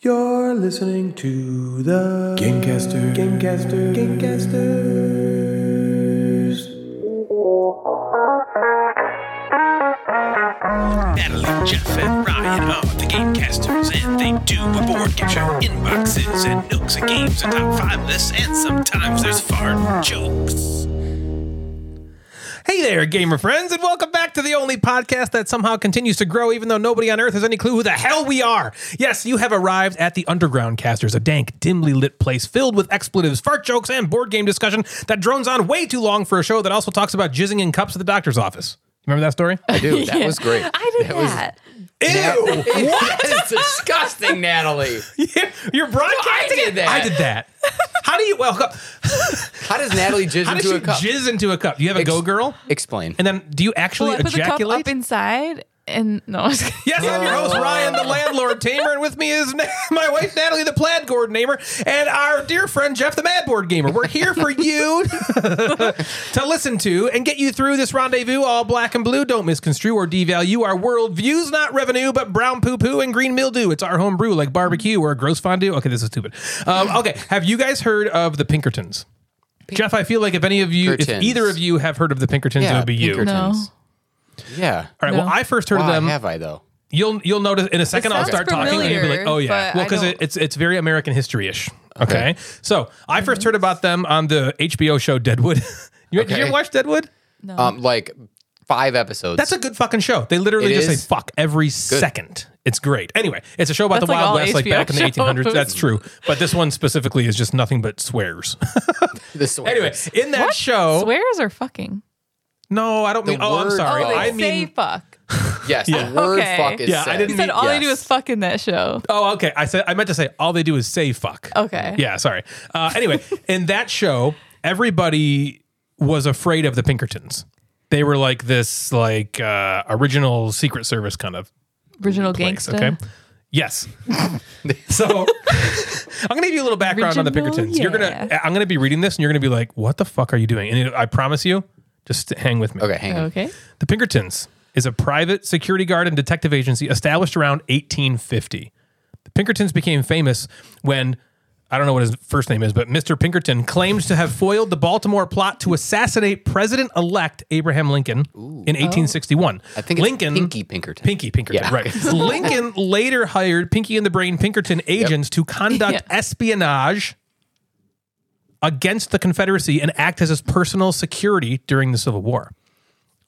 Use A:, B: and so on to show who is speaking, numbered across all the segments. A: You're listening to the
B: Gamecaster.
A: Gamecaster. Gamecasters.
C: Natalie, Jeff, and Ryan are the Gamecasters, and they do a board game show, inboxes, and nooks and games, and top five lists, and sometimes there's fart jokes.
D: Hey there, gamer friends, and welcome back to the only podcast that somehow continues to grow, even though nobody on earth has any clue who the hell we are. Yes, you have arrived at the Underground Casters, a dank, dimly lit place filled with expletives, fart jokes, and board game discussion that drones on way too long for a show that also talks about jizzing in cups at the doctor's office. Remember that story?
B: Dude, that was great.
E: I did that.
D: Ew!
B: What? That is disgusting, Natalie.
D: You're broadcasting
B: did
D: it?
B: that.
D: I did that. How do you well?
B: How does Natalie jizz
D: How does
B: into
D: you
B: a cup?
D: jizz into a cup? Do you have a
B: Ex-
D: go girl?
B: Explain.
D: And then do you actually
E: well, I put the cup
D: ejaculate?
E: up inside and no. I was kidding.
D: Yes, I'm your host, Ryan, the landlord tamer, and with me is Na- my wife, Natalie, the plaid gourd namer, and our dear friend, Jeff, the mad board gamer. We're here for you to listen to and get you through this rendezvous all black and blue. Don't misconstrue or devalue our world views, not revenue, but brown poo poo and green mildew. It's our home brew like barbecue or gross fondue. Okay, this is stupid. Um, okay, have you guys heard of the Pinkertons? Jeff, I feel like if any of you, if
B: Pinkertons.
D: either of you have heard of the Pinkertons, it would be you.
E: No.
B: Pinkertons. Yeah.
D: All right. Well,
E: No.
D: I first heard
B: Why
D: of them.
B: have I though?
D: You'll you'll notice in a second I'll
E: sounds
D: start talking and you'll be like, oh yeah,
E: familiar,
D: well
E: but
D: because
E: I
D: it,
E: don't-
D: it's it's very American history ish. Okay. so I first heard about them on the HBO show Deadwood. you, Did you
B: Okay.
D: ever watch Deadwood?
B: Um, like five episodes.
D: That's a good fucking show. They literally
B: It
D: just
B: is?
D: say fuck every second. It's great. Anyway, it's a show about
E: That's
D: the
E: like
D: Wild
E: all
D: West, like
E: HBO
D: back in the 1800s.
E: shows.
D: That's true, but this one specifically is just nothing but swears.
B: this one.
D: anyway, in that show,
E: Swears or fucking?
D: no, I don't mean. Oh, I'm
B: word-
D: sorry.
B: Oh,
E: they
D: I
E: say
D: mean,
E: fuck.
B: yes, the word
E: Okay.
B: fuck is
D: Yeah, I
B: said.
D: didn't
E: He said all they do
B: Yes.
E: is fuck in that show.
D: Oh, okay. I said I meant to say all they do is say fuck.
E: Okay.
D: Yeah, sorry. Uh, anyway, in that show, everybody was afraid of the Pinkertons. They were like this, like uh, original Secret Service kind of
E: Original
D: place.
E: gangster.
D: Okay. Yes. so I'm gonna give you a little background on the
E: Original,
D: Pinkertons. You're
E: yeah.
D: gonna I'm gonna be reading this, and you're gonna be like, "What the fuck are you doing?" And I promise you, just hang with me.
B: Okay, hang on.
E: Okay.
D: The Pinkertons is a private security guard and detective agency established around 1850. The Pinkertons became famous when I don't know what his first name is, but Mr. Pinkerton claims to have foiled the Baltimore plot to assassinate President-elect Abraham Lincoln in 1861.
B: Oh. I think it's
D: Lincoln
B: Pinky Pinkerton.
D: Pinky Pinkerton,
B: Yeah.
D: right. Lincoln later hired Pinky and the Brain Pinkerton agents to conduct
E: Yeah.
D: espionage against the Confederacy and act as his personal security during the Civil War.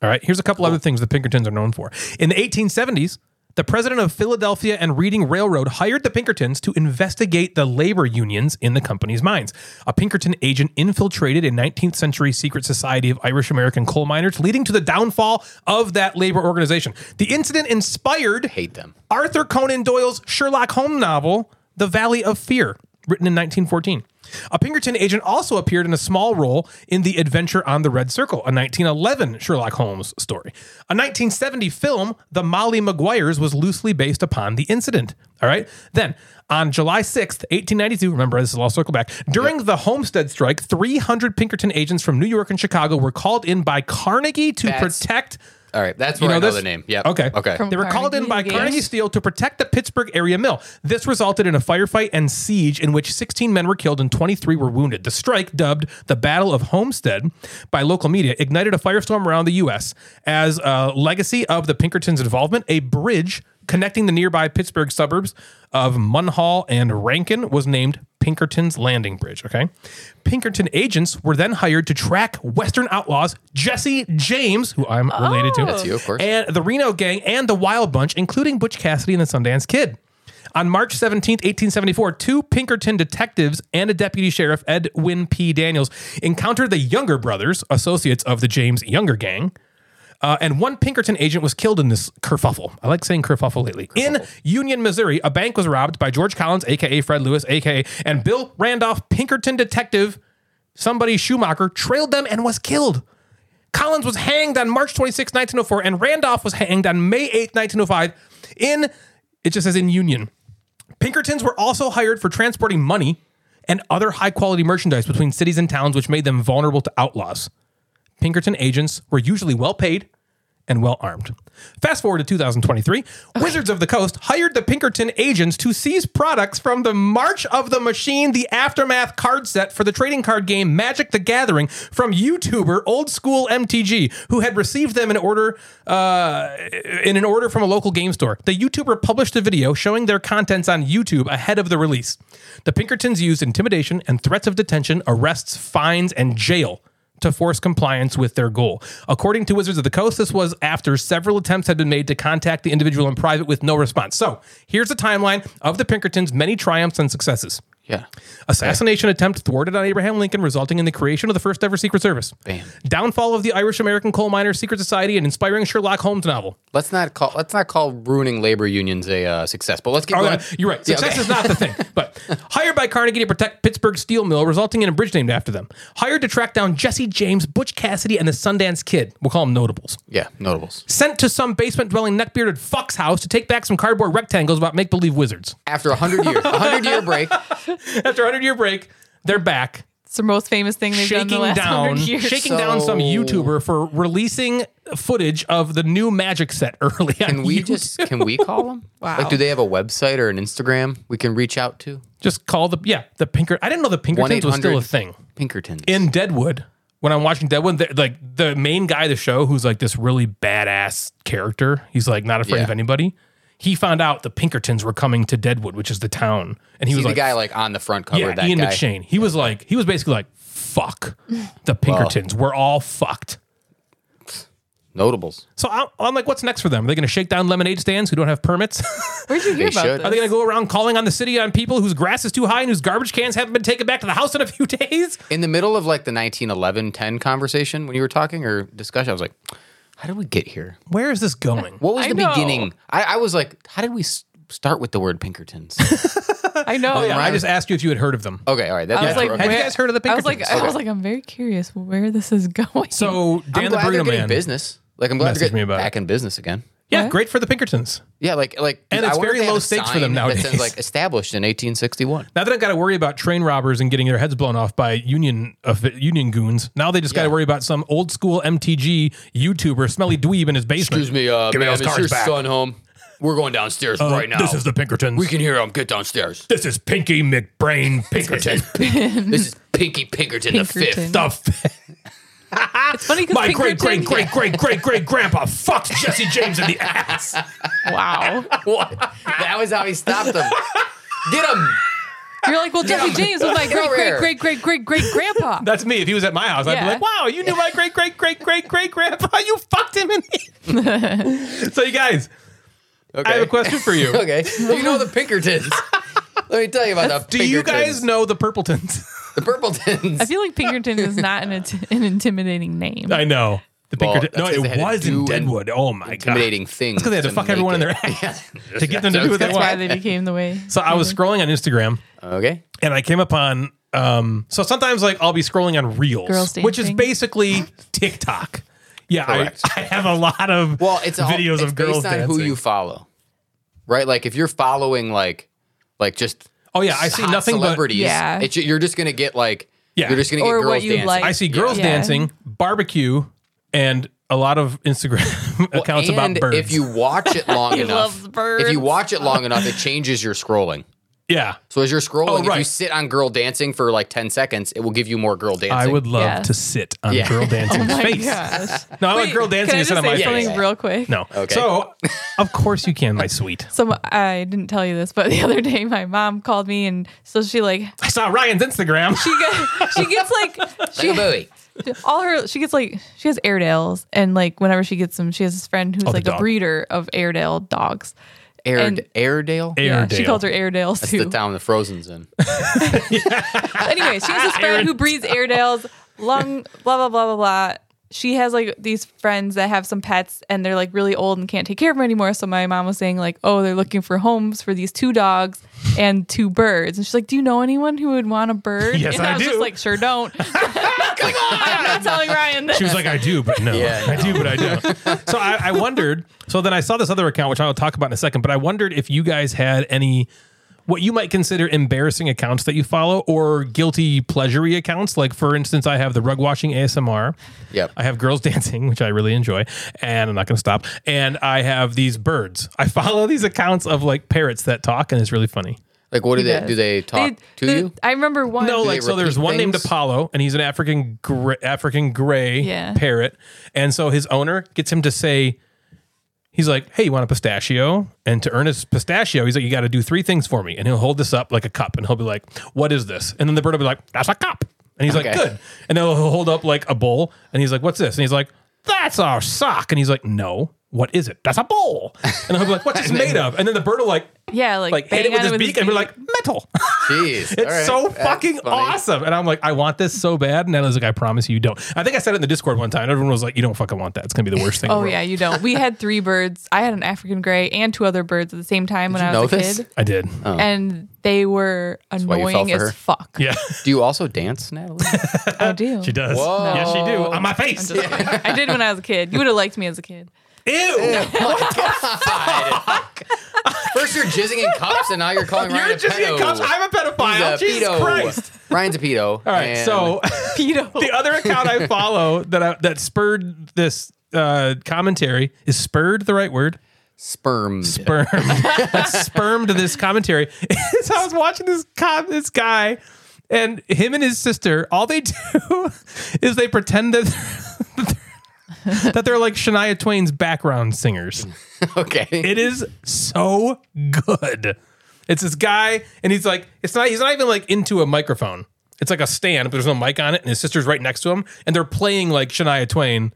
D: All right, here's a couple other things the Pinkertons are known for. In the 1870s, the president of Philadelphia and Reading Railroad hired the Pinkertons to investigate the labor unions in the company's mines. A Pinkerton agent infiltrated a 19th century secret society of Irish American coal miners, leading to the downfall of that labor organization. The incident inspired
B: Hate them.
D: Arthur Conan Doyle's Sherlock Holmes novel, The Valley of Fear, written in 1914. A Pinkerton agent also appeared in a small role in the Adventure on the Red Circle, a 1911 Sherlock Holmes story. A 1970 film, The Molly Maguires, was loosely based upon the incident. All right. Then, on July 6th, 1892, remember, this is all circle back. During the Homestead strike, 300 Pinkerton agents from New York and Chicago were called in by Carnegie to
B: That's-
D: protect
B: All right, that's
D: you
B: where
D: know
B: I know
D: this?
B: the name. Yeah.
D: Okay.
B: Okay.
E: From-
D: They were called in
E: Carnegie
D: by
E: and Gates.
D: Carnegie Steel to protect the Pittsburgh area mill. This resulted in a firefight and siege in which 16 men were killed and 23 were wounded. The strike, dubbed the Battle of Homestead by local media, ignited a firestorm around the U.S. As a legacy of the Pinkertons' involvement, a bridge connecting the nearby Pittsburgh suburbs of Munhall and Rankin was named Pinkerton's Landing Bridge. Okay. Pinkerton agents were then hired to track Western outlaws Jesse James, who I'm related to.
E: That's
B: you, of course.
D: And the Reno Gang and the Wild Bunch, including Butch Cassidy and the Sundance Kid. On March 17th, 1874, two Pinkerton detectives and a deputy sheriff, Edwin P. Daniels, encountered the Younger brothers, associates of the James Younger Gang. Uh, and one Pinkerton agent was killed in this kerfuffle. I like saying kerfuffle lately. In Union, Missouri, a bank was robbed by George Collins, aka Fred Lewis, aka and Bill Randolph, Pinkerton detective, somebody Schumacher, trailed them and was killed. Collins was hanged on March 26, 1904, and Randolph was hanged on May 8, 1905, in, it just says in Union. Pinkertons were also hired for transporting money and other high quality merchandise between cities and towns, which made them vulnerable to outlaws. Pinkerton agents were usually well paid and and well armed. Fast forward to 2023, Wizards of the Coast hired the Pinkerton agents to seize products from the March of the Machine, the Aftermath card set for the trading card game Magic the Gathering from YouTuber Old School MTG, who had received them in order uh, in an order from a local game store. The YouTuber published a video showing their contents on YouTube ahead of the release. The Pinkertons used intimidation and threats of detention, arrests, fines, and jail to force compliance with their goal. According to Wizards of the Coast, this was after several attempts had been made to contact the individual in private with no response. So here's a timeline of the Pinkertons' many triumphs and successes.
B: Yeah.
D: Assassination attempt thwarted on Abraham Lincoln, resulting in the creation of the first ever Secret Service.
B: Bam.
D: Downfall of the Irish American Coal Miners Secret Society and inspiring Sherlock Holmes novel.
B: Let's not call let's not call ruining labor unions a uh, success, but let's keep
D: Oh,
B: going.
D: yeah, you're right.
B: Yeah,
D: Success
B: okay.
D: is not the thing. But hired by Carnegie to protect Pittsburgh steel mill, resulting in a bridge named after them. Hired to track down Jesse James, Butch Cassidy, and the Sundance Kid. We'll call them notables.
B: Yeah, notables.
D: Sent to some basement dwelling neckbearded fuck's house to take back some cardboard rectangles about make believe wizards.
B: After a hundred years, a hundred year break,
D: After a hundred year break, they're back.
E: It's the most famous thing they've done in
D: shaking
E: the last
D: down,
E: hundred years.
D: shaking down some
B: So-
D: YouTuber for releasing footage of the new Magic set early.
B: can we just can we call them?
E: Wow.
B: Like, do they have a website or an Instagram we can reach out to?
D: just call the yeah the Pinker? I didn't know the Pinkertons was still a
B: 1-800
D: thing
B: Pinkertons.
D: in Deadwood. When I'm watching Deadwood, the- like the main guy of the show, who's like this really badass character, he's like not afraid
B: Yeah.
D: of anybody. He found out the Pinkertons were coming to Deadwood, which is the town, and he
B: See
D: was
B: the
D: like,
B: guy like on the front cover.
D: "Yeah,
B: of that
D: Ian
B: guy.
D: McShane." He was like, he was basically like, "Fuck, the Pinkertons, we're all fucked."
B: Notables.
D: So I'm, I'm like, what's next for them? Are they going to shake down lemonade stands who don't have permits?
E: Where'd you hear
B: They
E: about
B: should.
E: this?
D: Are they going to go around calling on the city on people whose grass is too high and whose garbage cans haven't been taken back to the house in a few days?
B: In the middle of like the 1911-10 conversation when you were talking or discussion, I was like, how did we get here?
D: Where is this going?
B: What was
E: I
B: the
E: know.
B: beginning? I, I was like, how did we s- start with the word Pinkertons?
E: I know.
B: yeah,
D: I just asked you if you had heard of them.
B: okay, all right. That,
E: I was
B: that's
E: like,
B: where-
D: Have you
E: where-
D: guys heard of the
E: I was like,
D: Pinkertons?
E: I was like, I'm very curious where this is going.
D: So
B: I'm
D: Dan
B: glad
D: the
B: they're
D: Burrito
B: getting
D: Man.
B: business. Like I'm glad
D: messaged
B: they're getting
D: me about
B: back in business again.
D: Yeah,
E: What?
D: great for the Pinkertons.
B: Yeah, like like,
D: And it's
B: wonder
D: very
B: if they
D: low
B: have a
D: stakes for them
B: sign
D: nowadays.
B: That says like established in 1861.
D: Now that I've got to worry about train robbers and getting their heads blown off by union of union goons, now they just got to
B: Yeah.
D: worry about some old school MTG YouTuber, Smelly Dweeb, in his basement.
B: me, uh,
D: Give me those cards back.
B: home? We're going downstairs
D: Uh, This is the Pinkertons.
B: hear him. Get downstairs.
D: this is Pinky McBrain Pinkerton.
B: This is Pinky Pinkerton,
E: Pinkerton.
D: the f-
E: it's funny because
D: My great great great great great great grandpa fucked Jesse James in the ass.
E: Wow.
B: What? That was how he stopped him. Get him.
E: You're like, well, Jesse James was my
B: Get
E: great
B: over
E: great
B: here.
E: great great great great grandpa.
D: That's me. If he was at my house, I'd be
E: Yeah.
D: like, "Wow, you knew my great great great great great grandpa. You fucked him in." The- so, you guys,
B: Okay.
D: I have a question for you.
B: Okay. You know the Pinkertons. Let me tell you about the
D: Do you guys
B: Pinkertons.
D: know the Purpletons?
B: the Purpletons?
E: I feel like Pinkerton is not an, int- an intimidating name.
D: I know the
B: Well,
D: Pinkerton.
B: that's 'cause they
D: no,
B: had
D: it
B: to
D: was in
B: do and-
D: Deadwood. Oh my god,
B: Intimidating things.
D: That's because they had to fuck
B: make
D: everyone in their
B: it.
D: ass to get them to do what they
E: That's why
D: want.
E: they became the way.
D: So I
E: Mm-hmm.
D: was scrolling on Instagram
B: Okay.
D: and I came upon. Um, so sometimes like I'll be scrolling on Reels,
E: Girls
D: which is
E: dancing.
D: basically TikTok. Yeah, I,
B: Correct.
D: I have a lot of
B: Well, it's all,
D: videos
B: it's
D: of girls
B: based on
D: dancing.
B: who you follow, right? Like if you're following like like just
D: Oh yeah, I see
B: hot
D: nothing but
B: celebrities.
E: Yeah.
B: it's, you're just gonna get like
D: Yeah.
B: you're just gonna
E: Or
B: get girls
E: what you
B: dancing.
E: like.
D: I see girls
E: Yeah.
D: dancing, barbecue, and a lot of Instagram
B: Well,
D: accounts
B: and
D: about birds.
B: if you watch it long
E: He
B: enough,
E: loves birds.
B: if you watch it long enough, it changes your scrolling.
D: yeah,
B: So as you're scrolling,
D: Oh,
B: if you
D: right.
B: sit on girl dancing for like ten seconds, it will give you more girl dancing.
D: I would love
E: Yeah.
D: to sit on
B: Yeah.
D: girl dancing's
E: Oh my
D: face.
E: gosh.
D: No, I want
E: Wait,
D: girl dancing
E: can I
D: to sit
E: just
D: on
E: say
D: my face.
E: something real quick?
D: No.
B: Okay.
D: So, of course you can, my sweet.
E: So I didn't tell you this, but the other day my mom called me, and so she like
D: I saw Ryan's Instagram.
E: she gets she gets like
B: Like a
E: she
B: buoy.
E: all her she gets like she has Airedales, and like whenever she gets them, she has this friend who's
D: Oh, the
E: like a
D: dog.
E: breeder of Airedale dogs.
B: Aird,
E: And-
B: Airedale.
D: Air-
E: Yeah, she
D: Airedale.
E: calls her Airedales
B: That's
E: too.
B: the town the Frozen's in.
E: anyway, she has this friend who breeds Airedales, lung, blah, blah, blah, blah, blah. She has like these friends that have some pets and they're like really old and can't take care of them anymore. So my mom was saying, like, oh, they're looking for homes for these two dogs and two birds. And she's like, do you know anyone who would want a bird?
D: Yes,
E: and
D: I
E: was
D: do.
E: just like, sure don't. I'm not telling Ryan this.
D: She was like, I do, but no.
B: Yeah,
D: I do, but I don't. So I, I wondered. So then I saw this other account, which I'll talk about in a second, but I wondered if you guys had any what you might consider embarrassing accounts that you follow or guilty pleasury accounts. Like, for instance, I have the rug washing ASMR.
B: Yep.
D: I have girls dancing, which I really enjoy, and I'm not going to stop. And I have these birds. I follow these accounts of like parrots that talk, and it's really funny.
B: Like, what do they
E: Yes.
B: do? They talk to
E: the-
B: you?
E: I remember one.
D: No,
B: Do
D: like
B: they
D: so. There's
B: repeat
D: one named
B: things?
D: Apollo, and he's an African gray, African gray
E: Yeah.
D: parrot, and so his owner gets him to say, he's like, "Hey, you want a pistachio?" And to earn his pistachio, he's like, "You got to do three things for me," and he'll hold this up like a cup, and he'll be like, "What is this?" And then the bird will be like, "That's a cup," and he's like,
B: Okay.
D: "Good," and then he'll hold up like a bowl, and he's like, "What's this?" And he's like, "That's our sock," and he's like, "No." What is it? That's a bowl. And he'll be like, what's this made of? And then the bird will like,
E: Yeah, like,
D: like hit it
E: bang
D: with his
E: on
D: beak and be like, metal.
B: Jeez.
D: It's
B: All right.
D: so
B: That's
D: fucking
B: funny.
D: awesome. And I'm like, I want this so bad. And I was like, I promise you, you don't. I think I said it in the Discord one time. Everyone was like, you don't fucking want that. It's going to be the worst thing. in the
E: Oh
D: world."
E: yeah, you don't. We had three birds. I had an African gray and two other birds at the same time when
B: you
E: I was
B: know
E: a
B: this?
E: kid,
D: I did.
B: Oh.
E: and they were
B: why you fell
E: annoying
B: for
E: as
B: her.
E: fuck.
D: Yeah,
B: Do you also dance, Natalie?
E: I do.
D: she does.
B: Whoa.
D: Yes, she do. On my
E: I'm
D: face.
E: just kidding. I did when I was a kid. You would have liked me as a kid.
D: Ew.
B: First you're jizzing in cups, and now you're calling
D: You're
B: Ryan a
D: just
B: pedo.
D: in cups. I'm a
B: He's
D: pedophile.
B: a
D: Jesus
B: pedo.
D: Christ.
B: Ryan's a pedo.
D: All right. So the other account I follow that I, that spurred this uh, commentary is spurred the right word?
B: sperm.
D: sperm that spermed this commentary. so I was watching this cop, this guy, and him and his sister. All they do is they pretend that they're, that they're like Shania Twain's background singers.
B: Okay.
D: It is so good. It's this guy, and he's like, it's not. He's not even like into a microphone. It's like a stand, but there's no mic on it, and his sister's right next to him, and they're playing like Shania Twain.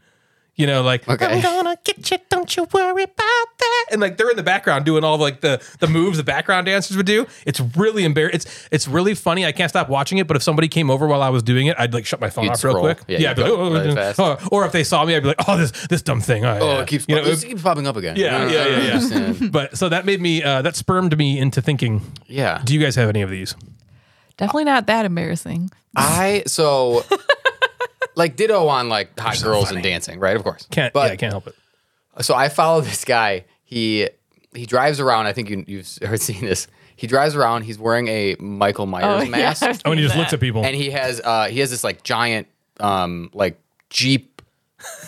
D: You know, like
B: Okay.
D: I'm gonna get you. Don't you worry about that. And like they're in the background doing all like the the moves the background dancers would do. It's really embarrassing. It's it's really funny. I can't stop watching it. But if somebody came over while I was doing it, I'd like shut my phone
B: You'd
D: off real
B: scroll.
D: quick.
B: Yeah,
D: Yeah.
B: you'd
D: I'd be like,
B: go
D: "Oh,
B: really
D: oh,
B: fast.
D: oh." or if they saw me, I'd be like, oh, this this dumb thing. Oh,
B: oh,
D: yeah."
B: it keeps,
D: You know,
B: it keeps popping up again.
D: Yeah,
B: I don't
D: yeah, yeah, yeah.
B: understand.
D: but so that made me uh, that spurred me into thinking.
B: yeah.
D: Do you guys have any of these?
E: Definitely not that embarrassing.
B: I so like ditto on like hot girls and dancing, right? Of course.
D: Can't
B: but
D: yeah, I can't help it.
B: so I follow this guy. He he drives around. I think you, you've heard seen this. He drives around. He's wearing a Michael Myers
E: yeah,
B: mask,
E: I've
D: Oh, and he
E: seen
D: just
E: that.
D: looks at people.
B: and he has uh he has this like giant um like Jeep,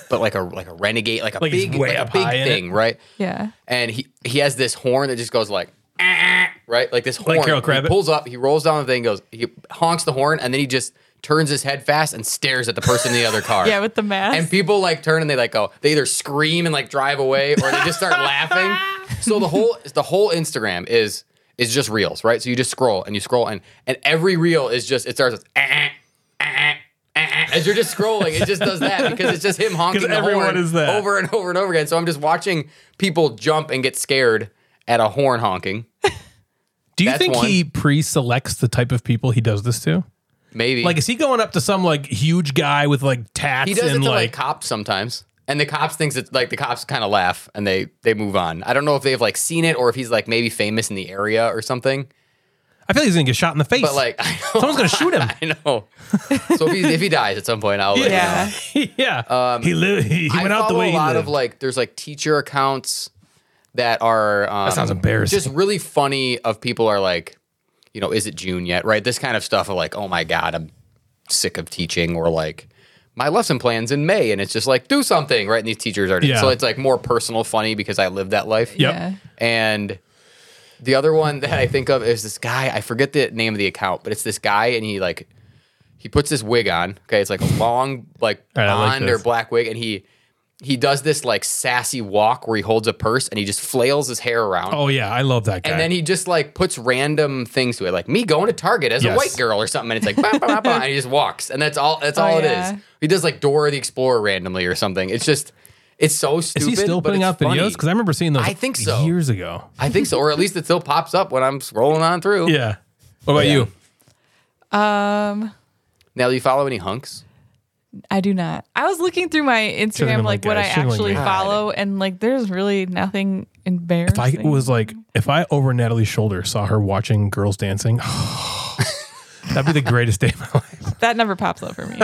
B: but like a like a renegade, like a
D: Like he's
B: big
D: way
B: like
D: up
B: a big
D: high in it.
B: thing, right?
E: Yeah.
B: and he he has this horn that just goes like "Ah," right like this horn
D: Carol
B: he
D: Kravitz?
B: pulls up he rolls down the thing goes he honks the horn and then he just turns his head fast and stares at the person in the other car
E: Yeah, with the mask.
B: and people like turn and they like go they either scream and like drive away or they just start laughing so the whole the whole instagram is is just reels right so you just scroll and you scroll and and every reel is just it starts with "Ah, ah, ah, ah, ah." as you're just scrolling, it just does that because it's just him honking
D: 'Cause
B: the
D: everyone
B: horn
D: is that.
B: over and over and over again. So I'm just watching people jump and get scared at a horn honking.
D: Do you
B: that's
D: think he pre-selects the type of people he does this to?
B: Maybe
D: Like, is he going up to some like huge guy with like tats
B: he does it
D: and
B: to like,
D: like?
B: cops sometimes, and the cops thinks it's like the cops kind of laugh and they they move on. I don't know if they've like seen it or if he's like maybe famous in the area or something.
D: I feel like he's gonna get shot in the face.
B: But like I know,
D: someone's gonna shoot him.
B: I know. So if he if he dies at some point, I'll let you know.
E: yeah.
D: yeah. he li- he
B: Um, I
D: went out the
B: follow
D: way
B: a lot
D: he
B: of
D: lived.
B: like there's like teacher accounts that are um, that
D: sounds embarrassing.
B: Just really funny of people are like, you know, is it June yet? Right? This kind of stuff of like, oh my god, I'm sick of teaching, or like my lesson plans in May, and it's just like do something, right? And these teachers are
D: Yeah.
B: so it's like more personal funny because I lived that life.
D: Yep.
E: Yeah.
B: And the other one that I think of is this guy. I forget the name of the account, but it's this guy, and he like he puts this wig on. Okay, it's like a long like
D: All right, I like
B: blonde or
D: this.
B: black wig, and he he does this like sassy walk where he holds a purse and he just flails his hair around.
D: Oh yeah, I love that guy.
B: And then he just like puts random things to it, like me going to Target as
D: Yes.
B: a white girl or something, and it's like bah, bah, bah, bah, and he just walks, and that's all. That's
E: Oh,
B: all
E: yeah.
B: it is. He does like Dora the Explorer randomly or something. It's just, it's so
D: is
B: stupid.
D: he still
B: but
D: putting
B: it's
D: out videos?
B: funny.
D: Because I remember seeing those.
B: I think so.
D: years ago.
B: I think so, or at least it still pops up when I'm scrolling on through.
D: Yeah. What about
B: Yeah.
D: you?
E: Um,
B: Now, do you follow any hunks?
E: I do not. I was looking through my
D: Should've
E: Instagram,
D: been
E: like
D: like uh,
E: what
D: that.
E: I
D: Should've been
E: actually
D: like
E: follow, and like there's really nothing embarrassing.
D: If I was like, if I over Natalie's shoulder saw her watching girls dancing, that'd be the greatest day of my life.
E: that never pops up for me.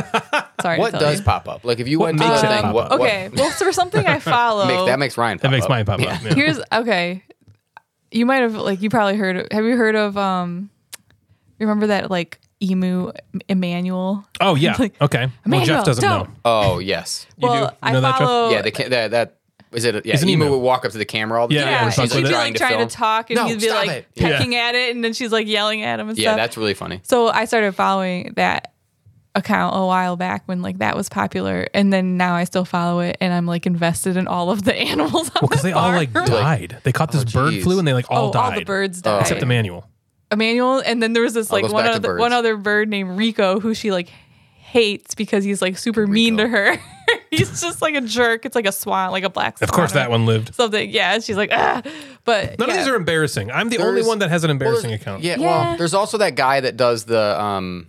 E: Sorry. to
B: What
E: tell
B: does
E: you.
B: pop up? Like if you went to
D: makes
B: the
D: it
B: thing,
D: pop
B: what,
D: up?
B: what
E: Okay. Well, for something I follow,
B: make- that makes Ryan. Pop
D: That makes
B: up.
D: mine pop up. yeah.
E: here's okay. you might have like you probably heard. Have you heard of um? Remember that like emu Emmanuel?
D: Oh yeah.
E: Like,
D: okay. Well,
E: Emmanuel,
D: Jeff doesn't
E: don't.
D: know.
B: Oh yes.
D: You
E: well,
D: do? You
E: I
D: know that, Jeff?
E: follow.
B: Yeah, they can't. That, that is it. Yeah,
D: It's an
B: Emu
D: emu.
B: would walk up to the camera all the
D: Yeah,
B: time.
D: yeah,
B: and
E: Yeah,
D: or something
E: she'd be
D: like that.
E: like trying to
B: film.
E: talk, and
B: No,
E: he'd be
B: stop
E: like
B: it. Yeah.
E: pecking at it, and then she's like yelling at him and
B: Yeah,
E: stuff.
B: that's really funny.
E: so I started following that account a while back when like that was popular, and then now I still follow it, and I'm like invested in all of the animals. on
D: Well, because
E: the
D: they all
E: farm.
D: like died. They caught this bird
B: geez.
D: flu and they like all
E: oh,
D: died.
E: all the birds died.
D: Except Emmanuel.
E: Emmanuel, and then there was this like
B: goes
E: one
B: back to
E: other
B: birds.
E: one other bird named Rico who she like hates because he's like super mean to her. he's just like a jerk. It's like a swan, like a black swan.
D: Of course,
E: or
D: that one lived.
E: Something, yeah. and She's like, ah. But
D: None
E: yeah.
D: of these are embarrassing. I'm the only
B: There's-
D: one that has an embarrassing
B: Well,
D: account.
B: Yeah,
E: Yeah.
B: Well, there's also that guy that does the um,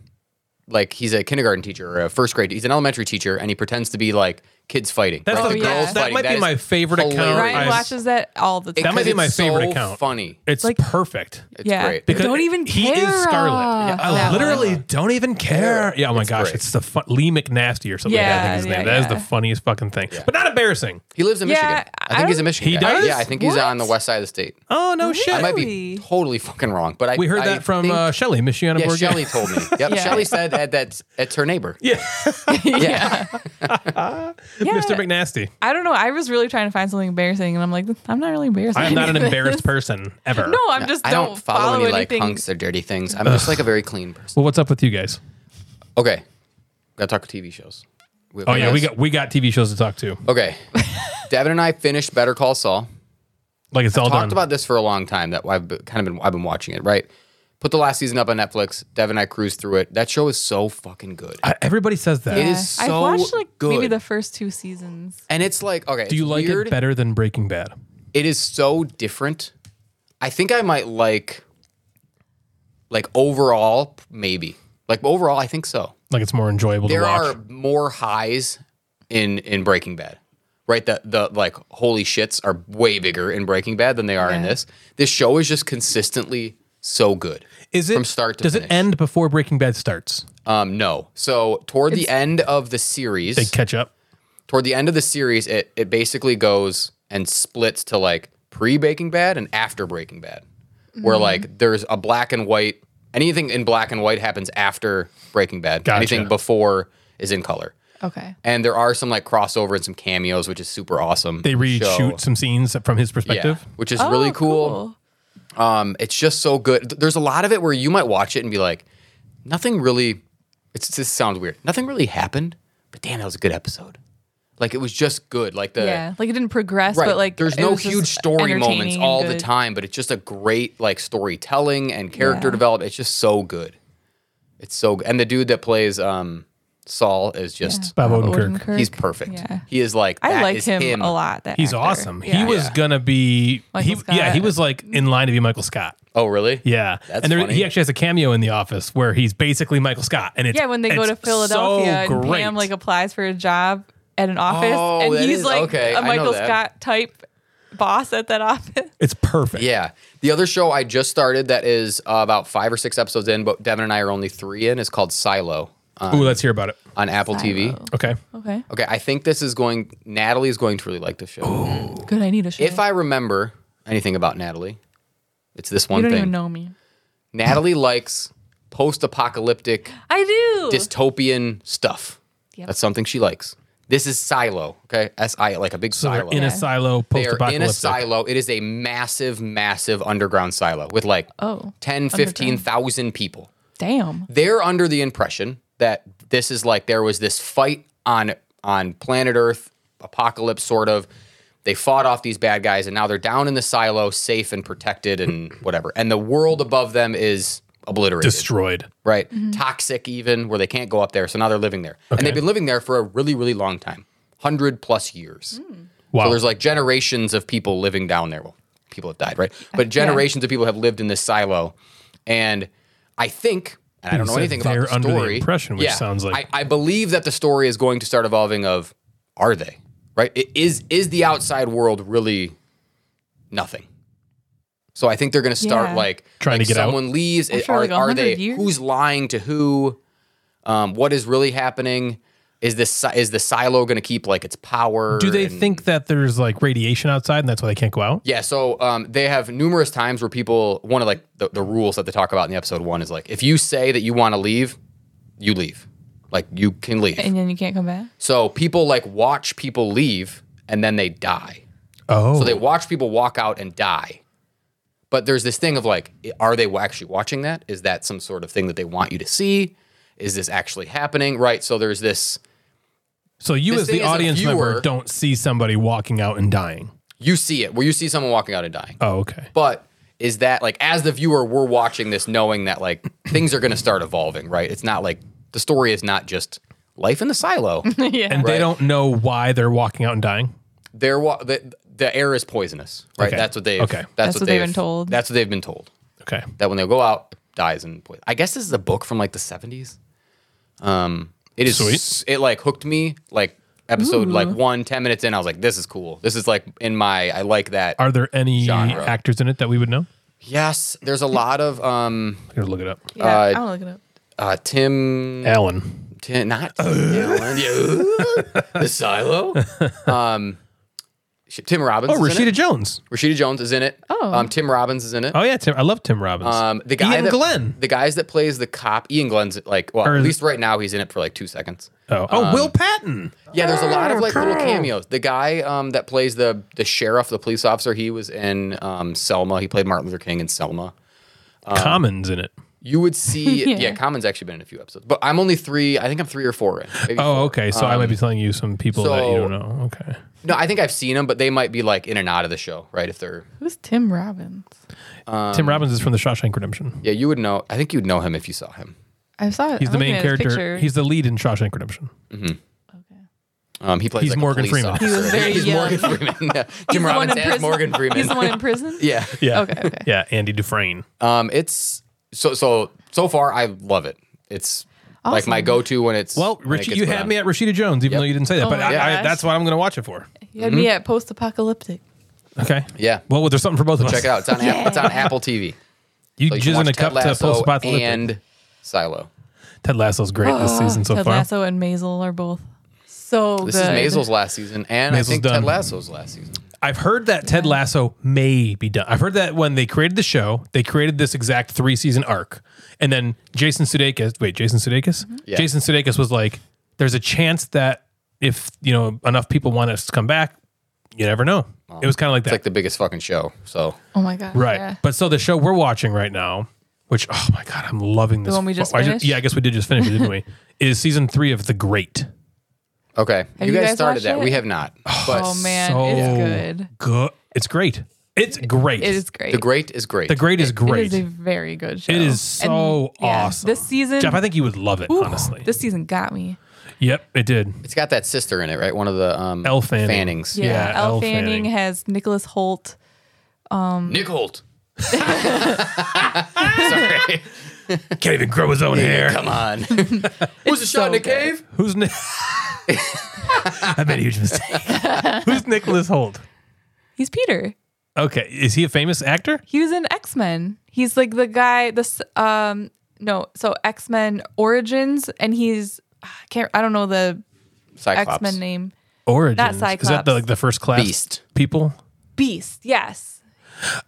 B: like he's a kindergarten teacher or a first grade. He's an elementary teacher, and he pretends to be like kids fighting.
D: That's
B: like,
E: the- Oh, yeah.
B: girls
E: that
B: fighting.
D: might be
B: is
D: my favorite account.
B: hilarious.
E: Ryan
D: I-
E: watches that all the time.
D: might be
B: Because
D: my
B: it's
D: favorite
B: so
D: account.
B: Funny.
D: It's
E: Like-
D: perfect.
B: It's great.
D: Because
E: don't even
D: he
E: care. uh,
D: is Scarlet.
E: Yeah,
D: I literally don't even care. Yeah, oh my gosh,
B: great.
D: it's the fun- Lee McNasty or something. like that, I think his
E: Yeah,
D: name.
E: yeah,
D: That is
E: yeah.
D: the funniest fucking thing, but not embarrassing.
B: He lives in
E: Yeah,
B: Michigan. I
E: I
B: think he's a
E: don't-
B: Michigan.
D: He
B: guy.
D: does?
B: Yeah, I think he's
E: What?
B: on the west side of the state.
D: Oh no
B: I
D: shit!
B: might be
E: Really?
B: totally fucking wrong, but I
D: We heard
B: I
D: that from
B: think-
D: uh, Shelly, Michiana
B: yeah,
D: Bourget.
B: Shelly told me. Yep,
E: Yeah.
B: Shelly said that that's it's her neighbor. Yeah, yeah.
E: Yeah.
D: Mr. McNasty.
E: I don't know. I was really trying to find something embarrassing, and I'm like, I'm not really embarrassed.
D: I am
E: by
D: not an
E: any of this.
D: embarrassed person ever.
E: No, I'm just
B: I
E: don't, follow,
B: any like
E: anything.
B: hunks or dirty things. I'm just like a very clean person.
D: Well, what's up with you guys?
B: Okay, gotta talk TV shows. We-
D: Oh yeah, we
B: guys-
D: got we got TV shows to talk to.
B: Okay. Davin and I finished Better Call Saul.
D: Like it's all
B: Talked
D: done.
B: about this for a long time that I've been- kind of been I've been watching it, right? Put the last season up on Netflix. Devin and I cruised through it. That show is so fucking good.
D: I- Uh, everybody says that.
B: It is
E: I've
B: so
E: watched like maybe
B: good.
E: the first two seasons.
B: and it's like, okay,
D: Do you like
B: weird.
D: it better than Breaking Bad?
B: It is so different. I think I might like like overall maybe. Like overall I think so.
D: Like it's more enjoyable
B: there
D: to watch.
B: are more highs in in Breaking Bad, right? The the like holy shits are way bigger in Breaking Bad than they are in
E: Yeah.
B: this. This show is just consistently so good.
D: is it
B: from start to
D: Does
B: finish.
D: it end before Breaking Bad starts?
B: Um, no. So toward the end of the series,
D: They catch up.
B: toward the end of the series, it it basically goes and splits to like pre Breaking Bad and after Breaking Bad,
D: Mm-hmm.
B: where like there's a black and white. Anything in black and white happens after Breaking Bad.
D: Gotcha.
B: Anything before is in color.
E: Okay.
B: And there are some like crossover and some cameos, which is super awesome.
D: They reshoot
B: Show.
D: some scenes from his
B: yeah,
D: perspective.
B: which is
E: Oh,
B: really cool. Um, it's just so good. Th- There's a lot of it where you might watch it and be like, nothing really. It's this sounds weird. Nothing really happened, but damn, that was a good episode. Like it was just good. Like the
E: Yeah, like it didn't progress,
B: right.
E: but like
B: there's
E: it
B: no
E: was just
B: huge story
E: entertaining
B: moments
E: and
B: all the
E: good.
B: time, but it's just a great like storytelling and character
E: Yeah.
B: development. It's just so good. It's so good. And the dude that plays um Saul is just
D: Bob Odenkirk.
E: Odenkirk.
B: he's perfect.
E: Yeah.
B: He is like
E: I
B: that
E: like
B: is
E: him,
B: him
E: a lot. That
D: He's
E: actor.
D: awesome.
E: Yeah.
D: He was gonna be.
E: Michael
D: he, yeah,
E: Scott.
D: he was like in line to be Michael Scott.
B: Oh, really?
D: Yeah,
B: That's
D: and there,
B: funny.
D: he actually has a cameo in The Office where he's basically Michael Scott, and it's
E: yeah. When they go
D: it's
E: to Philadelphia
D: so
E: and
D: great.
E: Pam like applies for a job at an office,
B: Oh,
E: and
B: that
E: he's
B: is-
E: like
B: okay, I
E: a
B: know
E: Michael
B: that.
E: Scott type boss at that office.
D: it's perfect.
B: Yeah. The other show I just started that is uh, about five or six episodes in, but Devin and I are only three in, is called Silo uh,
D: Ooh, let's hear about it.
B: on Apple TV.
D: Okay,
E: Okay,
B: Okay, I think this is going, Natalie is going to really like this show.
E: good. I need a show.
B: If I remember anything about Natalie, it's this
E: you
B: one
E: don't
B: thing.
E: even know me,
B: Natalie likes post apocalyptic,
E: I do.
B: dystopian stuff.
E: Yep.
B: That's something she likes. This is Silo, okay? S I, like a big
D: so
B: silo.
D: they're in a silo,
B: They are in a
D: post-apocalyptic.
B: silo. It is a massive, massive underground silo with like
E: Oh,
B: 10, 15,000 people.
E: Damn.
B: They're under the impression that this is like there was this fight on on planet Earth, apocalypse sort of. They fought off these bad guys and now they're down in the silo, safe and protected and whatever. And the world above them is obliterated
D: Destroyed.
B: right? Toxic, even where they can't go up there. So now they're living there, and they've been living there for a really, really long time, hundred plus years.
D: Wow.
B: So there's like generations of people living down there. Well, people have died, right?
E: Uh,
B: But generations of people have lived in this silo, and I think. And I
D: You
B: don't know
D: said
B: anything about
D: they're
B: the
D: under the
B: story.
D: impression, which sounds like-
B: I, I believe that the story is going to start evolving. Of are they right? It is is the outside world really nothing? So I think they're going to start
E: Yeah.
B: like
D: Trying to
B: like
D: get out.
B: someone leaves.
E: I'm
B: It-
E: sure,
B: are,
E: like,
B: are
E: 100
B: they
E: years.
B: who's lying to who? Um, what is really happening? Is this si- is the silo going to keep like its power?
D: Do they
B: and-
D: think that there's like radiation outside and that's why they can't go out?
B: Yeah, so um, they have numerous times where people one of like the, the rules that they talk about in the episode one is like if you say that you want to leave, you leave, like you can leave.
E: and then you can't come back.
B: so people like watch people leave and then they die.
D: Oh,
B: So they watch people walk out and die. But there's this thing of like, are they actually watching that? Is that some sort of thing that they want you to see? Is this actually happening? Right. So there's this.
D: so you
B: the
D: as
B: thing
D: the
B: is, a
D: audience member
B: viewer-
D: don't see somebody walking out and dying.
B: You see it where you see someone walking out and dying.
D: Oh, okay.
B: But is that like as the viewer we're watching this knowing that like things are going to start evolving, right? It's not like the story is not just life in the silo.
E: yeah.
D: And they
B: Right.
D: don't know why they're walking out and dying.
B: They're wa- the, the air is poisonous, right?
D: Okay.
B: That's what they
D: Okay.
B: That's,
E: what they've
B: they've
E: been told.
B: That's what they've been told.
D: Okay.
B: that when they go out it dies and poison. I guess this is a book from like the 70s. Um it is
D: Sweet.
B: it like hooked me like episode like 1 10 minutes in I was like this is cool. This is like in my I like that.
D: Are there any
B: Genre.
D: actors in it that we would know?
B: yes, there's a lot of um
D: Here, look it up.
E: yeah
B: uh,
E: I'm looking up.
B: uh Tim
D: Alan.
B: Ten, not Allen. Yeah. the silo. Um sh- Tim Robbins.
D: Oh,
B: is in
D: Rashida
B: it.
D: Jones.
B: Rashida Jones is in it.
E: Oh.
B: Um, Tim Robbins is in it.
D: Oh yeah, Tim. I love Tim Robbins.
B: Um, the guy
D: Ian
B: that,
D: Glenn.
B: the guys that plays the cop, Ian Glenn's like, well,
D: Or-
B: at least right now he's in it for like two seconds.
D: oh, oh,
B: um,
D: Will Patton.
B: Yeah, there's a lot of like little cameos. The guy um, that plays the the sheriff, the police officer, he was in um, Selma. He played Martin Luther King in Selma. um,
D: Commons in it.
B: You would see,
E: Yeah.
B: yeah. Common's actually been in a few episodes, but I'm only three. I think I'm three or four in. Maybe
D: Oh,
B: four.
D: okay. So I might be telling you some people that
B: um,
D: you
B: so-
D: don't know. Okay.
B: No, I think I've seen them, but they might be like in and out of the show, right? If they're
E: Who's Tim Robbins?
D: Tim Robbins is from The Shawshank Redemption.
B: um, yeah, you would know. I think you'd know him if you saw him.
E: I saw it.
D: He's
E: I'm
D: the
E: looking
D: main
E: at his
D: character.
E: picture.
D: He's the lead in Shawshank Redemption.
B: Um, he plays.
D: He's
B: like, a
D: Morgan
B: police
D: Freeman.
B: officer.
E: He was very
B: he's
E: young.
B: Morgan Freeman. Yeah. Tim
E: the one
B: Robbins
E: in
B: as
E: prison.
B: Morgan Freeman.
E: He's the one in prison.
B: yeah.
D: Yeah.
E: Okay, okay.
D: Yeah, Andy Dufresne.
B: Um, it's so so so far. I love it. It's like my
E: Awesome.
B: go-to when it's
D: Well,
B: when it
D: Richie,
B: gets
D: you
B: put
D: had
B: on.
D: me at Rashida Jones, even
B: Yep.
D: though you didn't say that.
E: Oh
D: but
E: my
D: I, I,
E: gosh.
D: that's what I'm going to watch it for.
E: You had
B: Mm-hmm.
E: me at post apocalyptic.
D: Okay.
B: Yeah.
D: Well, there's something for both of us.
B: Check it out. It's on App, it's on Apple TV.
D: You
B: So you can
D: jizz in
B: watch
D: a cup
B: Ted
D: to
B: Lasso
D: post apocalyptic.
B: and Silo.
D: Ted Lasso's great this season so
E: Ted
D: far.
E: Lasso and Maisel are both so
B: This
E: good.
B: is Maisel's last season, and
D: Maisel's
B: I think
D: done.
B: Ted Lasso's last season.
D: I've heard that Ted Lasso may be done. I've heard that when they created the show, they created this exact three season arc, and then Jason Sudeikis. Wait, Jason Sudeikis.
E: Mm-hmm.
B: Yeah.
D: Jason Sudeikis was like, "There's a chance that if you know enough people want us to come back, you never know." it was kind of like that,
B: It's like the biggest fucking show. So
E: Oh my god!
D: right?
E: yeah.
D: But so the show we're watching right now, which oh my god, I'm loving this.
E: one we just
D: I
E: finished?
D: yeah, I guess we did just finish it, didn't we? Is season three of The Great.
B: okay,
E: you guys watched
B: started that.
E: it?
B: We have not, but
E: Oh man,
D: so
E: it's good.
D: Good. It's great. It's great.
E: It is great.
B: the Great is great.
D: The Great is great.
E: It is a very good show.
D: It is so awesome.
E: This season,
D: Jeff, I think you would love it,
E: Ooh,
D: honestly.
E: this season got me.
D: yep, it did.
B: it's got that sister in it, right? One of the um,
D: Elle Fanning.
B: Fannings.
E: Yeah,
D: Yeah, Elle
E: Elle Fanning,
D: Fanning.
E: has Nicholas Holt.
B: Nick Holt. Sorry,
D: Can't even grow his own hair.
B: come on. Who's a shot in the cave?
D: Who's Nick? I made a huge mistake. Who's Nicholas Holt?
E: He's Peter.
D: Okay, is he a famous actor?
E: He was in X Men. He's like the guy. This um no, so X Men Origins, and he's ah, I can't I don't know the
B: Cyclops.
E: X Men name.
D: Origins. Is that
E: Cyclops.
D: the, like the first class
B: Beast.
D: people?
E: Beast. Yes,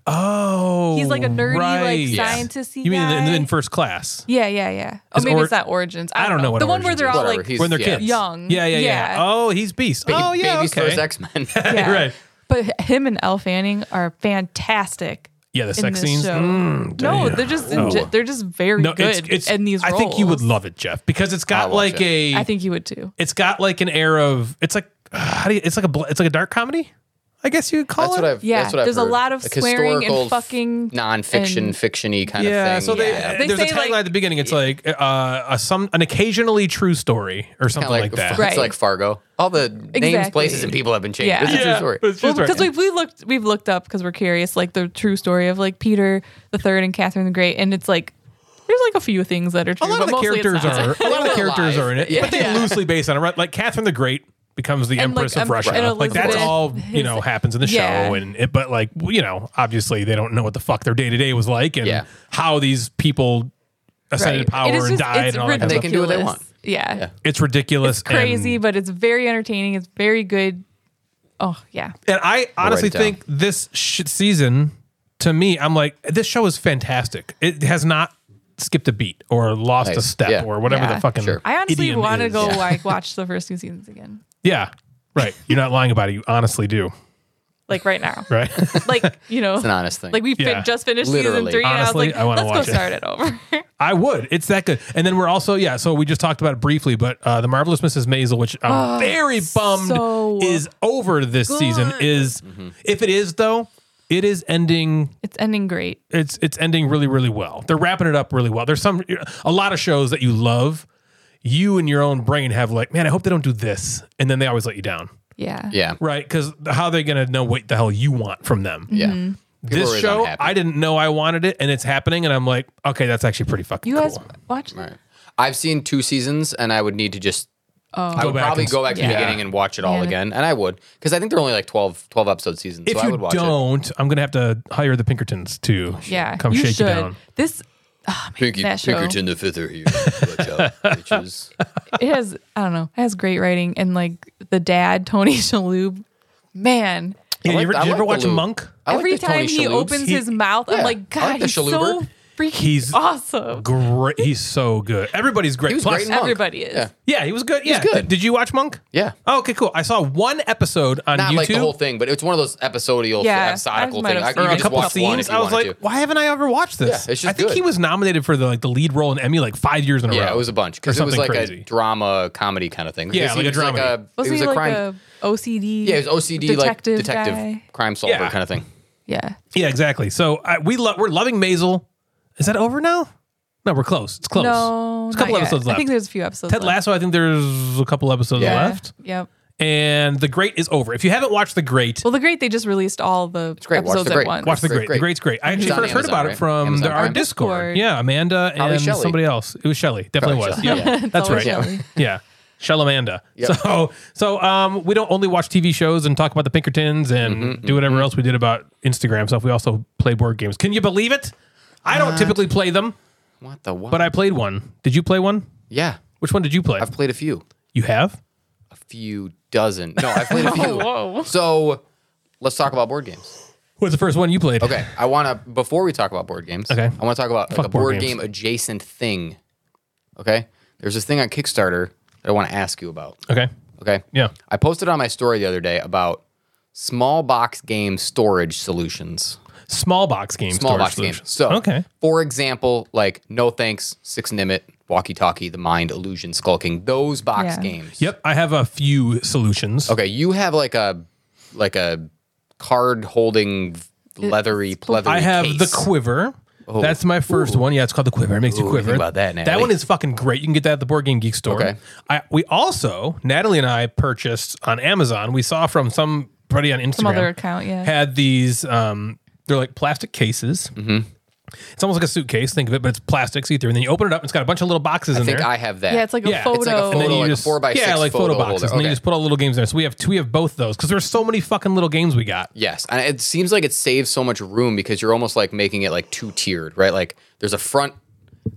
D: Oh,
E: he's like a nerdy
D: right.
E: like scientisty.
D: You mean in,
E: guy.
D: in first class?
E: Yeah, yeah, yeah. Oh,
D: Is
E: maybe
D: or-
E: it's not Origins. I
D: I
E: don't,
D: don't know what
E: the one where
D: Origins
E: they're
D: is.
E: all
B: Whatever,
E: like
B: he's-
D: when they're
B: yeah.
D: kids,
E: young.
D: Yeah, yeah, yeah,
E: Yeah.
D: Oh, he's beast.
B: Ba-
D: oh, yeah,
B: Baby's
D: okay.
B: first X Men.
E: yeah.
D: Right.
E: But him and Elle Fanning are fantastic.
D: Yeah, the
E: in
D: sex
E: this
D: scenes.
E: show.
D: Mm,
E: No,
D: damn.
E: they're just
D: Oh.
E: ju- they're just very
D: No,
E: good
D: it's, it's,
E: in these
D: I
E: roles.
D: think you would love it, Jeff, because it's got
B: I'll watch
D: like
B: it.
D: a.
E: I think you would too.
D: it's got like an air of it's like uh, how do you, it's like a bl- it's like a dark comedy i guess you would call
B: That's
D: it
B: what I've.
E: Yeah,
B: that's what I've
E: there's a
B: heard.
E: lot of swearing and
B: historical f-
E: fucking-
B: nonfiction,
E: and-
B: fictiony kind
D: yeah
B: of thing.
D: so they,
B: yeah.
E: They
D: there's a
E: say,
D: tagline
E: like-
D: at the beginning it's like uh a, some an occasionally true story or something
B: Kinda
D: like, that
B: It's
E: Right.
B: like Fargo. All the names,
E: Exactly.
B: places, and people have been changed.
E: Yeah.
B: It's a true
D: Yeah,
B: story.
D: but it's
E: Well,
D: just
E: because
D: right.
E: we've we looked we've looked up because we're curious, like the true story of like Peter the Third and Catherine the Great, and it's like there's like a few things that are
D: a
E: true.
D: lot of
E: but
D: the
E: mostly it's
D: characters
E: not.
D: are a lot of the
B: were
D: characters
B: alive.
D: are in it
B: Yeah.
D: but they're
B: Yeah.
D: loosely based on it right like catherine the great becomes the
E: And, like,
D: empress of
E: um,
D: russia
E: and
D: like that's
E: Elizabeth-
D: all you know happens in the
E: Yeah.
D: show and it but like you know obviously they don't know what the fuck their day-to-day was like and
B: Yeah.
D: how these people ascended
E: Right.
D: to power
E: It is
D: and
E: just-
D: died
E: it's
D: and all that kind of
B: They
D: stuff
B: can do what they
E: ridiculous.
B: want.
E: yeah,
D: It's ridiculous.
E: crazy,
D: And,
E: but it's very entertaining. It's very good. Oh yeah,
D: and I honestly
B: it down.
D: think this sh- season, to me, I'm like, this show is fantastic. It has not skipped a beat or lost a
B: Nice.
D: step
B: Yeah.
D: or whatever
E: Yeah.
D: the fucking.
B: Sure.
E: I honestly
D: idiom
E: want to
D: is.
E: go like watch the first two seasons again,
D: Yeah. Right. You're not lying about it. You honestly do.
E: like right now,
D: Right.
E: like you know,
B: an honest thing.
E: Like we fin-
D: Yeah.
E: just finished season
B: Literally.
E: three,
D: Honestly,
E: and
D: I
E: I was
D: wanna
E: like, let's
D: watch
E: go
D: it."
E: start it over.
D: I would. It's that good. And then we're also, yeah, so we just talked about it briefly, but uh, The Marvelous Mrs. Maisel, which I'm very bummed
E: Oh, so
D: is over this season, is
B: Mm-hmm.
D: if it is though, it is ending
E: it's ending great.
D: it's it's ending really really well. They're wrapping it up really well. There's some a lot of shows that you love, you and your own brain have like, man, I hope they don't do this. And then they always let you down.
E: Yeah,
B: yeah.
D: Right? Cuz how are they going to know what the hell you want from them?
B: Yeah. People are
D: This
B: always
D: show,
B: unhappy.
D: I didn't know I wanted it and it's happening and I'm like, okay, that's actually pretty fucking
E: You
D: cool.
E: guys watch that?
B: All right. I've seen two seasons and I would need to just I
D: Go
B: would
D: back
B: probably
D: and-
B: go back to the
D: yeah.
B: beginning and watch it all
E: Oh. Yeah.
B: again. And I would. Because I think they're only like 12, 12 episode seasons.
D: If
B: so I
D: you
B: would watch it.
D: don't, I'm gonna have to hire the Pinkertons to
E: Yeah,
D: come
E: you
D: shake
E: should.
D: you down.
E: This oh,
B: Pinky,
E: that show.
B: Pinkerton the fifth are here. Watch out, bitches.
E: it has I don't know, it has great writing and like the dad Tony Shalhoub, man.
D: Yeah,
B: I
D: you ever,
B: like- I
D: did you ever
B: like
D: watch
B: the Lou.
D: Monk?
B: I like
E: Every
B: the
E: time
B: Tony
E: he
B: Shalhoubs.
E: opens
B: He-
E: his mouth,
B: Yeah,
E: I'm like,
B: I like
E: God,
B: the
E: he's so
B: Shaluber.
E: freaking
D: He's
E: awesome.
D: Great. He's so good. Everybody's great.
B: He was
D: Plus-
B: great in Monk.
E: Everybody is.
B: Yeah.
D: Yeah, he was good. Yeah,
B: good.
D: Th- Did you watch Monk?
B: Yeah.
D: Oh, okay, cool. I saw one episode on
B: Not
D: YouTube.
B: like the whole thing, but it's one of those episodical,
E: Yeah, I
B: episodical
E: might
B: things.
E: have
B: I, you
D: or
E: seen
B: can
E: it.
D: a
B: just
D: couple
B: watch one
D: scenes.
B: if you
D: I was
B: wanted
D: like,
B: to.
D: why haven't I ever watched this?
B: Yeah, it's just
D: I think
B: good.
D: he was nominated for the like the lead role in Emmy like five years in a row.
B: Yeah, it was a bunch because
D: Or
B: it was like
D: something
B: a
D: crazy.
B: drama comedy kind of thing.
D: Yeah,
B: Because
D: like
B: he
D: a
B: was like
D: dramedy.
B: a-
E: Wasn't
B: it was
E: he
B: a
E: like
B: crime.
E: a OCD?
B: yeah, it was OCD
E: detective
B: like detective
E: guy?
B: crime solver
D: Yeah.
B: kind of thing.
E: Yeah.
D: Yeah, exactly. So I, we lo- we're loving Maisel. Is that over now? No, we're close. It's close.
E: No,
D: There's a couple
E: not yet.
D: episodes left.
E: I think there's a few episodes.
D: Ted
E: left.
D: Lasso. I think there's a couple episodes
B: Yeah.
D: left,
E: Yeah. Yep.
D: and The Great is over. If you haven't watched The Great,
E: Well, the great they just released all the
B: great. Watch
E: episodes
B: The Great.
E: at once.
D: Watch the
B: Great,
D: great. The
B: great.
D: great's great. I actually
B: It's on
D: first heard
B: Amazon,
D: about it
B: right?
D: from
B: Amazon
D: the, our
B: Prime?
D: Discord.
E: Discord.
D: Yeah, Amanda
B: Probably
D: and
B: Shelley.
D: somebody else. It was Shelly. Definitely
B: Probably
D: was.
B: Shelley, yeah.
D: Yeah, that's right.
E: always
D: Yeah.
E: Shelley.
D: yeah. Shell Amanda. So so um we don't only watch TV shows and talk about the Pinkertons and
B: Mm-hmm,
D: do whatever else we did about Instagram stuff. We also play board games. Can you believe it? I don't typically play them,
B: What the what?
D: but I played one. Did you play one?
B: yeah,
D: Which one did you play?
B: I've played a few,
D: you have?
B: a few dozen. No, I've played a few.
D: Oh,
E: whoa.
B: So let's talk about board games.
D: What's the first one you played?
B: Okay, I want to before we talk about board games.
D: Okay.
B: I want to talk about like,
D: Fuck
B: a
D: board
B: board,
D: games.
B: game adjacent thing. Okay, there's this thing on Kickstarter that I want to ask you about.
D: Okay.
B: Okay,
D: Yeah.
B: I posted on my story the other day about small box game storage solutions.
D: Small box games.
B: Small
D: storage
B: box
D: solution.
B: games. So,
D: okay.
B: for example, like No Thanks, Six Nimit, Walkie Talkie, The Mind, Illusion, Skulking, those box
E: Yeah.
B: games.
D: Yep. I have a few solutions.
B: Okay, you have like a like a card holding leathery pleathery.
D: I have the
B: case. Oh.
D: quiver. That's my first one. Yeah, it's called the quiver. It makes you
B: Ooh,
D: quiver.
B: think about that,
D: That
B: Natalie.
D: one is fucking great. You can get that at the Board Game Geek store.
B: Okay.
D: I we also Natalie and I purchased on Amazon. We saw from somebody on Instagram, some
E: other account, yeah.
D: had these. Um, they're like plastic cases. Mm-hmm. It's almost like a suitcase. Think of it, but it's plastic, see through. And then you open it up, and it's got a bunch of little boxes
B: I
D: in
B: think
D: there.
B: I have that.
E: Yeah, it's like a
D: Yeah. It's like
E: photo.
D: a
B: photo.
D: then you
B: like a
D: just-
B: four by
D: yeah,
B: six
D: like photo,
B: photo
D: boxes,
B: holder.
D: and then you
B: Okay.
D: just put all the little games in there. So we have two, we have both those because there's so many fucking little games we got.
B: Yes, and it seems like it saves so much room because you're almost like making it like two tiered, right? Like there's a front,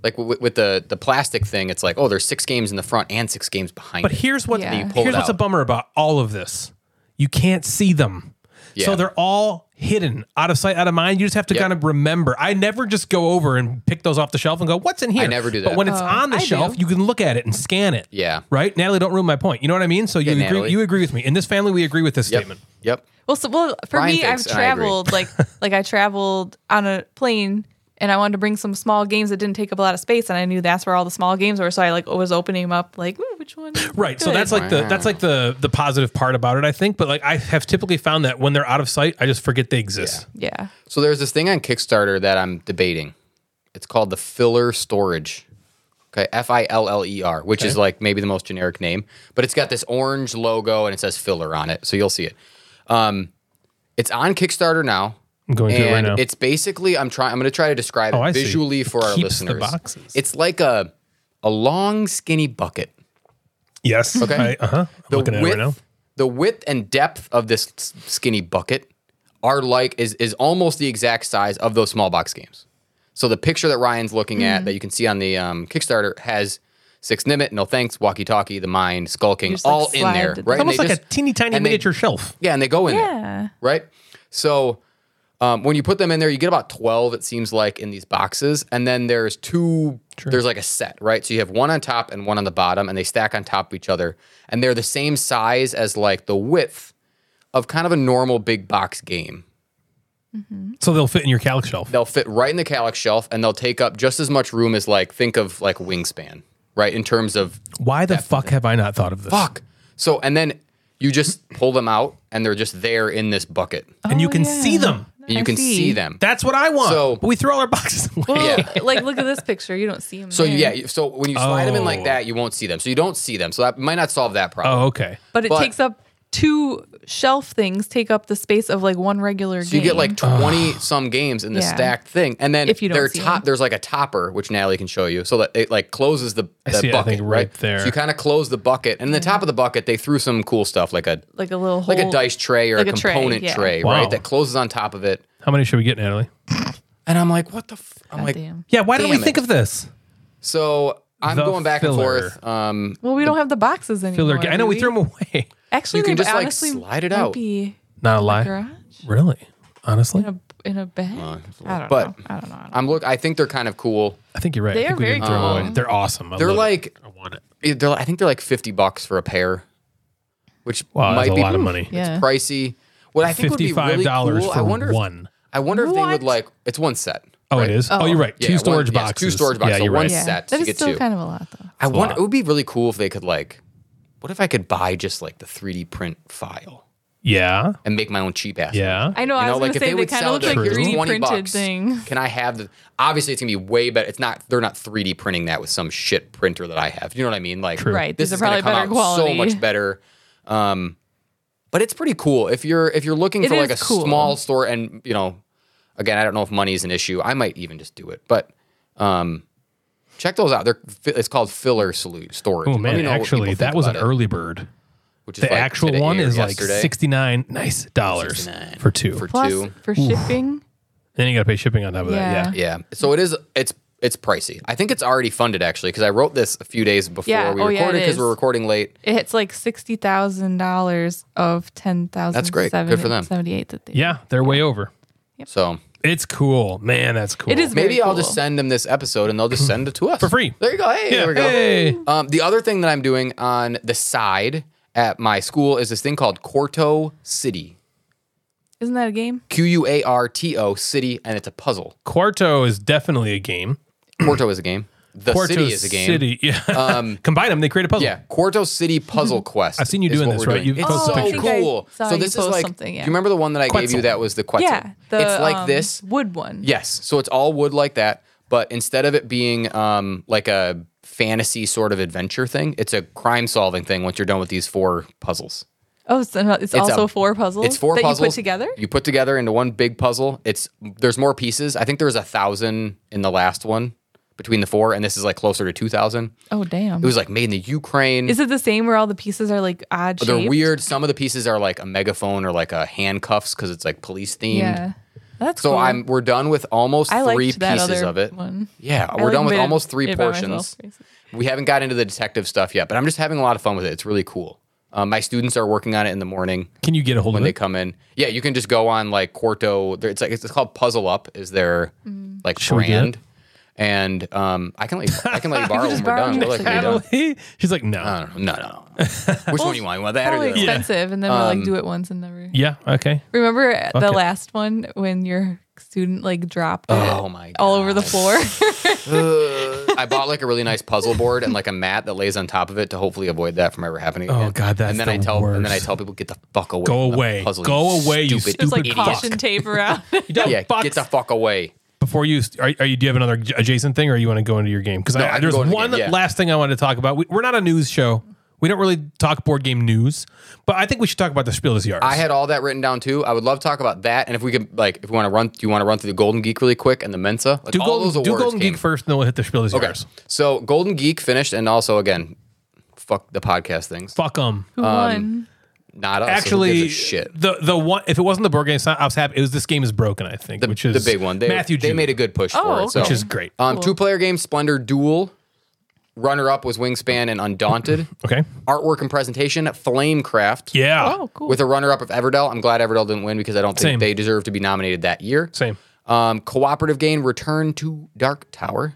B: like w- with the the plastic thing. It's like oh, there's six games in the front and six games behind.
D: But
B: it.
D: here's what
E: Yeah. You
B: pull
D: here's
B: it
D: what's a
B: out.
D: bummer about all of this. You can't see them. So
B: Yeah.
D: they're all hidden, out of sight, out of mind. You just have to
B: Yep.
D: kind of remember. I never just go over and pick those off the shelf and go, "What's in here?"
B: never do
D: But
B: that.
D: when it's on the
E: Oh, I
D: shelf,
E: do.
D: you can look at it and scan it.
B: Yeah.
D: Right, Natalie, don't ruin my point. You know what I mean. So you
B: Yeah,
D: agree,
B: Natalie.
D: you agree with me. In this family, we agree with this
B: yep,
D: statement.
B: yep.
E: Well, so, well, for
B: Brian
E: me, I've
B: thinks, and I agree.
E: traveled like like I traveled on a plane, and I wanted to bring some small games that didn't take up a lot of space, and I knew that's where all the small games were. So I like was opening them up, like Ooh, which one? is
D: Right. So
E: good?"
D: that's like the that's like the the positive part about it, I think. But like I have typically found that when they're out of sight, I just forget they exist.
E: yeah,
B: So there's this thing on Kickstarter that I'm debating. It's called the filler storage. Okay, F I L L E R, which is like maybe the most generic name, but it's got this orange logo and it says filler on it, so you'll see it. Um, it's on Kickstarter now.
D: I'm going to it
B: and
D: right now. Oh,
B: It's basically I'm trying. I'm going to try to describe
D: I
B: it
D: see.
B: visually for
D: It
B: our
D: keeps the
B: listeners.
D: boxes.
B: It's like a a long skinny bucket.
D: Yes.
B: Okay.
D: Uh huh.
B: The
D: Looking at it
B: width,
D: right now.
B: the width and depth of this s- skinny bucket are like is is almost the exact size of
E: Hmm.
B: those small box games. So the picture that Ryan's looking at that you can see on the um, Kickstarter has Six Nimitz, No Thanks, Walkie Talkie, The Mind, Skulking,
E: just, like,
B: all in
E: slide
B: there,
E: it down.
B: right? And
D: It's almost
B: they
D: like a
B: just-
D: teeny tiny
B: and they-
D: miniature shelf.
B: yeah, and they go in there,
E: Yeah.
B: right? So um, when you put them in there, you get about twelve. It seems like in these boxes, and then there's two. There's like a set, right? So you have one on top and one on the bottom, and they stack on top of each other, and they're the same size as like the width of kind of a normal big box game.
D: So they'll fit in your calyx shelf.
B: They'll fit right in the calyx shelf, and they'll take up just as much room as like think of like wingspan, right? In terms of
D: Why the fuck have I not thought of this?
B: fuck. So and then you just pull them out, and they're just there in this bucket,
D: And you
E: Oh,
D: can
E: yeah.
D: see them.
B: and you
E: I
B: can
E: see.
B: see them.
D: That's what I want.
B: So-
D: but we throw all our boxes away.
E: Well,
B: Yeah.
E: like look at this picture. You don't see him.
B: So
E: there.
B: yeah, you- so when you slide them in
D: Oh.
B: like that, you won't see them. So you don't see them. So that might not solve that problem.
D: oh, okay.
E: but it
B: but-
E: takes up two shelf things take up the space of like one regular.
B: So you get
E: game.
B: like twenty some games in the
E: Oh. Yeah.
B: stacked thing, and then
E: If you don't
B: their
E: see
B: top
E: them.
B: there's like a topper which Natalie can show you, so that it like closes the, the
D: see it, I
B: bucket
D: think, right there.
B: So you kind of close the bucket, and in the top of the bucket they threw some cool stuff like a
E: like a little
B: like a
E: hole-
B: dice tray or
E: like
B: a
E: a tray,
B: component
E: yeah.
B: tray,
D: Wow.
B: right? That closes on top of it,
D: How many should we get, Natalie?
B: and I'm like, what the? F-? I'm like,
E: Damn.
D: Yeah, why didn't
B: Damn
D: we
B: it.
D: think of this?
B: so I'm
D: The
B: going back
D: filler.
B: and forth. Um,
E: Well, we don't have the boxes anymore.
D: Filler. I know
E: do
D: we threw them away.
E: Actually,
B: You can
E: they
B: just, like,
E: honestly
B: slide it
E: might
B: out.
E: Be
D: Not a lie.
E: garage
D: Really? Honestly?
E: in a in a bag. I don't
B: but-
E: know. I don't know. I don't know.
B: I'm look. I think they're kind of cool.
D: I think you're right.
E: They
D: I
E: are
D: think we
E: very
D: did throw them away.
E: cool.
D: They're awesome. I
B: They're
D: love it.
B: like
D: I want it.
B: Yeah, they're I think they're like fifty bucks for a pair, which
D: Wow, that's
B: might
D: a
B: be
D: lot of money.
E: Yeah.
B: pricey. What I think would be
D: $55
B: really cool.
D: for
B: I wonder. If,
D: one.
B: I wonder if they
E: What?
B: would like. It's one set.
D: Oh,
B: right?
D: it is? Oh,
E: Oh.
D: you're right.
B: Yeah,
D: two
B: one-
D: storage
B: yes,
D: boxes.
B: two storage boxes,
D: Yeah,
B: so
D: you're
B: one
D: right.
E: yeah,
B: sets,
E: that
B: you
E: is
B: get
E: still
B: two.
E: kind of a lot though.
B: I wonder.
D: lot.
B: It would be really cool if they could like. What if I could buy just like the three D print file
D: Yeah.
B: and make my own cheap ass?
D: Yeah.
E: I know. I was
B: like
E: gonna say they
B: would
E: kind
B: sell
E: of look
B: it
E: like
B: for
E: 3D
B: 20
E: printed
B: bucks,
E: thing.
B: Can I have the? Obviously, it's gonna be way better. It's not. They're not 3D printing that with some shit printer that I have. You know what I mean? Like,
E: Right,
B: This
E: these are
B: is gonna
E: probably
B: come
E: better
B: out so
E: quality.
B: much better. Um, but it's pretty cool if you're if you're looking
E: It
B: for like a
E: is cool.
B: small store and you know, again, I don't know if money is an issue. I might even just do it, but um, check those out. They're fi- it's called filler solu- storage.
D: Oh,
B: Let me
D: man.
B: know what
D: Actually,
B: people
D: that
B: think
D: was an
B: about it,
D: early bird.
B: Which is
D: The
B: like
D: actual
B: today
D: one
B: or
D: is
B: yesterday
D: like 69 nice dollars
B: 69.
D: for two.
B: for
E: Plus
B: two.
E: for shipping.
D: then you got to pay shipping on top of that.
E: Yeah.
B: Yeah.
D: Yeah.
B: So it is. It's it's pricey. I think it's already funded actually because I wrote this a few days before
E: Yeah,
B: we
E: oh, yeah,
B: recorded
E: it
B: because we're
E: is.
B: recording late.
E: It hits like sixty thousand dollars of ten thousand.
B: That's great. Good for them.
E: Seventy-eight that they.
D: Yeah, they're way over.
B: So
D: It's cool. Man, that's cool.
E: It is
B: maybe
E: very
B: I'll just
E: cool.
B: send them this episode and they'll just send it to us for
D: free.
B: There you go. Hey, there we go.
D: Hey.
B: Um, the other thing that I'm doing on the side at my school is this thing called Quarto City.
E: Isn't that a game?
B: Q U A R T O City, and it's a puzzle.
D: Quarto is definitely a game.
B: Quarto is a game. The
D: Quarto
B: city is a game. Um,
D: City. Yeah. Combine them, they create a puzzle.
B: Yeah, Quarto City Puzzle Quest.
D: Mm-hmm. I've seen you
B: is
D: doing
B: what
D: this,
B: we're
D: right? You've
B: It's
D: posted
B: so
E: pictures. I think I
B: cool.
E: saw
B: so
E: you
B: this is
E: post
B: like,
E: something, yeah.
B: do you remember the one that I gave
D: Quetzal.
B: you that was the Quetzal?
E: Yeah. the,
B: it's like
E: um,
B: this.
E: wood one.
B: Yes. So it's all wood like that, but instead of it being um, like a fantasy sort of adventure thing, it's a crime solving thing once you're done with these four puzzles.
E: Oh, so no, it's,
B: It's
E: also
B: a-
E: four puzzles.
B: It's four
E: that
B: puzzles
E: you put together.
B: You put together into one big puzzle. It's there's more pieces. I think there was a thousand in the last one between the four, and this is like closer to two thousand.
E: Oh damn!
B: It was like made in the Ukraine.
E: Is it the same where all the pieces are like odd shaped?
B: They're weird. Some of the pieces are like a megaphone or like a handcuffs because it's like police themed.
E: Yeah, that's
B: So
E: cool.
B: I'm we're done with almost
E: I liked
B: three
E: that
B: pieces
E: other
B: of it.
E: One.
B: Yeah,
E: I,
B: we're
E: like,
B: done with
E: made it-
B: almost three
E: it by myself,
B: portions.
E: basically.
B: We haven't got into the detective stuff yet, but I'm just having a lot of fun with it. It's really cool. Um, my students are working on it in the morning
D: Can you get a hold
B: when
D: of
B: they
D: it?
B: come in. Yeah, you can just go on like Quarto. there- It's like it's called Puzzle Up. Is their
E: Mm.
B: like
D: we do
B: brand? And um, I can let you, I can let you borrow when
E: just
B: we're
E: borrow
B: done.
E: them
B: They're like,
E: next
B: "Are you done?"
D: Natalie? She's like, no.
B: I don't know. No, no, no. Which one do you want? You want that or the
E: Probably
B: other one?
E: expensive, and then we'll
B: Um,
E: like do it once and never.
D: yeah. Okay.
E: Remember the
D: it.
E: last one when your student like dropped it
B: Oh my
E: all over the floor?
B: I bought like a really nice puzzle board and like a mat that lays on top of it to hopefully avoid that from ever happening.
D: Oh,
B: again.
D: God, that's
B: and then
D: the
B: I tell and then I
D: worst.
B: tell people get the fuck away.
D: Go
B: from the
D: away.
B: puzzle,
D: Go away, you
B: stupid,
E: There's like
B: idiot.
E: caution tape around.
D: You don't
B: Yeah,
D: fuck
B: get the fuck away.
D: before you are, are you do you have another j- adjacent thing or you want to go into your game because
B: I
D: I,
B: can
D: there's
B: go into the
D: one
B: game, yeah.
D: last thing i wanted to talk about we, we're not a news show we don't really talk board game news but i think we should talk about the spiel des jahres
B: I had all that written down too. I would love to talk about that. And if we could, like, if we want to run, do you want to run through the Golden Geek really quick and the Mensa? Like,
D: do
B: all
D: golden,
B: those
D: do
B: awards
D: golden
B: came.
D: geek first and then we'll hit the spiel des
B: Okay.
D: jahres
B: So Golden Geek finished, and also again, fuck the podcast things.
D: fuck them
E: Who
B: Um,
E: won?
B: Not us. so who gives
D: actually
B: a shit.
D: the the one if it wasn't the board game i was happy it was this game is broken i think
B: The,
D: which is
B: the big one. They,
D: matthew
B: they
D: Jude,
B: made a good push for
E: Oh,
B: it, so.
E: okay.
D: which is great
B: Um, Two player game Splendor Duel. Runner up was Wingspan and Undaunted.
D: Okay.
B: Artwork and presentation, Flamecraft.
D: Yeah.
E: Oh, cool.
B: With a runner up of Everdell. I'm glad Everdell didn't win because I don't think
D: Same.
B: they deserve to be nominated that year.
D: Same.
B: Um, cooperative game, Return to Dark Tower.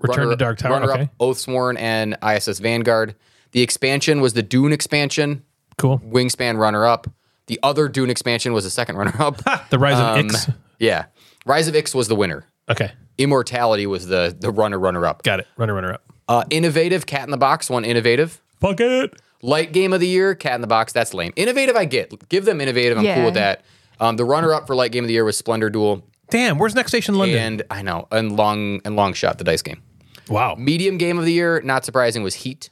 D: Return to Dark Tower,
B: Runner
D: okay.
B: up, Oathsworn and ISS Vanguard. The expansion was the Dune expansion,
D: Cool.
B: Wingspan runner up. The other Dune expansion was the second runner up.
D: The Rise
B: Um,
D: of Ix.
B: yeah. Rise of Ix was the winner.
D: Okay.
B: Immortality was the the runner runner up.
D: Got it. Runner, runner up.
B: Uh, innovative, Cat in the Box won innovative.
D: Fuck it.
B: Light game of the year, Cat in the Box. That's lame. Innovative, I get. Give them innovative. I'm cool
E: Yeah.
B: with that. Um, the runner up for light game of the year was Splendor Duel,
D: Damn. Where's Next Station London?
B: and I know, and long and long shot the dice game.
D: wow.
B: Medium game of the year, not surprising, was Heat.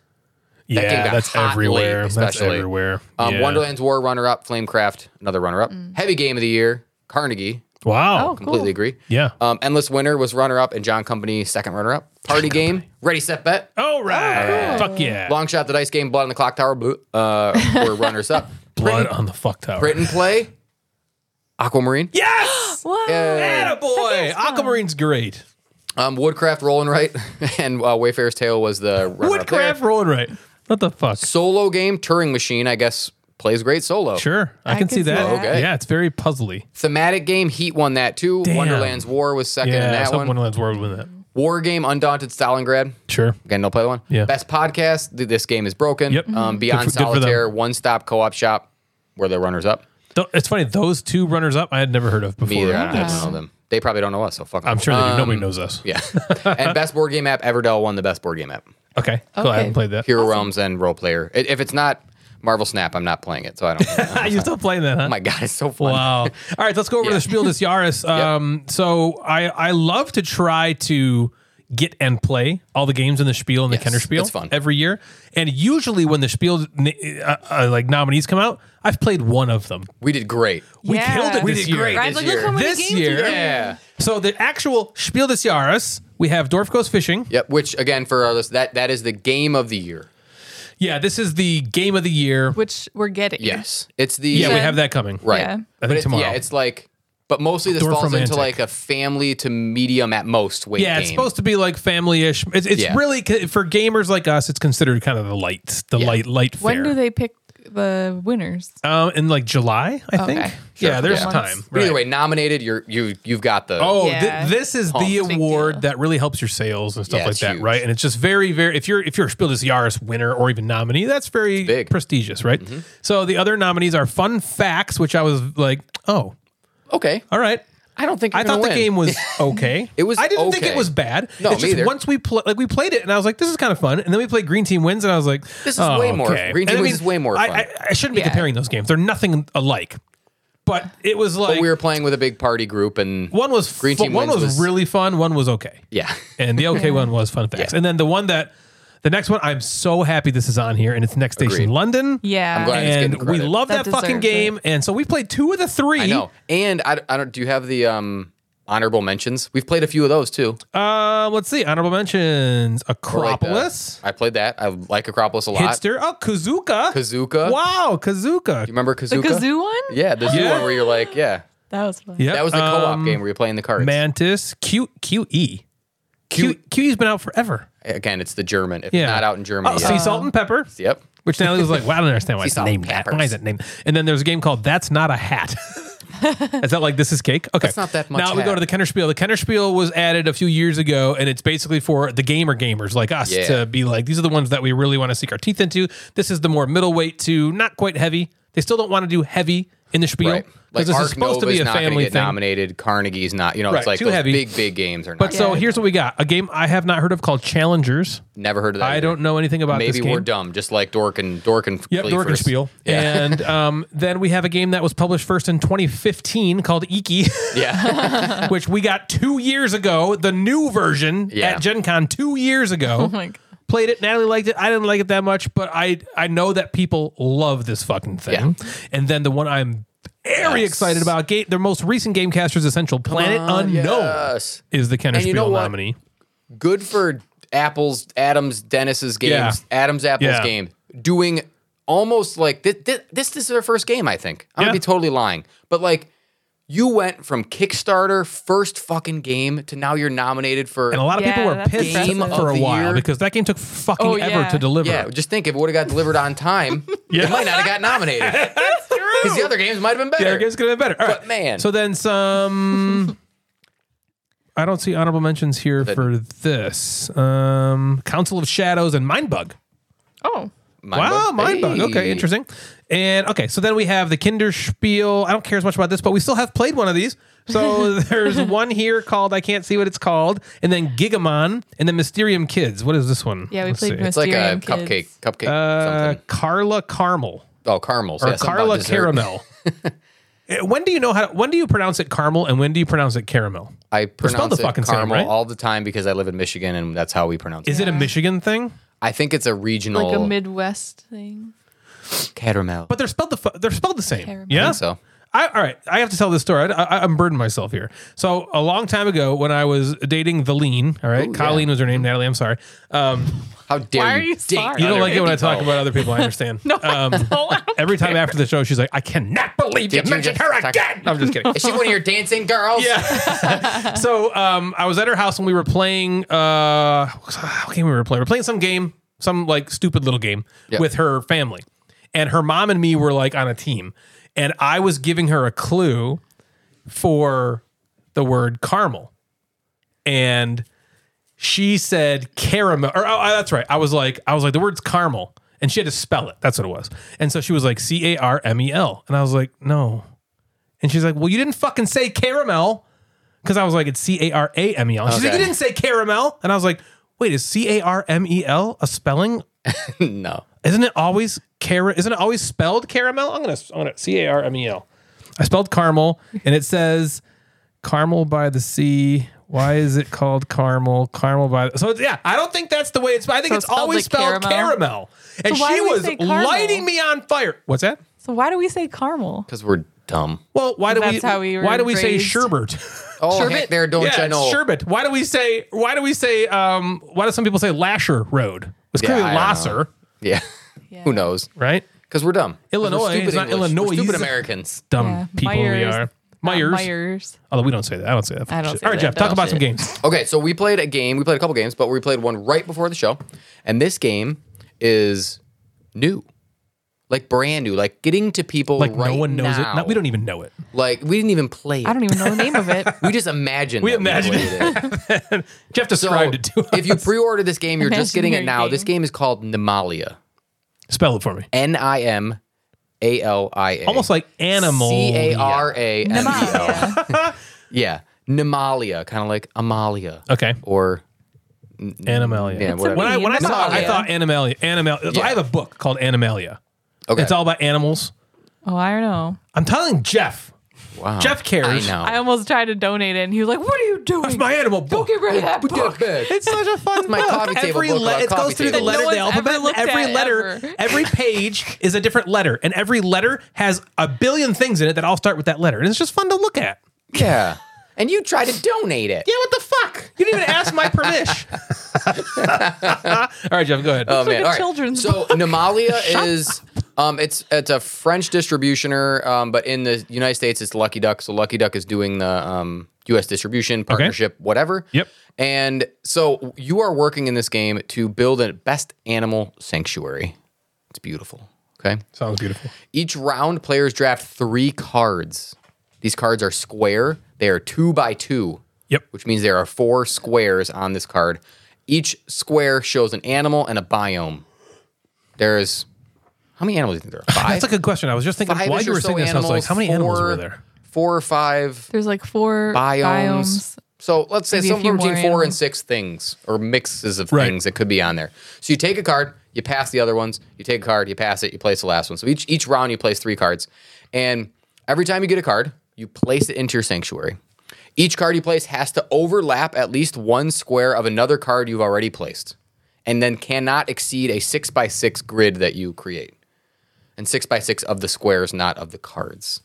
D: yeah,
B: game got
D: that's
B: hot
D: everywhere.
B: late,
D: that's
B: especially.
D: everywhere.
B: Um,
D: Yeah.
B: Wonderland's War runner up, Flamecraft, another runner up. Heavy game of the year, Carnegie.
D: Wow.
E: Oh, Mm. cool.
B: Completely agree.
D: Yeah.
B: Um, Endless Winner was runner up, and John Company second runner up. Party game, Ready Set Bet.
D: All right. Fuck yeah.
B: Long shot, the dice game, Blood on the Clock Tower boo- uh, were runners up.
D: Blood on the fuck tower.
B: Print and play, Aquamarine.
D: Yes.
E: wow.
B: Yeah.
D: Attaboy. Aquamarine's great.
B: Um, Woodcraft Rolling Right and uh, Wayfarer's Tale was the runner up there.
D: Woodcraft rolling right. What the fuck?
B: Solo game, Turing Machine, I guess, plays great solo.
D: Sure. I, can, see, that.
B: Okay.
D: Yeah, it's very puzzly.
B: Thematic game, Heat won that too.
D: Damn.
B: Wonderland's War was second
D: Yeah,
B: in
D: I was
B: that
D: hoping
B: one.
D: Wonderland's World would win that.
B: War game, Undaunted Stalingrad.
D: Sure.
B: Again, don't play the one.
D: Yeah.
B: Best podcast, th- this game is broken.
D: Yep.
B: Um,
D: Mhm.
B: Beyond
D: Good for- good for them.
B: Solitaire, One Stop Co op Shop were the runners up.
D: Th- It's funny, those two runners up I had never heard of before.
B: Me either. I don't I
D: That's-
B: don't know them. They probably don't know us, so fuck 'em.
D: I'm sure they do.
B: Um,
D: Nobody knows us.
B: Yeah. and best board game app, Everdell won the best board game app.
D: Okay. Cool. I
E: Okay.
D: haven't played that.
B: Hero Realms and Role Player. I- If it's not Marvel Snap, I'm not playing it, so I don't know.
D: You're still playing that, huh?
B: Oh my God, it's so fun.
D: Wow. All right, let's go over to the Spiel des Jahres. Um, So I I love to try to get and play all the games in the Spiel and the
B: Yes,
D: Kenner Spiel
B: it's fun.
D: every year. And usually when the Spiel uh, uh, like nominees come out, I've played one of them.
B: We did great.
D: We
E: Yeah.
D: killed it
E: We
D: this
B: did
D: year.
B: great
E: Ryan's
B: this
E: like, look
B: year.
E: how many
D: This
E: games we
D: year-
E: did.
B: Yeah.
D: So the actual Spiel des Jahres, we have Dwarf Coast Fishing.
B: Yep. Which again, for our list, that that is the game of the year.
D: Yeah, this is the game of the year.
E: Which we're getting.
B: Yes, it's the
D: Yeah, we
E: Yeah.
D: have that coming.
B: right.
E: Yeah. I
B: But
D: think
B: it-
D: tomorrow.
B: Yeah, it's like, but mostly this
D: Dorf
B: falls
D: Romantic.
B: into like a family to medium at most weight.
D: Yeah,
B: game.
D: it's supposed to be like family-ish. It's, it's
B: Yeah.
D: really c- for gamers like us. It's considered kind of the light, the
B: Yeah.
D: light, light fare.
E: When do they pick the winners?
D: Um, in like July, I think. Yeah, there's
E: Yeah.
D: time.
B: But either
D: Right.
B: way, nominated. You're you you've got the
D: Oh, thi-
E: Yeah.
D: this is the
B: Big
E: deal.
D: award that really helps your sales and stuff
B: Yeah,
D: like
B: it's
D: that,
B: huge.
D: right? And it's just very, very. If you're if you're a Spiel des Jahres winner or even nominee, that's very
B: big. Mm-hmm.
D: prestigious, right? So the other nominees are Fun Facts, which I was like, oh,
B: okay.
D: all right.
B: I don't think
D: I
B: you're gonna
D: thought the
B: win.
D: game was okay.
B: It was
D: I didn't think
B: okay.
D: it was bad.
B: No,
D: it's
B: me
D: just
B: either.
D: Once we pl- like we played it, and I was like, "This is kind of fun." And then we played Green Team Wins, and I was like,
B: This is
D: "Oh,
B: way more-
D: okay."
B: Green Team
D: And I
B: Wins is way more
D: I,
B: fun.
D: I, I shouldn't be
E: Yeah.
D: comparing those games; they're nothing alike. But it was like
B: But we were playing with a big party group and
D: one was
B: Green
D: fu-
B: Team
D: one
B: Wins
D: was,
B: was-
D: really fun, one was okay,
B: yeah.
D: and the okay one was fun facts,
B: Yeah.
D: and then the one that the next one I'm so happy this is on here, and it's Next Station
B: Agreed.
D: London.
E: Yeah.
B: I'm glad it's getting
D: and we
B: credit.
D: love that,
E: That
D: fucking
E: deserves it.
D: game, and so we played two of the three.
B: I know. And I, I don't. Do you have the um honorable mentions? We've played a few of those too.
D: Um, let's see, honorable mentions:
B: I like that.
D: Acropolis.
B: I played that. I like Acropolis a lot.
D: Hitster. Oh, Kazuka.
B: Kazooka.
D: Wow, Kazuka.
B: You remember
E: The
B: Kazooka?
E: kazoo one?
B: Yeah, the zoo
D: Yeah.
B: one where you're like, yeah.
E: That was fun.
D: Yep.
B: That was the co-op
D: Um,
B: game where you're playing the cards.
D: Mantis. Q QE. Q QE's been out forever.
B: Again, it's the German. If
D: Yeah.
B: not out in Germany.
D: Oh,
B: yeah.
D: sea salt and pepper.
B: Yep.
D: Which Natalie was like, well, I don't understand why it's
B: salt
D: named
B: and
D: that.
B: peppers.
D: Why is it named? And then there's a game called That's Not a Hat. is that like this is cake? Okay.
B: That's not that much
D: Now we go
B: hat.
D: to the Kenner Spiel. The Kenner Spiel was added a few years ago, and it's basically for the gamer gamers like us
B: Yeah.
D: to be like, these are the ones that we really want to sink our teeth into. This is the more middleweight to not quite heavy. They still don't want to do heavy in the Spiel.
B: Right. Like
D: this
B: Ark Nova's not going to get nominated. Carnegie's not. You know,
D: Right,
B: it's like
D: too
B: those
D: heavy.
B: big, big games are not.
D: But so
E: Yeah.
D: here's what we got: a game I have not heard of called Challengers.
B: never heard of that.
D: I
B: either.
D: don't know anything about
B: Maybe
D: this game.
B: we're dumb, just like Dork and Dork and
D: Yep,
B: Kleefers.
D: Dorkenspiel.
B: Yeah.
D: And um, then we have a game that was published first in 2015 called Iki,
B: yeah.
D: which we got two years ago, the new version
B: Yeah.
D: at Gen Con two years ago.
E: Oh my God.
D: Played it, Natalie liked it. I didn't like it that much, but I I know that people love this fucking thing. And then the one I'm very excited about, ga- their most recent Gamecasters Essential, Planet Unknown,
B: yes.
D: is the Kenner
B: And you
D: Spiel
B: know what?
D: nominee.
B: Good for Apple's Adams Dennis's games.
D: Yeah.
B: Adams Apple's
D: Yeah.
B: game doing almost like this, this. This is their first game, I think. I'm
D: Yeah.
B: gonna be totally lying, but like You went from Kickstarter first fucking game to now you're nominated for
D: And a lot of
E: Yeah,
D: people were
E: that's
D: pissed
B: Game
D: for
B: of
D: a
B: the
D: while
B: year.
D: because that game took fucking
E: Oh,
D: ever
E: yeah.
D: to deliver.
B: Yeah, just think if it would have got delivered on time, it might not have got nominated. That's true. Because the other games might have been
D: Yeah,
B: better.
D: it gets gonna be better. All right.
B: But man.
D: so then some. I don't see honorable mentions here
B: That-
D: for this. Um, Council of Shadows and Mindbug.
E: Oh,
B: Mind
D: wow,
B: bug.
D: Mindbug.
B: Hey.
D: Okay, interesting. And okay, so then we have the Kinder Spiel. I don't care as much about this, but we still have played one of these. So there's one here called I can't see what it's called, and then Gigamon, and then Mysterium Kids. What is this one?
E: yeah, we
D: Let's
E: played
D: see.
B: It's like a
E: Mysterium
B: cupcake,
E: Kids.
B: cupcake
D: Uh,
B: something.
D: Carla Carmel.
B: Oh, caramels.
D: or
B: yeah, something about
D: Carla
B: dessert.
D: Caramel. Eh, when do you know how? To, when do you pronounce it caramel and when do you pronounce it caramel?
B: I pronounce
D: the fucking
B: it
D: same,
B: caramel
D: right?
B: all the time because I live in Michigan and that's how we pronounce
D: Is
B: it.
D: it a Michigan thing?
B: I think it's a regional
E: like a Midwest thing.
B: caramel.
D: But they're spelled the fu- they're spelled the same.
E: Caramel.
D: Yeah.
B: think so.
D: I, all right, I have to tell this story. I, I, I'm burdening myself here. So a long time ago, when I was dating the lean, all right, Colleen was her name. Natalie, I'm sorry. Um,
B: how dare
E: Why are
B: you?
E: you
B: date
E: sorry?
D: you don't
B: other
D: like it when I talk
B: people?
D: about other people. I understand. no, um, every time after the show, she's like, "I cannot believe
B: Did
D: you
B: you
D: mentioned
B: just
D: her
B: talk-
D: again." I'm just kidding.
B: Is she one of your dancing girls?
D: Yeah. so um, I was at her house and we were playing. Uh, what game we were playing? We were playing some game, some like stupid little game
B: Yep.
D: with her family, and her mom and me were like on a team, and I was giving her a clue for the word caramel, and she said caramel. Or oh, that's right. I was like, I was like, the word's caramel. And she had to spell it. That's what it was. And so she was like, C A R M E L. And I was like, no. And she's like, well, you didn't fucking say caramel. Cause I was like, it's C A R A M E L. And She's like,
B: Okay.
D: you didn't say caramel. And I was like, wait, is C A R M E L a spelling?
B: No.
D: Isn't it always cara? Isn't it always spelled caramel? I'm gonna I'm gonna C A R M E L. I spelled caramel, and it says caramel by the sea. Why is it called caramel? Caramel by the so it's, yeah. I don't think that's the way it's. I think
E: So
D: it's
E: it's spelled
D: always
E: like
D: spelled caramel.
E: caramel?
D: And
E: So why
D: she
E: do we
D: was
E: say caramel?
D: lighting me on fire. What's that?
E: So why do we say caramel?
B: Because we're dumb.
D: Well, why do
E: That's
D: we?
E: how we were
D: why do we say
E: raised.
D: sherbet?
B: Oh,
E: Sherbet?
B: heck there, don't
D: yeah,
B: you
D: it's
B: know?
D: sherbet. Why do we say? Why do we say? Um, why do some people say Lasher Road? It's
B: Yeah,
D: clearly
B: I don't
D: Lasser,
B: Yeah. Who knows?
D: right?
B: Because we're dumb. 'Cause
D: Illinois
B: We're stupid
D: is not
B: English. We're
D: Illinois.
B: stupid Americans.
D: Dumb
E: Yeah.
D: people we
E: Myers,
D: are.
E: not
D: Myers.
E: Uh, Myers.
D: Although we don't say that. I don't say that.
E: I don't
D: Shit.
E: say
D: All right,
E: that.
D: Jeff, talk
E: Dumb
D: about some
E: shit.
D: games.
B: Okay, so we played a game. We played a couple games, but we played one right before the show. And this game is new. Like brand new. Like getting to people
D: Like
B: right
D: no one knows
B: now.
D: it. No, we don't even know it.
B: Like we didn't even play it.
E: I don't even know the name of it.
B: we just imagined.
D: We
B: that
D: imagined
B: played it.
D: Jeff described it to us.
B: if you pre-order this game, you're just
E: Imagine
B: getting it
E: your
B: now.
E: game.
B: This game is called Nimalia.
D: Spell it for me.
B: N I M A L I A.
D: Almost like animal.
B: C A R A M E L.
E: Namalia.
B: Yeah, Nimalia, kind of like Amalia.
D: Okay.
B: Or
D: Animalia.
B: Yeah, whatever.
D: when I, when I saw it, I
E: Animalia.
D: thought Animalia. Animalia.
B: Yeah.
D: I have a book called Animalia.
B: okay.
D: It's all about animals.
E: oh, I don't know.
D: I'm telling Jeff.
B: wow.
D: Jeff cares.
B: I know.
E: I almost tried to donate it, and he was like, "What are you doing?
D: It's my animal
E: Don't
D: book.
E: get rid of that
B: Put that
E: book."
B: back.
D: It's such a fun
B: my
D: book.
B: coffee table
D: every
B: book about
D: it goes
B: coffee
D: through the
B: tables.
D: letter,
E: That no
D: the
E: one's
D: alphabet,
E: ever looked
D: every
E: at
D: letter,
E: ever.
D: every page is a different letter, and every letter has a billion things in it that all start with that letter, and it's just fun to look at.
B: Yeah. And you try to donate it.
D: Yeah, what the fuck? You didn't even ask my permission. All right, Jeff, go ahead.
B: Oh man!
E: like a
B: All right.
E: children's
B: so Namalia is um, it's it's a French distributioner, um, but in the United States, it's Lucky Duck. So Lucky Duck is doing the um, U.S. distribution partnership, whatever.
D: Yep.
B: And so you are working in this game to build a best animal sanctuary. It's beautiful. Okay.
D: Sounds beautiful.
B: Each round, players draft three cards. These cards are square. They are two by two.
D: Yep.
B: Which means there are four squares on this card. Each square shows an animal and a biome. There is how many animals do you think there are? Five.
D: That's a good question. I was just thinking
B: Five-ish
D: while you
B: or
D: were
B: so
D: saying this, I was like, how many animals
B: four-
D: were there?
B: Four or five
E: There's like four
B: biomes.
E: biomes.
B: So let's say
E: Maybe a
B: somewhere
E: few more
B: between four and
E: animals.
B: six things or mixes of
D: Right.
B: things that could be on there. So you take a card, you pass the other ones, you take a card, you pass it, you place the last one. So each each round you place three cards. And every time you get a card, you place it into your sanctuary. Each card you place has to overlap at least one square of another card you've already placed, and then cannot exceed a six by six grid that you create. And six by six of the squares, not of the cards.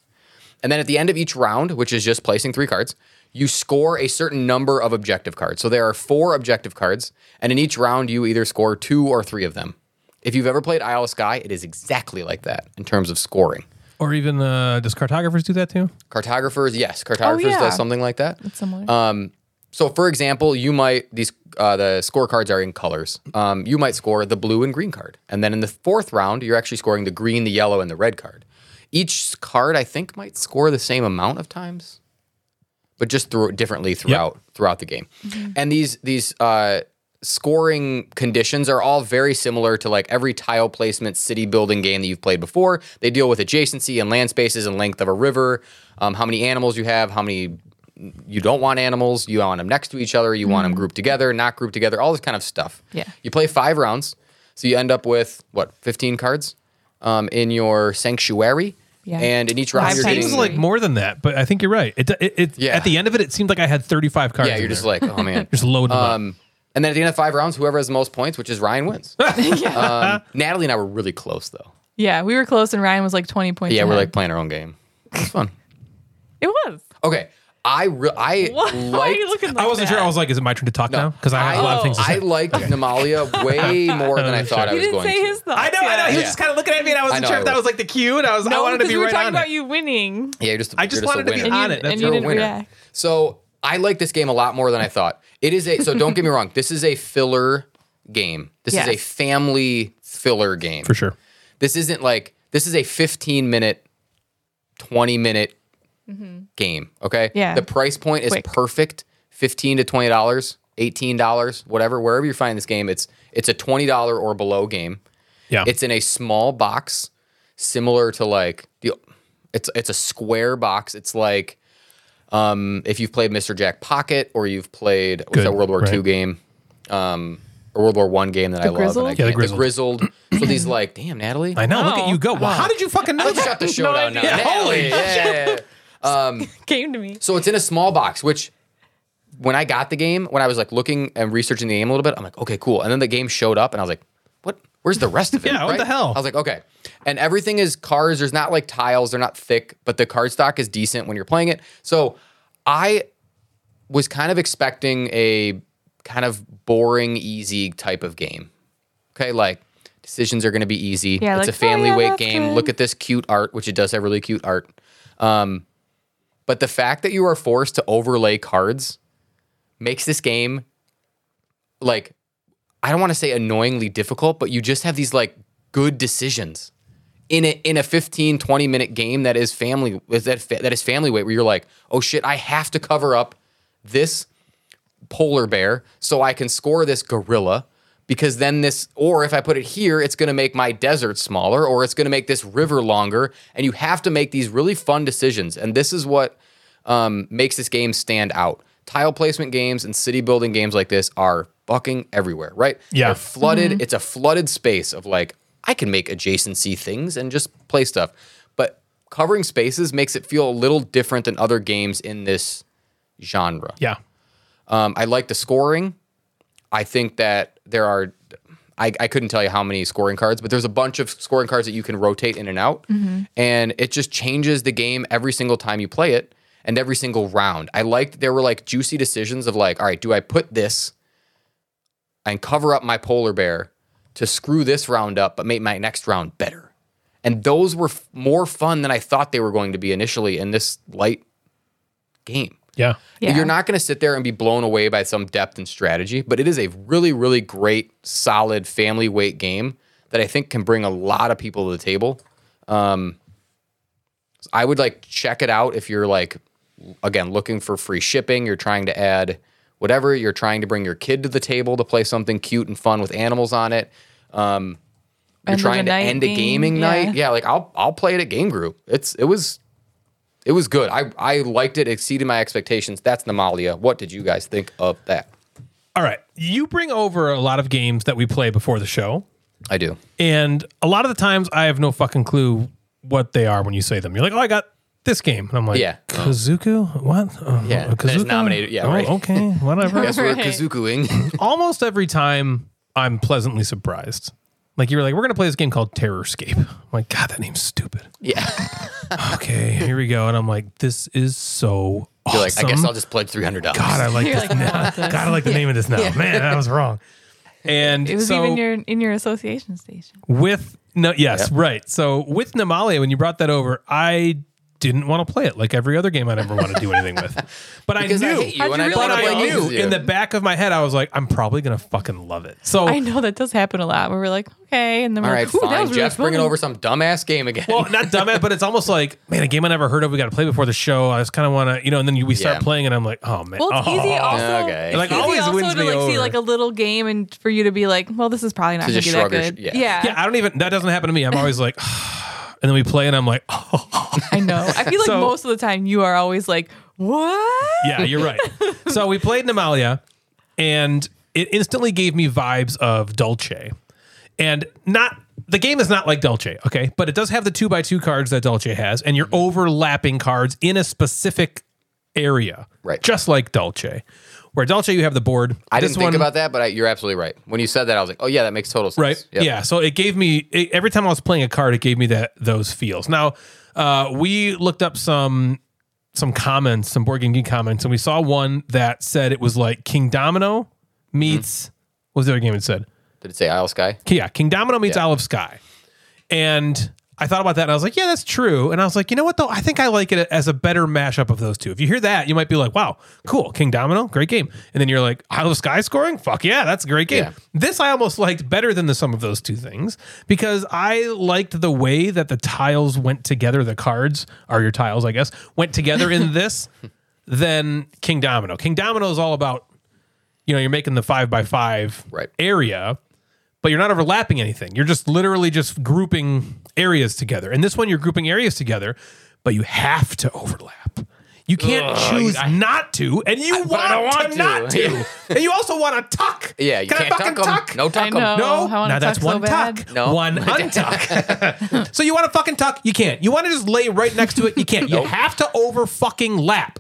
B: And then at the end of each round, which is just placing three cards, you score a certain number of objective cards. So there are four objective cards, and in each round, you either score two or three of them. If you've ever played Isle of Sky, it is exactly like that in terms of scoring.
D: Or even uh, does cartographers do that too?
B: Cartographers, yes, cartographers
E: yeah.
B: does something like that.
E: It's similar.
B: Um, so, for example, you might these uh, the scorecards are in colors. Um, you might score the blue and green card, and then in the fourth round, you're actually scoring the green, the yellow, and the red card. Each card, I think, might score the same amount of times, but just through differently throughout throughout the game.
E: Mm-hmm.
B: And these these uh, scoring conditions are all very similar to like every tile placement city building game that you've played before. They deal with adjacency and land spaces and length of a river, um, how many animals you have, how many you don't want animals, you want them next to each other, you want them grouped together, not grouped together, all this kind of stuff.
E: Mm-hmm. Yeah.
B: You play five rounds, so you end up with what, 15 cards um, in your sanctuary.
E: Yeah.
B: And in each round,
E: Five
B: you're
E: times
B: getting
D: Seems like more than that, but I think you're right. It, it, it
B: Yeah.
D: at the end of it, it seemed like I had 35 cards.
B: Yeah, you're
D: in
B: just
D: there.
B: like, oh man.
D: just loading. them up.
B: um, and then at the end of five rounds, whoever has the most points, which is Ryan, wins. um, Natalie and I were really close though.
E: yeah, we were close, and Ryan was like twenty points.
B: Yeah, we're like
E: ahead.
B: playing our own game. It's fun.
E: it was.
B: Okay, I re- I
E: What? Why are
B: liked.
E: you looking? Like
D: I wasn't
E: that?
D: sure. I was like, is it my turn to talk now? Because I have a lot of things to
B: I
D: say.
B: liked Namalia way more than I thought I
E: You
B: was
E: didn't
B: going
E: say
B: to.
E: his thoughts.
D: I know, I know. He was
B: Yeah.
D: just kind of looking at me, and I wasn't
B: know,
D: sure
B: I
D: if that
B: was.
D: was like the cue, and I was, I
E: No,
D: wanted to
E: because
D: be
E: we were
D: right
E: talking
D: on
E: about
D: it.
E: you winning.
B: Yeah, you're just.
D: I just
B: you're
D: wanted to
B: a
D: be
B: winner.
D: on it.
E: and
D: That's
E: you
D: right.
E: didn't
B: winner.
E: react.
B: So I like this game a lot more than I thought. It is a so don't get me wrong. This is a filler game. This is a
E: Yes.
B: family filler game
D: For sure.
B: This isn't like this is a 15 minute, 20 minute game. Okay.
E: Mm-hmm. Yeah.
B: The price point is
E: Quick.
B: perfect. 15 to 20 dollars, 18 dollars, whatever, wherever you find this game, it's it's a 20 dollar or below game.
D: Yeah.
B: It's in a small box, similar to like the it's it's a square box. It's like um, if you've played Mr. Jack Pocket or you've played what's
D: Good,
B: that World War
D: right.
B: II game, um, or World War One game that I
E: Grizzled?
B: love. And I
D: Yeah, the
B: can't- grizzled. so these like, damn, Natalie,
D: I know. Look
E: Wow.
B: Oh.
D: at you go. Wow. How did you fucking know
B: Let's shut the show
E: No
B: down now.
E: idea.
D: Yeah, holy
B: Natalie, yeah.
E: Came to me.
B: So it's in a small box, which when I got the game, when I was like looking and researching the game a little bit, I'm like, okay, cool. And then the game showed up and I was like, what? Where's the rest of it?
D: Yeah, what the hell?
B: I was like, okay. And everything is cards. There's not like tiles. They're not thick, but the card stock is decent when you're playing it. So I was kind of expecting a kind of boring, easy type of game. Okay, like decisions are going to be easy.
E: Yeah,
B: it's
E: like,
B: a family
E: oh, yeah,
B: weight
E: that's
B: game.
E: good.
B: Look at this cute art, which it does have really cute art. Um, but the fact that you are forced to overlay cards makes this game like I don't want to say annoyingly difficult, but you just have these like good decisions in a in a 15 20 minute game that is family is that fa- that is family weight where you're like, "Oh shit, I have to cover up this polar bear so I can score this gorilla because then this or if I put it here it's going to make my desert smaller or it's going to make this river longer and you have to make these really fun decisions and this is what um, makes this game stand out. Tile placement games and city building games like this are fucking everywhere, right?
D: Yeah.
B: They're flooded. It's a flooded space of like I can make adjacency things and just play stuff. But covering spaces makes it feel a little different than other games in this genre.
D: Yeah.
B: Um, I like the scoring. I think that there are, I, I couldn't tell you how many scoring cards, but there's a bunch of scoring cards that you can rotate in and out. And it just changes the game every single time you play it and every single round. I liked there were like juicy decisions of like, all right, do I put this and cover up my polar bear to screw this round up, but make my next round better? And those were f- more fun than I thought they were going to be initially in this light game.
D: Yeah.
E: Yeah.
B: You're not going to sit there and be blown away by some depth and strategy, but it is a really, really great, solid family weight game that I think can bring a lot of people to the table. Um, I would like check it out if you're like, again, looking for free shipping, you're trying to add whatever, you're trying to bring your kid to the table to play something cute and fun with animals on it. Um, you're
E: End of
B: trying
E: a
B: to
E: night
B: end a
E: game,
B: gaming
E: yeah.
B: night. Yeah, like I'll I'll play it at Game Group. It's it was it was good. I, I liked it, exceeded my expectations. That's Namalia. What did you guys think of that?
D: All right. You bring over a lot of games that we play before the show.
B: I do.
D: And a lot of the times I have no fucking clue what they are when you say them. You're like, oh, I got this game. And I'm like,
B: Yeah.
D: Oh. Kazuku? What? Oh,
B: Yeah,
D: Kazuku?
B: that's nominated. Yeah,
D: Oh,
B: right.
D: Okay. Whatever.
B: Yes, we're
E: Right.
B: Kazukuing.
D: Almost every time I'm pleasantly surprised. Like you were like, we're going to play this game called Terrorscape. I'm like, God, that name's stupid.
B: yeah.
D: Okay, here we go. And I'm like, this is so awesome.
B: You're like, I guess I'll just pledge $300.
D: God, I like
E: You're
D: this.
E: like, I want
D: God, I like the name of this now. Man, I was wrong. And
E: It was
D: so
E: even your in your association station.
D: with no, yes, right. So with Namalia, when you brought that over, I didn't want to play it like every other game I'd ever want to do anything with. But I
B: Because
D: knew,
B: I hate you
E: How'd
B: and
E: you
B: I don't
E: realize
D: but
B: want to
E: that?
B: play
D: I
E: I
B: games
D: knew
B: with you.
D: in the back of my head, I was like, I'm probably gonna fucking love it. So
E: I know that does happen a lot. Where we're like, okay, and then we're
B: All right,
E: like, Ooh, that
B: fine.
E: was really
B: Jeff's bringing
E: fun.
B: over some dumbass game again.
D: well, not dumbass, but it's almost like, man, a game I never heard of. We got to play before the show. I just kind of want to, you know. And then you, we start
B: Yeah.
D: playing, and I'm like, oh man,
E: Well, it's easy
D: oh.
E: also.
B: Okay.
E: It's
D: Like,
E: easy
D: always
E: also
D: wins
E: to
D: me
E: like see
D: over.
E: like a little game and for you to be like, well, this is probably not
B: To
E: going to
B: just
E: be that
B: shrug or sh-
E: good.
B: yeah.
D: Yeah, I don't even. That doesn't happen to me. I'm always like, and then we play, and I'm like, oh,
E: I know. I feel like
D: So-
E: most of the time you are always like, what?
D: yeah, you're right. so we played Namalia, and it instantly gave me vibes of Dulce, and not the game is not like Dulce, okay, but it does have the two by two cards that Dulce has, and you're overlapping cards in a specific area,
B: Right.
D: Just like Dulce, where Dulce you have the board.
B: I
D: This
B: didn't think
D: one-
B: about that, but I, you're absolutely right. When you said that, I was like, oh, yeah, that makes total sense.
D: Right.
B: Yep.
D: Yeah. So it gave me it, every time I was playing a card, it gave me that those feels. Now uh, we looked up some some comments, some board game geek comments, and we saw one that said it was like King Domino meets what was the other game it said?
B: Did it say Isle Sky?
D: Yeah, King Domino meets
B: Yeah.
D: Olive Sky. And I thought about that and I was like, yeah, that's true. And I was like, you know what though? I think I like it as a better mashup of those two. If you hear that, you might be like, wow, cool, King Domino, great game. And then you're like, Isle of Sky scoring? Fuck yeah, that's a great game.
B: Yeah.
D: This I almost liked better than the sum of those two things because I liked the way that the tiles went together, the cards are your tiles, I guess, went together in this than King Domino. King Domino is all about, you know, you're making the five by five
B: Right.
D: area but you're not overlapping anything. You're just literally just grouping areas together. And this one, you're grouping areas together, but you have to overlap. You can't choose not to, and you want,
B: but I don't
D: to,
B: want
D: not
B: to.
D: to, and you also want to tuck.
B: Yeah, you
D: Can
B: can't
D: I fucking
B: tuck them.
D: tuck?
B: No
E: I
B: tuck
E: know.
B: them.
D: No,
E: Oh, I wanna
D: now that's
E: tuck so
D: one
E: bad.
D: tuck,
B: No.
D: one untuck. so you want to fucking tuck? You can't. You want to just lay right next to it? You can't. You have to over fucking lap.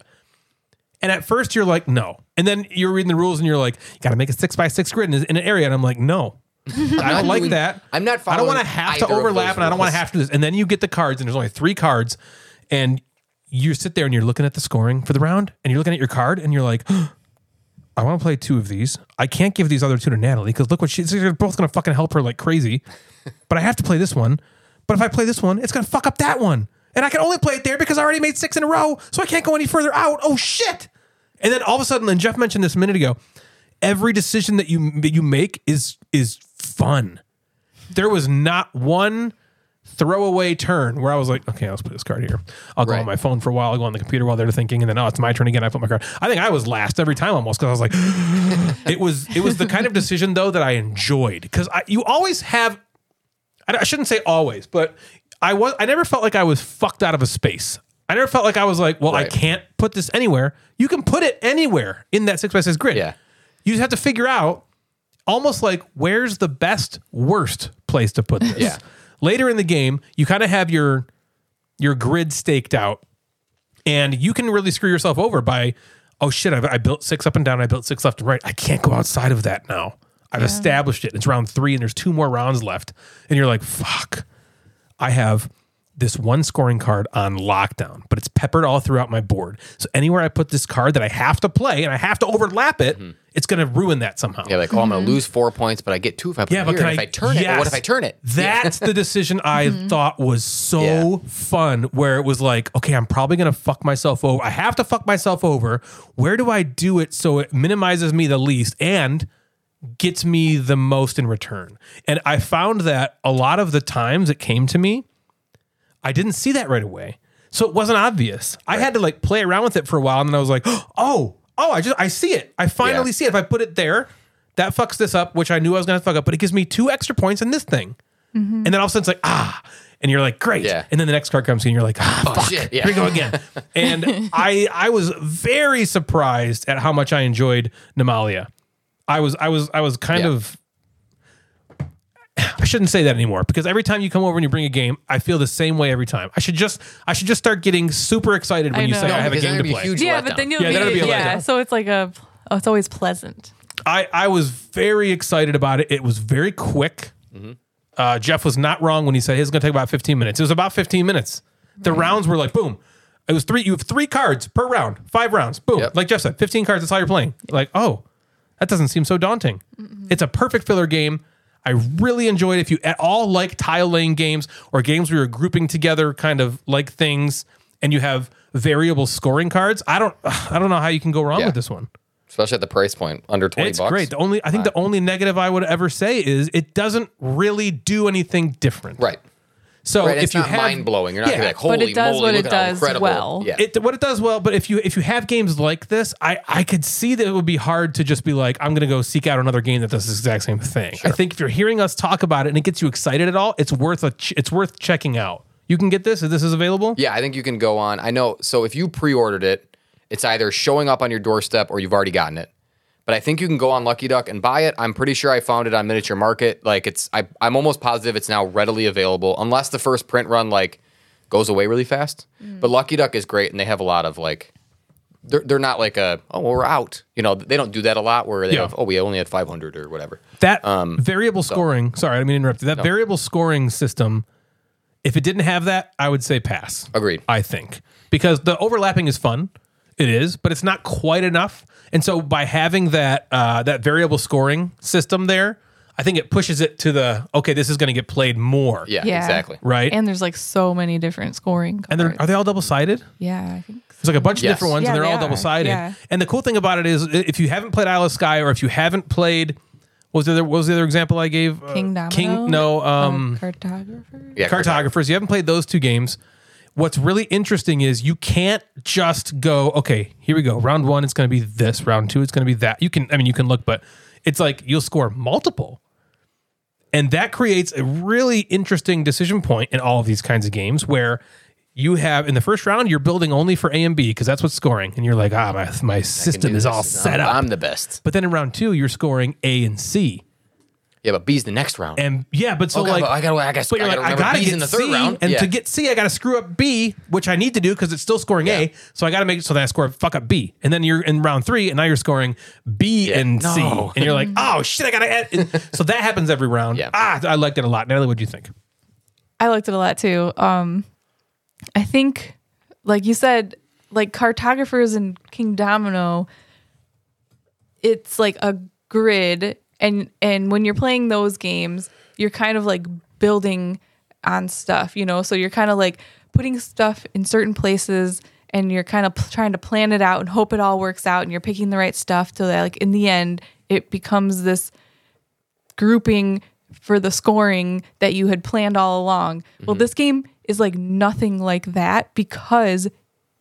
D: And at first you're like, no. And then you're reading the rules and you're like, you got to make a six by six grid in, in an area. And I'm like, no. I don't like
B: doing-
D: that.
B: I'm not
D: I don't want
B: following
D: to have
B: either
D: to
B: of those
D: overlap and I don't want
B: rules.
D: to have to do this. And then you get the cards and there's only three cards and you sit there and you're looking at the scoring for the round and you're looking at your card and you're like, I want to play two of these. I can't give these other two to Natalie because look what she's they're both gonna fucking help her like crazy. But I have to play this one. But if I play this one, it's gonna fuck up that one. And I can only play it there because I already made six in a row, so I can't go any further out. Oh shit! And then all of a sudden, and Jeff mentioned this a minute ago, every decision that you that you make is is fun. There was not one throwaway turn where I was like, okay, I'll just put this card here. I'll go
B: Right.
D: on my phone for a while. I'll go on the computer while they're thinking, and then oh, it's my turn again. I put my card. I think I was last every time almost because I was like, it was it was the kind of decision though that I enjoyed because you always have. I, I shouldn't say always, but I was I never felt like I was fucked out of a space. I never felt like I was like, well, I
B: Right.
D: can't put this anywhere. You can put it anywhere in that six by six grid.
B: Yeah.
D: You just have to figure out almost like where's the best worst place to put this.
B: Yeah.
D: Later in the game, you kind of have your your grid staked out, and you can really screw yourself over by, oh shit, I've, I built six up and down, I built six left and right. I can't go outside of that now. I've established it. It's round three, and there's two more rounds left, and you're like, fuck. I have this one scoring card on lockdown, but it's peppered all throughout my board. So anywhere I put this card that I have to play and I have to overlap it, it's going to ruin that somehow.
B: Yeah, like, oh, I'm going to lose four points, but I get two if I put
D: Hmm. Yeah,
B: it
D: but
B: here.
D: can
B: and if
D: I,
B: I turn it, well, what if
D: yes.
B: I turn it?
D: That's the decision I thought was so fun. Where it was like, okay, I'm probably gonna fuck myself over. I have to fuck myself over. Where do I do it so it minimizes me the least and gets me the most in return? And I found that a lot of the times it came to me, I didn't see that right away. So it wasn't obvious. I had to like play around with it for a while and then I was like, oh, oh, I just I see it. I finally
B: Yeah.
D: see it. If I put it there, that fucks this up, which I knew I was gonna fuck up, but it gives me two extra points in this thing. And then all of a sudden it's like, ah, and you're like, great.
B: Yeah. Oh,
D: And then the next card comes in and you're like, ah, fuck.
B: shit, yeah.
D: Here we go again. and I I was very surprised at how much I enjoyed Namalia. I was I was I was kind
B: Yeah.
D: of I shouldn't say that anymore because every time you come over and you bring a game, I feel the same way every time. I should just I should just start getting super excited when
E: I
D: you
E: know.
D: say
E: No,
D: I have a
B: because
D: game
B: that'd
D: to
B: be a
D: play.
B: huge-
E: Yeah,
B: letdown.
E: but then you'll
D: Yeah, that'll
E: be,
D: be a
E: yeah.
D: letdown.
E: So it's like a oh, it's always pleasant.
D: I I was very excited about it. It was very quick. Uh, Jeff was not wrong when he said it was going to take about 15 minutes. It was about 15 minutes. The rounds were like boom. It was three. You have three cards per round, five rounds. Boom.
B: Yep.
D: Like Jeff said, 15 cards. That's how you're playing. Like oh, That doesn't seem so daunting. It's a perfect filler game. I really enjoyed it. If you at all like tile laying games or games where you're grouping together kind of like things and you have variable scoring cards, I don't I don't know how you can go wrong
B: Yeah.
D: with this one.
B: especially at the price point under twenty
D: It's
B: bucks. Uh,
D: great. The only I think the only negative I would ever say is it doesn't really do anything different.
B: right.
D: So
B: Right.
D: if
B: It's
D: you
B: not
D: have,
B: mind blowing. You're not gonna be like,
E: But
B: holy
E: it does
B: moly,
E: what
B: look
E: it
B: at how
E: does
B: incredible.
E: well.
B: Yeah.
D: It, what it does well, but if you if you have games like this, I I could see that it would be hard to just be like, I'm gonna go seek out another game that does this exact same thing. I think if you're hearing us talk about it and it gets you excited at all, it's worth a ch- it's worth checking out. You can get this if this is available.
B: Yeah, I think you can go on. I know. So if you pre-ordered it, it's either showing up on your doorstep or you've already gotten it. But I think you can go on Lucky Duck and buy it. I'm pretty sure I found it on Miniature Market. Like it's, I, I'm almost positive it's now readily available, unless the first print run like goes away really fast. But Lucky Duck is great, and they have a lot of like, they're they're not like a oh well, we're out. You know, they don't do that a lot where they
D: Yeah.
B: have oh we only had 500 or whatever.
D: That
B: Um,
D: variable scoring. Sorry, I didn't mean to interrupt you. That variable scoring system. If it didn't have that, I would say pass.
B: Agreed.
D: I think because the overlapping is fun. It is, but it's not quite enough. And so by having that uh, that variable scoring system there, I think it pushes it to the okay. This is going to get played more.
B: Yeah,
E: Yeah.
B: exactly.
D: Right.
E: And there's like so many different scoring cards.
D: And they're, are they all double sided?
E: yeah, I think
D: There's like a bunch
B: Yes.
D: of different ones,
E: Yeah,
D: and they're
E: they
D: all
E: are.
D: double sided.
E: Yeah.
D: And the cool thing about it is, i- if you haven't played Isle of Sky, or if you haven't played, what was the other, what was the other example I gave? Uh,
E: King Domino. Oh,
D: King. No. Um,
E: cartographer.
B: Yeah,
D: cartographers. You haven't played those two games. What's really interesting is you can't just go, okay, here we go. Round one, it's going to be this. Round two, it's going to be that. You can, I mean, you can look, but it's like you'll score multiple. And that creates a really interesting decision point in all of these kinds of games where you have in the first round, you're building only for A and B because that's what's scoring. And you're like, ah, my, my system is all set
B: I'm,
D: up.
B: I'm the best.
D: but then in round two, you're scoring A and C.
B: Yeah, but B's the next round.
D: And yeah, but so
B: Okay,
D: like
B: but I gotta- I gotta-
D: but you're
B: I
D: like,
B: gotta
D: I
B: remember
D: gotta
B: B's
D: get
B: in the third
D: C,
B: round.
D: and
B: Yeah.
D: to get C, I gotta screw up B, which I need to do because it's still scoring
B: Yeah.
D: A. So I gotta make so then I score fuck up B, and then you're in round three, and now you're scoring B and C,
B: No.
D: and you're like, oh shit, I gotta add. and so that happens every round.
B: Yeah.
D: Ah, I liked it a lot. Natalie, what do you think?
E: I liked it a lot too. Um, I think, like you said, like cartographers and King Domino, it's like a grid, and and when you're playing those games, you're kind of like building on stuff, you know. So you're kind of like putting stuff in certain places, and you're kind of p- trying to plan it out and hope it all works out, and you're picking the right stuff till that, like in the end, it becomes this grouping for the scoring that you had planned all along.
B: Mhm.
E: Well, this game is like nothing like that because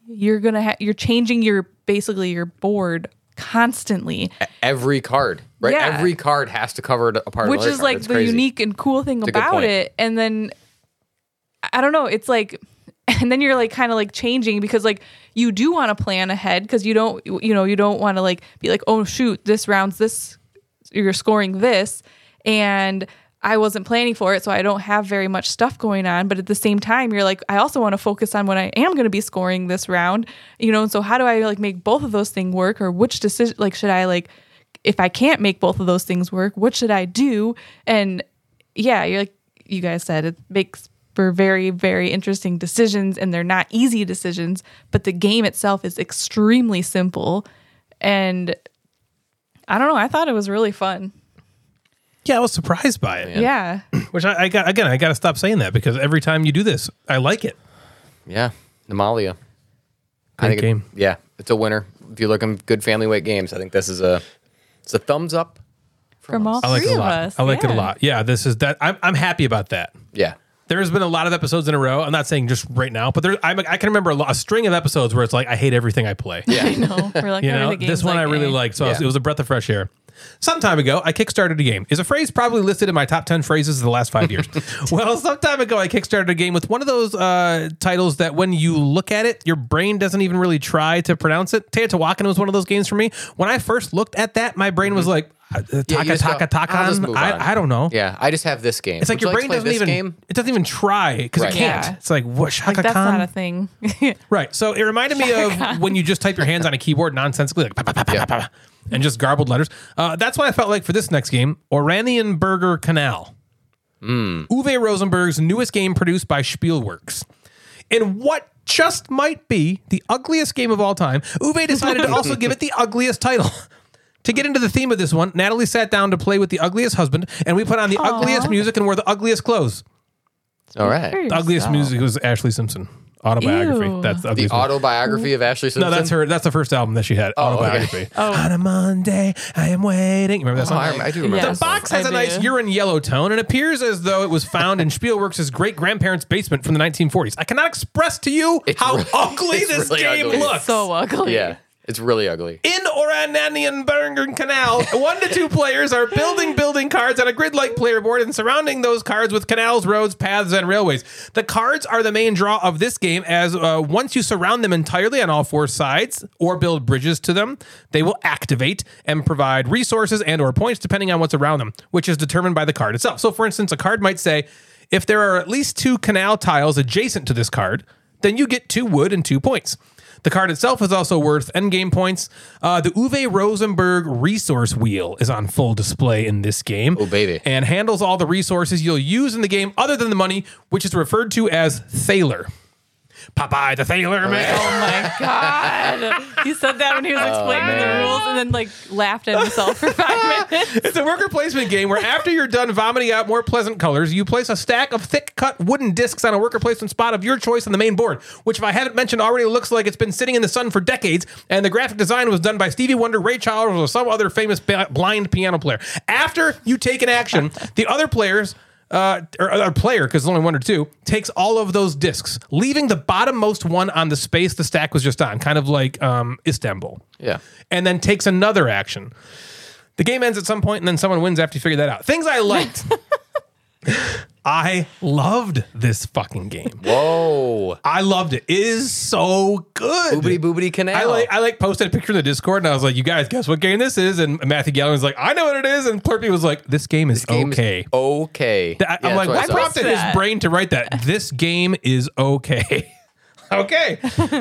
E: you're going to ha- you're changing your basically your board constantly,
B: every card, right?
E: Yeah.
B: Every card has to cover a part of
E: which
B: another
E: is
B: card.
E: like
B: It's
E: the
B: crazy.
E: unique and cool thing
B: a good
E: about
B: point.
E: it. And then I don't know, it's like and then you're like kind of like changing because like you do want to plan ahead because you don't you know you don't want to like be like oh shoot this round's this you're scoring this and I wasn't planning for it so I don't have very much stuff going on but at the same time you're like I also want to focus on what I am going to be scoring this round you know and so how do I like make both of those things work or which decision like should I like if I can't make both of those things work what should I do and yeah you're like you guys said it makes for very very interesting decisions and they're not easy decisions but the game itself is extremely simple and i don't know i thought it was really fun
D: Yeah, I was surprised by it.
E: yeah
D: Which I, I got again, I gotta stop saying that because every time you do this, I like it.
B: yeah, Namalia.
D: Great game.
B: It, yeah, it's a winner. If you're looking good family weight games, I think this is a it's a thumbs up.
E: from all
D: I like
E: three
D: it a
E: of
D: lot.
E: us
D: I like it
E: yeah.
D: a lot. Yeah, this is that. I'm I'm happy about that.
B: Yeah,
D: There has been a lot of episodes in a row. I'm not saying just right now, but there I'm, I can remember a, lo- a string of episodes where it's like I hate everything I play.
B: yeah.
E: i know we're like
D: You
E: "Every
D: know,
E: game's
D: this one
E: like
D: I really
E: eh."
D: liked, so I was-
B: Yeah.
D: it was a breath of fresh air. Some time ago, I kickstarted a game. Is a phrase probably listed in my top ten phrases of the last five years? well, some time ago, I kickstarted a game with one of those uh, titles that when you look at it, your brain doesn't even really try to pronounce it. Teotihuacan was one of those games for me. When I first looked at that, my brain was like, uh,
B: Mm-hmm. Yeah, you
D: "Taka
B: just go,
D: taka taka."
B: "I'll just move on."
D: I, I don't know.
B: yeah. I just have this game.
D: It's like your brain doesn't even
B: Game?
D: it doesn't even try because
B: Right.
D: it can't.
E: Yeah.
D: It's like what
E: like,
D: Shaka
E: that's
D: Khan?
E: not a thing
D: Right. So it reminded me of when you just type your hands on a keyboard nonsensically, like, pa, pa, pa, pa,
B: Yeah.
D: pa, pa, and just garbled letters. Uh, that's what I felt like for this next game Oranian Burger Canal.
B: Hmm.
D: Uwe Rosenberg's newest game produced by Spielworks. In what just might be the ugliest game of all time, Uwe decided to also give it the ugliest title. To get into the theme of this one, Natalie sat down to play with the ugliest husband, and we put on the ugliest music and wore the ugliest clothes.
B: All right.
E: Weird.
D: The ugliest music was Ashley Simpson autobiography.
E: Ew.
D: That's the
B: The
D: ugliest. one.
B: autobiography of Ashley Simpson. Oh,
D: no, that's her. That's the first album that she had.
B: okay.
D: autobiography. On a Monday, I am waiting. You remember that
B: Oh,
D: song?
B: I, I do remember.
E: Yeah.
B: that
D: The
B: song.
D: box has
E: I
D: a nice
E: do.
D: urine yellow tone and appears as though it was found in Spielworks' great grandparents' basement from the 1940s. I cannot express to you
B: It's
D: how
B: really-
D: ugly
B: it's
D: this
B: really
D: game
B: ugly.
D: looks.
E: So ugly.
B: Yeah, it's really ugly.
D: in Orananienbergen Canal, one to two players are building building cards on a grid like player board and surrounding those cards with canals, roads, paths, and railways. The cards are the main draw of this game, as uh, once you surround them entirely on all four sides or build bridges to them, they will activate and provide resources and/or points depending on what's around them, which is determined by the card itself. So, for instance, a card might say, if there are at least two canal tiles adjacent to this card, then you get two wood and two points. The card itself is also worth endgame points. Uh, the Uwe Rosenberg resource wheel is on full display in this game. Oh,
B: baby.
D: And handles all the resources you'll use in the game other than the money, which is referred to as Thaler. Popeye the Thaler, man.
E: Oh my god! He said that when he was explaining the rules, and then like laughed at himself for five minutes.
D: It's a worker placement game where after you're done vomiting out more pleasant colors, you place a stack of thick cut wooden discs on a worker placement spot of your choice on the main board, which, if I haven't mentioned already, looks like it's been sitting in the sun for decades. And the graphic design was done by Stevie Wonder, Ray Charles, or some other famous ba- blind piano player. After you take an action, the other players. Uh, or, or player, because there's only one or two, takes all of those discs, leaving the bottommost one on the space the stack was just on, kind of like um, Istanbul
B: Yeah.
D: and then takes another action. The game ends at some point, and then someone wins after you figure that out. Things I liked. I loved this fucking game.
B: Whoa.
D: I loved it. It is so good.
B: Boobity boobity canal.
D: I like I like posted a picture in the Discord and I was like, you guys, guess what game this is? And Matthew Gallen was like, I know what it is. And Plurpy was like, this game is
B: Game's
D: okay.
B: Okay.
D: Th- I-
B: Yeah,
D: I'm
B: that's
D: like,
B: what I
D: what
B: saw.
D: prompted his
E: That.
D: brain to write that? This game is okay. okay.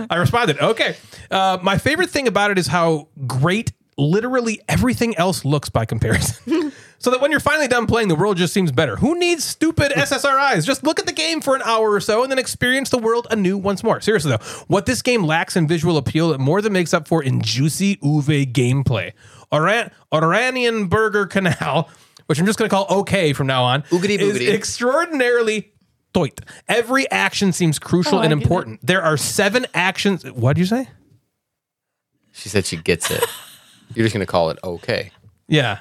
D: I responded, okay. Uh, my favorite thing about it is how great literally everything else looks by comparison. so that when you're finally done playing, the world just seems better. Who needs stupid SSRIs? Just look at the game for an hour or so and then experience the world anew once more. Seriously, though, what this game lacks in visual appeal, it more than makes up for in juicy Uwe gameplay. Oran- Oranian Burger Canal. Which I'm just going to call okay from now on
B: Oogity
D: is
B: boogity.
D: extraordinarily toit. Every action seems crucial
E: Oh,
D: and
E: I get
D: important. There are seven actions. What do you say?
B: She said she gets it. You're just gonna call it okay.
D: Yeah,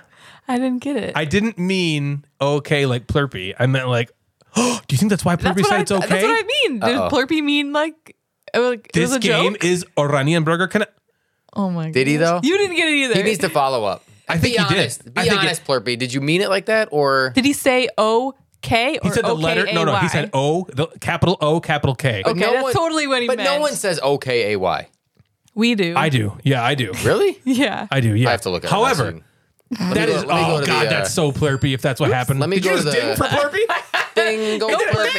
E: I didn't get it.
D: I didn't mean okay like Plurpy. I meant like. Oh, do you think that's why
E: that's,
D: Plurpy
E: what I,
D: said it's
E: that's what
D: okay?
E: I mean. Did
B: Uh-oh.
E: Plurpy mean like it was, it was
D: this
E: a
D: game
E: joke?
D: is Oranian Burger. Can I,
E: Oh my god!
B: Did he though?
E: You didn't get it either.
B: He needs to follow up.
D: I think
B: be
D: he did.
B: honest.
D: I
B: Be
D: think it-
B: honest, Plurpy. Did you mean it like that or
E: Did he say O K or
D: he said the letter. No, no. He said O, the capital O, capital K. I
E: Okay, that's totally what he
B: But no
E: meant.
B: one says okay ay.
E: We do.
D: do. Yeah, I do.
B: Really?
E: yeah.
D: I do. Yeah.
B: I have to look at
D: However, that is. Oh god, that's so Plurpy. If that's what happened,
B: uh, Let me
D: Did
B: go
D: you
B: to
D: just
B: the-
D: ding for Plurpy?
B: Ding, go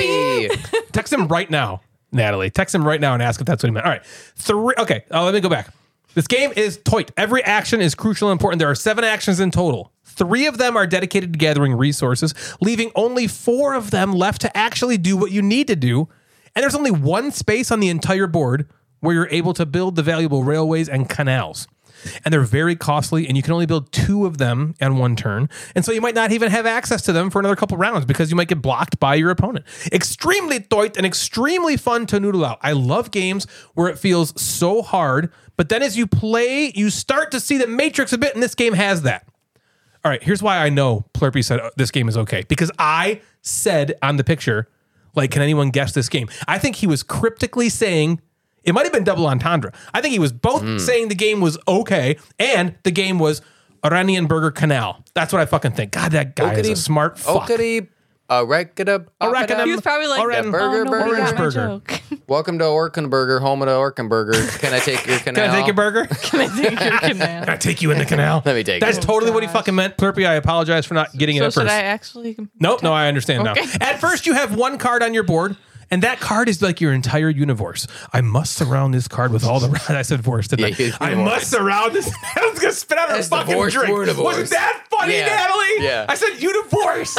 B: Plurpy.
D: Text him right now, Natalie. Text him right now and ask if that's what he meant. All right. Three. Okay. Uh, let me go back. This game is toit. Every action is crucial and important. There are seven actions in total. Three of them are dedicated to gathering resources, leaving only four of them left to actually do what you need to do. And there's only one space on the entire board where you're able to build the valuable railways and canals. And they're very costly, and you can only build two of them on one turn. And so you might not even have access to them for another couple rounds because you might get blocked by your opponent. Extremely toit and extremely fun to noodle out. I love games where it feels so hard, but then as you play, you start to see the matrix a bit, and this game has that. All right, here's why I know Plurpy said uh, this game is okay because I said on the picture, like, can anyone guess this game? I think he was cryptically saying it might have been double entendre. I think he was both
B: Hmm.
D: saying the game was okay and the game was Iranian Burger Canal. That's what I fucking think. God, that guy is a
B: Okity-
D: smart fuck.
B: Okity. Uh, rekada,
D: Orakadam.
E: He was probably like,
D: Oren-
E: oh,
B: Burger,
E: nobody
B: burger,
E: got my
D: burger.
E: joke.
B: Welcome to Orkenburger, home of the Orkenburger. Can I take your canal?
D: Can I take your burger?
E: I think you're kidding.
D: Can I take you in the canal?
B: Let me take
D: That's
B: it. Oh,
D: totally what he fucking meant. Plurpy, I apologize for not getting it
E: So
D: at first.
E: should I actually?
D: Nope, no, I understand
E: Okay.
D: now. At first, you have one card on your board, and that card is like your entire universe. I must surround this card with all the. I said force, didn't
B: Yeah,
D: I? I
B: universe.
D: must surround this. I was gonna spit out
B: That's
D: a fucking
B: divorce,
D: drink.
B: we're divorced.
D: Wasn't that funny,
B: Yeah,
D: Natalie?
B: yeah.
D: I said universe.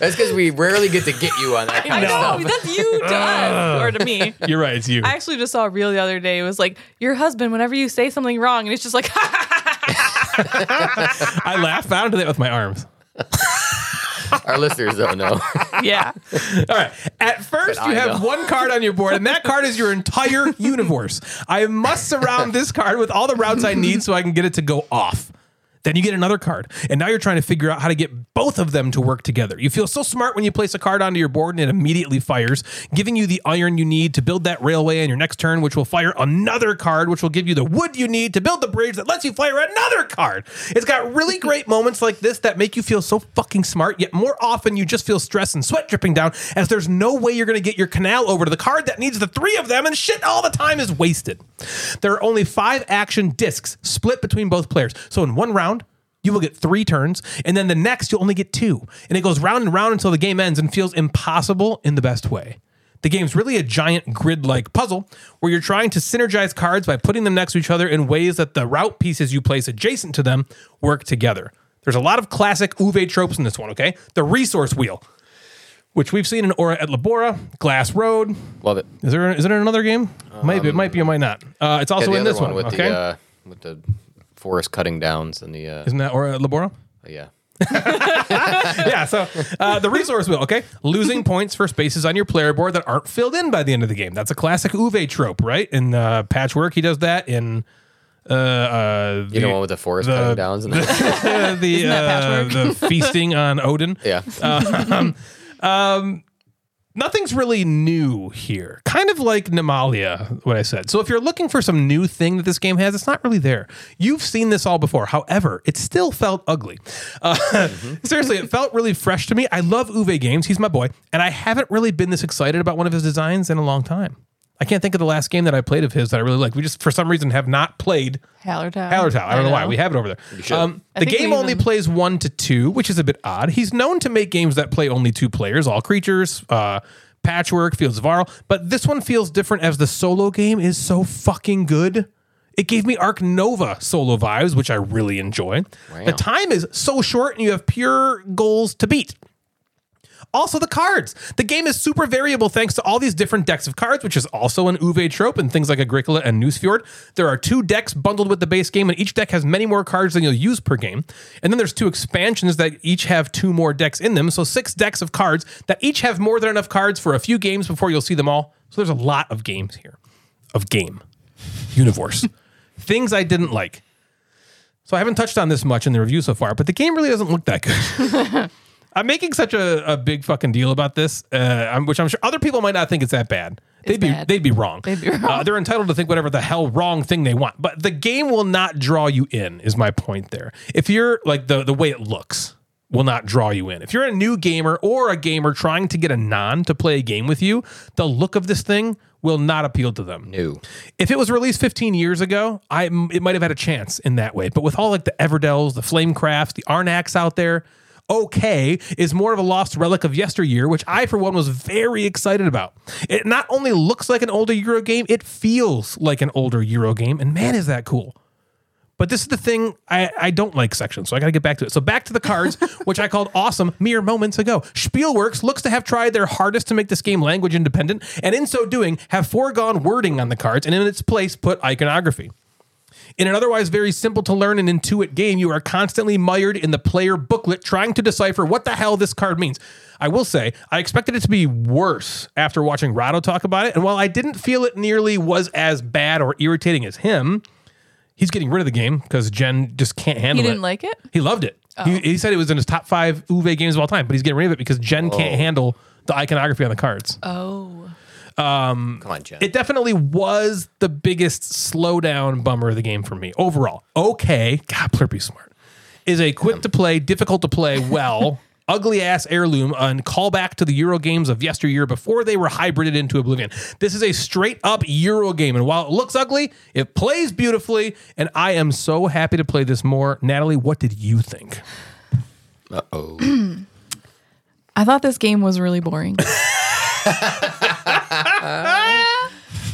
B: That's because we rarely get to get you on that
E: I
B: kind of
E: know
B: stuff.
E: that's you to us or to me.
D: You're right. It's you.
E: I actually just saw a reel the other day. It was like your husband whenever you say something wrong, and it's just like
D: I laugh, but I don't do that with my arms.
B: Our listeners don't know.
E: yeah.
D: All right. At first,
B: But
D: you
B: I
D: have
B: know.
D: one card on your board, and that card is your entire universe. I must surround this card with all the routes I need so I can get it to go off. Then you get another card, and now you're trying to figure out how to get both of them to work together. You feel so smart when you place a card onto your board and it immediately fires, giving you the iron you need to build that railway in your next turn, which will fire another card, which will give you the wood you need to build the bridge that lets you fire another card. It's got really great moments like this that make you feel so fucking smart, yet more often you just feel stress and sweat dripping down as there's no way you're going to get your canal over to the card that needs the three of them, and shit all the time is wasted. There are only five action discs split between both players. So in one round, you will get three turns, and then the next you'll only get two. And it goes round and round until the game ends and feels impossible in the best way. The game's really a giant grid like puzzle where you're trying to synergize cards by putting them next to each other in ways that the route pieces you place adjacent to them work together. There's a lot of classic Uve tropes in this one, okay? The resource wheel, which we've seen in Aura at Labora, Glass Road.
B: Love it.
D: Is there, is there another game? Maybe, it might be, it might not. Uh, it's also
B: Um, the
D: in
B: other
D: this one,
B: with
D: okay?
B: the uh, with the forest cutting downs and the uh,
D: Isn't that Aura at Labora?
B: yeah.
D: yeah. So uh, the resource wheel. Okay, losing points for spaces on your player board that aren't filled in by the end of the game. That's a classic Uve trope, right? In uh, Patchwork, he does that. In uh, uh, the,
B: You know one with the forest
D: the-
B: cutting downs and the,
D: uh, the, uh, the feasting on Odin.
B: yeah.
D: Uh, nothing's really new here. Kind of like Nemalia, what I said. So if you're looking for some new thing that this game has, it's not really there. You've seen this all before. However, it still felt ugly. Uh, Seriously, it felt really fresh to me. I love Uwe games. He's my boy, and I haven't really been this excited about one of his designs in a long time. I can't think of the last game that I played of his that I really liked. We just, for some reason, have not played
E: Hallertau.
D: Hallertau. I don't know, why. We have it over there. Um,
E: I
D: the
E: think
D: game
E: we
D: only
E: even-
D: plays one to two, which is a bit odd. He's known to make games that play only two players, all creatures, uh, patchwork, fields of Arl, but this one feels different as the solo game is so fucking good. It gave me Arc Nova solo vibes, which I really enjoy. The time is so short and you have pure goals to beat. Also, the cards. The game is super variable thanks to all these different decks of cards, which is also an Uve trope in things like Agricola and Newsfjord. There are two decks bundled with the base game, and each deck has many more cards than you'll use per game. And then there's two expansions that each have two more decks in them, so six decks of cards that each have more than enough cards for a few games before you'll see them all. So there's a lot of games here. Of game. Universe. things I didn't like. So I haven't touched on this much in the review so far, but the game really doesn't look that good. I'm making such a, a big fucking deal about this, uh, I'm- which I'm sure other people might not think it's that bad. They'd be
E: bad.
D: they'd be wrong.
E: They'd be wrong.
D: Uh, they're entitled to think whatever the hell wrong thing they want, but the game will not draw you in. Is my point there? If you're like the the way it looks will not draw you in. If you're a new gamer or a gamer trying to get a non to play a game with you, the look of this thing will not appeal to them.
B: New.
D: If it was released 15 years ago, I it might have had a chance in that way. But with all like the Everdells, the Flamecrafts, the Arnax out there, OK is more of a lost relic of yesteryear, which I for one was very excited about. It not only looks like an older Euro game, it feels like an older Euro game, and man, is that cool. But this is the thing I, I don't like section, so I got to get back to it. So back to the cards, which I called awesome mere moments ago. Spielworks looks to have tried their hardest to make this game language independent, and in so doing, have foregone wording on the cards and in its place put iconography. In an otherwise very simple to learn and intuit game, you are constantly mired in the player booklet trying to decipher what the hell this card means. I will say, I expected it to be worse after watching Rado talk about it, and while I didn't feel it nearly was as bad or irritating as him, he's getting rid of the game because Jen just can't handle
E: He
D: it.
E: didn't like it? Oh.
D: He loved it. He, he said it was in his top five Uve games of all time, but he's getting rid of it because Jen can't handle the iconography on the cards.
E: Oh.
B: Come on, Jen.
D: It definitely was the biggest slowdown bummer of the game for me overall. Okay, God, Blurpy smart is a quick to play, difficult to play, well, ugly ass heirloom and callback to the Euro games of yesteryear before they were hybrided into oblivion. This is a straight up Euro game, and while it looks ugly, it plays beautifully, and I am so happy to play this more. Natalie, what did you think?
B: Uh oh.
E: I thought this game was really boring.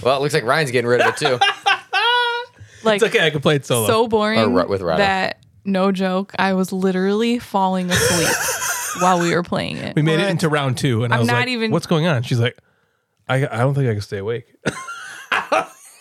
B: Well, it looks like Ryan's getting rid of it too.
E: Like
D: It's okay, I can play it solo.
E: so boring
B: Or ru- with Rado.
E: that no joke, I was literally falling asleep while we were playing it.
D: we made it into round two, and i
E: I'm
D: was
E: not
D: like,
E: even-
D: "What's going on?" She's like, "I, I don't think I can stay awake."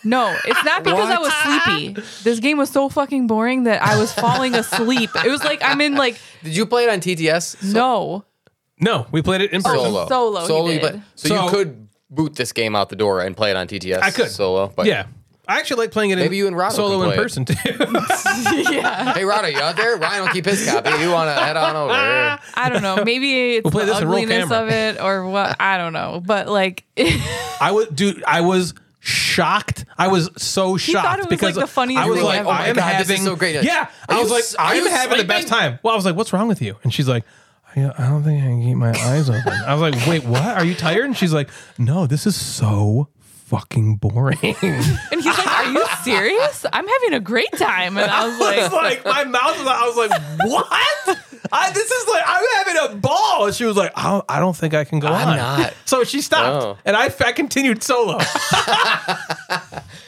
E: No, it's not because I was sleepy. This game was so fucking boring that I was falling asleep. It was like I'm in like
B: Did you play it on TTS?
E: no.
D: No, we played it in person.
B: Solo.
E: Solo, he
B: you
E: did.
B: play- so,
D: So-
B: you could boot this game out the door and play it on TTS.
D: I could.
B: solo. But
D: Yeah. I actually like playing it in
B: Maybe you and Rob
D: solo
B: can
D: in
B: play it.
D: person too.
E: yeah.
B: Hey, Rod, are you out there? Ryan will keep his copy. You want to head on over?
E: I don't know. Maybe it's
D: play
E: the
D: this and roll
E: ugliness
D: camera.
E: of it or what I don't know. But like
D: I was dude, I was shocked. I was so shocked
E: it was,
D: because
E: like, the funniest
D: I was
E: thing
D: like,
E: ever.
D: I am
B: Oh my God,
D: having
B: this is so great. Like,
D: Yeah,
B: are
D: I was
B: you
D: like,
B: s-
D: I
B: are
D: am
B: you
D: having the best
B: sleeping?
D: time. Well, I was like, what's wrong with you? And she's like, I, I don't think I can keep my eyes open. I was like, wait, what? Are you tired? And she's like, no, this is so fucking boring.
E: and he's like, Are you serious? I'm having a great time. And I was
D: It's like
E: like
D: my mouth was. I was like, what? I, this is like I'm having a ball. And she was like, I don't, I don't think I can go
B: I'm
D: on.
B: not.
D: So she stopped,
B: Oh.
D: and I, I continued solo.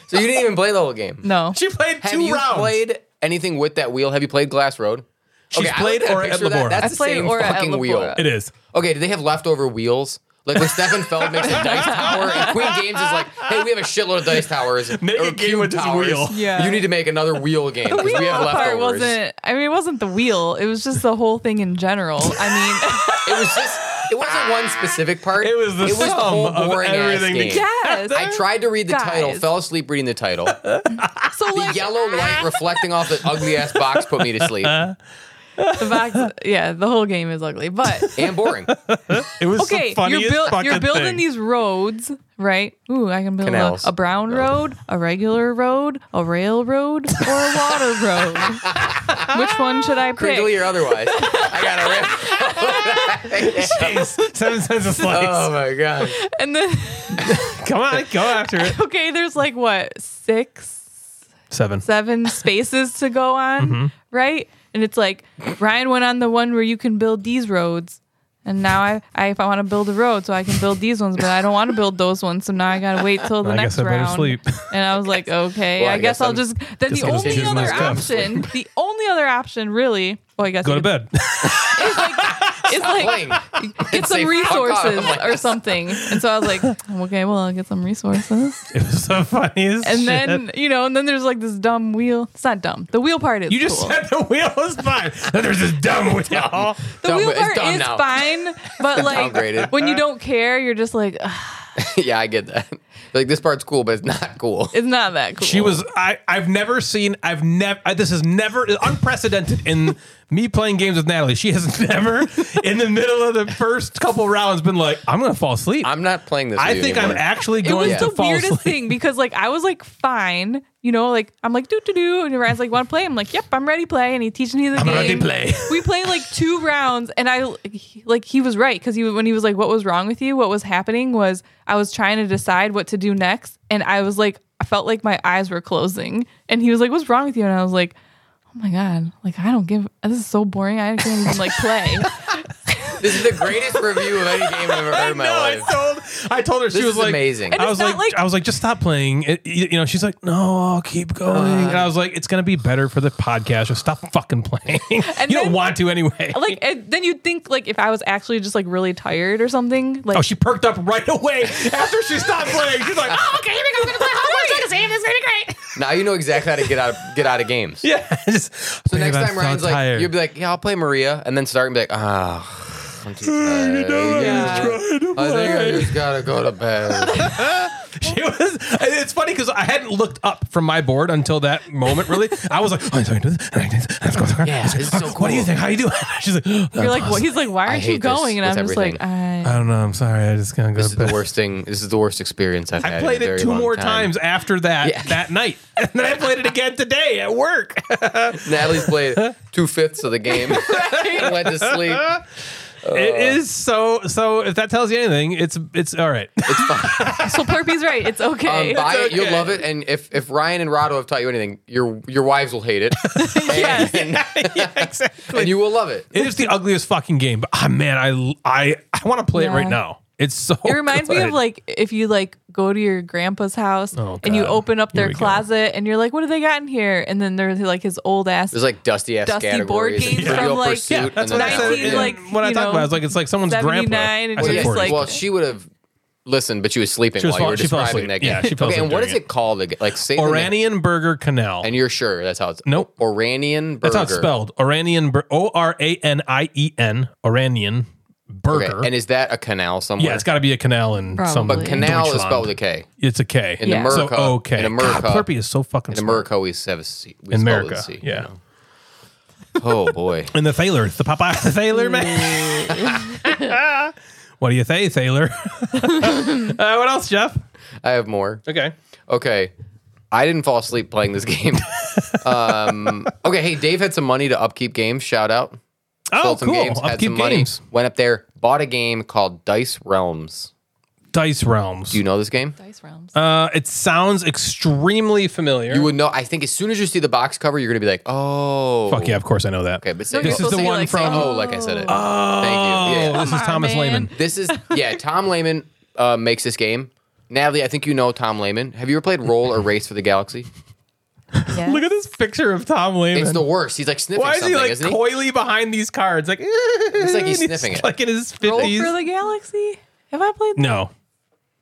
B: So you didn't even play the whole game.
E: No.
D: she played
B: Have
D: two
B: you
D: rounds.
B: played anything with that wheel? Have you played Glass Road?
D: She's
B: I
D: played
B: like that
D: Ora et
B: picture of that.
D: Labora.
B: That's
E: I
B: the
E: played
B: same
E: Ora et
B: fucking wheel.
E: Labora.
D: it is.
B: Okay, do they have leftover wheels? Like when Stefan Feld makes a dice tower, and Queen Games is like, "Hey, we have a shitload of dice towers.
D: Make a
B: or
D: game
B: cube
D: with this
B: towers.
D: wheel."
E: Yeah.
B: you need to make another wheel game because we have
E: wheel part
B: leftovers."
E: wasn't I mean it wasn't the wheel. It was just the whole thing in general. I
B: It
E: mean
B: was just. It wasn't one specific part.
D: It was the
B: it was the
D: sum
B: whole
D: of
B: boring ass
D: everything that-
B: game.
E: Yes.
B: I tried to read the title,
E: Guys.
B: fell asleep reading the title. The
E: so like
B: yellow light reflecting off that ugly ass box put me to sleep
E: the box yeah, the whole game is ugly. But
B: and boring.
D: It was okay.
E: okay,
D: The funniest
E: you're, buil-
D: fucking
E: you're building
D: thing.
E: these roads, right? Ooh, I can build a,
B: Canals.
E: a brown road, a regular road, a railroad, or a water road. Which one should I pick?
B: Crinkly or otherwise. I gotta rip.
D: Jeez, seven cents a slice.
B: oh my god.
E: And then,
D: Come on, go after it.
E: okay, there's like what six,
D: Seven.
E: seven spaces to go on,
D: Mm-hmm.
E: right? And it's like Ryan went on the one where you can build these roads. And now I, I if I want to build a road, so I can build these ones, but I don't want to build those ones, so now I gotta wait till the
D: I
E: next
D: guess I better
E: round.
D: sleep.
E: And I was like, okay,
B: Well,
E: I,
B: I
E: guess,
B: guess
E: I'll
B: I'm-
E: just. Then
D: guess
E: the
D: I'll just
E: only
D: choose
E: other
D: my steps.
E: option, the only other option, really. Well, I guess
D: Go
E: you
D: to
E: could-
D: bed.
E: It's like, it's like
B: Playing.
E: get some
B: say, "Fuck off."
E: resources
B: I'm like,
E: or something. And so I was like, "Mm, okay, well, I'll get some resources.
D: it was the funniest.
E: And
D: shit.
E: then you know, and then there's like this dumb wheel. It's not dumb. The wheel part is
D: you just
E: cool.
D: said the wheel was fine. Then there's this dumb wheel.
E: the
B: dumb,
E: wheel
B: it's
E: part
B: dumb
E: is
B: now.
E: fine, but
B: Downgraded.
E: like when you don't care, you're just like, "Ugh,
B: yeah, I get that. Like this part's cool, but it's not cool.
E: it's not that cool.
D: She was. I. I've never seen. I've never. This is never unprecedented in me playing games with Natalie. She has never, in the middle of the first couple rounds, been like, "I'm gonna fall asleep." i
B: I'm not playing this. with you
D: think I'm
B: anymore.
D: actually
E: It
D: going
E: was
D: to
E: the
D: fall
E: weirdest
D: asleep.
E: thing because like I was like fine, you know, like I'm like do do do, and Ryan's like want to play. I'm like yep, I'm ready to play, and he teaching me the
D: I'm
E: game.
D: ready to play.
E: we played like two rounds, and I he- like he was right because he when he was like what was wrong with you, what was happening was I was trying to decide what to do next, and I was like I felt like my eyes were closing, and he was like what's wrong with you, and I was like. Oh my god! Like I don't give. This is so boring. I can't even like play.
B: This is the greatest review of any game I've ever heard in my
D: no,
B: life.
D: I told. I told her she
B: This
D: was
B: is
D: like
B: amazing. And
D: I
E: it's
D: was
E: not
D: like,
E: like-
D: I was like, just stop playing. It, you you know, she's like, no, I'll keep going. and I was like, it's gonna be better for the podcast. Just stop fucking playing. you don't
E: then-
D: want to anyway.
E: like and then you'd think like if I was actually just like really tired or something. Like
D: Oh, she perked up right away after she stopped playing. She's like, oh, okay, here we go. I'm gonna play Hogwarts Legacy. This is gonna be great.
B: Now you know exactly how to get out of get out of games.
D: Yeah. Just,
B: So next time Ryan's like, you'll be like, yeah, I'll play Maria, and then start and be like, ah. I'm too tired.
E: Yeah.
B: I think I just gotta go to bed.
D: she was. It's funny because I hadn't looked up from my board until that moment. Really, I was like, oh, I'm sorry, do this, and I did this, and I was going,
B: Yeah,
D: I was like,
B: it's so
D: "Fuck, What do you
B: cool.
D: think? How you doing? She's like, "Oh,
E: you're like well, he's like, why aren't you
B: hate this
E: going? And
B: with
E: I'm just like,
B: everything.
D: I
E: I.
D: don't know. I'm sorry. I just gonna go.
B: This is
D: to
B: the
D: bed.
B: worst thing. This is the worst experience I've had.
D: I
B: in a
D: played it
B: very
D: two
B: long
D: more
B: time.
D: times after that
B: Yeah.
D: that night, and then I played it again today at work.
B: Natalie's played two fifths of the game. Went to sleep.
D: it is so so. If that tells you anything, it's it's all right.
E: So Perpy's right. It's okay.
B: Um, buy
D: It's
B: it. You'll
D: okay.
B: love it. And if, if Ryan and Rado have taught you anything, your your wives will hate it.
E: Yes.
B: And,
D: yeah, exactly.
B: and you will love it.
D: It is the ugliest fucking game, but ah man, I I I want to play it
E: Yeah.
D: right now. It's so.
E: it reminds me
D: good.
E: of like if you like go to your grandpa's house
D: Oh,
E: and you
D: God.
E: open up
D: Here
E: their
D: we go.
E: closet and you're like, what do they got in here? And then there's like his old ass.
B: There's like dusty ass
E: Dusty board
B: categories. and
E: games
B: Trivial
E: from, like-
B: Pursuit,
E: Yeah,
B: and
D: that's what
B: then
D: I said.
B: Outlander.
E: like,
D: Like, when I
E: you
D: talk
E: know,
D: about, it, it's like it's someone's grandpa.
E: 79 and
D: I said
E: we're just
D: forty.
E: like-
B: well, she would have. listen, but she was sleeping
D: She was
B: while you
D: fall-
B: were
D: she fell
B: describing that
D: asleep.
B: game.
D: Yeah, she fell
B: okay,
D: asleep
B: and what
D: during
B: is
D: it.
B: it called? again? Like say the name-
D: Oranian Burger Canal.
B: and you're sure that's how it's
D: Nope.
B: Oranian burger.
D: That's how it's spelled. Oranian Bur- O R A N I E N. Oranian
B: Okay,
D: Burger.
B: and is that a canal somewhere?
D: yeah, it's got to be a canal in
E: Probably.
D: some.
E: But
B: but canal is
D: Deutschland.
B: spelled with a K.
D: It's a K.
B: In
E: Yeah.
B: America,
D: So okay.
B: in America,
D: God, Plurpy is so fucking.
B: in
D: smart.
B: America, we have a C. We
D: In
B: spell it
D: America,
B: with a C, you
D: yeah.
B: know? Oh boy.
D: And the Thaler, the Popeye the Thaler man. what do you say, Thaler? uh, what else, Jeff?
B: I have more.
D: Okay.
B: Okay. I didn't fall asleep playing this game. um, okay, hey, Dave had some money to upkeep games. Shout out.
D: Oh,
B: Sold some
D: cool.
B: games, had
D: Upkeep
B: some money.
D: games.
B: Went up there, bought a game called Dice Realms.
D: Dice Realms.
B: Do you know this game?
E: Dice realms.
D: uh, it sounds extremely familiar.
B: You would know. I think as soon as you see the box cover, you're gonna be like, "Oh,
D: Fuck yeah, of course I know that.
B: Okay, but say,
E: You're
D: This is
E: supposed
D: the
E: to be
D: one
E: like
D: from-
E: saying,
B: oh, like I said it.
D: Oh,
B: Thank you. Yeah.
D: this is
E: Come on,
D: Thomas
E: man.
D: Lehman.
B: This is yeah. Tom Lehman uh, makes this game. Natalie, I think you know Tom Lehman. Have you ever played Roll or Race for the Galaxy?
E: Yeah.
D: Look at this picture of Tom Lehman.
B: It's the worst. He's like sniffing
D: Why is
B: something,
D: he like
B: isn't he?
D: coyly behind these cards? Like, it's
B: like he's sniffing it.
D: Like in his
E: Roll
D: fifties.
E: for the galaxy. Have I played? that?
D: no,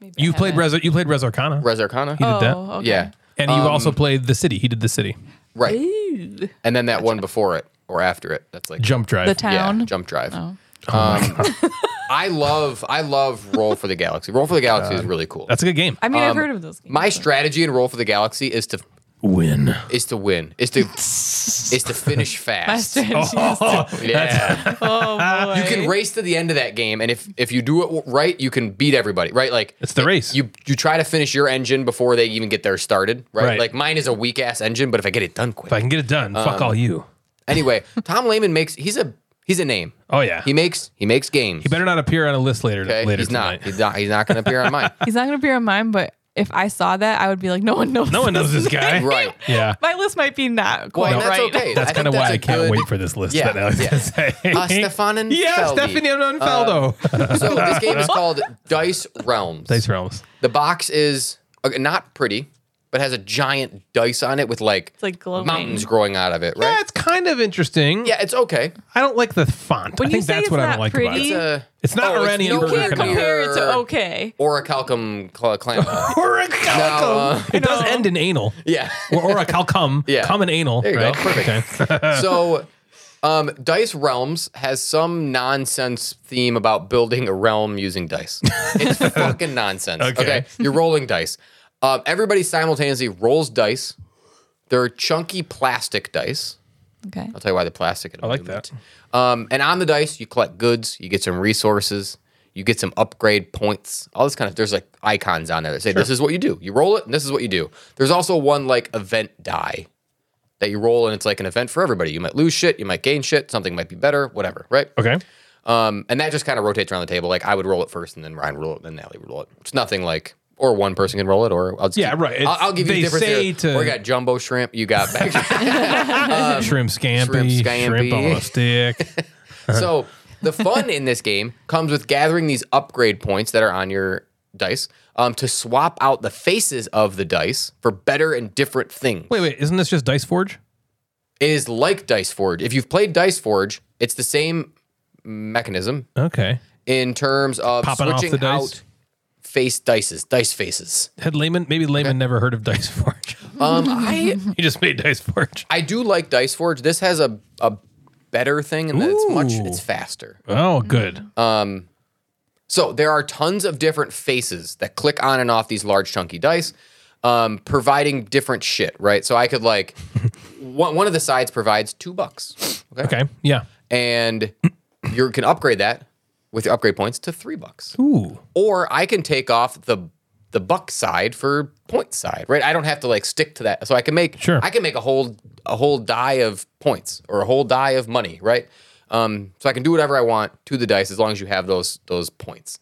E: Maybe I
D: you played
E: haven't.
D: Res. You played Res Arcana,
B: Res Arcana.
D: did that.
E: Oh, okay.
B: Yeah,
D: and you also played the city. He did the city.
B: right.
E: Ooh.
B: And then that one before it or after it. That's like
D: Jump drive.
E: The town.
B: Yeah, jump drive. Um,
E: Oh.
B: I love I love Roll for the Galaxy. Roll for the Galaxy is really cool.
D: That's a good game.
E: I mean, I've heard of those games.
B: Um, My strategy in Roll for the Galaxy is to
D: Win.
B: is to win. Is to is to finish
E: My
B: fast.
E: strategy is
D: Oh.
E: to-
B: Yeah.
E: oh boy.
B: You can race to the end of that game, and if if you do it right, you can beat everybody. Right? Like
D: It's the race.
B: you you try to finish your engine before they even get theirs started. Right?
D: Right.
B: Like mine is a weak ass engine, but if I get it done
D: if I
B: quick.
D: can get it done,
B: Um,
D: fuck all you.
B: Anyway, Tom Lehman makes he's a he's a name.
D: Oh yeah.
B: He
D: He
B: makes he makes games.
D: better not appear on a list later.
B: okay,
D: later
B: he's
D: tonight.
B: not. He's not. He's not going to appear on mine.
E: He's not going to appear on mine, but if I saw that, I would be like, no one knows.
D: No one knows this guy.
B: Right.
D: Yeah.
E: My list might be not
B: Well,
E: quite
B: that's
E: right.
B: okay.
D: That's
B: I think
D: kind of why
B: that's a
D: I can't
B: good-
D: wait for this list.
B: Yeah,
D: that I was
B: yeah.
D: gonna say.
B: Uh, Stefanin
D: Yeah,
B: Feldy. Uh,
D: Stephanie Anfeldo.
B: So this game is called Dice Realms.
D: Dice Realms.
B: The box is uh, not pretty, but has a giant dice on it with like,
E: like glowing.
B: mountains growing out of it,
D: Yeah,
B: right?
D: it's kind of interesting.
B: Yeah, it's okay.
D: I don't like the font.
E: When
D: I
E: you
D: think
E: say
D: that's
E: it's
D: what I
E: not
D: don't like about
E: pretty,
D: it.
B: It's a
D: It's not
B: Oh, it's-
D: Iranian
B: you
D: burger
E: Can't
D: canal.
E: compare it to
B: Here.
E: okay.
B: orichalcum cl- clam. uh,
D: it does end in anal.
B: yeah.
D: Or, or a calcum.
B: Yeah.
D: Cum and anal.
B: There you
D: right?
B: go. Perfect.
D: Okay.
B: so um, Dice Realms has some nonsense theme about building a realm using dice. It's fucking nonsense.
D: Okay.
B: Okay. You're rolling dice. Um, everybody simultaneously rolls dice. They're chunky plastic dice.
E: Okay.
B: I'll tell you why the plastic.
D: I like that.
B: Um, and on the dice, you collect goods, you get some resources, you get some upgrade points, all this kind of. There's like icons on there that say this is what you do. You roll it, and this is what you do. There's also one like event die that you roll, and it's like an event for everybody. You might lose shit, you might gain shit, something might be better, whatever, right?
D: Okay.
B: Um, and that just kind of rotates around the table. Like I would roll it first, and then Ryan would roll it, and then Natalie would roll it. It's nothing like. Or one person can roll it, or I'll just
D: Yeah,
B: keep-
D: right. It's-
B: I'll, I'll give
D: they
B: you different.
D: say
B: theory.
D: to-
B: Or you got jumbo shrimp, you got
D: shrimp scampi. Shrimp,
B: Um, shrimp scampi.
D: on a stick. Uh-huh.
B: So the fun in this game comes with gathering these upgrade points that are on your dice um, to swap out the faces of the dice for better and different things.
D: wait, wait. Isn't this just Dice Forge?
B: It is like Dice Forge. If you've played Dice Forge, it's the same mechanism
D: Okay.
B: in terms of
D: Popping off
B: switching
D: the dice?
B: out face dices, dice faces.
D: Had Layman, maybe Layman never heard of Dice Forge.
B: Um, I
D: he just made Dice Forge.
B: I do like Dice Forge. This has a a better thing in that it's much
D: Ooh.
B: it's faster.
D: Oh, good.
B: Uh, So there are tons of different faces that click on and off these large chunky dice, um, providing different shit, right? So I could like one, one of the sides provides two bucks, okay,
D: okay. Yeah.
B: and you can upgrade that with your upgrade points to three bucks,
D: Ooh.
B: or I can take off the the buck side for point side, right? I don't have to like stick to that, so I can make
D: Sure.
B: I can make a whole a whole die of points or a whole die of money, right? Um, so I can do whatever I want to the dice as long as you have those those points.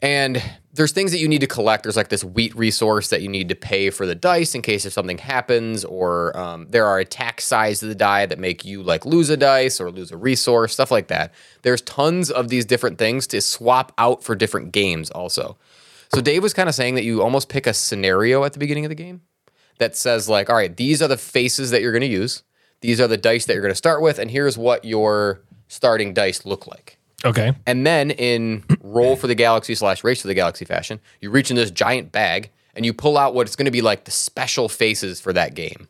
B: And there's things that you need to collect. There's like this wheat resource that you need to pay for the dice in case if something happens, or um, there are attack sides of the die that make you like lose a dice or lose a resource, stuff like that. There's tons of these different things to swap out for different games, also. So Dave was kind of saying that you almost pick a scenario at the beginning of the game that says like, all right, these are the faces that you're going to use, these are the dice that you're going to start with, and here's what your starting dice look like.
D: Okay.
B: And then in Roll for the Galaxy slash Race for the Galaxy fashion, you reach in this giant bag and you pull out what's going to be like the special faces for that game,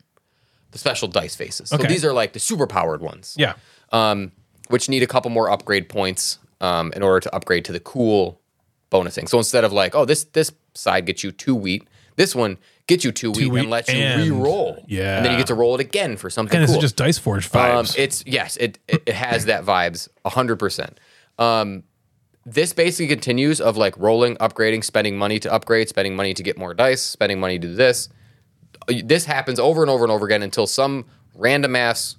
B: the special dice faces.
D: Okay.
B: So these are like the super powered ones,
D: Yeah.
B: um, which need a couple more upgrade points um, in order to upgrade to the cool bonus thing. So instead of like, oh, this this side gets you two wheat, this one gets you two, wheat,
D: wheat
B: and lets
D: and-
B: you re-roll.
D: Yeah.
B: and then you get to roll it again for something.
D: And this
B: cool.
D: is just Dice Forge
B: Um,
D: vibes.
B: it's yes, it it, it has that vibes hundred percent. Um, this basically continues of like rolling, upgrading, spending money to upgrade, spending money to get more dice, spending money to do this. This happens over and over and over again until some random ass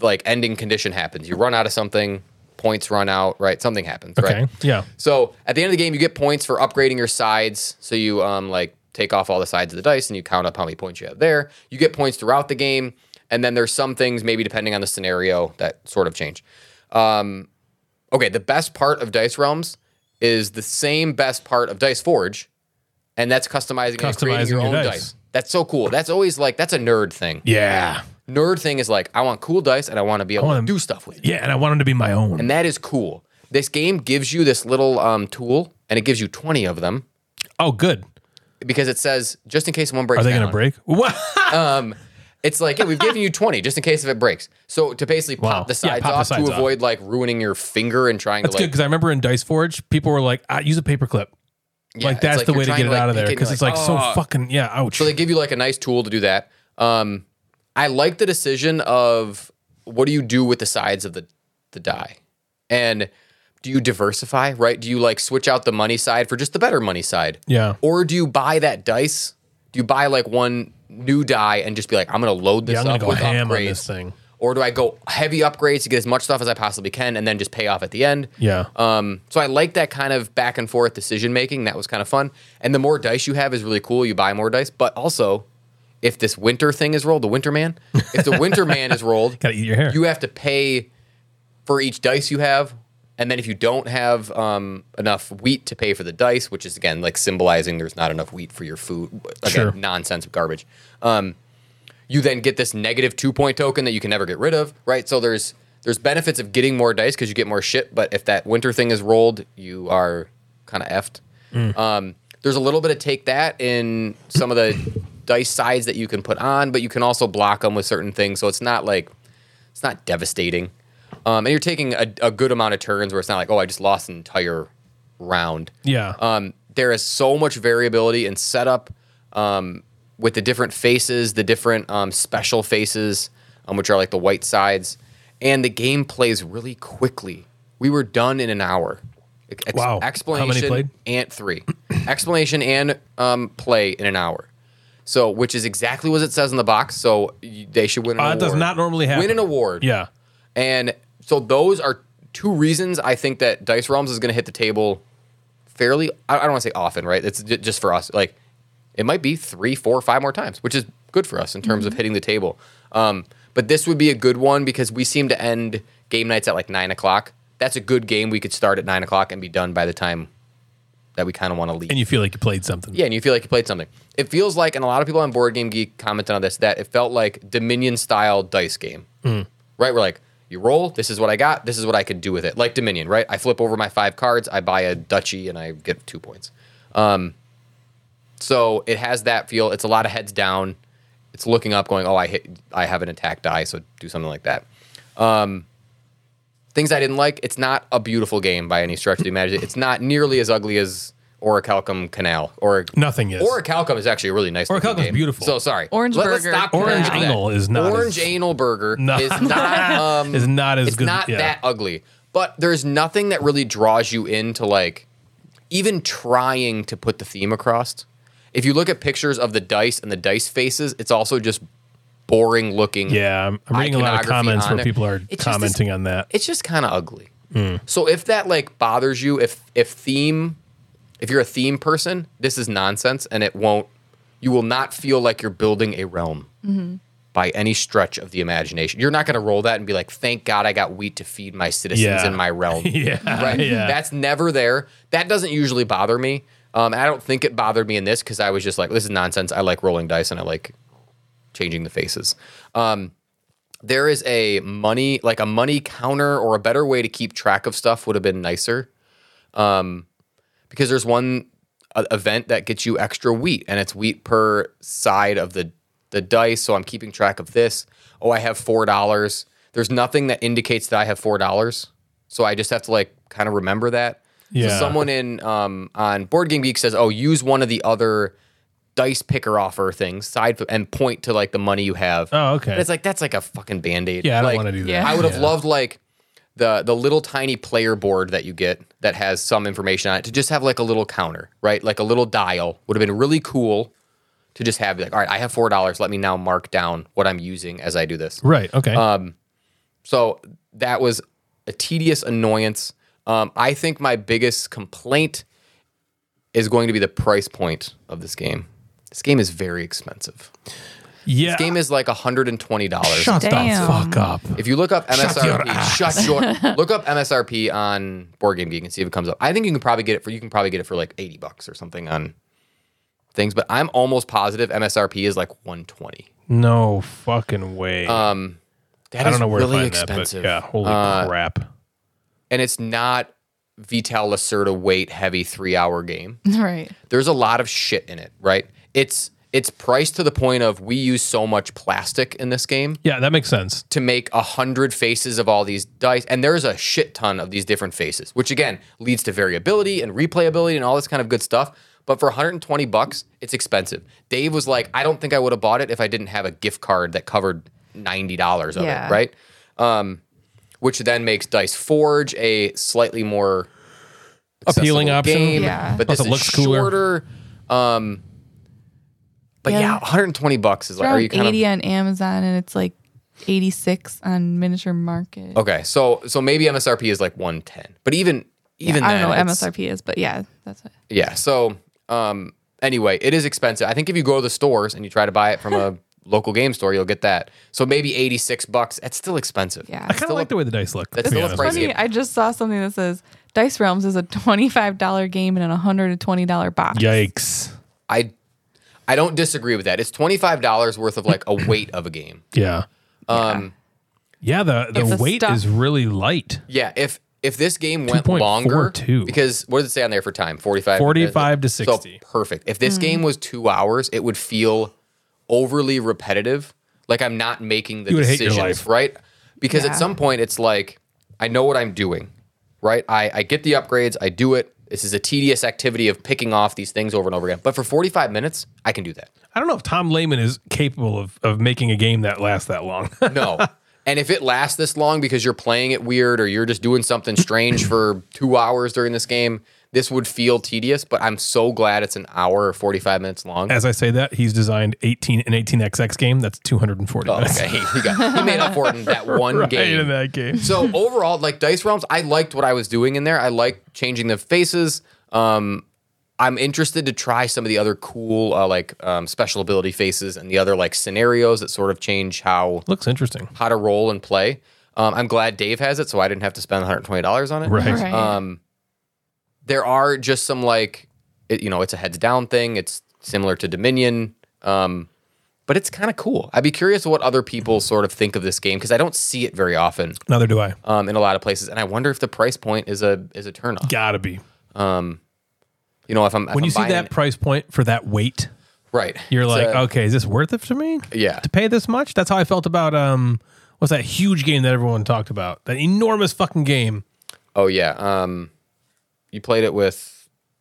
B: like ending condition happens. You run out of something, points run out, right? Something happens,
D: okay.
B: right?
D: Yeah.
B: So at the end of the game, you get points for upgrading your sides. So you um like take off all the sides of the dice and you count up how many points you have there. You get points throughout the game, and then there's some things maybe depending on the scenario that sort of change. Um, okay, the best part of Dice Realms is the same best part of Dice Forge, and that's customizing, and creating
D: Customizing
B: your
D: your
B: own
D: dice.
B: dice. That's so cool. That's always like that's a nerd thing.
D: Yeah.
B: Nerd thing is like I want cool dice and I want to be able to
D: wanna-
B: do stuff with it.
D: Yeah. And I want them to be my own.
B: And that is cool. This game gives you this little um, tool, and it gives you 20 of them
D: oh, good.
B: because it says, just in case one breaks
D: Are they
B: down.
D: going to break? What?
B: It's like, yeah, we've given you 20 just in case if it breaks. So to basically
D: Wow.
B: pop the
D: Yeah,
B: sides
D: pop the
B: off
D: sides
B: to
D: off.
B: avoid like ruining your finger and trying
D: That's
B: to
D: good
B: like.
D: because I remember in Dice Forge, people were like, ah, use a paperclip.
B: yeah,
D: like
B: it's
D: that's the
B: you're
D: way to
B: trying
D: get it out of
B: like,
D: there
B: pick it,
D: because
B: you're
D: it's like so
B: "Oh."
D: fucking yeah. Ouch.
B: So they give you like a nice tool to do that. Um, I like the decision of what do you do with the sides of the the die, and do you diversify? Right? Do you like switch out the money side for just the better money side?
D: Yeah.
B: Or do you buy that dice? Do you buy like one new die and just be like, I'm gonna load this
D: yeah, I'm gonna
B: up
D: go
B: with
D: ham
B: upgrades?
D: on this thing.
B: Or do I go heavy upgrades to get as much stuff as I possibly can and then just pay off at the end?
D: Yeah.
B: Um, so I like that kind of back and forth decision making. That was kind of fun. And the more dice you have is really cool. You buy more dice, but also if this winter thing is rolled, the winter man, if the winter man is rolled,
D: Gotta eat your hair.
B: you have to pay for each dice you have. And then if you don't have um, enough wheat to pay for the dice, which is again like symbolizing there's not enough wheat for your food, again,
D: Sure.
B: nonsense garbage. Um, you then get this negative two point token that you can never get rid of, right? So there's there's benefits of getting more dice because you get more shit, but if that winter thing is rolled, you are kind of effed. Um, there's a little bit of take that in some of the dice sides that you can put on, but you can also block them with certain things, so it's not like it's not devastating. Um, and you're taking a, a good amount of turns where it's not like, oh, I just lost an entire round.
D: yeah.
B: Um, there is so much variability in setup um, with the different faces, the different um, special faces, um, which are like the white sides, and the game plays really quickly. We were done in an hour. Ex-
D: Wow.
B: Explanation
D: How many played?
B: and three. explanation and um, play in an hour. So, which is exactly what it says in the box. So y- they should win an
D: Uh,
B: award.
D: it does not normally happen.
B: Win an award.
D: yeah.
B: And so those are two reasons I think that Dice Realms is going to hit the table fairly. I I don't want to say often, right? It's ju- just for us. Like it might be three, four, five more times, which is good for us in terms of hitting the table. Um, but this would be a good one because we seem to end game nights at like nine o'clock. That's a good game. We could start at nine o'clock and be done by the time that we kind of want to leave.
D: And you feel like you played something.
B: Yeah, and you feel like you played something. It feels like, and a lot of people on Board Game Geek commented on this, that it felt like Dominion style dice game. Right? We're like, you roll, this is what I got, this is what I could do with it. Like Dominion, right? I flip over my five cards, I buy a duchy, and I get two points. Um, so it has that feel. It's a lot of heads down. It's looking up, going, oh, I hit, I have an attack die, so do something like that Um, things I didn't like. It's not a beautiful game by any stretch of the imagination. It's not nearly as ugly as Orichalcum Canal or
D: Nothing is.
B: Orichalcum is actually a really nice. looking
D: Orichalcum's
B: game.
D: beautiful.
B: So sorry.
E: Orange
B: let's
E: burger.
B: stop
D: Orange
B: comparing to
D: anal
B: that.
D: is not
B: Orange
D: as-
B: anal burger
D: No.
B: is not. Um,
D: Is not as
B: it's
D: good.
B: not
D: yeah.
B: that ugly. But there's nothing that really draws you into like even trying to put the theme across. If you look at pictures of the dice and the dice faces, it's also just boring looking.
D: Yeah, I'm, I'm reading a lot of
B: Iconography
D: comments
B: on
D: where
B: it.
D: people are
B: It's just
D: commenting on that.
B: it's just kind of ugly.
D: Mm.
B: So if that like bothers you, if if theme, if you're a theme person, this is nonsense, and it won't. You will not feel like you're building a realm by any stretch of the imagination. You're not going to roll that and be like, "Thank God I got wheat to feed my citizens
D: Yeah.
B: in my realm."
D: Yeah,
B: right?
D: yeah.
B: That's never there. That doesn't usually bother me. Um, I don't think it bothered me in this because I was just like, "This is nonsense." I like rolling dice and I like changing the faces. Um, there is a money like a money counter or a better way to keep track of stuff would have been nicer um because there's one uh, event that gets you extra wheat and it's wheat per side of the the dice so i'm keeping track of this oh i have four dollars there's nothing that indicates that i have four dollars so i just have to like kind of remember that
D: Yeah.
B: so someone in um on board game geek says oh use one of the other dice picker offer things side and point to like the money you have
D: Oh, okay.
B: and it's like that's like a fucking band-aid
D: Yeah, I don't
B: Like,
D: wanna do that.
E: Yeah.
B: i would have
D: Yeah.
B: loved like the the little tiny player board that you get that has some information on it to just have like a little counter right like a little dial would have been really cool to just have like all right i have four dollars let me now mark down what i'm using as i do this
D: Right. Okay.
B: Um, so that was a tedious annoyance. Um, I think my biggest complaint is going to be the price point of this game. This game is very expensive.
D: yeah.
B: This game is like $120.
D: Shut the
E: Damn.
D: fuck up.
B: If you look up
D: your
B: MSRP,
D: ass.
B: shut your, look up MSRP on Board Game Geek and see if it comes up. I think you can probably get it for you can probably get it for like 80 bucks or something on things, but I'm almost positive MSRP is like 120.
D: No fucking way.
B: Uh, That
D: I don't
B: is
D: know where
B: really
D: to find
B: expensive. Uh,
D: that, but yeah, holy crap.
B: and it's not Vital Lacerda weight heavy three hour game.
E: right.
B: There's a lot of shit in it, right? It's it's priced to the point of we use so much plastic in this game
D: Yeah, that makes sense.
B: to make a hundred faces of all these dice, and there's a shit ton of these different faces, which again leads to variability and replayability and all this kind of good stuff. But for 120 bucks, it's expensive. Dave was like, I don't think I would have bought it if I didn't have a gift card that covered ninety dollars of
E: Yeah.
B: it, right? Um, which then makes Dice Forge a slightly more
D: Appealing
B: accessible
D: option.
B: game,
E: Yeah.
B: But
D: Plus
B: this
D: it looks
B: is
D: cooler.
B: shorter. Um, but yeah.
E: Yeah.
B: 120 bucks is like, are
E: Around
B: you kind of
E: 80 on Amazon and it's like 86 on Miniature Market.
B: Okay, so so maybe MSRP is like 110. But even even
E: I don't know
B: then,
E: what
B: it's-
E: MSRP is, but yeah, that's it.
B: Yeah. So um anyway, it is expensive. I think if you go to the stores and you try to buy it from a local game store, you'll get that. So maybe 86 bucks. That's still expensive.
E: Yeah.
D: I kind of
B: Still
D: like
B: a-
D: the way the dice look.
B: That's
D: to be
B: still a
D: honest
B: price
D: with you.
E: Funny, I just saw something that says Dice Realms is a $25 game in a $120 box.
D: Yikes.
B: I I don't disagree with that. It's $25 worth of like a weight of a game.
D: Yeah.
B: Um
D: Yeah, the, the,
E: If the
D: weight
E: stuff-
D: is really light.
B: yeah, if if this game went
D: 2.42.
B: longer, because what does it say on there for time? 45
D: 45 to
B: So
D: 60.
B: perfect. If this game was two hours, it would feel overly repetitive. Like I'm not making the
D: You would hate your
B: decisions,
D: life.
B: right? Because
E: Yeah.
B: at some point it's like, I know what I'm doing, right? I, I get the upgrades, I do it. This is a tedious activity of picking off these things over and over again. But for 45 minutes, I can do that.
D: I don't know if Tom Lehman is capable of, of making a game that lasts that long.
B: No. and if it lasts this long because you're playing it weird or you're just doing something strange for two hours during this game, this would feel tedious, but I'm so glad it's an hour or 45 minutes long.
D: As I say that, he's designed 18 an 18XX game that's 240
B: Oh,
D: minutes.
B: okay. He, got, he made up for it in that one
D: Right
B: game.
D: in that game.
B: So overall, like Dice Realms, I liked what I was doing in there. I liked changing the faces. Um, I'm interested to try some of the other cool, uh, like um, special ability faces and the other like scenarios that sort of change how
D: Looks interesting.
B: how to roll and play. Um, I'm glad Dave has it, so I didn't have to spend 120 dollars on it.
D: Right.
E: Right.
B: Um, there are just some like, it, you know, it's a heads down thing. It's similar to Dominion, um, but it's kind of cool. I'd be curious what other people sort of think of this game because I don't see it very often
D: Neither do I.
B: um, in a lot of places, and I wonder if the price point is a is a turnoff.
D: Gotta be.
B: You know, if I'm if
D: When
B: I'm
D: you see
B: buying
D: that
B: it-
D: price point for that weight,
B: right?
D: you're
B: It's
D: like, oh.
B: a-
D: okay, is this worth it to me?
B: Yeah.
D: To pay this much? That's how I felt about um what's that huge game that everyone talked about? That enormous fucking game
B: oh yeah. Um, you played it with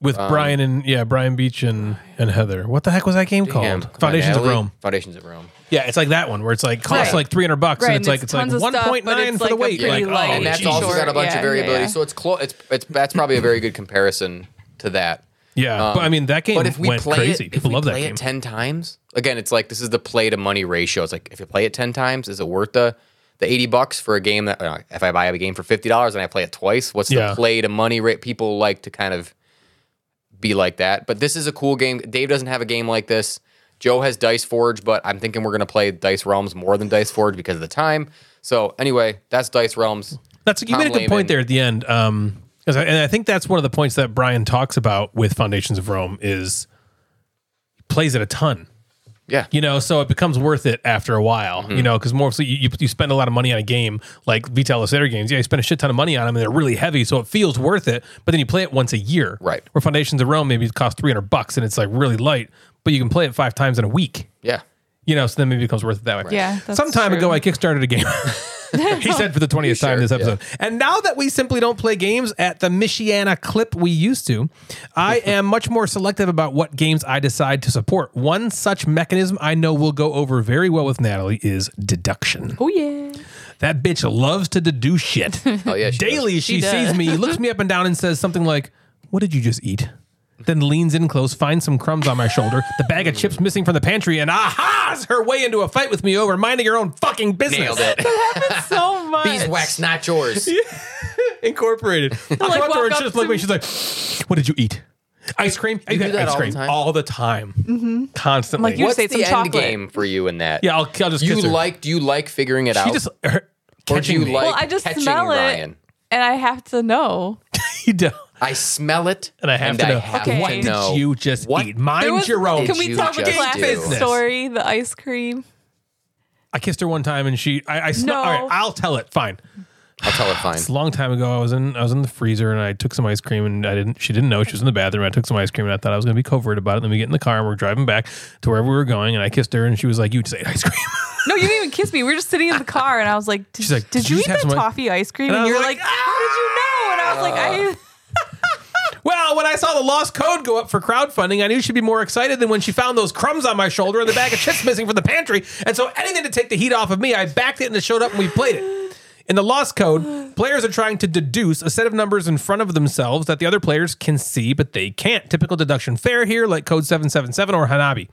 D: with
B: Um,
D: Brian and yeah, Brian Beach and, and Heather. What the heck was that game
B: him,
D: called? Foundations of
B: Natalie?
D: Rome.
B: Foundations of Rome.
D: Yeah, it's like that one where it's like costs
E: Right.
D: like 300 bucks
E: Right,
D: and it's
E: and
D: like it's
E: it's
D: like
E: tons of stuff,
D: 1.9
E: but
D: for the
E: it's like
D: weight.
E: a pretty
D: Like,
E: light-
D: oh,
B: and that's
E: geez.
B: also
E: Short,
B: got a bunch
E: yeah,
B: of
E: yeah,
B: variability.
E: yeah.
B: So it's close. It's it's that's probably a very good comparison to that.
D: Yeah, but I mean that game
B: Um, But if we
D: went
B: play
D: crazy.
B: it,
D: People
B: if we
D: love that
B: play
D: game.
B: it ten times again, it's like this is the play to money ratio. It's like if you play it ten times, is it worth the the eighty bucks for a game that uh, if I buy a game for fifty dollars and I play it twice, what's
D: Yeah.
B: the play to money rate? People like to kind of be like that. But this is a cool game. Dave doesn't have a game like this. Joe has Dice Forge, but I'm thinking we're gonna play Dice Realms more than Dice Forge because of the time. So anyway, that's Dice Realms.
D: That's you
B: Tom
D: made a good
B: Lehman.
D: point there at the end. Um, 'cause I- and I think that's one of the points that Brian talks about with Foundations of Rome is he plays it a ton.
B: Yeah. Mm-hmm.
D: You know, so it becomes worth it after a while, you know, because more so you, you- you spend a lot of money on a game like Vital Lacerda games. Yeah, you spend a shit ton of money on them and they're really heavy, so it feels worth it. But then you play it once a year.
B: Right.
D: Where Foundations of Rome maybe it costs 300 bucks and it's like really light, but you can play it five times in a week.
B: Yeah.
D: You know, so then maybe it becomes worth it that way.
E: Yeah, that's
D: Some time ago,
E: true.
D: I kickstarted a game. he said for the 20th time
B: sure?
D: this
B: Yeah.
D: episode. And now that we simply don't play games at the Michiana clip we used to, I am much more selective about what games I decide to support. One such mechanism I know will go over very well with Natalie is deduction.
E: Oh yeah.
D: That bitch loves to deduce shit.
B: Oh yeah. she does.
D: Daily, she,
E: does.
D: sees me, looks me up and down, and says something like, What did you just eat? Then leans in close, finds some crumbs on my shoulder, the bag of chips missing from the pantry, and aha's her way into a fight with me over minding her own fucking business.
B: nailed it.
E: So much.
B: Beeswax, not yours.
D: Incorporated. I
E: like,
D: talked to her
E: walk
D: and
E: up
D: she just looked at me.
E: to-
D: She's like, "What did you eat? Ice cream? You
B: do that
D: ice
B: all the
D: cream
B: time? Mm-hmm.
D: all the time, constantly.
E: Like, You
B: What's
E: say
B: the
E: it's some
B: end
E: chocolate.
B: game for you in that?
D: yeah, I'll, I'll just
B: You
D: kiss her.
B: like? Do you like figuring it
D: She
B: out?
D: just her,
B: or do
D: catching
B: you
D: me.
B: like?
E: Well, I just
B: catching
E: smell it.
B: Ryan?
E: And I have to know.
D: You don't.
B: I smell it,
D: And I have to know.
E: Okay.
B: to
E: What did
B: know.
D: you just
B: What
D: eat? Mind
E: There was-
D: your own.
E: Can we
B: you
E: tell the
B: just
E: classic
D: do?
E: story? The ice cream.
D: I kissed her one time and she. I, I sm-
E: No.
D: All right, I'll tell it. Fine.
B: I'll tell it fine.
D: It's a long time ago. I was in I was in the freezer and I took some ice cream and I didn't she didn't know she was in the bathroom. I took some ice cream and I thought I was gonna be covert about it. Then we get in the car and we're driving back to wherever we were going and I kissed her and she was like, You just ate ice cream.
E: No, you didn't even kiss me. We were just sitting in the car, and I was like, "Did,
D: She's like,
E: did, you
D: just
E: eat
D: have
E: that
D: some ice-"
E: toffee ice cream?"
D: And I
E: And,
D: was
E: you're
D: like,
E: like, "How did you know?" And I was like, "I."
D: Well, when I saw the lost code go up for crowdfunding, I knew she'd be more excited than when she found those crumbs on my shoulder and the bag of chips missing from the pantry. And so, anything to take the heat off of me, I backed it and it showed up and we played it. In the lost code, players are trying to deduce a set of numbers in front of themselves that the other players can see, but they can't. Typical deduction fair here, like Code 777 or Hanabi.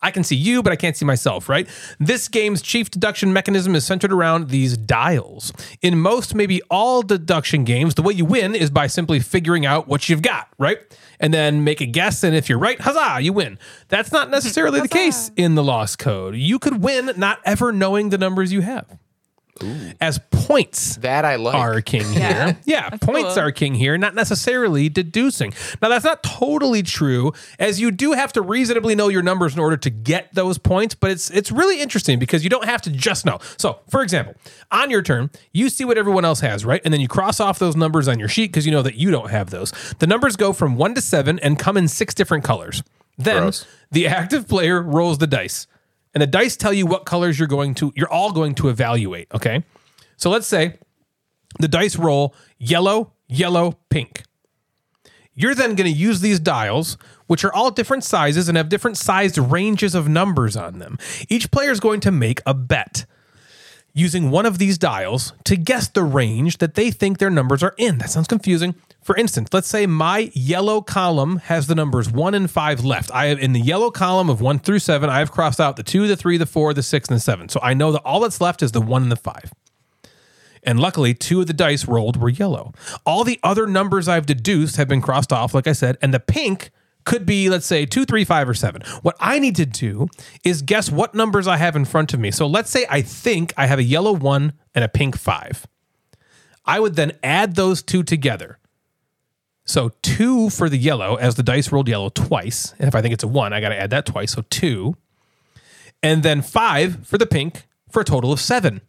D: I can see you, but I can't see myself, right? This game's chief deduction mechanism is centered around these dials. In most, maybe all deduction games, the way you win is by simply figuring out what you've got, right? And then make a guess, and if you're right, huzzah, you win. That's not necessarily the case in the Lost Code. You could win not ever knowing the numbers you have. As points
B: That I like.
D: are king here. Yeah, points
E: cool.
D: are king here, not necessarily deducing. Now, that's not totally true, as you do have to reasonably know your numbers in order to get those points, but it's it's really interesting because you don't have to just know. So, for example, on your turn, you see what everyone else has, right? And then you cross off those numbers on your sheet because you know that you don't have those. The numbers go from one to seven and come in six different colors. Then
B: Gross.
D: the active player rolls the dice. And the dice tell you what colors you're going to you're all going to evaluate, okay? So let's say the dice roll yellow, yellow, pink. You're then going to use these dials, which are all different sizes and have different sized ranges of numbers on them. Each player is going to make a bet using one of these dials to guess the range that they think their numbers are in. That sounds confusing. For instance, let's say my yellow column has the numbers one and five left. I have in the yellow column of one through seven, I have crossed out the two, the three, the four, the six, and the seven. So I know that all that's left is the one and the five. And luckily, two of the dice rolled were yellow. All the other numbers I've deduced have been crossed off, like I said, and the pink could be, let's say, two, three, five, or seven. What I need to do is guess what numbers I have in front of me. So let's say I think I have a yellow one and a pink five. I would then add those two together. So two for the yellow, as the dice rolled yellow twice. And if I think it's a one, I got to add that twice. So two. And then five for the pink for a total of seven.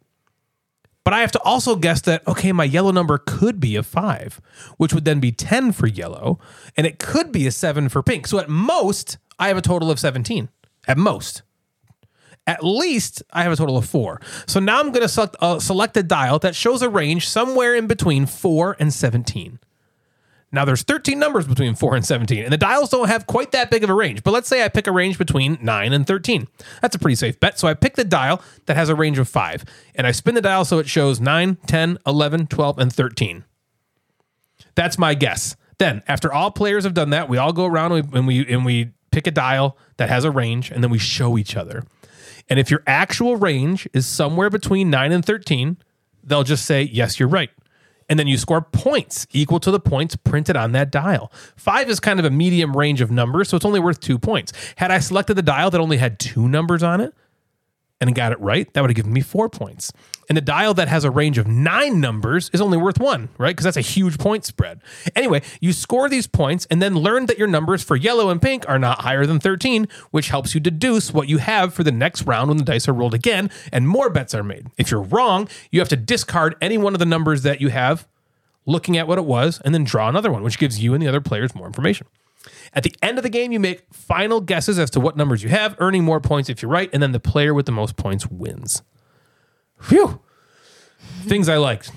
D: But I have to also guess that, okay, my yellow number could be a five, which would then be 10 for yellow, and it could be a seven for pink. So at most, I have a total of 17. At most. At least I have a total of four. So now I'm going to select, uh, select a dial that shows a range somewhere in between four and 17. Now there's 13 numbers between 4 and 17, and the dials don't have quite that big of a range. But let's say I pick a range between 9 and 13. That's a pretty safe bet. So I pick the dial that has a range of 5, and I spin the dial so it shows 9, 10, 11, 12, and 13. That's my guess. Then, after all players have done that, we all go around and we and we, and we pick a dial that has a range, and then we show each other. And if your actual range is somewhere between 9 and 13, they'll just say, Yes, you're right. And then you score points equal to the points printed on that dial. Five is kind of a medium range of numbers, so it's only worth two points. Had I selected the dial that only had two numbers on it, and got it right, that would have given me four points. And the dial that has a range of nine numbers is only worth one, right? Because that's a huge point spread. Anyway, you score these points and then learn that your numbers for yellow and pink are not higher than 13, which helps you deduce what you have for the next round when the dice are rolled again and more bets are made. If you're wrong, you have to discard any one of the numbers that you have looking at what it was, and then draw another one, which gives you and the other players more information. At the end of the game, you make final guesses as to what numbers you have, earning more points if you're right, and then the player with the most points wins. Phew. Things I liked.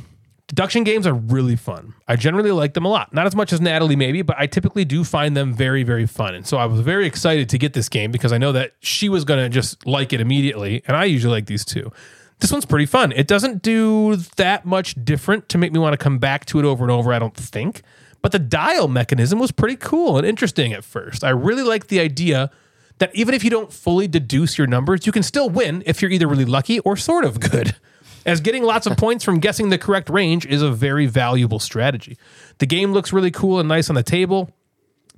D: Deduction games are really fun. I generally like them a lot. Not as much as Natalie, maybe, but I typically do find them very, very fun. And so I was very excited to get this game because I know that she was going to just like it immediately. And I usually like these too. This one's pretty fun. It doesn't do that much different to make me want to come back to it over and over, I don't think. But the dial mechanism was pretty cool and interesting at first. I really liked the idea that even if you don't fully deduce your numbers, you can still win if you're either really lucky or sort of good. As getting lots of points from guessing the correct range is a very valuable strategy. The game looks really cool and nice on the table.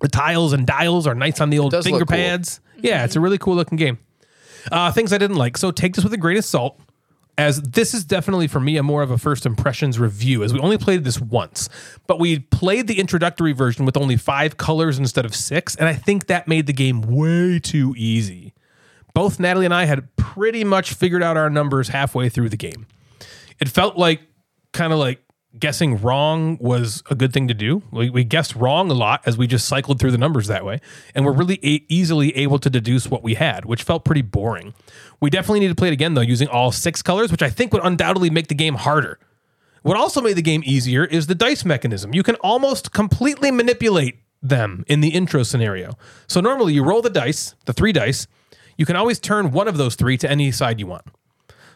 D: The tiles and dials are nice on the old
B: does look
D: finger
B: cool.
D: pads. Yeah, it's a really cool looking game. Uh, things I didn't like. So take this with a grain of salt, as this is definitely for me a more of a first impressions review, as we only played this once, but we played the introductory version with only five colors instead of six, and I think that made the game way too easy. Both Natalie and I had pretty much figured out our numbers halfway through the game. It felt like kind of like guessing wrong was a good thing to do. We, we guessed wrong a lot as we just cycled through the numbers that way, and we're really a- easily able to deduce what we had, which felt pretty boring. We definitely need to play it again though, using all six colors, which I think would undoubtedly make the game harder. What also made the game easier is the dice mechanism. You can almost completely manipulate them in the intro scenario. So normally you roll the dice, the three dice. You can always turn one of those three to any side you want.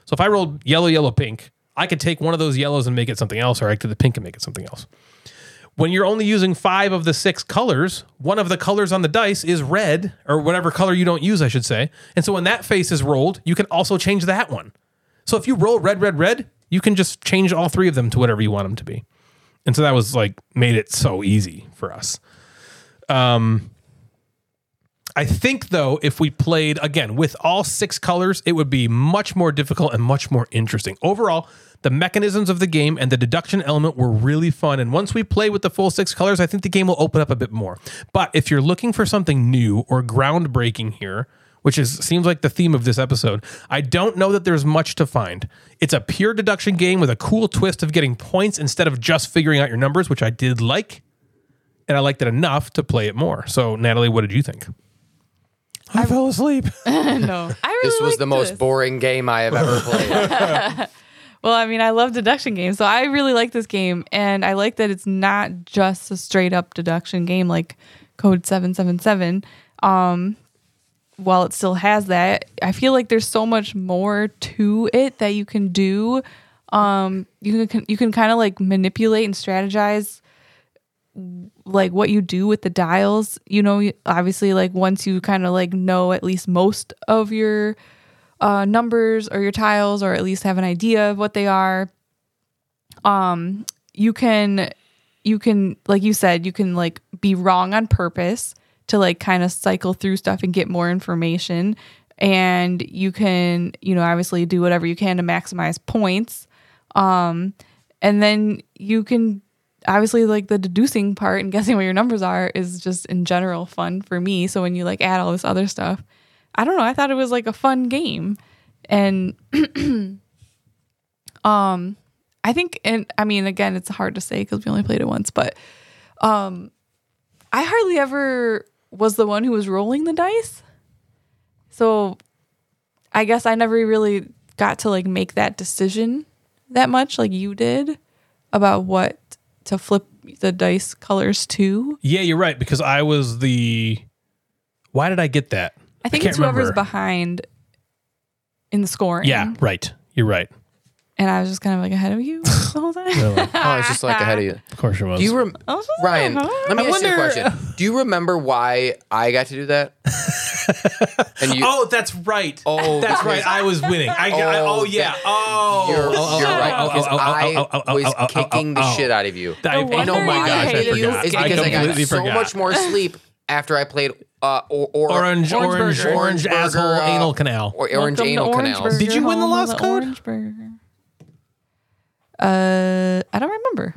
D: So if I rolled yellow, yellow, pink, I could take one of those yellows and make it something else, or I could take the pink and make it something else. When you're only using five of the six colors, one of the colors on the dice is red, or whatever color you don't use, I should say. And so when that face is rolled, you can also change that one. So if you roll red, red, red, you can just change all three of them to whatever you want them to be. And so that was like made it so easy for us. I think though, if we played again with all six colors, it would be much more difficult and much more interesting. Overall, the mechanisms of the game and the deduction element were really fun. And once we play with the full six colors, I think the game will open up a bit more. But if you're looking for something new or groundbreaking here, which is seems like the theme of this episode, I don't know that there's much to find. It's a pure deduction game with a cool twist of getting points instead of just figuring out your numbers, which I did like. And I liked it enough to play it more. So, Natalie, what did you think?
A: I fell asleep.
E: no, I really
B: This was the
E: liked
B: most
E: this.
B: boring game I have ever played.
E: Well, I mean, I love deduction games, so I really like this game, and I like that it's not just a straight up deduction game like Code Seven Seven Seven. Um, while it still has that, I feel like there's so much more to it that you can do. Um, you can you can kind of like manipulate and strategize like what you do with the dials you know you- obviously like once you kind of like know at least most of your uh numbers or your tiles or at least have an idea of what they are um you can you can like you said you can like be wrong on purpose to like kind of cycle through stuff and get more information and you can you know obviously do whatever you can to maximize points and then you can obviously like the deducing part and guessing what your numbers are is just in general fun for me so when you like add all this other stuff i don't know i thought it was like a fun game and um i think and i mean again it's hard to say because we only played it once but um i hardly ever was the one who was rolling the dice so i guess i never really got to like make that decision that much like you did about what to flip the dice colors to.
D: Yeah, you're right because I was the. Why did I get that?
E: I think
D: can't
E: it's whoever's
D: remember.
E: behind in the scoring.
D: Yeah, right. You're right.
E: And I was just kind of like ahead of you the whole time.
B: I
D: Oh,
B: was just like ahead of you.
D: Of course, it was.
B: Do you rem-
E: I was just
B: Ryan?
E: like, huh?
B: Let me
D: I
B: ask you a
D: wonder-
B: question. Do you remember why I got to do that? And you,
D: oh, that's right.
B: Oh,
D: that's
B: because-
D: right. I was winning. I, oh, I,
B: Oh,
D: oh yeah.
B: that-
D: Oh,
B: You're,
D: oh,
B: you're
D: oh,
B: right.
D: oh,
B: Because
D: oh, oh, oh, oh,
B: I
D: oh,
B: was
D: oh, oh,
B: kicking the
D: oh, oh.
B: shit out of you.
D: I,
E: No
D: I know
E: wonder
D: my
E: you
D: gosh, I
E: hated
D: forgot.
E: you.
B: It's
E: I
B: because I, got
D: completely
B: so
D: forgot.
B: much more sleep after I played uh, or, or,
D: Orange, orange,
B: burger,
D: orange,
B: burger,
D: asshole,
B: uh,
D: anal canal.
B: Or orange
E: Welcome to
B: anal
E: Orange
B: canals.
E: Burger,
D: Did you win the
E: home of
D: lost code?
E: Orange Burger. Uh, I don't remember.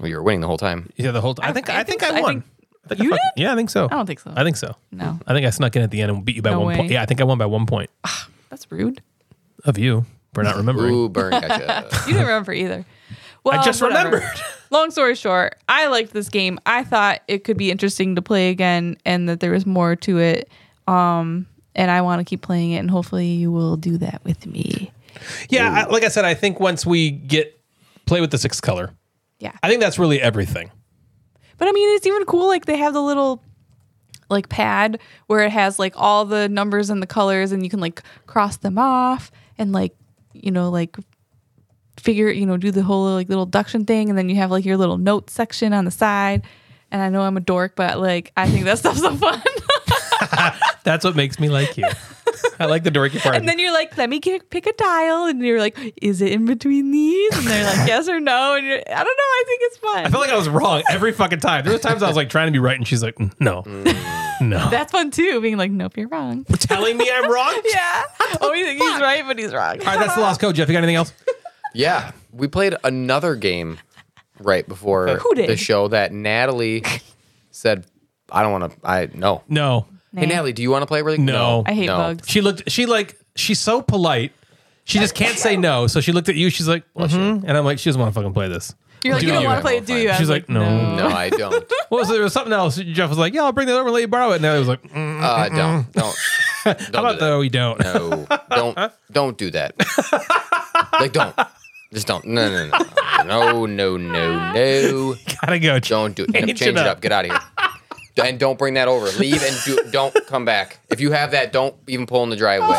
B: Well, you were winning the whole time.
D: Yeah, the whole time. I think I think I
E: so.
D: won. I think I
E: You
D: fucking- Yeah, I think so.
E: I don't think so.
D: I think so.
E: No.
D: I think I snuck in at the end and beat you by
E: No
D: one point.
E: way.
D: Yeah, I think I won by one point
E: That's rude.
D: of you for not remembering.
B: Ooh, burn. Gotcha.
E: You didn't remember either. Well,
D: I just
E: Oh, whatever.
D: remembered.
E: Long story short, I liked this game. I thought it could be interesting to play again and that there was more to it. Um, and I want to keep playing it, and hopefully you will do that with me.
D: Yeah, I, like I said, I think once we get play with the sixth color,
E: Yeah.
D: I think that's really everything.
E: But I mean, it's even cool. Like they have the little like pad where it has like all the numbers and the colors, and you can like cross them off and like you know like figure you know do the whole like little deduction thing, and then you have like your little note section on the side. And I know I'm a dork, but like I think that stuff's so fun.
D: That's what makes me like you. I like the dorky part.
E: and then you're like, let me get, pick a dial, and you're like, is it in between these? And they're like, yes or no. And you're, I don't know. I think it's fun.
D: I felt like I was wrong every fucking time. There was times I was like trying to be right, and she's like, "Mm, "No, no."
E: That's fun too. Being like, nope, you're wrong.
D: telling me I'm wrong.
E: yeah. Oh, you think he's right, but he's wrong.
D: All right, that's the lost code, Jeff. You got anything else?
B: Yeah, we played another game right before
E: Who did?
B: the show that Natalie said, "I don't want to." I no.
D: No,
B: Hey, Natalie, do you want to play? Really?
D: No.
E: I hate
B: no.
E: bugs.
D: she looked. She like she's so polite. She just can't say no. So she looked at you. She's like, "Mhm," and I'm like, she doesn't want to fucking play this.
E: You're like,
B: Do
E: you don't
B: you?
E: want to play it, do you? I
D: She's
E: was
D: like, no.
B: No, I don't.
D: What was it? there was something else? Jeff was like, "Yeah, I'll bring that over and let you borrow it." And I was like, "Mm,
B: Uh, don't. Don't. don't
D: "How about
B: do that.
D: though we don't?"
B: No, don't don't do that. like don't. Just don't. No, no, no, no, no, no, no.
D: Gotta go. Jeff.
B: Don't do it.
D: Change
B: Change,
D: it
B: it
D: up.
B: up. Get out of here. And don't bring that over. Leave and do, don't come back. If you have that, don't even pull in the driveway.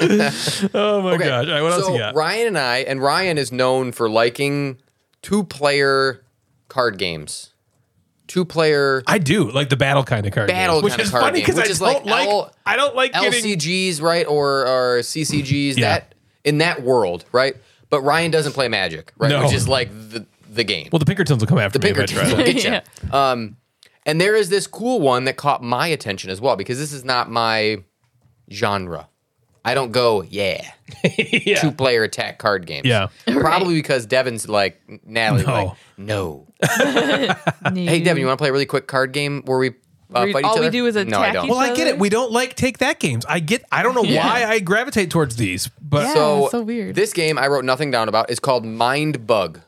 D: Oh my
B: Okay,
D: gosh! All right, what else
B: so
D: you got?
B: Ryan and I, and Ryan is known for liking two-player card games, two-player
D: I do like the battle kind of card
B: Battle
D: games, which
B: kind of
D: is
B: card
D: funny
B: game,
D: because I
B: which
D: don't
B: is
D: like,
B: like L-
D: I don't like getting
B: LCGs, right, or or CCGs.
D: Yeah.
B: That in that world, right? But Ryan doesn't play Magic, right?
D: No.
B: Which is like the the game.
D: Well, the Pinkertons will come after me. if I
B: Pinkertons
D: try that.
B: will get
E: Yeah.
B: you. Um, and there is this cool one that caught my attention as well because this is not my genre. I don't go, yeah,
D: Yeah.
B: two player attack card games.
D: Yeah.
B: Probably because Devin's like, Natalie,
D: No.
B: like, no.
E: like,
B: Hey, Devin, you want to play a really quick card game where we uh,
E: We-
B: fight each
E: all
B: other?
E: we do is
B: no, I
E: attack
B: don't.
E: each
D: Well, I get it. We don't like take that games. I get. I don't know
B: Yeah.
D: why I gravitate towards these, but
E: Yeah.
B: so,
E: it's so weird.
B: This game I wrote nothing down about is called Mind Bug.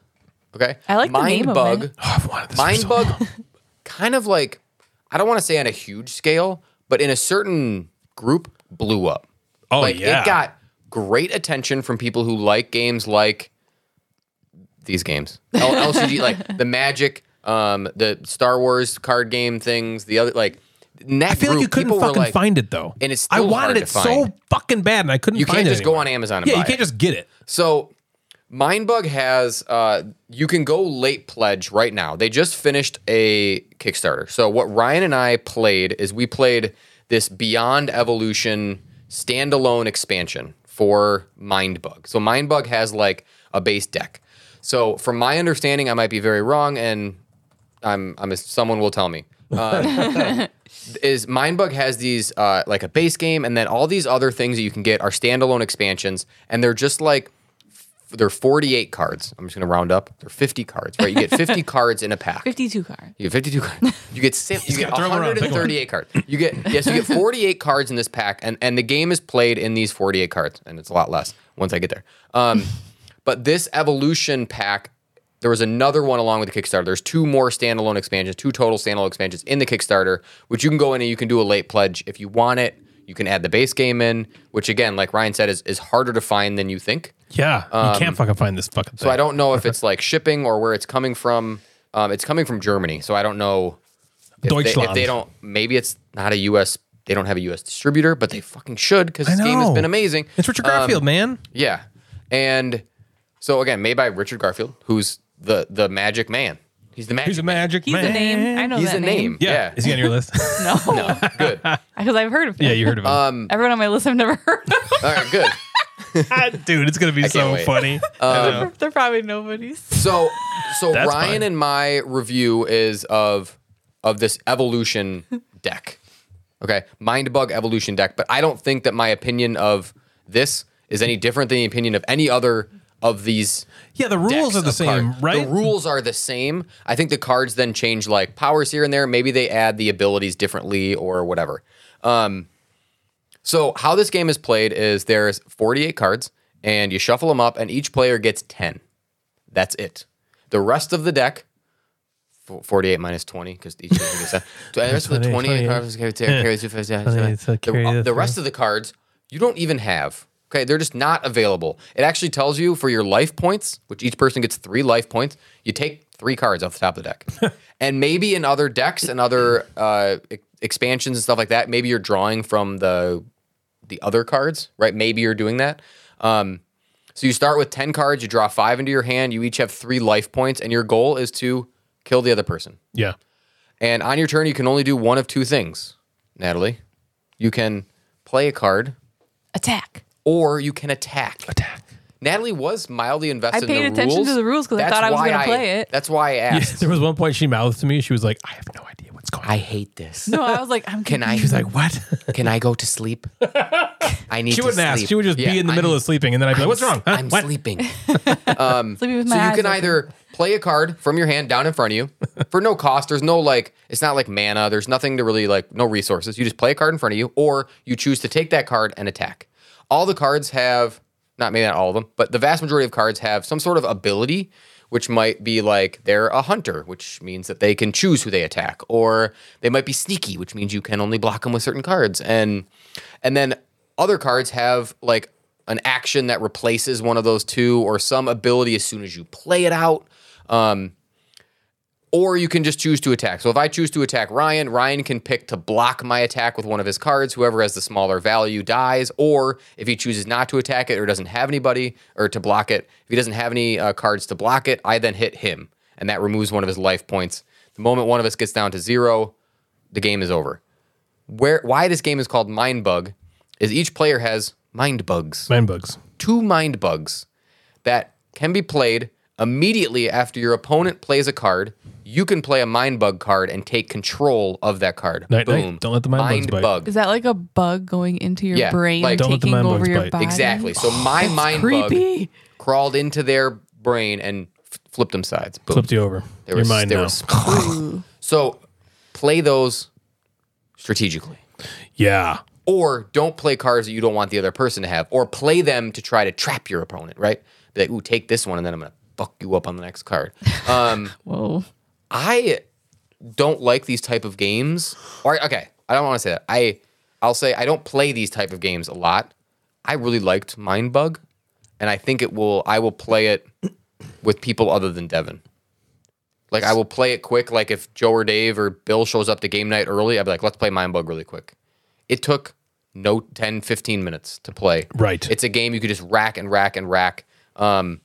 B: Okay,
E: I like the
B: Mind
E: name of
B: Bug.
E: it.
D: Oh, I've wanted this for
B: Mind
D: so long.
B: Bug, kind of like I don't want to say on a huge scale, but in a certain group, blew up.
D: Oh
B: like
D: yeah,
B: it got great attention from people who like games like these games, L- LCG, like the Magic, um, the Star Wars card game things, the other like. in that
D: I feel like
B: group,
D: you couldn't
B: people were
D: fucking
B: like-
D: find it though.
B: and it's
D: I
B: still
D: wanted
B: hard
D: it
B: to
D: so
B: find.
D: fucking bad, and I couldn't.
B: You
D: find
B: can't
D: it
B: just go
D: anywhere.
B: on Amazon. And
D: Yeah,
B: buy
D: you
B: it.
D: can't just get it.
B: So Mindbug has uh you can go late pledge right now. They just finished a Kickstarter. So what Ryan and I played is we played this Beyond Evolution standalone expansion for Mindbug. So Mindbug has like a base deck. So from my understanding, I might be very wrong and I'm I'm someone will tell me. Um, is Mindbug has these uh, like a base game, and then all these other things that you can get are standalone expansions, and they're just like f- they're 48 cards. I'm just gonna round up. They're 50 cards, right? You get 50 cards in a pack.
E: 52 card.
B: You get 52 cards. You get sim- you get
D: gotta throw 'em around. Pick 'em up.
B: 138 cards. You get yes, you get 48 cards in this pack, and and the game is played in these 48 cards, and it's a lot less once I get there. Um, but this evolution pack, there was another one along with the Kickstarter. There's two more standalone expansions, two total standalone expansions in the Kickstarter, which you can go in and you can do a late pledge if you want it. You can add the base game in, which again, like Ryan said, is is harder to find than you think.
D: Yeah, you can't fucking find this fucking thing.
B: Um, So I don't know if it's like shipping or where it's coming from. Um, it's coming from Germany, so I don't know if they,
D: Deutschland.
B: if they don't. Maybe it's not a U.S. They don't have a U.S. distributor, but they fucking should because this game has
D: know.
B: been amazing.
D: It's Richard Garfield,
B: um,
D: man.
B: Yeah, and so again, made by Richard Garfield, who's the the Magic Man. He's the Magic.
D: He's a magic
E: He's
D: man.
E: a name. I know
B: He's
E: that
B: a name.
D: Yeah.
B: Yeah.
D: is he on your list?
E: No.
B: No, good. All
E: Because I've heard of him.
D: yeah, you heard of him,
E: Everyone on my list I've never heard of.
B: right, good.
D: dude. It's gonna be so
B: wait. Uh,
D: funny.
E: They're- They're probably nobodies.
B: So so
D: That's
B: Ryan
D: fine.
B: and my review is of of this evolution deck. Okay, mind bug evolution deck, but I don't think that my opinion of this is any different than the opinion of any other of these.
D: Yeah, the rules
B: decks
D: are the
B: of
D: same,
B: cards.
D: right?
B: The rules are the same. I think the cards then change like powers here and there. Maybe they add the abilities differently or whatever. Um, so how this game is played is there's 48 cards and you shuffle them up and each player gets 10. That's it. The rest of the deck, f- 48 minus 20 because each person gets 10. The rest of the
D: 20,
B: 28
D: 20.
B: cards carry- carries two, five, six, seven.
D: so carry
B: The-
D: this
B: The rest of the cards you don't even have. Okay, they're just not available. It actually tells you for your life points, which each person gets three life points, you take three cards off the top of the deck. and maybe in other decks and other uh, e- expansions and stuff like that, maybe you're drawing from the the other cards, right? Maybe you're doing that. Um, so you start with 10 cards, you draw five into your hand, you each have three life points, and your goal is to kill the other person.
D: Yeah.
B: And on your turn, you can only do one of two things, Natalie. You can play a card
E: Attack.
B: or you can attack. Attack. Natalie was mildly invested in
E: paid
B: the
E: attention
B: rules.
E: to the rules 'cause I
B: That's
E: thought I was
B: why
E: gonna play it.
B: That's why I asked.
D: There was one point she mouthed to me. She was like, I have no idea what's going on.
B: I hate this.
E: No, I was like, I'm
B: Can I
D: She was like, What?
B: can I go to sleep? I need
D: She
B: to
D: wouldn't ask.
B: sleep.
D: She would just
B: Yeah,
D: be in the middle
B: I'm-
D: of sleeping. And then I'd be like, What's wrong? Huh?
B: I'm
D: What?"
B: sleeping.
E: sleeping with my
B: So you
E: eyes
B: can
E: open.
B: either play a card from your hand down in front of you for no cost. There's no like, it's not like mana. There's nothing to really like, no resources. You just play a card in front of you, or you choose to take that card and attack. All the cards have, not maybe not all of them, but the vast majority of cards have some sort of ability, which might be like they're a hunter, which means that they can choose who they attack, or they might be sneaky, which means you can only block them with certain cards, and and then other cards have like an action that replaces one of those two or some ability as soon as you play it out. Um, or you can just choose to attack. So if I choose to attack Ryan, Ryan can pick to block my attack with one of his cards. Whoever has the smaller value dies. Or if he chooses not to attack it or doesn't have anybody or to block it, if he doesn't have any uh, cards to block it, I then hit him. And that removes one of his life points. The moment one of us gets down to zero, the game is over. Where why this game is called Mind Bug is each player has mind bugs
D: Mind bugs.
B: two mind bugs that can be played immediately after your opponent plays a card. You can play a mind bug card and take control of that card.
D: Night, night.
B: Boom.
D: Don't let the mind bugs bite.
B: bug.
E: Is that like a bug going into your
B: Yeah,
E: brain,
B: like- Don't
E: taking
D: let the mind
E: over
D: bugs
E: your
D: bite.
E: body?
B: Exactly. So my mind
E: creepy.
B: bug crawled into their brain and f- flipped them sides. Boom.
D: Flipped you over.
B: They
D: Your
B: were-
D: mind
B: they were
D: now.
B: sp- so play those strategically.
D: Yeah.
B: or don't play cards that you don't want the other person to have, or play them to try to trap your opponent, right? Be like, ooh, take this one, and then I'm gonna fuck you up on the next card. Um,
E: Whoa.
B: I don't like these type of games. Or okay, I don't want to say that. I I'll say I don't play these type of games a lot. I really liked Mind Bug, and I think it will. I will play it with people other than Devin. Like I will play it quick. Like if Joe or Dave or Bill shows up to game night early, I'd be like, let's play Mind Bug really quick. It took no 10, 15 minutes to play.
D: Right.
B: It's a game you could just rack and rack and rack. Um,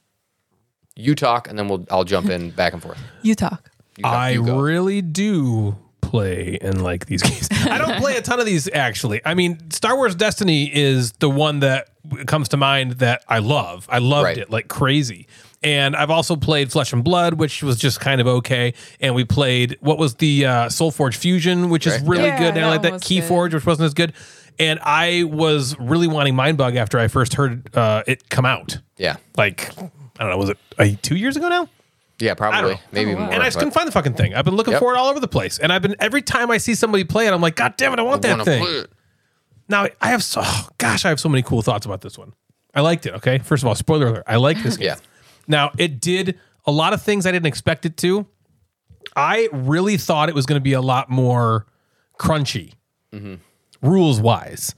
B: you talk, and then we'll I'll jump in back and forth.
E: You talk.
B: You go-
D: I
B: you go.
D: really do play and like these games. I don't play a ton of these actually. I mean, Star Wars Destiny is the one that w- comes to mind that I love. I loved
B: Right.
D: it like crazy. And I've also played Flesh and Blood, which was just kind of okay. And we played what was the uh, Soul Forge Fusion, which is
B: Right.
D: really
E: Yeah,
D: good. And I
E: that
D: like
E: one
D: that
E: was
D: Key
E: good.
D: Forge, which wasn't as good. And I was really wanting Mindbug after I first heard uh, it come out.
B: Yeah.
D: Like I don't know, was it uh, two years ago now?
B: Yeah, probably.
D: know.
B: Maybe more.
D: and I just
B: but-
D: couldn't find the fucking thing. I've been looking
B: Yep.
D: for it all over the place, and I've been every time I see somebody play it, I'm like, God damn it, I want that
B: Wanna
D: thing.
B: play it.
D: Now I have so oh, gosh, I have so many cool thoughts about this one. I liked it. Okay, first of all, spoiler alert, I like this game.
B: Yeah.
D: Now it did a lot of things I didn't expect it to. I really thought it was going to be a lot more crunchy,
B: Mm-hmm.
D: rules wise.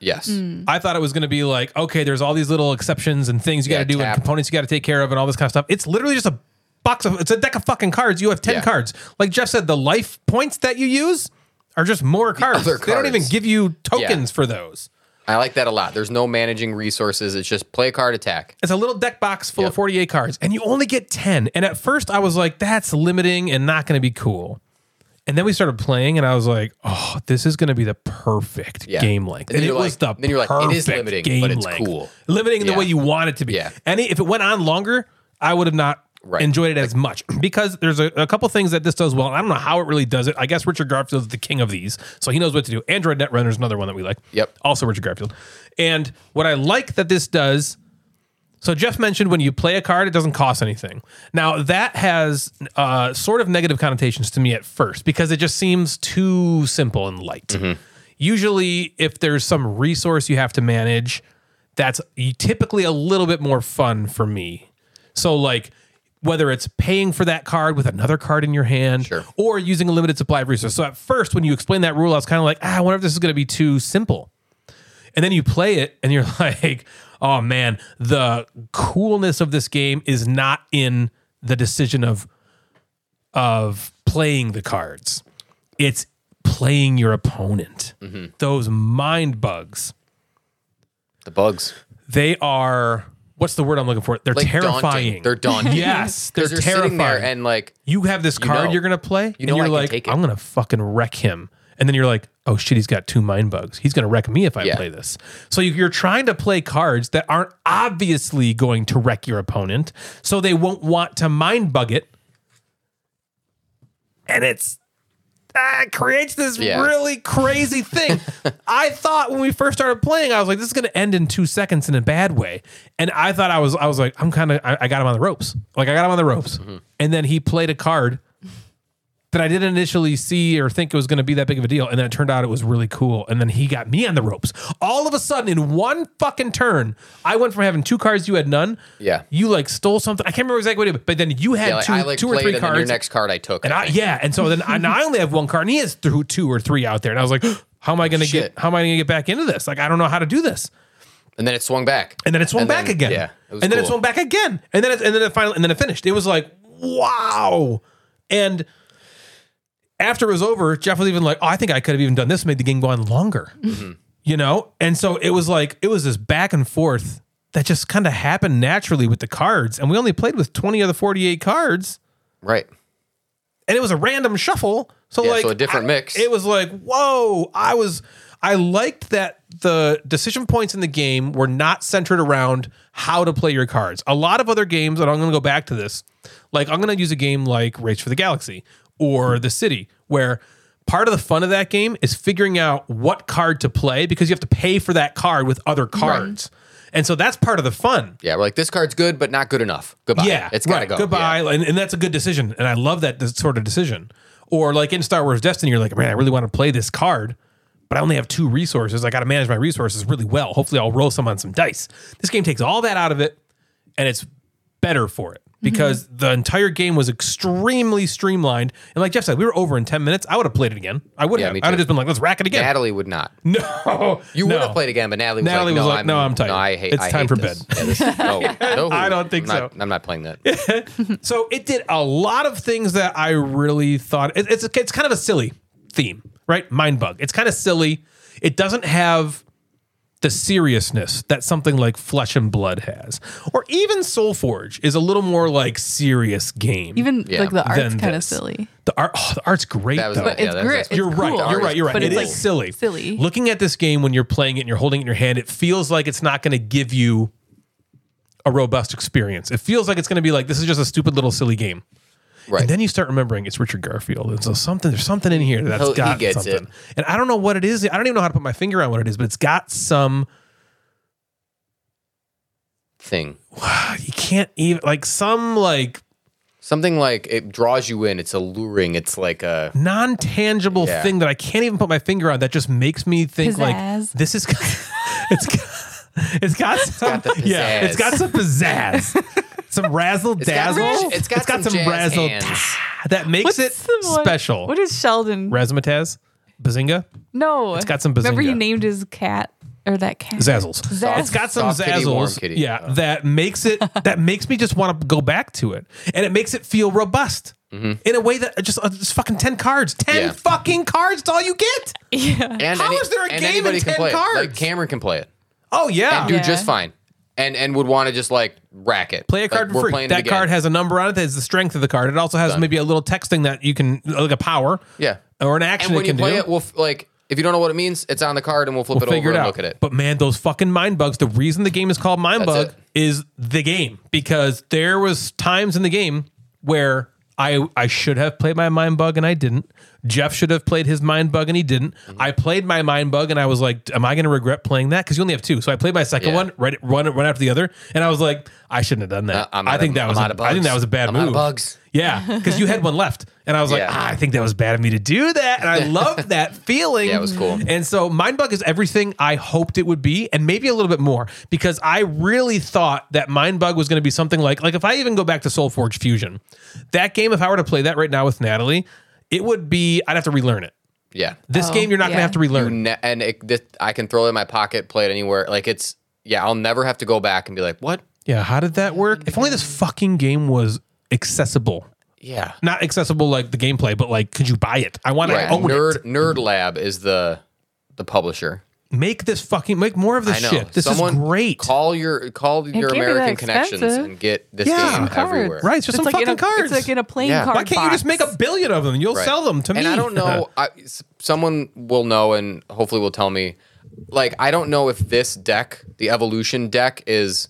B: Yes.
D: I thought it was going to be like, okay, there's all these little exceptions and things you
B: Yeah,
D: got to do
B: tap.
D: and components you got to take care of and all this kind of stuff. It's literally just a box of, it's a deck of fucking cards. You have 10
B: Yeah.
D: cards. Like Jeff said, the life points that you use are just more cards.
B: other
D: They don't even
B: cards.
D: give you tokens for those.
B: I like that a lot. There's no managing resources. It's just play card attack.
D: It's a little deck box full of
B: Yep.
D: 48 cards and you only get 10. And at first I was like, that's limiting and not going to be cool. And then we started playing and I was like, oh, this is going to be the perfect
B: Yeah.
D: game length.
B: And then
D: And, it
B: you're
D: was
B: like-
D: the
B: then you're like, it is
D: perfect
B: limiting,
D: game
B: but it's
D: length.
B: cool.
D: Limiting the
B: Yeah.
D: way you want it to be.
B: Yeah.
D: Any if it went on longer, I would have not
B: Right.
D: enjoyed it as much because there's a, a couple things that this does well. And I don't know how it really does it. I guess Richard Garfield's the king of these, so he knows what to do. Android Netrunner is another one that we like.
B: Yep.
D: Also Richard Garfield. And what I like that this does So Jeff mentioned when you play a card, it doesn't cost anything. Now that has uh, sort of negative connotations to me at first because it just seems too simple and light. Usually, if there's some resource you have to manage, that's typically a little bit more fun for me. So like whether it's paying for that card with another card in your hand
B: Sure.
D: or using a limited supply of resources. So at first when you explain that rule, I was kind of like, ah, I wonder if this is going to be too simple. And then you play it and you're like, oh man, the coolness of this game is not in the decision of of playing the cards. It's playing your opponent.
B: Mm-hmm.
D: Those mind bugs
B: The bugs.
D: they are what's the word I'm looking for? They're
B: Like daunting.
D: terrifying.
B: They're daunting.
D: yes, they're
B: Because you're sitting there
D: terrifying.
B: and like
D: you have this card
B: know.
D: you are gonna play,
B: You know
D: and
B: I
D: you're
B: can
D: like,
B: take it.
D: I'm gonna fucking wreck him. And then you're like, oh shit, he's got two mind bugs. He's gonna wreck me if I
B: Yeah.
D: play this. So you- you're trying to play cards that aren't obviously going to wreck your opponent, so they won't want to mind bug it. And it's ah, it creates this
B: Yeah.
D: really crazy thing. I thought when we first started playing, I was like, this is going to end in two seconds in a bad way. And I thought I was, I was like, I'm kind of, I, I got him on the ropes. Like I got him on the ropes.
B: Mm-hmm.
D: And then he played a card that I didn't initially see or think it was going to be that big of a deal. And then it turned out it was really cool. And then he got me on the ropes. All of a sudden, in one fucking turn, I went from having two cards, you had none.
B: Yeah.
D: You like stole something. I can't remember exactly what it was, but then you had
B: yeah, like
D: two,
B: I like
D: two or
B: played
D: three
B: and
D: cards.
B: then your next card I took.
D: And I, yeah, and so then I, now I only have one card, and he has through two or three out there, and I was like, how am I gonna
B: Shit.
D: get? How am I gonna get back into this? Like, I don't know how to do this.
B: and then it swung back.
D: And then it swung
B: And
D: back
B: then-
D: again.
B: yeah, it
D: and
B: was
D: then it
B: cool.
D: swung back again. And then it, and then it finally and then it finished. It was like wow. And after it was over, Jeff was even like, oh, I think I could have even done this, made the game go on longer.
B: Mm-hmm.
D: You know, and so it was like it was this back and forth that just kind of happened naturally with the cards, and we only played with twenty of the forty-eight cards.
B: Right.
D: and it was a random shuffle. So
B: Yeah,
D: like
B: so a different
D: I-
B: mix.
D: It was like, whoa, I was I liked that the decision points in the game were not centered around how to play your cards. A lot of other games, and I'm gonna go back to this, like I'm gonna use a game like Race for the Galaxy or The City, where part of the fun of that game is figuring out what card to play because you have to pay for that card with other cards. And so that's part of the fun.
B: Yeah, we're like this card's good, but not good enough. Goodbye.
D: Yeah,
B: it's gotta
D: right.
B: go.
D: Goodbye,
B: Yeah.
D: and, and that's a good decision, and I love that this sort of decision. Or like in Star Wars Destiny, you're like, man, I really want to play this card, but I only have two resources. I got to manage my resources really well. Hopefully, I'll roll some on some dice. This game takes all that out of it, and it's better for it because the entire game was extremely streamlined. And like Jeff said, we were over in ten minutes. I would have played it again. I would
B: Yeah,
D: have.
B: me
D: I'd have
B: too.
D: just been like, let's rack it again.
B: Natalie would not.
D: no,
B: You
D: no.
B: would have played again, but Natalie was
D: Natalie
B: like,
D: was
B: no,
D: like,
B: I'm,
D: no, I'm tight.
B: I hate.
D: It's
B: I
D: time
B: hate
D: for
B: this.
D: bed.
B: Yeah, this- no, no,
D: I don't think
B: I'm not-
D: so.
B: I'm not playing that.
D: So it did a lot of things that I really thought it, it's it's kind of a silly theme, right? Mind bug. It's kind of silly. It doesn't have the seriousness that something like Flesh and Blood has, or even Soul Forge is a little more like serious game.
E: Even
B: Yeah.
E: like the art's
D: than
E: kind of
D: this.
E: silly.
D: The art, oh, the art's great
B: That was
D: though.
B: nice.
E: But
B: Yeah,
E: it's
B: that's-
E: great.
B: that's-
E: it's
D: You're right.
E: cool.
D: You're right. You're right.
E: But
D: It
E: it's
D: is
E: like
D: silly.
E: silly.
D: Looking at this game when you're playing it and you're holding it in your hand, it feels like it's not going to give you a robust experience. It feels like it's going to be like this is just a stupid little silly game.
B: Right.
D: And then you start remembering it's Richard Garfield, and so something there's something in here that's
B: He'll- he
D: got
B: gets
D: something.
B: it.
D: And I don't know what it is. I don't even know how to put my finger on what it is, but it's got some.
B: Thing.
D: You can't even like some like
B: Something like it draws you in. It's alluring. It's like a.
D: non tangible
B: Yeah.
D: thing that I can't even put my finger on that just makes me think like
E: Pizzazz.
D: this is it's got, it's got some
B: the
D: yeah
B: pizzazz.
D: it's got some pizzazz some razzle
B: got-
D: dazzle
B: it's got some jazz hands.
D: that makes
E: What's
D: it
E: the one-
D: special
E: What is Sheldon?
D: razzmatazz bazinga
E: no.
D: it's got some
E: Remember he
D: bazinga.
E: named his cat or that cat?
D: zazzles
E: Zazz-
D: Oh, it's got some
B: Soft kitty, warm
D: zazzles
B: kitty. Oh.
D: yeah that makes it that makes me just want to go back to it and it makes it feel robust in a way that just uh, just fucking 10 cards 10
B: Mm-hmm. Yeah.
D: fucking cards is all you get
E: Yeah.
B: And
D: How is there a
B: and
D: game in
B: anybody can
D: 10
B: play It.
D: cards?
B: Like Cameron can play it.
D: oh yeah
B: and do
E: Yeah.
B: just fine, and and would want to just like rack it.
D: Play a card
B: like,
D: for
B: we're
D: free.
B: playing it
D: That
B: again.
D: card has a number on it that is the strength of the card. It also has maybe a little text thing that you can, like a power.
B: Yeah.
D: Or an action
B: And when
D: it
B: you
D: can
B: play
D: do.
B: it, we'll f- like if you don't know what it means, it's on the card, and we'll flip it
D: We'll
B: over
D: figure it
B: and
D: out.
B: look at it.
D: But man, those fucking mind bugs. The reason the game is called mind
B: That's
D: bug
B: it.
D: is the game because there was times in the game where I I should have played my mind bug and I didn't. Jeff should have played his mind bug and he didn't. I played my mind bug and I was like, am I going to regret playing that? Because you only have two. So I played my second
B: Yeah.
D: one right one one after the other, and I was like, I shouldn't have done that.
B: Uh, I'm
D: I
B: out
D: think
B: of-
D: that was
B: I'm
D: a-
B: out of
D: I think
B: bugs.
D: that was a bad
B: I'm out
D: move.
B: of bugs.
D: Yeah, because you had one left, and I was like,
B: Yeah.
D: ah, I think that was bad of me to do that, and I love that feeling.
B: Yeah, it was cool.
D: Mm-hmm. And so Mind Bug is everything I hoped it would be, and maybe a little bit more, because I really thought that Mind Bug was going to be something like like if I even go back to Soul Forge Fusion, that game, if I were to play that right now with Natalie, it would be I'd have to relearn it.
B: Yeah.
D: This
E: Oh,
D: game you're not going
E: yeah.
D: to have to relearn.
B: Ne- and it, this, I can throw it in my pocket, play it anywhere. Like it's yeah, I'll never have to go back and be like, what?
D: yeah, how did that work? If only this fucking game was accessible.
B: Yeah.
D: Not accessible like the gameplay, but like could you buy it? I want to
B: Yeah.
D: own it.
B: Nerd Nerd Lab is the the publisher.
D: Make this fucking make more of this
B: I know.
D: shit. This
B: Someone
D: is great.
B: Call your call your
E: can't be that
B: American connections
E: expensive.
B: and get this
D: Yeah.
B: game
D: Some
E: cards.
B: everywhere.
D: Right, it's just some
E: like
D: fucking
E: in a,
D: cards.
E: It's like in a playing
B: Yeah.
E: card.
D: Why can't you just
E: box.
D: make a billion of them? You'll
B: Right.
D: sell them to me.
B: And I don't know. I s someone will know, and hopefully will tell me. Like I don't know if this deck, the evolution deck, is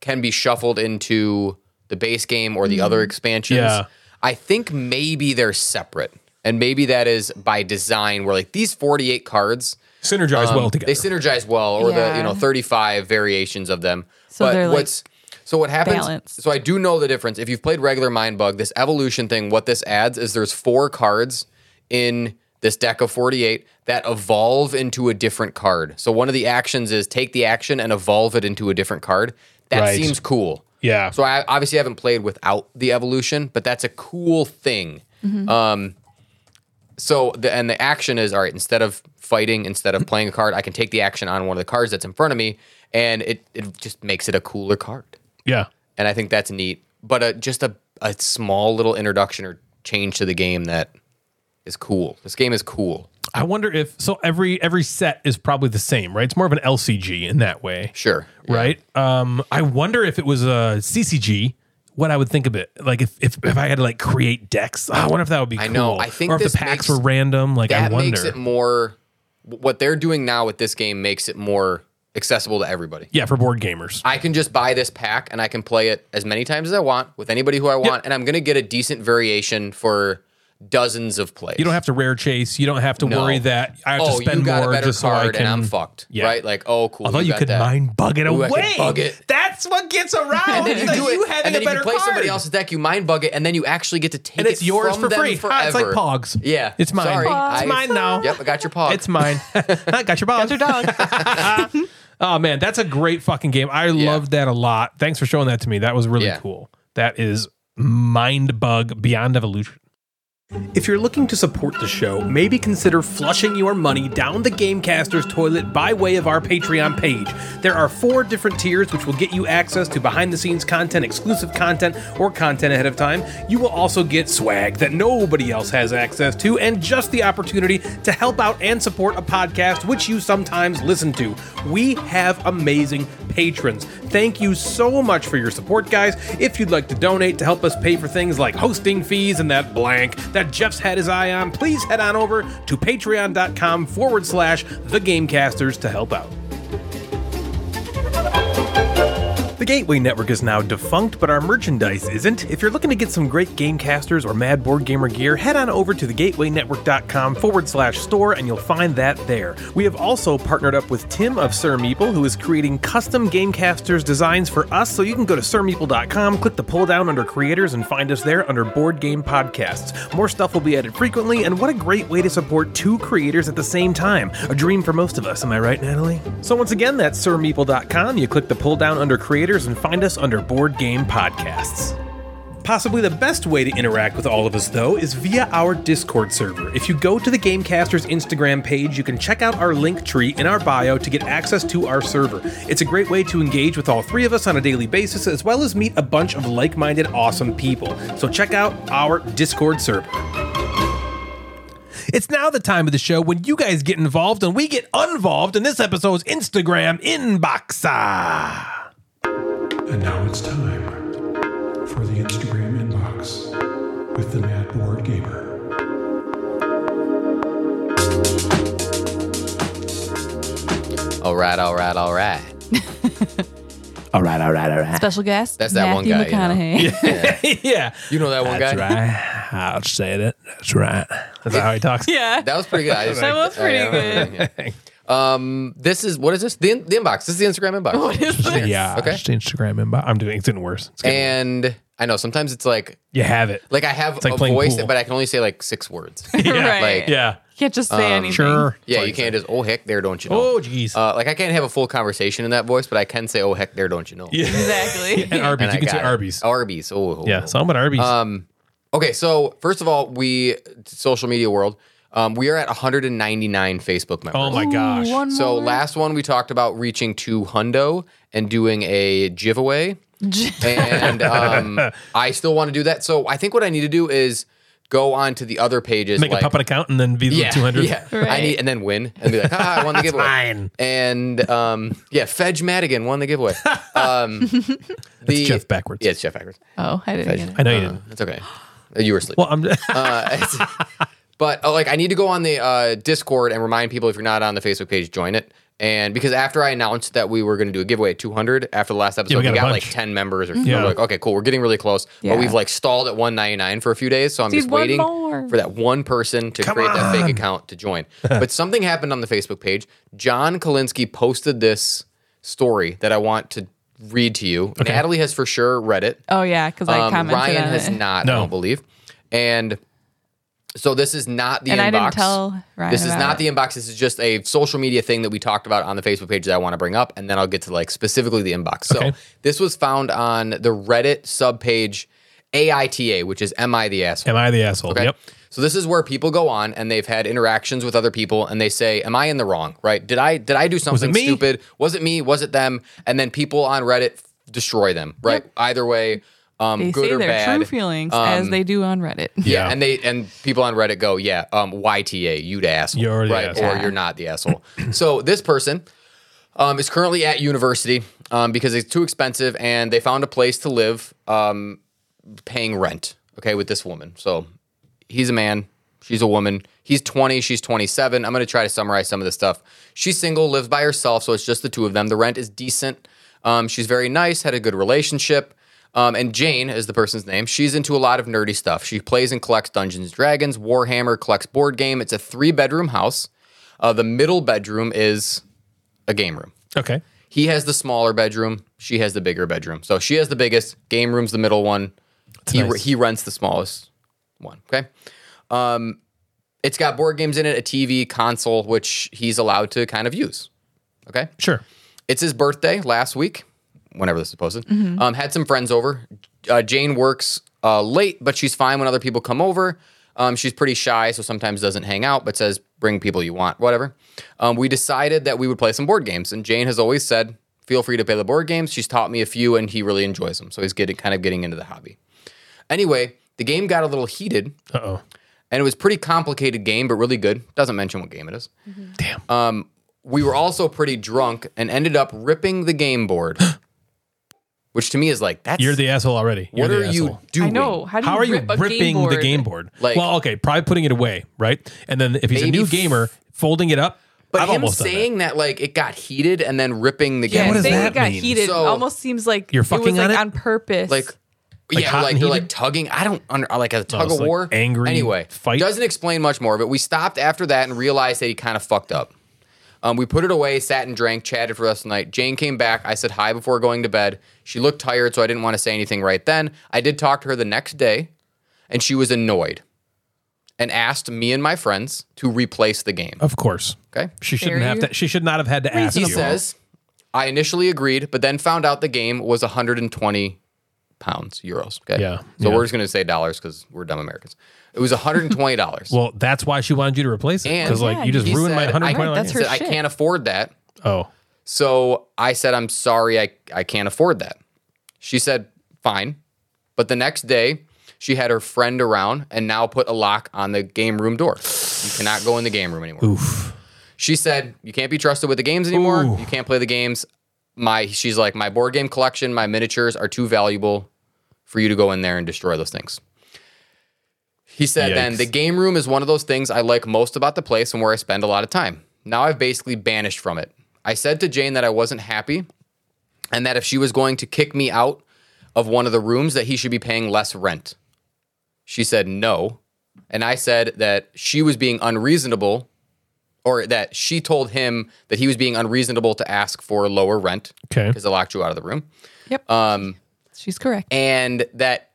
B: can be shuffled into the base game or
E: Mm-hmm.
B: the other expansions.
D: Yeah.
B: I think maybe they're separate, and maybe that is by design. Where like these forty-eight cards,
D: Synergize
B: um,
D: well together.
B: they synergize well, or the you know
E: Yeah.
B: thirty-five variations of them.
E: So they're, like,
B: what's so what happens?
E: balanced.
B: So I do know the difference. If you've played regular Mind Bug, this evolution thing, what this adds is there's four cards in this deck of 48 that evolve into a different card. So one of the actions is take the action and evolve it into a different card. That
D: Right.
B: seems cool.
D: Yeah.
B: So I obviously haven't played without the evolution, but that's a cool thing. Um, so the and the action is all right. Instead of fighting, instead of playing a card, I can take the action on one of the cards that's in front of me, and it it just makes it a cooler card
D: yeah.
B: and I think that's neat. But a, just a, a small little introduction or change to the game that is cool. This game is cool.
D: I wonder if so every every set is probably the same, right? It's more of an LCG in that way.
B: Sure.
D: Right? Um I wonder if it was a CCG what I would think of it. Like if if, if I had to like create decks, oh, I wonder if that would be
B: I
D: cool.
B: know. I think
D: or if
B: this
D: the
B: makes-
D: packs were random, like I
B: That
D: wonder.
B: makes it more. What they're doing now with this game makes it more accessible to everybody.
D: yeah, for board gamers.
B: I can just buy this pack and I can play it as many times as I want with anybody who I want, and I'm going to get a decent variation for dozens of plays.
D: you don't have to rare chase. You don't have to
B: No.
D: worry that I have
B: oh,
D: to spend
B: you got
D: more
B: a better
D: just so
B: card
D: I can.
B: and I'm fucked.
D: Yeah.
B: Right? Like, oh, cool.
D: Although you,
B: got
D: could
B: that.
D: mind bug it
B: Ooh, I could
D: away.
B: bug it.
D: That's what gets around.
B: and then you
D: that
B: do it,
D: having
B: and then
D: a
B: you
D: better
B: can play somebody
D: card.
B: else's deck. You mind bug it, and then you actually get to take
D: and it's
B: it
D: yours
B: from
D: for
B: them
D: free. Ah, it's like
B: forever.
D: Pogs.
B: Yeah,
D: it's mine.
B: Sorry,
D: It's
B: I-
D: mine now.
B: Yep, I got your pog.
D: It's mine. I got your Pogs. oh man, that's a great fucking game. I loved that a lot. Thanks for showing that to me. That was really
B: Yeah.
D: cool. That is Mind Bug Beyond Evolution. If you're looking to support the show, maybe consider flushing your money down the Gamecaster's toilet by way of our Patreon page. There are four different tiers which will get you access to behind the scenes content, exclusive content, or content ahead of time. You will also get swag that nobody else has access to, and just the opportunity to help out and support a podcast which you sometimes listen to. We have amazing patrons. Thank you so much for your support, guys. If you'd like to donate to help us pay for things like hosting fees and that blank that Jeff's had his eye on, please head on over to patreon.com forward slash the gamecasters to help out. The Gateway Network is now defunct, but our merchandise isn't. If you're looking to get some great Gamecasters or Mad Board Gamer gear, head on over to thegatewaynetwork.com forward slash store and you'll find that there. We have also partnered up with Tim of Sir Meeple, who is creating custom Gamecasters designs for us, so you can go to sirmeeple.com, click the pull down under creators, and find us there under Board Game Podcasts. More stuff will be added frequently, and what a great way to support two creators at the same time. A dream for most of us, am I right, Natalie? So once again, that's sirmeeple.com. You click the pull down under creators and find us under Board Game Podcasts. Possibly the best way to interact with all of us, though, is via our Discord server. If you go to the Gamecasters Instagram page, you can check out our link tree in our bio to get access to our server. It's a great way to engage with all three of us on a daily basis, as well as meet a bunch of like minded, awesome people. So check out our Discord server. It's now the time of the show when you guys get involved and we get involved in this episode's Instagram inbox. Ah.
A: And now it's time for the Instagram inbox with the Mad Board Gamer.
B: all right, all right, all right.
D: All right, all right, all right.
E: Special guest.
B: That's that one
E: Matthew
B: guy, you know.
E: McConaughey.
D: yeah.
B: You know that one
D: That's
B: guy?
D: right. I'll say that. That's right. That's how he talks.
E: yeah.
B: That was pretty good. I just-
E: That was
B: Oh, yeah,
E: pretty
B: that was pretty good. Um, this is what is this? The, in, the inbox. This is the Instagram inbox.
E: What is this?
D: Yeah.
B: Okay.
D: Just Instagram inbox. I'm doing. It's getting worse. It's getting,
B: And I know sometimes it's like
D: you have it.
B: like I have
D: like
B: a
D: playing
B: voice,
D: pool.
B: but I can only say like six words.
D: Yeah.
E: Right.
B: Like- Um,
D: Yeah.
E: You can't just say anything.
D: Sure.
B: yeah, you can't just oh heck there, don't you know?
D: Oh, jeez.
B: Uh, like I can't have a full conversation in that voice, but I can say oh heck there, don't you know?
D: yeah.
E: Exactly.
D: And Arby's.
B: And
D: you
B: I
D: can
B: got
D: say
B: it.
D: Arby's.
B: Arby's. Oh, oh,
D: yeah.
B: oh.
D: So I'm at Arby's.
B: Okay, so first of all, we social media world, um, we are at 199 Facebook members.
D: oh my gosh.
E: One
B: So
E: more.
B: last one we talked about reaching two hundo and doing a giveaway, and um, I still want to do that. So I think what I need to do is go on to the other pages,
D: Make
B: like,
D: a puppet account and then be
B: yeah,
D: 200.
B: yeah. I
E: Right.
B: need and then win and be like, ah, I won the giveaway,
D: Fine.
B: and um, yeah, Fedge Madigan won the giveaway. Um, the
D: Jeff backwards.
B: yeah, it's Jeff backwards.
E: oh, I didn't get it.
D: I know you didn't.
B: That's okay. You were asleep.
D: Well, I'm.
B: Uh, it's- but uh, like, I need to go on the uh, Discord and remind people if you're not on the Facebook page, join it. And because after I announced that we were going to do a giveaway at 200 after the last episode,
D: we
B: we,
D: got a
B: got
D: bunch. Mm-hmm.
B: like 10 members or so.
D: Yeah.
B: We're like, okay, cool, we're getting really close.
E: Yeah.
B: But we've like stalled at 199 for a few days, so I'm
E: Dude,
B: just
E: one
B: waiting
E: more.
B: for that one person to create that fake account to join. but something happened on the Facebook page. John Kalinsky posted this story that I want to read to you. Natalie has for sure read it.
E: Oh yeah, because I
B: Um,
E: commented
B: Ryan
E: on
B: has
E: it.
B: not,
D: No.
B: I don't believe. And so this is not the
E: And
B: inbox.
E: I didn't tell Ryan
B: this is
E: about
B: not
E: it.
B: the inbox. This is just a social media thing that we talked about on the Facebook page that I want to bring up, and then I'll get to like specifically the inbox. So
D: Okay.
B: this was found on the Reddit subpage AITA, which is Am I the asshole?
D: am I the asshole?
B: Okay?
D: Yep.
B: So this is where people go on and they've had interactions with other people and they say, "Am I in the wrong? Right? Did I did I do something
D: me?
B: stupid? Was it me? Was it them?" And then people on Reddit f- destroy them. Right? Either way, um,
E: They
B: good
E: say
B: or
E: their
B: bad. um,
E: true feelings as they do on Reddit.
B: Yeah.
D: Yeah.
B: and they and people on Reddit go, yeah, um, YTA, you the asshole,
D: You're the
B: right,
D: asshole.
B: or you're not the asshole. so this person um, is currently at university um, because it's too expensive, and they found a place to live, um, paying rent. Okay, with this woman. So he's a man, she's a woman. He's 20, she's 27. I'm gonna try to summarize some of this stuff. She's single, lives by herself, so it's just the two of them. The rent is decent. Um, she's very nice, had a good relationship. Um, and Jane is the person's name. She's into a lot of nerdy stuff. She plays and collects Dungeons and Dragons, Warhammer, collects board game. It's a three bedroom house. Uh, the middle bedroom is a game room.
D: Okay.
B: He has the smaller bedroom. She has the bigger bedroom. So she has the biggest. Game room's the middle one. He,
D: nice.
B: he rents the smallest one. Okay. Um, it's got board games in it, a TV, console, which he's allowed to kind of use. Okay.
D: Sure.
B: It's his birthday last week, whenever this is posted. Um, had some friends over. Uh, Jane works uh, late, but she's fine when other people come over. Um, she's pretty shy, so sometimes doesn't hang out, but says, bring people you want, whatever. Um, we decided that we would play some board games, and Jane has always said, feel free to play the board games. She's taught me a few, and he really enjoys them, so he's getting kind of getting into the hobby. Anyway, the game got a little heated,
D: Uh oh.
B: and it was a pretty complicated game, but really good. Doesn't mention what game it is Um,
D: Damn.
B: we were also pretty drunk and ended up ripping the game board, which to me is like that's
D: You're the asshole already. You're
B: what
D: the
B: are you
D: asshole.
B: doing?
E: I know. How do you
D: How are you
E: rip a
D: ripping
E: game board?
D: the game board?
B: Like-
D: well, okay, probably putting it away, right? And then if he's a
B: Maybe
D: new
B: f-
D: gamer, folding it up.
B: But
D: I've
B: him
D: almost done that.
B: saying that. like it got heated and then ripping the
E: Yeah,
B: game
D: what does
E: they
D: that
E: got
D: mean?
E: heated.
B: So-
E: almost seems like
D: You're
E: it
D: fucking
E: was
D: on
E: like
D: it?
E: on purpose.
B: like yeah,
D: hot
B: like
D: and
B: they're
D: heated?
B: like tugging. I don't under, like a tug
D: it's
B: of
D: like
B: war.
D: angry
B: Anyway,
D: fight.
B: doesn't explain much more. But we stopped after that and realized that he kind of fucked up. Um, we put it away, sat and drank, chatted for the rest of the night. Jane came back. I said hi before going to bed. She looked tired, so I didn't want to say anything right then. I did talk to her the next day, and she was annoyed and asked me and my friends to replace the game.
D: Of course.
B: Okay.
D: She shouldn't
E: Dare
D: have
E: you?
D: to she should not have had to ask
B: He
D: you.
B: says, I initially agreed, but then found out the game was 120 pounds, euros. Okay.
D: Yeah,
B: So
D: yeah.
B: we're just going to say dollars because we're dumb Americans. It was $120.
D: Well, that's why she wanted you to replace it.
B: And-
D: Because like you just
B: He
D: ruined my
B: said,
D: hundred
B: I,
D: point
E: that's
B: he
E: her
B: said, I
E: shit.
B: can't afford that.
D: Oh.
B: So I said, I'm sorry, I, I can't afford that. She said, fine. But the next day, she had her friend around and now put a lock on the game room door. You cannot go in the game room anymore.
D: Oof.
B: She said, "You can't be trusted with the games anymore.
D: Ooh.
B: You can't play the games. My she's like my board game collection, my miniatures are too valuable for you to go in there and destroy those things." He said, "Then
D: Yikes.
B: the game room is one of those things I like most about the place and where I spend a lot of time. Now I've basically banished from it." I said to Jane that I wasn't happy and that if she was going to kick me out of one of the rooms that he should be paying less rent. She said no, and I said that she was being unreasonable or that she told him that he was being unreasonable to ask for lower rent
D: Okay.
B: because it locked you out of the room.
E: Yep.
B: Um
E: She's correct.
B: and that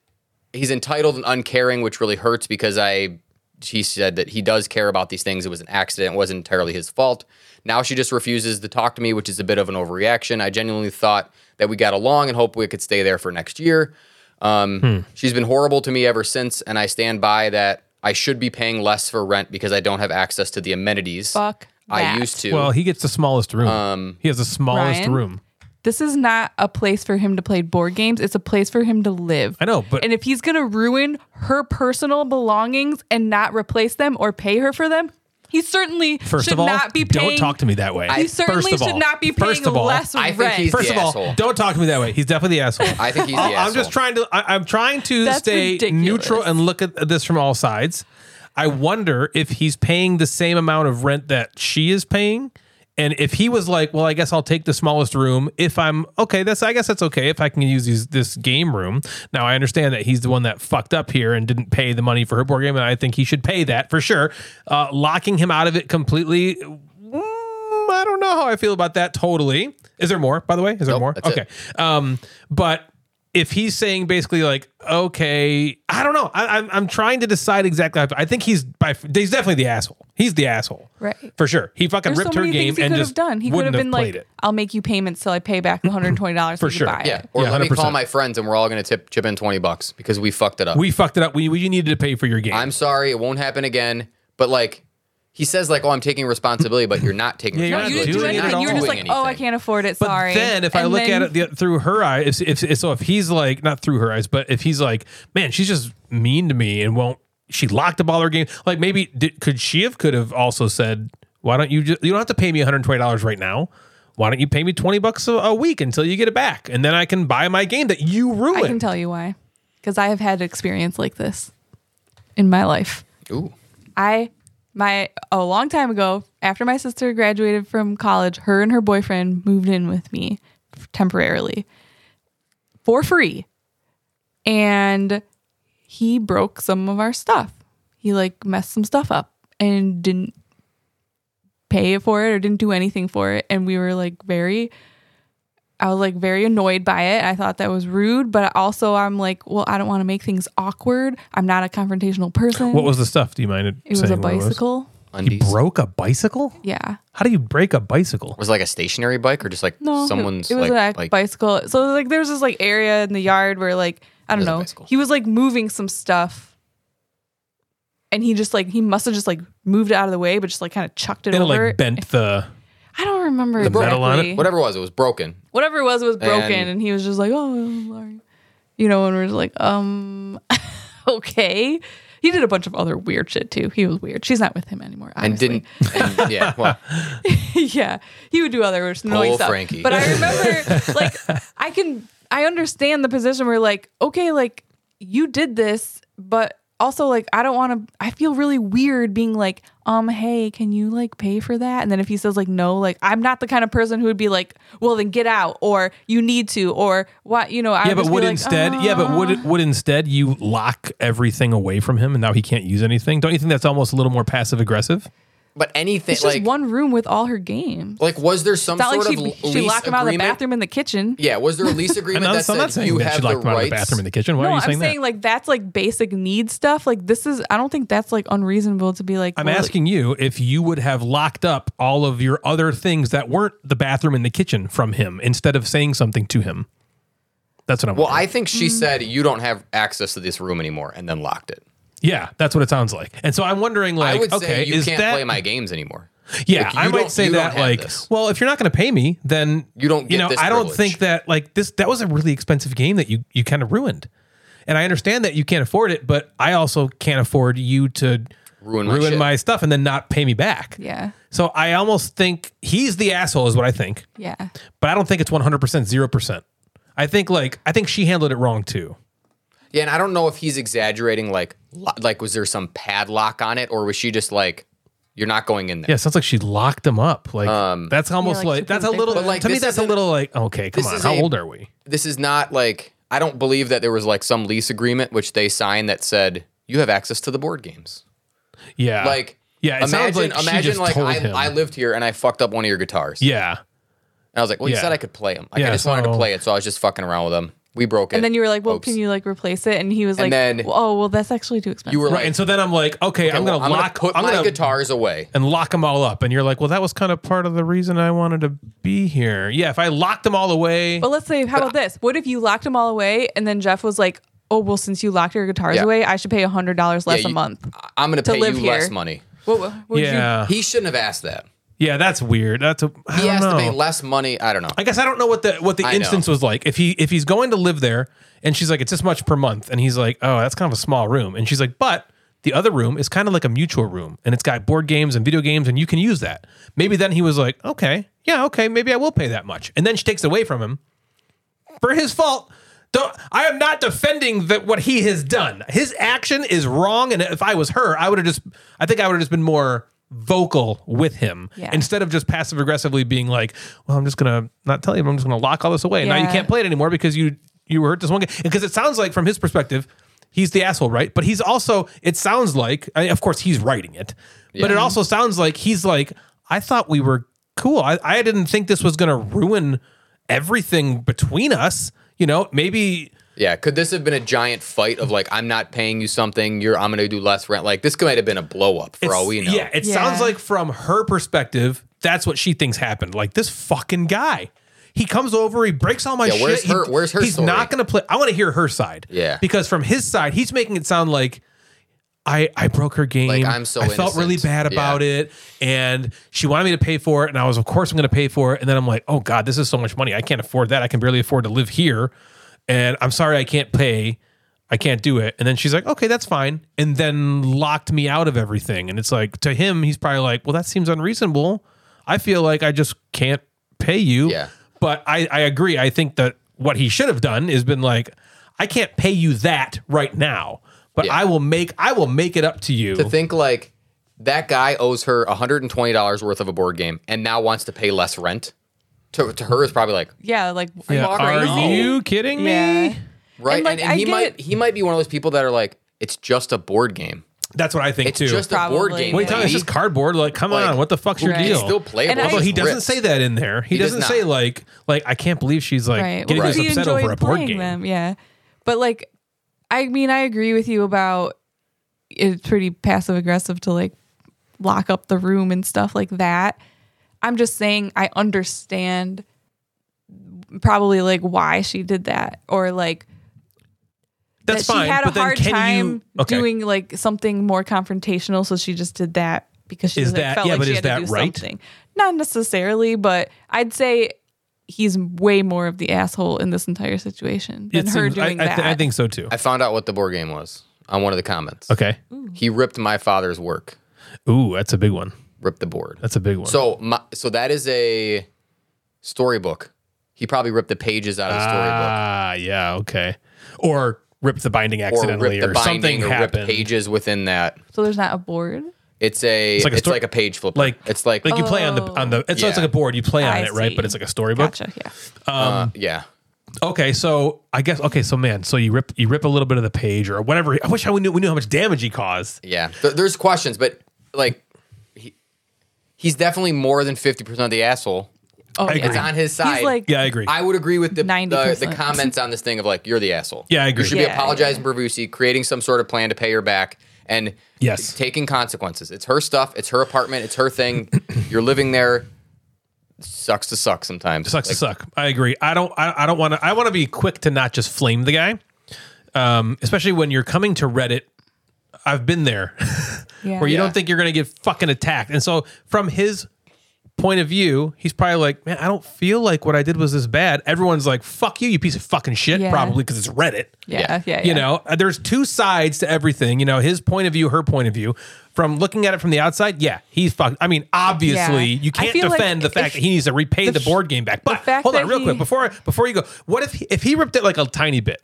B: he's entitled and uncaring, which really hurts because I he said that he does care about these things. It was an accident, it wasn't entirely his fault. Now she just refuses to talk to me, which is a bit of an overreaction. I genuinely thought that we got along and hope we could stay there for next year. Um,
D: Hmm.
B: She's been horrible to me ever since, and I stand by that. I should be paying less for rent because I don't have access to the amenities
E: Fuck
B: I
E: that.
B: used to.
D: Well, he gets the smallest room. he has the smallest
E: um, Ryan?
D: room.
E: This is not a place for him to play board games. It's a place for him to live.
D: I know, but
E: And if he's going to ruin her personal belongings and not replace them or pay her for them, he certainly
D: first
E: should
D: of all,
E: not be paying.
D: don't talk to me that way.
E: He
D: First
E: certainly
D: of
E: should
D: all-
E: not be
D: first
E: paying
D: of all,
E: less
B: I
E: rent.
B: think he's
D: First
B: the
D: of all,
B: asshole.
D: don't talk to me that way. He's definitely the asshole.
B: I think he's the
D: I- I'm
B: asshole.
D: just trying to. I, I'm trying to
E: That's
D: stay
E: ridiculous.
D: neutral and look at this from all sides. I wonder if he's paying the same amount of rent that she is paying, and if he was like, "Well, I guess I'll take the smallest room if I'm okay." That's I guess that's okay if I can use these, this game room. Now I understand that he's the one that fucked up here and didn't pay the money for her board game, and I think he should pay that for sure. Uh, locking him out of it completely. mm, I don't know how I feel about that. Totally. Is there more? By the way, is there
B: Nope,
D: more?
B: that's it.
D: okay. Um, but if he's saying basically like, okay, I don't know. I, I'm I'm trying to decide exactly. How, I think he's by he's definitely the asshole. He's the asshole,
E: Right.
D: For sure. He fucking
E: There's
D: ripped
E: so
D: her
E: many
D: game
E: things he
D: and
E: could
D: just
E: have done. He could
D: wouldn't
E: have been
D: played
E: like,
D: it.
E: "I'll make you payments till I pay back the hundred twenty dollars
D: For
E: you
D: sure.
E: Buy it."
B: yeah, or
D: Yeah,
B: let me
D: 100%.
B: call my friends and we're all going to tip chip in twenty bucks because we fucked it up.
D: We fucked it up. We we needed to pay for your game.
B: I'm sorry, it won't happen again. But like, he says like, oh, I'm taking responsibility, but you're not taking.
D: Yeah, you're
E: No,
D: not
E: you
B: responsibility.
E: didn't do
D: doing it at
E: anything. You were
D: all.
E: just like,
B: Doing
E: "Oh, I
B: anything.
E: can't afford it.
D: But
E: Sorry."
D: then, if I
E: And
D: look
E: then-
D: at it the, through her eyes, if, if, so if he's like not through her eyes, but if he's like, man, she's just mean to me and won't. She locked up all her games. Like maybe did, could she have could have also said, why don't you just you don't have to pay me one hundred twenty dollars right now. Why don't you pay me twenty bucks a, a week until you get it back, and then I can buy my game that you
E: I
D: ruined.
E: can tell you why, because I have had experience like this in my life.
B: Ooh,
E: "Oh, I my a long time ago after my sister graduated from college, her and her boyfriend moved in with me temporarily for free. And he broke some of our stuff. He like messed some stuff up and didn't pay for it or didn't do anything for it and we were like very I was like very annoyed by it. I thought that was rude, but also I'm like, well, I don't want to make things awkward. I'm not a confrontational person.
D: what was the stuff? Do you mind?
E: It was a
D: saying what
E: bicycle.
D: He
B: undies.
D: broke a bicycle.
E: Yeah.
D: How do you break a bicycle?
B: was it like a stationary bike or just like
E: No. it-
B: someone's
E: it, was
B: like,
E: a
B: like
E: bicycle. So like there was this like area in the yard where like
B: It
E: I don't
B: was a
E: know.
B: bicycle.
E: He was like moving some stuff. And he just like he must have just like moved it out of the way, but just like kind of chucked it
D: And it
E: over.
D: like bent the.
E: I don't remember
D: the
E: exactly.
D: metal on it?
B: whatever it was, it was broken.
E: Whatever it was, it was broken,
B: And-
E: and, he was just like, "Oh, I'm sorry," you know. And we are just like, "Um, okay." He did a bunch of other weird shit too. He was weird. She's not with him anymore.
B: And
E: obviously.
B: didn't, and, yeah. Well,
E: yeah, he would do other annoying
B: Poor
E: stuff.
B: Frankie.
E: But I remember, like, I can, I understand the position where, like, okay, like, you did this, but also, like, I don't want to. I feel really weird being like, um, hey, can you like pay for that? And then if he says like no, like, I'm not the kind of person who would be like, well, then get out, or you need to, or what, you know? I
D: yeah, but
E: just
D: would
E: be like, uh-huh.
D: instead? yeah, but would would instead you lock everything away from him and now he can't use anything? Don't you think that's almost a little more passive aggressive?
B: but anything
E: It's just
B: like
E: one room with all her games.
B: like was there some
E: It's not
B: sort
E: like she,
B: of l-
E: she
B: lease
E: locked him out of the
B: agreement?
E: bathroom in the kitchen.
B: Yeah, was there a lease agreement
D: I'm
B: that
D: not
B: said you
D: saying that she
B: have the
D: locked him out of
B: rights?
D: the bathroom in the kitchen. Why are
E: no,
D: you saying
E: I'm
D: that?
E: saying like that's like basic need stuff. Like this is I don't think that's like unreasonable to be like
D: I'm
E: well,
D: asking you if you would have locked up all of your other things that weren't the bathroom and the kitchen from him instead of saying something to him. That's what I'm.
B: Well, I think
E: Mm.
B: she said you don't have access to this room anymore, and then locked it.
D: yeah, that's what it sounds like. And so I'm wondering, like,
B: I would
D: okay,
B: say you
D: is
B: can't
D: that
B: play my games anymore.
D: Yeah,
B: Like, you
D: I
B: don't-
D: might say
B: you don't
D: that
B: have
D: like,
B: this.
D: well, if you're not going to pay me, then
B: You don't
D: you
B: get
D: know,
B: this
D: I don't
B: privilege.
D: think that like this that was a really expensive game that you you kind of ruined. And I understand that you can't afford it, but I also can't afford you to
B: Ruin my shit.
D: stuff and then not pay me back.
E: Yeah.
D: So I almost think he's the asshole is what I think,
E: Yeah.
D: but I don't think it's 100% 0%. I think like I think she handled it wrong too.
B: Yeah, and I don't know if he's exaggerating. Like, lo- like was there some padlock on it, or was she just like, You're not going in there.
D: Yeah, it sounds like she locked him up. Like that's almost
E: like,
D: like,
E: super
D: that's a little.
E: ridiculous. But,
B: Um, like,
D: to me,
B: this
D: that's a
B: isn't-
D: little like okay. Come
B: this
D: on,
B: is
D: how
B: a-
D: old are we?
B: This is not like I don't believe that there was like some lease agreement which they signed that said you have access to the board games.
D: Yeah,
B: Like
D: Uh, yeah. It sounds
B: imagine
D: like she
B: imagine
D: just
B: like
D: told
B: I,
D: him.
B: I lived here and I fucked up one of your guitars.
D: yeah,
B: And I was like, well, you
D: Yeah.
B: said I could play them. Like,
D: Yeah,
B: I just wanted to
D: so-
B: play it, so I was just fucking around with them. We broke it.
E: And then you were like, well,
B: Oops.
E: can you like replace it? And he was
B: And
E: like,
B: then-
E: oh, well, that's actually too expensive.
B: You were
D: right.
B: like,
D: And so then I'm like, okay, I'm gonna
B: well,
D: lock.
B: put
D: I'm
B: my
D: gonna
B: guitars away.
D: and lock them all up. And you're like, well, that was kind of part of the reason I wanted to be here. Yeah, if I locked them all away,
E: But let's say, how about this? What if you locked them all away and then Jeff was like, oh, well, since you locked your guitars
B: Yeah.
E: away, I should pay $100 less
B: Yeah,
E: a
B: you-
E: month.
B: I- I'm going to
E: to
B: pay
E: live
B: you less
E: here.
B: money.
E: What, what would you-
D: yeah,
B: He shouldn't have asked that.
D: yeah, that's weird. That's a. Uh. I
B: He
D: don't
B: asked
D: know.
B: to pay less money. I don't know.
D: I guess I don't know what the what the
B: I know.
D: instance was like. If he if he's going to live there and she's like, it's this much per month, and he's like, oh, that's kind of a small room, and she's like, but the other room is kind of like a mutual room, and it's got board games and video games, and you can use that. Maybe then he was like, okay, yeah, okay, maybe I will pay that much, and then she takes it away from him for his fault. Don't, I am not defending that what he has done. His action is wrong, and if I was her, I would have just. I think I would have just been more vocal with him
E: Yeah.
D: instead of just passive aggressively being like, "Well, I'm just gonna not tell you. I'm just gonna lock all this away, and now you
E: Yeah.
D: can't play it anymore because you you hurt this one game." Because it sounds like from his perspective, he's the asshole, right? But he's also. It sounds like, I of course, he's writing it, but it also sounds like he's like, "I thought we were cool. I, I didn't think this was gonna ruin." everything between us. You know, maybe
B: Yeah, could this have been a giant fight of like I'm not paying you something, you're I'm going to do less rent. Like this might have been a blow up for all we know.
D: Yeah, it
E: Yeah.
D: sounds like from her perspective, that's what she thinks happened. Like this fucking guy. He comes over, he breaks all my
B: Yeah, where's
D: shit.
B: her-
D: he-
B: where's her
D: He's
B: story?
D: not gonna play. I want to hear her side.
B: Yeah.
D: Because from his side, he's making it sound like I, I broke her game.
B: Like, I'm so
D: I felt
B: innocent.
D: really bad
B: Yeah.
D: about it. And she wanted me to pay for it. And I was, of course, I'm going to pay for it. And then I'm like, oh God, this is so much money. I can't afford that. I can barely afford to live here. And I'm sorry I can't pay. I can't do it. And then she's like, okay, that's fine. And then locked me out of everything. And it's like, to him, he's probably like, well, that seems unreasonable. I feel like I just can't pay you.
B: Yeah.
D: But I, I agree. I think that what he should have done is been like, I can't pay you that right now, but
B: Yeah.
D: I will make I will make it up to you.
B: To think like that guy owes her $120 worth of a board game and now wants to pay less rent. To, to her is probably like
E: yeah, like, are
D: Yeah,
E: you
D: Are
E: crazy?
D: you kidding me?
E: Yeah.
B: right and,
E: And, like,
B: and
E: I
B: he
E: get
B: might
E: it.
B: he might be one of those people that are like it's just a board game.
D: That's what I think
B: It's
D: too.
B: just a board game.
E: Probably, yeah.
D: what are you
E: Wait,
D: talking about? It's just
B: lady.
D: cardboard. Like, come
B: Like,
D: on, what the fuck's your
E: Right.
D: deal?
B: It's still playable.
E: And I-
D: Although he
B: It's
D: doesn't
B: ripped.
D: say that in there. He,
B: does
D: doesn't
B: not.
D: say like like I can't believe she's like
E: right.
D: getting
E: Well,
D: this
E: he
D: upset
E: enjoyed
D: over a board
E: playing
D: game.
E: Them. Yeah. But like, I mean, I agree with you about it's pretty passive aggressive to like lock up the room and stuff like that. I'm just saying I understand probably like why she did that or like
D: That's
E: that
D: fine.
E: she had a
D: but then
E: hard
D: can
E: time
D: you okay.
E: doing like something more confrontational, so she just did that because she
D: Is
E: like,
D: that-
E: felt
D: yeah,
E: like
D: but
E: she
D: is
E: had to
D: that
E: do
D: right?
E: something. Not necessarily, but I'd say he's way more of the asshole in this entire situation than
D: It
E: her
D: seems- I-
E: doing
D: I,
E: that.
D: thi- I think so too.
B: I found out what the board game was on one of the comments.
D: Okay.
B: He ripped my father's work.
D: Ooh, that's a big one.
B: Ripped the board.
D: That's a big one.
B: So my, so that is a storybook. He probably ripped the pages out of the storybook.
D: Ah, yeah, okay. Or ripped the binding
B: Or
D: accidentally
B: ripped
D: or,
B: the binding
D: something
B: or ripped
D: happened.
B: pages within that.
E: so there's not a board.
B: It's a it's
D: like
B: like
D: a
B: a,
D: story-
B: page flip.
D: Like
B: it's like, Oh.
D: like you play on the on the it's, so it's
B: Yeah.
D: like a board you play on
E: I
D: it right, but
E: see.
D: it's like a storybook.
E: Gotcha. Yeah.
B: uh, yeah.
D: Okay, so I guess okay, so man, so you rip you rip a little bit of the page or whatever. I wish I knew we knew how much damage he caused.
B: Yeah. Th- there's questions, but like he, he's definitely more than 50% of the asshole.
E: Oh,
D: I
E: yeah.
B: It's on his side.
E: He's like,
D: Yeah, I agree.
B: I would agree with the, the the
E: 90%.
B: comments on this thing of like you're the asshole.
D: Yeah, I agree.
B: You should
E: Yeah,
B: be apologizing for Vusi, creating some sort of plan to pay her back, and
D: Yes.
B: taking consequences. It's her stuff. It's her apartment. It's her thing. you're living there. Sucks to suck sometimes.
D: sucks to suck. I agree. I don't. I, I don't want to. I want to be quick to not just flame the guy, um, especially when you're coming to Reddit. I've been there,
E: yeah.
D: where you
B: Yeah.
D: don't think you're going to get fucking attacked, and so from his point of view, he's probably like, "Man, I don't feel like what I did was this bad." Everyone's like, "Fuck you, you piece of fucking shit,"
E: Yeah.
D: probably because it's Reddit.
E: yeah, yeah,
D: You
E: yeah.
D: know, Uh, there's two sides to everything. You know, his point of view, her point of view. From looking at it from the outside, yeah, he's fucked. I mean, obviously,
E: Yeah.
D: you
E: I
D: can't
E: feel like
D: defend the fact
E: if-
D: that he needs to repay the,
E: f-
D: board game back. But
E: fact
D: hold on,
E: that
D: real
E: he-
D: quick before before you go, what if he, if he ripped it like a tiny bit?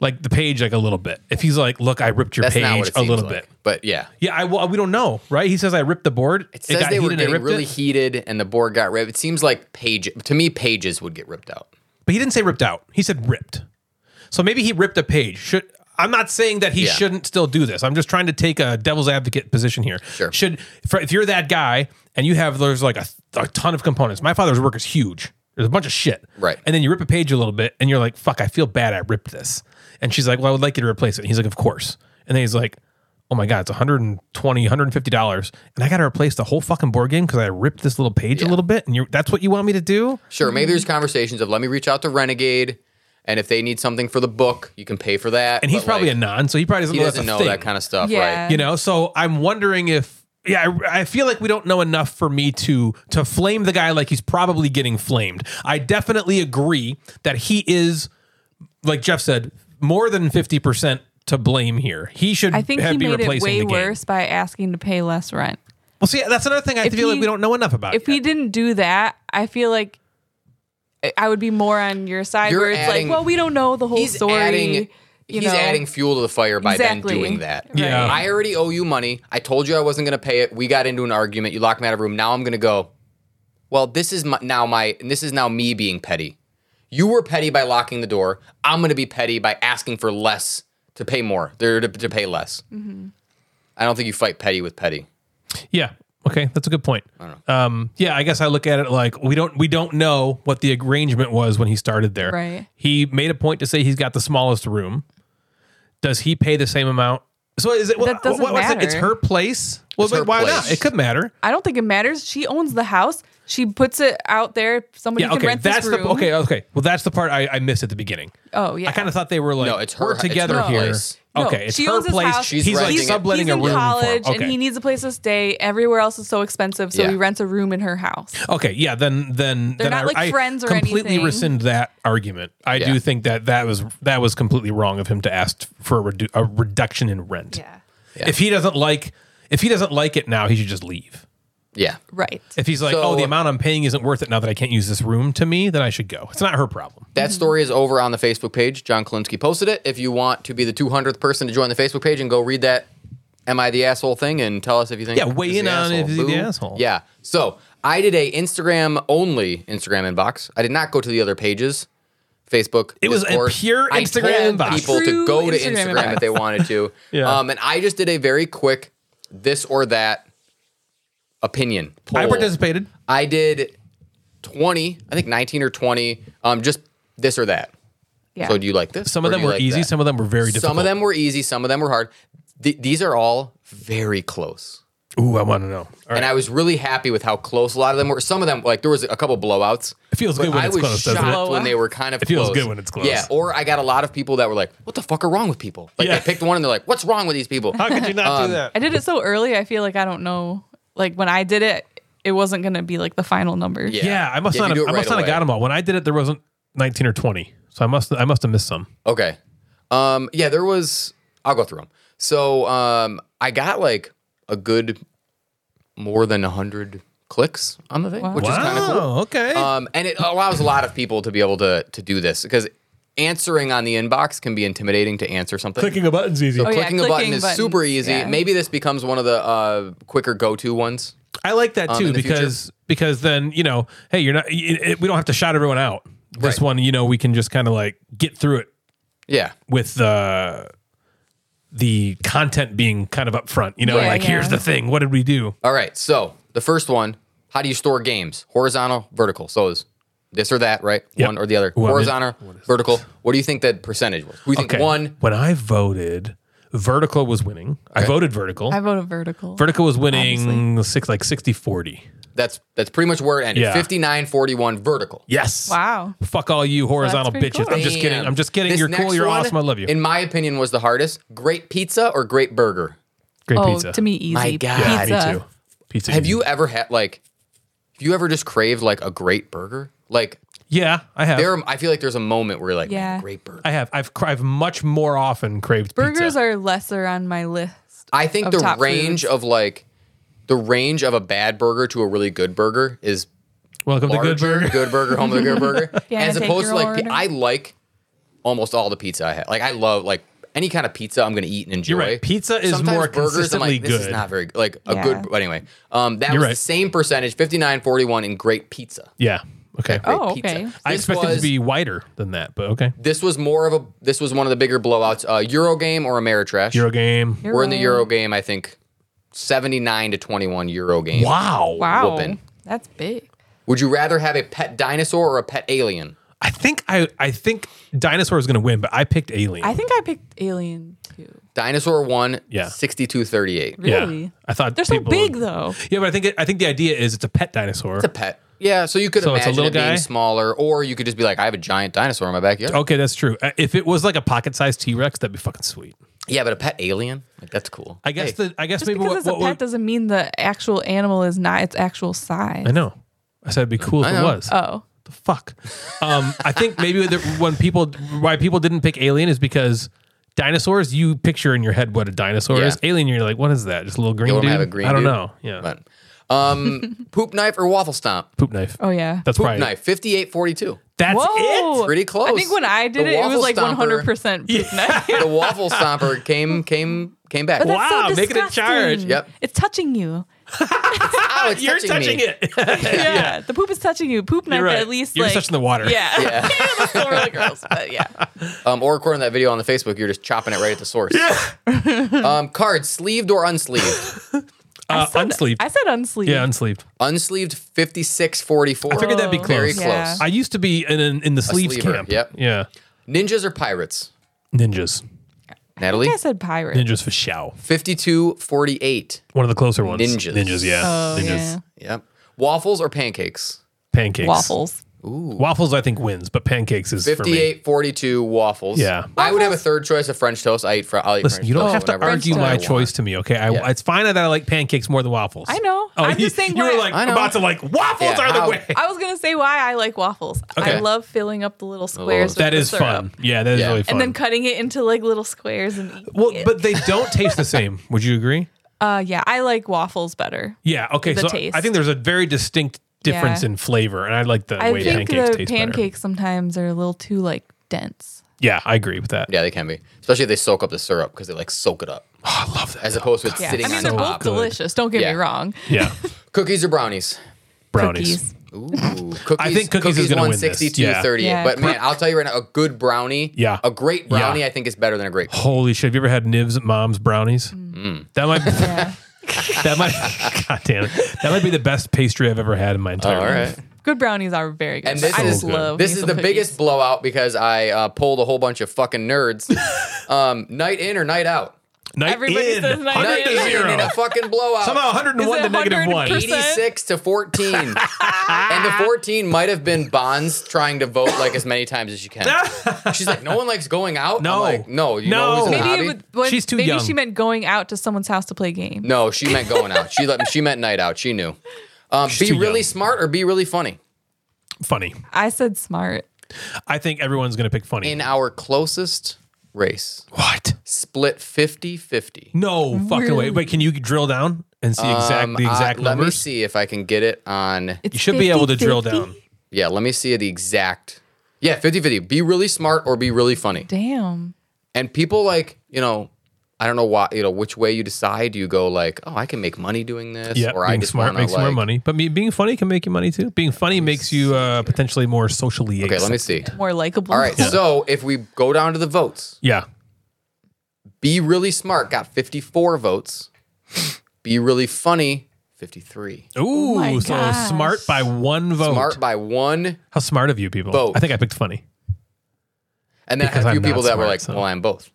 D: like the page like a little bit. If he's like, look, I ripped your
B: That's
D: page
B: not what it
D: a
B: seems
D: little
B: like.
D: bit.
B: But yeah.
D: Yeah, I well, we don't know, right? He says I ripped the board.
B: It says they were
D: heated and I
B: getting
D: ripped
B: really
D: it.
B: heated and the board got ripped. It seems like page to me pages would get ripped out.
D: but he didn't say ripped out. He said ripped. So maybe he ripped a page. Should I'm not saying that he
B: Yeah.
D: shouldn't still do this. I'm just trying to take a devil's advocate position here.
B: Sure.
D: Should if- if you're that guy and you have there's like a, a ton of components. My father's work is huge. There's a bunch of shit.
B: Right.
D: And then you rip a page a little bit and you're like, "Fuck, I feel bad. I ripped this." And she's like, "Well, I would like you to replace it." And he's like, "Of course." And then he's like, "Oh my god, it's 120, 150 dollars, and I got to replace the whole fucking board game because I ripped this little page a little bit." And you that's what you want me to do?
B: Sure, maybe
E: Mm-hmm.
B: there's conversations of let me reach out to Renegade and if they need something for the book, you can pay for that.
D: And he's
B: But,
D: probably
B: like,
D: a non, so he probably doesn't
B: he
D: know
B: doesn't
D: that's a
B: know
D: thing.
B: that kind of stuff,
E: Yeah.
B: right?
D: you know so i'm wondering if yeah I, I feel like we don't know enough for me to to flame the guy like he's probably getting flamed i definitely agree that he is like jeff said more than 50% to blame here he should
E: I think
D: have,
E: he
D: be
E: made it
D: replacing
E: way
D: the game.
E: worse by asking to pay less rent.
D: well see that's another thing i
E: If
D: feel like
E: he-
D: we don't know enough about
E: If
D: yet.
E: he didn't do that, I feel like I- I would be more on your side
B: You're
E: where it's
B: adding-
E: like, well, we don't know the whole
B: He's
E: story.
B: adding
E: you
B: he's
E: know.
B: adding fuel to the fire by
E: Exactly.
B: then doing that.
D: Yeah.
B: I already owe you money. I told you I wasn't going to pay it. We got into an argument. You locked me out of a room. Now I'm going to go. Well, this is my, now my and this is now me being petty. You were petty by locking the door. I'm going to be petty by asking for less to pay more. They're to, to pay less.
E: Mm-hmm.
B: I don't think you fight petty with petty.
D: Yeah. Okay, that's a good point. Um, yeah, I guess I look at it like we don't we don't know what the arrangement was when he started there.
E: Right.
D: He made a point to say he's got the smallest room. Does he pay the same amount? So is it?
E: That doesn't
D: what's it? It's
E: matter.
D: her place. Well,
B: It's her
D: but why not?
B: place.
D: It could matter.
E: I don't think it matters. She owns the house. She puts it out there. Somebody
D: Yeah.
E: can
D: Okay.
E: rent
D: That's
E: this
D: the
E: room.
D: okay. Okay. Well, that's the part I, I missed at the beginning.
E: Oh yeah.
D: I kind of thought they were like
B: No, it's her-
D: we're
B: it's
D: together
B: her
D: here.
B: place.
E: No,
D: okay, it's
E: she
D: her
E: owns his
D: place.
E: house.
B: She's
D: he's like
B: renting it.
D: subletting
E: he's
D: a
E: in
D: room. for him.
E: college
D: okay.
E: and he needs a place to stay. Everywhere else is so expensive, so
B: Yeah.
E: he rents a room in her house.
D: Okay, yeah, then then
E: They're
D: then
E: not,
D: I,
E: like,
D: I
E: friends or
D: completely
E: anything.
D: rescind that argument. I
B: Yeah.
D: do think that that was that was completely wrong of him to ask for a, redu- a reduction in rent. If he doesn't like if he doesn't like it now, he should just leave.
B: Yeah.
E: Right.
D: If he's like,
B: So-
D: "Oh, the amount I'm paying isn't worth it now that I can't use this room to me," then I should go. It's not her problem.
B: That story is over on the Facebook page. John Kalinske posted it. If you want to be the 200th person to join the Facebook page and go read that "Am I the asshole?" thing and tell us if you think
D: Yeah, weigh
B: he's
D: in
B: the
D: on if he's the
B: Boo.
D: asshole.
B: Yeah. So I did a Instagram only Instagram inbox. I did not go to the other pages. Facebook.
D: It was a
B: Discord.
D: pure
B: I told
D: Instagram inbox.
B: People to
E: True
B: go to
E: Instagram
B: Instagram if they wanted to.
D: Yeah.
B: Um, and I just did a very quick this or that opinion. Poll.
D: I participated.
B: I did 20, I think 19 or 20, um, just this or that.
E: Yeah.
B: So do you like this?
D: Some of
B: or do
D: them
B: you
D: were
B: like
D: easy.
B: that?
D: Some of them were very difficult.
B: Some of them were easy. Some of them were hard. Th- these are all very close.
D: Ooh, I want to know. All right.
B: And I was really happy with how close a lot of them were. Some of them, like there was a couple blowouts.
D: It feels
B: but
D: good when
B: I
D: it's
B: was
D: close, doesn't it?
B: shocked when they were kind of.
D: It feels
B: close.
D: good when it's close.
B: Yeah, or I got a lot of people that were like, "What the fuck are wrong with people?" Like
D: Yeah.
B: they picked one and they're like, "What's wrong with these people?"
D: How could you not
B: Um,
D: do that?
E: I did it so early. I feel like I don't know. Like when I did it, it wasn't going to be like the final number.
B: Yeah.
D: Yeah, I must
B: If you
D: not.
B: do
D: Have,
B: it
D: I must
B: right
D: not have
B: away.
D: got them all. When I did it, there wasn't 19 or 20, so I must. I must have missed some.
B: Okay. Um, yeah, there was. I'll go through them. So um, I got like a good more than hundred clicks on the thing, which is kind of cool.
D: okay.
B: Um, and it allows a lot of people to be able to to do this because answering on the inbox can be intimidating to answer something.
D: Clicking a button's easy.
E: Oh, yeah,
B: Clicking a button
E: clicking
B: is
E: buttons,
B: super easy.
E: yeah.
B: Maybe this becomes one of the uh, quicker go to ones.
D: I like that too
B: um, in the
D: because because then you know, hey, you're not. It, it- we don't have to shout everyone out. This
B: Right.
D: one, you know, we can just kind of like get through it
B: Yeah.
D: with the the content being kind of upfront. You know,
E: Yeah,
D: like
E: yeah.
D: here's the thing. What did we do?
B: All right. So the first one how do you store games? Horizontal, vertical. So is this or that, right?
D: Yep.
B: One or the other.
D: Well, I mean,
B: Horizontal, vertical. What do you think that percentage was? We think one.
D: When I voted, vertical was winning. I voted vertical.
E: I voted vertical.
D: vertical was winning six like 60 40.
B: That's that's pretty much where it ended.
D: Yeah.
B: 59 41 vertical.
D: Yes.
E: Wow.
D: Fuck all you horizontal
E: pretty
D: bitches.
E: cool. Oh,
D: I'm just kidding.
B: Damn.
D: I'm just kidding.
B: This
D: you're cool.
B: next
D: You're
B: one,
D: awesome. I love you.
B: In my opinion, was the hardest. Great pizza or great burger?
D: Great
E: oh,
D: pizza.
E: to me, easy.
B: My God.
D: Yeah, me
E: Pizza.
D: too. Pizza.
B: Have
D: easy.
B: you ever had like? Have you ever just craved like a great burger? Like
D: Yeah, I have.
B: there, I feel like there's a moment where you're like, yeah,
E: Yeah.
B: great burger.
D: I have. I've cr- I've much more often craved
E: Burgers
D: pizza.
E: are lesser on my list.
B: I think
E: Of
B: the
E: top
B: range
E: foods.
B: of like, the range of a bad burger to a really good burger is
D: Welcome to
B: larger.
D: Good Burger.
B: Home of the Good Burger.
E: Yeah,
B: as
E: take
B: opposed to
E: your
B: like,
E: order.
B: I like almost all the pizza I had. Like I love like any kind of pizza I'm gonna eat and enjoy.
D: You're right. Pizza is more consistently
B: I'm like, This is
D: good.
B: not very good. like a
E: Yeah.
B: good. But anyway, um, that
D: You're
B: was
D: right.
B: the same percentage, 59, 41 in great pizza.
D: Yeah. Okay.
B: Great
E: Oh,
B: pizza.
E: okay.
D: I
B: This
D: expected it to
B: was-
D: be wider than that, but okay.
B: This was more of a. This was one of the bigger blowouts. Uh, Eurogame or Ameritrash.
D: Euro game.
B: We're in the Eurogame. I think seventy nine to twenty one Eurogame.
D: Wow.
E: Wow.
B: whooping.
E: That's big.
B: Would you rather have a pet dinosaur or a pet alien?
D: I think I I think dinosaur is going to win, but I picked alien.
E: I think I picked Alien too.
B: Dinosaur won.
D: Yeah.
B: sixty two thirty eight.
D: yeah.
E: Really?
D: I thought
E: They're so
D: people-
E: big though.
D: Yeah, but I think it, I think the idea is it's a pet dinosaur.
B: a pet. Yeah, so you could
D: So it's a
B: imagine
D: little
B: it being
D: guy?
B: smaller, or you could just be like, I have a giant dinosaur in my backyard.
D: okay, that's true. Uh, If it was like a pocket-sized T-Rex, that'd be fucking sweet.
B: Yeah, but a pet alien, like that's cool.
D: I guess
B: Hey,
D: the I guess
E: Just
D: maybe
E: because
D: what,
E: it's a
D: what
E: pet
D: would,
E: doesn't mean the actual animal is not its actual size.
D: I know. I said it'd be cool if it
B: know.
D: was.
E: Oh.
D: the fuck? Um, I think maybe the, when people why people didn't pick Alien is because dinosaurs you picture in your head what a dinosaur
B: Yeah.
D: is. Alien, you're like, what is that? Just a little green
B: you
D: dude.
B: wanna have a green
D: I don't
B: dude?
D: know. Yeah,
B: But, um, poop knife or waffle stomp?
D: poop knife.
E: Oh yeah.
D: That's
B: Poop
D: probably
B: knife, fifty-eight forty-two.
D: That's
E: Whoa.
D: it.
B: Pretty close.
E: I think when I did
B: The
E: it, it was
B: waffle
E: like
B: stomper.
E: 100% poop knife.
B: The waffle stomper came, came, came back.
E: But that's
D: Wow,
E: so
D: making a charge.
E: disgusting.
B: Yep.
E: It's touching you.
B: Ow, it's
D: You're touching
B: me.
D: it.
E: Yeah. The poop is touching you. Poop knife
D: You're right.
E: at least
D: You're
E: like
D: just touching the water.
E: Yeah.
B: Yeah.
E: that's still really gross, but yeah.
B: Um, or according to that video on the Facebook, you're just chopping it right at the source. um, cards, sleeved or unsleeved?
D: Uh,
E: I said-
D: unsleeved.
E: I said unsleeved.
D: yeah, unsleeved.
B: unsleeved, fifty-six forty-four.
D: I figured that'd be
B: Very
D: close.
B: close.
E: Oh. Yeah.
D: I used to be in in, in the sleeves
B: sleever,
D: camp.
B: yep.
D: Yeah.
B: Ninjas or pirates?
D: Ninjas.
E: I
B: Natalie,
E: think I said pirate.
D: Ninjas for show.
B: fifty-two forty-eight.
D: One of the closer ones.
B: Ninjas.
D: Ninjas. Yeah.
E: Oh,
D: Ninjas.
E: yeah.
B: Yep. Waffles or pancakes?
D: Pancakes.
E: Waffles.
D: Waffles. I think wins, but pancakes is for me.
B: 58, 42 waffles.
D: Yeah.
B: I would have a third choice of French toast. I eat, fr- I'll eat
D: Listen,
B: French
D: you
E: Oh,
D: don't
B: toast
D: have to
B: whenever I
D: argue
E: French
D: my
B: want.
D: choice to me, okay? I,
B: Yeah.
D: It's fine that I like pancakes more than waffles. Oh,
E: I know. I'm just saying
D: you were
E: why-
D: like
B: I know.
D: about to like waffles
B: Yeah,
D: are the
B: how-
D: way.
E: I was going to say why I like waffles.
D: Okay.
E: I love filling up the little
B: Oh,
E: squares. with
D: That
E: the
D: is
E: syrup.
D: fun. Yeah, that is
B: Yeah.
D: really
B: And
D: fun.
E: And then cutting it into like little squares and eating
D: well,
E: it.
D: but they don't taste the same. Would you agree?
E: uh, yeah, I like waffles better.
D: Yeah. Okay.
E: The
D: so
E: taste.
D: I think there's a very distinct difference
E: Yeah.
D: in flavor, and I like the
E: I
D: way
E: think
D: pancakes
E: the
D: taste better.
E: pancakes sometimes are a little too like dense.
D: Yeah, I agree with that.
B: Yeah, they can be. Especially if they soak up the syrup because they like soak it up
D: Oh, I love that.
B: as opposed to it
E: Yeah,
B: sitting
E: I mean
B: on
E: they're both
B: top.
D: good.
E: delicious. Don't get
B: Yeah.
E: me wrong.
D: yeah,
B: Cookies or brownies?
D: brownies.
E: Cookies.
B: Ooh, cookies.
D: I think cookies is gonna win this.
B: 62,
D: Yeah.
B: 38.
E: Yeah.
B: But man, I'll tell you right now, a good brownie,
D: Yeah.
B: a great brownie,
D: Yeah.
B: I think is better than a great.
D: Holy shit! Have you ever had Niv's mom's brownies?
B: Mm.
D: That might.
E: Yeah.
D: that might. God damn it! That might be the best pastry I've ever had in my entire
B: All right.
D: life.
E: Good brownies are very good.
B: And this
E: I
B: is
E: just love
B: this
E: me
B: is
E: some
B: the
E: cookies.
B: biggest blowout because I uh, pulled a whole bunch of fucking nerds. um, night in or night out?
D: Night
E: Everybody
D: in,
E: says night
D: hundred
B: Night
D: to
E: in.
B: in
D: zero.
B: in a fucking blowout.
D: Somehow 101
E: Is
D: to
E: it
D: negative one.
E: 100%?
B: 86 to 14. and the 14 might have been Bonds trying to vote like as many times as you can. She's like, no one likes going out.
D: No.
B: I'm like, no, you
D: No.
B: know who's in the
E: Maybe
B: hobby?
E: it would, what-
D: She's too
E: maybe
D: young.
E: she meant going out to someone's house to play games.
B: no, she meant going out. She let she meant night out. She knew. Um, be
D: too young.
B: really smart or be really funny.
D: Funny.
E: I said smart.
D: I think everyone's gonna pick funny.
B: In our closest race,
D: what?
B: split 50 50.
D: No fucking way.
E: Really?
D: Wait, can you drill down and see exact the exact
B: Um, Uh, Let me
D: numbers?
B: see if I can get it on.
E: It's
D: You should be able to drill
E: 50-50.
D: down.
B: Yeah, let me see the exact. Yeah, 50 50. Be really smart or be really funny.
E: Damn.
B: And people like, you know, I don't know why, you know, which way you decide. Do you go like, oh, I can make money doing this,
D: Yeah,
B: or I
D: being
B: just
D: smart
B: wanna,
D: makes you more
B: like-
D: money, but me, being funny can make you money too. Being funny makes you uh, potentially more socially.
B: Okay, let me
D: accept-
B: see.
E: More likable.
B: All right, so if we go down to the votes,
D: Yeah,
B: be really smart got 54 votes. Be really funny, 53.
D: Ooh,
E: my
D: so
E: gosh.
D: smart by one vote.
B: Oh Smart by one,
D: How smart of you people.
B: Vote.
D: I think I picked funny.
B: and then
D: Because
B: I had a
D: I'm
B: few people
D: not
B: that were
D: smart,
B: like,
D: so.
B: well, I'm both.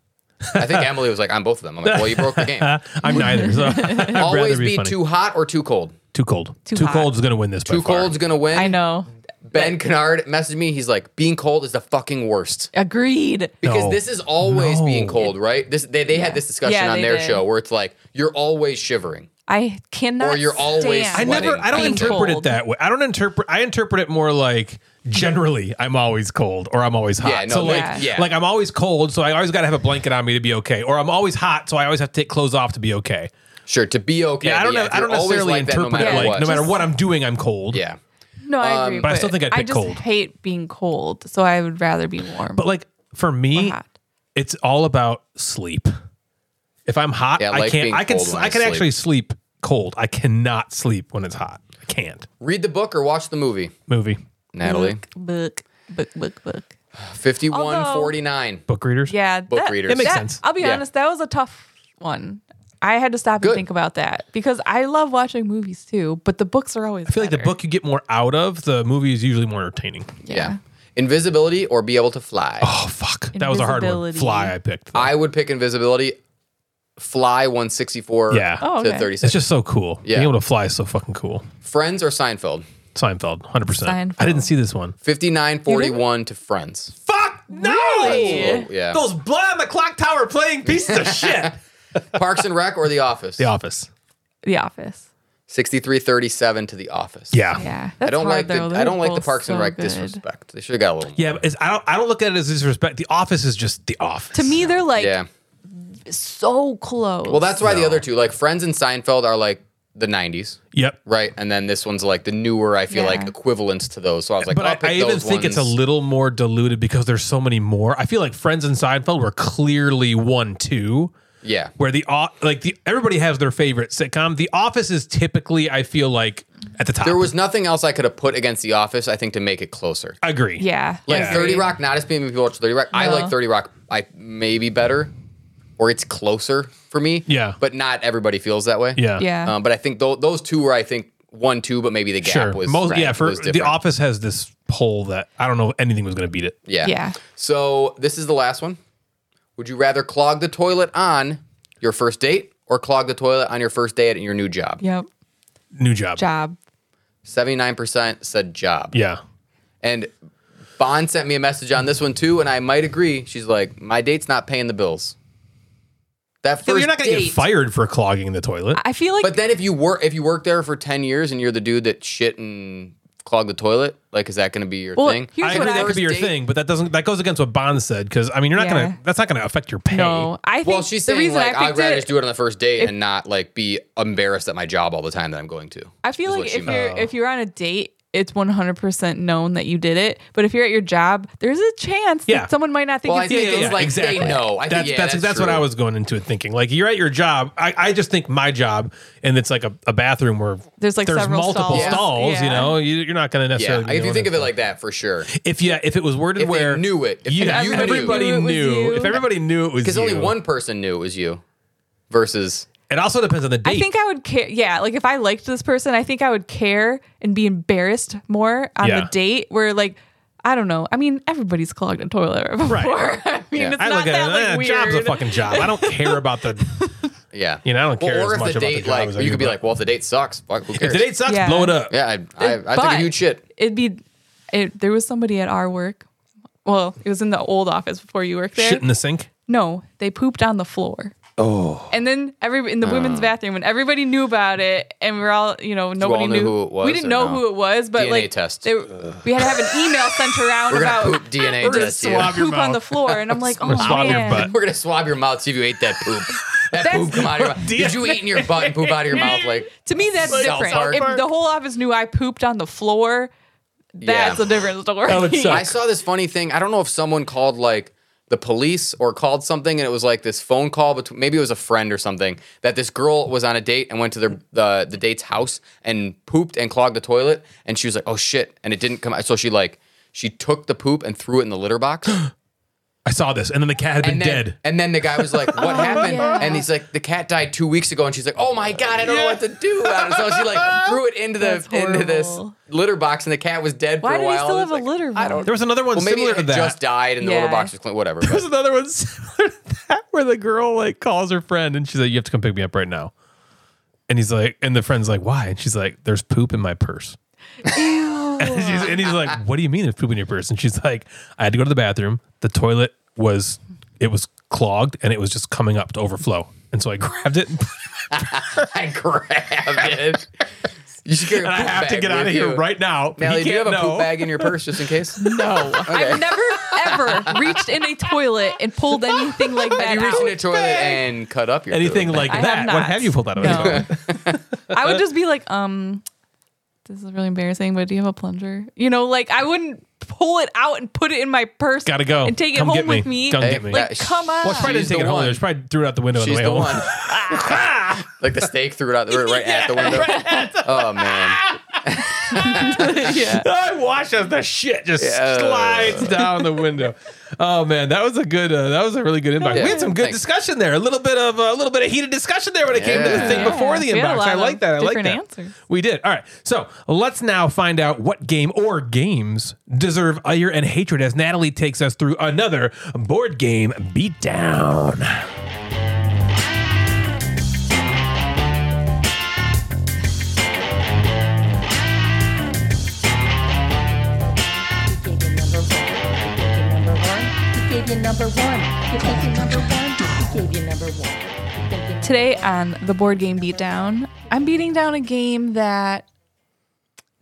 B: I think Emily was like, I'm both of them. I'm like, well, you broke the game.
D: I'm neither. So I'd rather
B: Always
D: be,
B: be,
D: funny.
B: too hot or too cold.
D: too cold. Too,
E: hot.
D: cold is gonna win this. by
B: Too
D: far.
B: cold's gonna win.
E: I know.
B: Ben Kennard messaged me. He's like, being cold is the fucking worst.
E: Agreed.
B: Because
D: No.
B: this is always
D: No.
B: being cold, right? This they, they had this discussion
E: Yeah,
B: on
E: they
B: their
E: did.
B: show where it's like you're always shivering.
E: I cannot.
B: Or you're always
E: stand
D: I never.
B: sweating
D: I don't
E: being
D: interpret it
E: cold.
D: that way. I don't interpret. I interpret it more like generally. I'm always cold, or I'm always hot.
B: Yeah, no,
D: so like,
E: that-
B: yeah.
D: like I'm always cold, so I always got to have a blanket on me to be okay, or I'm always hot, so I always have to take clothes off to be okay.
B: Sure, to be okay.
D: Yeah, I don't.
B: but
D: know.
B: if
D: I don't
B: you're always
D: necessarily
B: like that,
D: interpret
B: no
D: it
B: matter
D: like
B: what.
D: no matter what I'm doing, I'm cold.
B: Yeah.
E: No, I agree.
B: Um,
D: but I still think I'd
E: I
D: pick
E: just
D: cold.
E: hate being cold, so I would rather be warm.
D: But like For me,
E: hot.
D: it's all about sleep. If I'm hot,
B: Yeah, I
D: I
B: like
D: can't.
B: being
D: I can.
B: cold when
D: I
B: I
D: can
B: sleep.
D: actually sleep cold. I cannot sleep when it's hot. I can't.
B: Read the book or watch the movie,
D: Movie
B: Natalie.
E: book, book, book, book.
B: 5149.
D: book readers.
E: Yeah, book
B: readers. It
D: makes
E: that-
D: sense.
E: I'll be
B: Yeah.
E: honest, that was a tough one. I had to stop
B: Good.
E: and think about that because I love watching movies too, but the books are always.
D: I feel like the book you get more out of. The movie is usually more entertaining.
B: Yeah. Invisibility or be able to fly.
D: Oh fuck, that was a hard one.
E: Invisibility.
D: Fly, I picked.
B: I would pick invisibility. Fly 164
D: Yeah.
E: Oh, okay.
B: to 36.
D: it's just so cool.
B: Yeah.
D: Being able to fly is so fucking cool.
B: Friends or Seinfeld?
D: Seinfeld, hundred percent.
E: Seinfeld.
D: I didn't see this one.
B: 5941 to Friends.
D: Fuck no!
E: Really?
B: Yeah.
D: blood on the clock tower playing pieces of shit.
B: Parks and Rec or The Office?
D: The Office.
E: The Office.
B: 6337 to The Office.
D: Yeah.
E: Yeah, that's
B: Ah, I don't
E: hard,
B: like the
E: though. Those
B: I don't
E: are
B: like the
E: both
B: Parks and
E: so
B: Rec
E: good.
B: disrespect. They should have got a little.
D: Yeah, but it's, I don't. I don't look at it as disrespect. The Office is just the Office.
E: To me, they're like
B: Yeah.
E: so close.
B: Well, that's why the other two, like Friends and Seinfeld, are like the 90s,
D: Yep.
B: right? And then this one's like the newer. I feel
E: Yeah.
B: like equivalents to those. So I was like,
D: But
B: I'll
D: I,
B: pick
D: I even
B: those
D: think it's a
B: ones.
D: little more diluted because there's so many more. I feel like Friends and Seinfeld were clearly one two,
B: yeah.
D: where the O- like the everybody has their favorite sitcom. The Office is typically I feel like at the top.
B: There was nothing else I could have put against The Office. I think to make it closer.
D: I agree.
E: yeah,
B: Like
E: I
B: Thirty
E: agree.
B: Rock, not as many people watch Thirty Rock. I
E: No.
B: like Thirty Rock. I maybe better, or it's closer for me.
D: Yeah.
B: but not everybody feels that way.
D: Yeah.
E: Yeah.
B: Um, but I think tho- those two were, I think, one, two, but maybe the gap
D: Sure.
B: was
D: Most, yeah. For
B: was
D: the
B: different.
D: Office has this poll that I don't know if anything was going to beat it.
B: Yeah.
E: Yeah.
B: So this is the last one. Would you rather clog the toilet on your first date or clog the toilet on your first day at your new job?
E: Yep.
D: New job.
E: Job.
B: 79% said job.
D: Yeah.
B: And Bond sent me a message on this one too, and I might agree. She's like, my date's not paying the bills. That first
D: you you're not going to
B: date-
D: get fired for clogging the toilet.
E: I feel like
B: But then if you work if you work there for 10 years and you're the dude that shit and clogged the toilet, like is that going to be your
E: Well,
B: thing?
E: here's
D: I
E: what
D: agree
E: I-
D: that could be your
B: First date-
D: thing, but that doesn't that goes against what Bond said because I mean you're not
E: Yeah.
D: gonna that's not gonna affect your pay.
E: no. I think
B: Well, she's
E: the
B: saying
E: reason
B: like
E: I
B: I'd
E: picked
B: rather
E: it.
B: just do it on the first date and not like be embarrassed at my job all the time that I'm going to.
E: I feel
B: is what
E: like
B: she
E: if
B: meant.
E: you're if you're on a date, it's 100 percent known that you did it. But if you're at your job, there's a chance
D: Yeah.
E: that someone might not think
B: Well, I
E: it's
B: think
E: you.
B: it was like they know. I
D: that's
B: think, yeah,
D: that's,
B: that's,
D: that's what
B: true.
D: I was going into it thinking. Like you're at your job. I, I just think my job, and it's like a, a bathroom where
E: There's, like, several
D: multiple
E: stalls.
D: stalls.
E: Yeah.
D: You know, you, you're not gonna
B: Yeah,
D: necessarily. be
B: if
D: the
B: you
D: one
B: think of
D: that's-
B: it like that, for sure.
D: if yeah, if it was worded
B: If they
D: where
B: knew it. If
D: you,
B: they-
D: if
B: everybody
D: everybody
E: knew it was
D: knew,
E: you.
D: if everybody knew it was
B: Because only
D: you.
B: one person knew it was you versus
D: It also depends on the date.
E: I think I would care. Yeah, like if I liked this person, I think I would care and be embarrassed more on
D: Yeah.
E: the date. Where like, I don't know. I mean, everybody's clogged a toilet before.
D: Right.
E: I mean,
B: Yeah.
E: it's
D: I
E: not
D: look at
E: that
D: it.
E: like
D: eh,
E: weird.
D: job's a fucking job. I don't care about the
B: yeah.
D: You know, I don't care
B: Well,
D: as
B: or if
D: much
B: the
D: about the
B: date
D: job
B: like
D: as I
B: you
D: do
B: could be
D: about-
B: like, well, if the date sucks, fuck, who
D: if
B: cares?
D: the date sucks,
E: Yeah.
D: blow it up.
B: yeah, I I, I took a
E: But-
B: huge shit.
E: It'd be. It, there was somebody at our work. Well, it was in the old office before you worked there.
D: Shit in the sink.
E: No, they pooped on the floor. Oh. And then every in the
B: Uh.
E: women's bathroom, and everybody knew about it, and we're all you know nobody
B: all knew who it was
E: We didn't
B: or
E: know
B: no?
E: who it was, but
B: DNA
E: like
B: test.
E: They, we had to have an email sent around
B: We're
E: about
B: gonna poop DNA
D: gonna
B: test you.
D: swab- Swab your
E: poop on
D: mouth.
E: the floor, and I'm like, oh
D: We're gonna swab your
E: man,
D: butt.
B: We're gonna swab your mouth, see if you ate that poop. That
E: That's-
B: poop come out of your mouth. Did you eat in your butt and poop out of your mouth? Like
E: to me that's
B: South Park.
E: different. If the whole office knew I pooped on the floor, that's
B: Yeah.
E: a different story.
D: That would suck.
B: I saw this funny thing. I don't know if someone called like the police or called something, and it was like this phone call between maybe it was a friend or something that this girl was on a date and went to their the the date's house and pooped and clogged the toilet, and she was like, "Oh shit!" and it didn't come out. So she like she took the poop and threw it in the litter box,
D: I saw this, and then the cat had been
B: and then
D: dead.
B: and then the guy was like, "What happened?"
E: Oh, yeah.
B: And he's like, "The cat died two weeks ago," and she's like, "Oh my god, I don't know what to do about it." So she like threw it into the
E: That's
B: into this
E: horrible.
B: litter box, and the cat was dead
E: Why
B: for a
E: did he
B: while.
E: still
B: and
E: have
B: it's
E: a
B: like,
E: litter?
B: I don't
D: There was another one
B: well, maybe
D: similar to
B: it
D: that.
B: just died and the
E: Yeah.
B: litter box was clean, whatever. but-
D: There's another one similar to that where the girl like calls her friend and she's like, "You have to come pick me up right now." And he's like, and the friend's like, "Why?" And she's like, "There's poop in my purse." and, she's, and he's like, "What do you mean there's poop in your purse?" And she's like, "I had to go to the bathroom. The toilet was it was clogged and it was just coming up to overflow." And so I grabbed it. And
B: I grabbed it. You should get your
D: I
B: poop
D: have to
B: bag
D: get out of
B: with
D: here
B: you.
D: right now.
B: Natalie,
D: He
B: do you have
D: can't
B: a
D: know.
B: poop bag in your purse just in case? No.
E: I've never ever reached in a toilet and pulled anything like that.
B: You reached in
E: out.
B: a toilet and cut up your
D: Anything
B: poop.
D: like
E: I have
D: that? What
E: not.
D: have you pulled out of it?
E: No. I would just be like, um, this is really embarrassing, but do you have a plunger? You know, like I wouldn't pull it out and put it in my purse.
D: Gotta go.
E: And take it
D: Come
E: home
D: get me.
E: with me.
D: Come
B: Hey,
D: get me.
E: Like,
B: that-
E: come on.
B: Well,
E: Well,
D: probably didn't
B: she's the
D: take it home.
B: one.
D: There. She probably threw it out the window on the
B: She's
D: way
B: the
D: home.
B: one. like the snake threw it out the right at the window. oh man.
E: yeah.
D: I wash us the shit just
B: Yeah.
D: slides down the window. Oh man, that was a good. Uh, that was a really good inbox.
B: Yeah.
D: We had some good
B: Thanks.
D: discussion there. A little bit of uh, a little bit of heated discussion there when it came to the
B: Yeah.
D: thing before the
E: We had a
D: inbox.
E: lot
D: I
E: of
D: like that. I like that.
E: different answers.
D: We did. All right. So let's now find out what game or games deserve ire and hatred as Natalie takes us through another board game beatdown.
F: He gave you number one. He gave you number one. He gave you number one. He gave you number one. He gave you number one. He gave you number
E: Today on the board game beatdown, I'm beating down a game that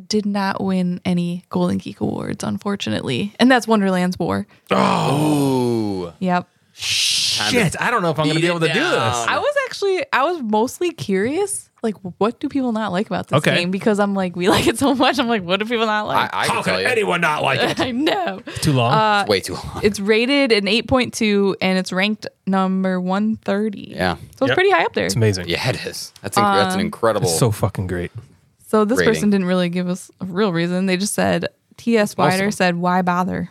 E: did not win any Golden Geek Awards, unfortunately, and that's Wonderland's War.
B: Ooh.
E: Yep.
D: Shit, I don't know if I'm going to
B: beat
D: be
B: it
D: able to do this.
B: down.
E: I was actually, I was mostly curious, like, what do people not like about this
D: Okay.
E: game? Because I'm like, we like it so much. I'm like, what do people not
B: I,
E: like?
B: I
D: How
B: can
D: could
B: tell you.
D: anyone not like it?
E: I, know.
D: Too long.
E: Uh,
B: It's way
D: Uh,
B: too long.
E: It's rated an 8.2 and it's ranked number 130.
B: Yeah.
E: So it's
D: Yep.
E: pretty high up there.
D: it's amazing.
B: Yeah, it is. That's inc- that's
E: Um,
B: an incredible.
D: It's so fucking great.
E: So this
B: rating.
E: person didn't really give us a real reason. They just said, T.S. Wider
B: awesome.
E: said, why bother?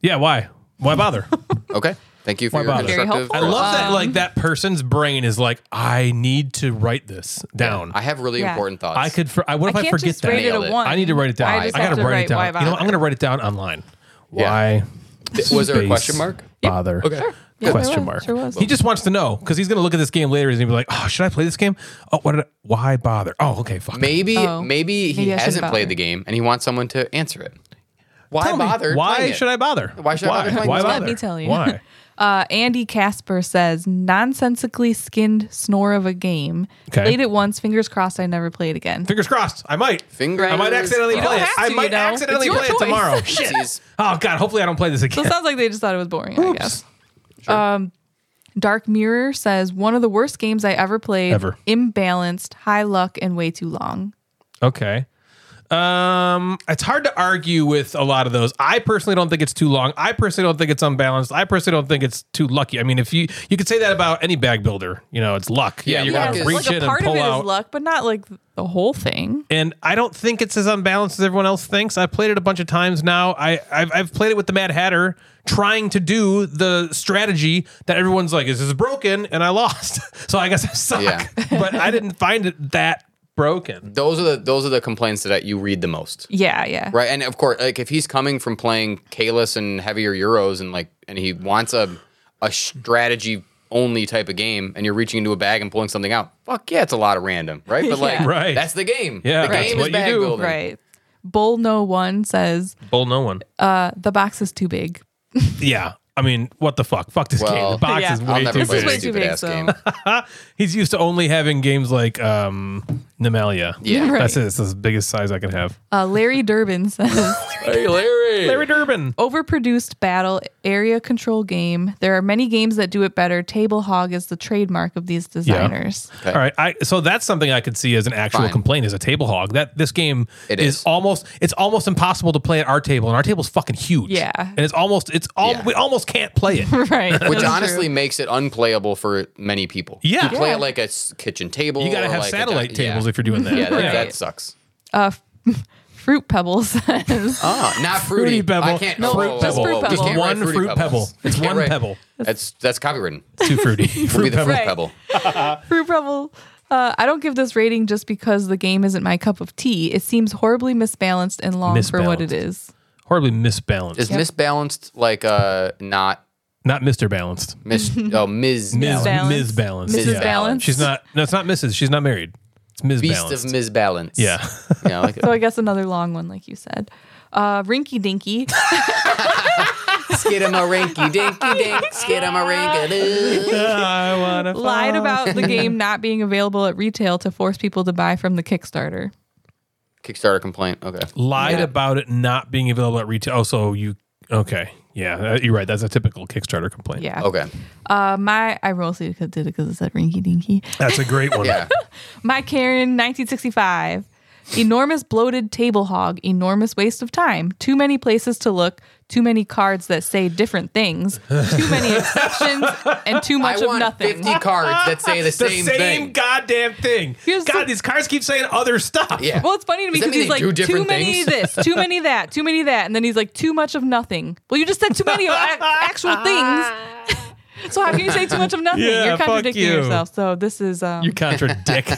D: Yeah. Why? Why bother?
B: okay. Thank you for
D: Why
B: your
D: bother? Very
B: constructive.
E: helpful.
D: I love
B: Um,
D: that like that person's brain is like, I need to write this down.
B: I have really
E: Yeah.
B: important thoughts.
D: I, could for I what if I,
E: can't
D: forget
E: just
D: that?
E: rate it
B: Nailed
E: a
B: it.
E: one.
D: I need to write it down.
E: I,
D: I,
E: just
D: gotta
E: have to
D: write, it down.
E: Why
D: You know what? I'm
E: bother?
D: gonna write it down online.
B: Yeah.
D: Why
B: Th- was there a
D: space
B: question mark?
D: Bother.
B: Okay.
E: Yeah,
D: question
E: there
D: mark.
E: was, there was.
D: He just wants to know because he's gonna look at this game later and he'll be like, "Oh, should I play this game? Oh, what? Did I, why bother? Oh, okay, fuck.
B: Maybe
E: Oh.
B: maybe he
E: Maybe I shouldn't
B: hasn't
E: bother.
B: played the game and he wants someone to answer it. Why
D: Tell me,
B: bother?
D: Why
B: playing it?
D: should I bother?
B: Why should I bother playing
D: Why
B: this game?
D: bother?
E: Let me tell you.
D: Why?
E: Uh, Andy Casper says, nonsensically skinned snore of a game.
D: Okay.
E: Played it once. Fingers crossed I never play it again.
D: Fingers crossed. I might.
B: Fingers
D: I might acciditally
B: You
D: play
B: don't
D: it.
E: have
D: I
E: to,
D: might
E: you know.
D: accidentally
E: It's
D: play
E: your
D: it
E: choice.
D: tomorrow. Shit.
B: Jeez.
D: Oh god. Hopefully I don't play this
E: So
D: again.
E: it sounds like they just thought it was boring, I guess. Um, Dark Mirror says, one of the worst games I ever played.
D: Ever.
E: Imbalanced, high luck, and way too long.
D: Okay. Um, it's hard to argue with a lot of those. I personally don't think it's too long. I personally don't think it's unbalanced. I personally don't think it's too lucky. I mean, if you you could say that about any bag builder, you know, it's luck.
B: Yeah,
D: you
B: luck
D: gotta
B: is-
D: reach
E: like a
D: in and
E: part of
D: pull
E: it is
D: out.
E: luck, but not like the whole thing.
D: And I don't think it's as unbalanced as everyone else thinks. I've played it a bunch of times now. I I've, I've played it with the Mad Hatter, trying to do the strategy that everyone's like, "Is this broken?" And I lost. so I guess I suck.
B: Yeah.
D: but I didn't find it that broken.
B: Those are the those are the complaints that you read the most.
E: Yeah, yeah.
B: Right. And of course, like if he's coming from playing Kalis and heavier Euros and like, and he wants a, a strategy only type of game and you're reaching into a bag and pulling something out, fuck yeah, it's a lot of random. Right. But like,
E: Yeah.
D: Right.
B: that's the game.
D: Yeah,
B: The
D: that's
B: game
D: what
B: is
D: you
B: bag
D: do.
B: building.
E: Right. Bull No One says,
D: Bull, no one.
E: uh, the box is too big.
D: Yeah. I mean, what the fuck? Fuck this game.
B: Well,
D: The box
E: Yeah.
D: is
B: I'll
D: way
B: never
D: too
B: play
D: big.
E: This is way
B: a
E: too
B: stupid
E: big,
B: ass
E: so-
B: game.
D: He's used to only having games like um Nemalia.
B: Yeah.
D: That's
E: Right.
D: it. It's the biggest size I can have.
E: Uh, Larry Durbin says,
B: hey, Larry.
D: Larry Durbin.
E: overproduced battle area control game. There are many games that do it better. Table hog is the trademark of these designers.
B: Okay.
D: All right, I so that's something I could see as an actual
B: Fine.
D: complaint as a table hog. That this game
B: It
D: is
B: is.
D: almost it's almost impossible to play at our table, and our table's fucking huge.
E: Yeah.
D: and it's almost it's all
B: Yeah.
D: we almost can't play it.
E: Right.
B: Which
E: that's
B: honestly
E: true.
B: makes it unplayable for many people.
D: Yeah.
B: You play
E: Yeah.
B: it like a s- kitchen table.
D: You gotta
B: or
D: have
B: like a
D: satellite
B: di- yeah.
D: tables if you're doing that.
B: Yeah, that,
E: Right.
B: that sucks.
E: Uh, Fruit Pebble says,
B: Ah, not fruity.
D: Fruity pebble.
B: I can't.
E: No,
B: oh,
D: fruit
B: oh,
E: just
D: pebble.
E: fruit
B: oh, we
E: pebble.
B: can't write
D: One
B: fruity
D: fruit
B: pebbles.
D: pebble. It's
B: We can't
D: one
B: write-
D: pebble.
B: That's that's copywritten.
D: Too fruity.
B: Fruit
D: fruit
B: be the
D: pebble.
B: fruit
E: Right.
B: pebble.
E: Fruit Pebble. Uh, I don't give this rating just because the game isn't my cup of tea. It seems horribly misbalanced and long for what it
D: Misbalanced.
E: is.
D: Horribly misbalanced.
B: Is misbalanced like uh not
D: Not Mister Balanced.
B: mis oh Ms.
D: Ms.
B: Balance.
E: Balance.
D: Ms. Balance.
E: Mrs.
B: Yeah.
E: Balance.
D: She's not. No, it's not Mrs. She's not married. It's Ms.
B: Beast
D: Balance.
B: of Ms. Balance.
D: Yeah.
B: Yeah, I like it.
E: So I guess another long one, like you said. Uh, Rinky Dinky.
B: skid him a rinky dinky dink, skid him a rink.
D: I wanna
E: lied about the game not being available at retail to force people to buy from the Kickstarter.
B: Kickstarter complaint. Okay.
D: lied
B: Yeah.
D: about it not being available at retail. Oh, so you okay? Yeah, uh, you're right. That's a typical Kickstarter complaint.
E: Yeah.
B: Okay.
E: Uh, my I mostly did it because it said Rinky Dinky.
D: that's a great one.
B: Yeah.
E: My Karen, 1965. Enormous bloated table hog, enormous waste of time, too many places to look, too many cards that say different things, too many exceptions, and too much
B: I
E: of
B: want
E: nothing.
B: 50 cards that say the,
D: the
B: same,
D: same,
B: thing.
D: goddamn thing.
E: Here's
D: God,
E: the-
D: these cards keep saying other stuff.
B: Yeah.
E: Well, it's funny to me
B: Does that
E: because
B: mean
E: he's
B: they
E: like
B: do
E: too
B: different
E: many this, too many that, too many that, and then he's like too much of nothing. Well, you just said too many of ac- actual things. so how can you say too much of nothing?
D: Yeah,
E: You're
D: fuck
E: contradicting
D: you.
E: yourself. So this is um,
D: You contradict.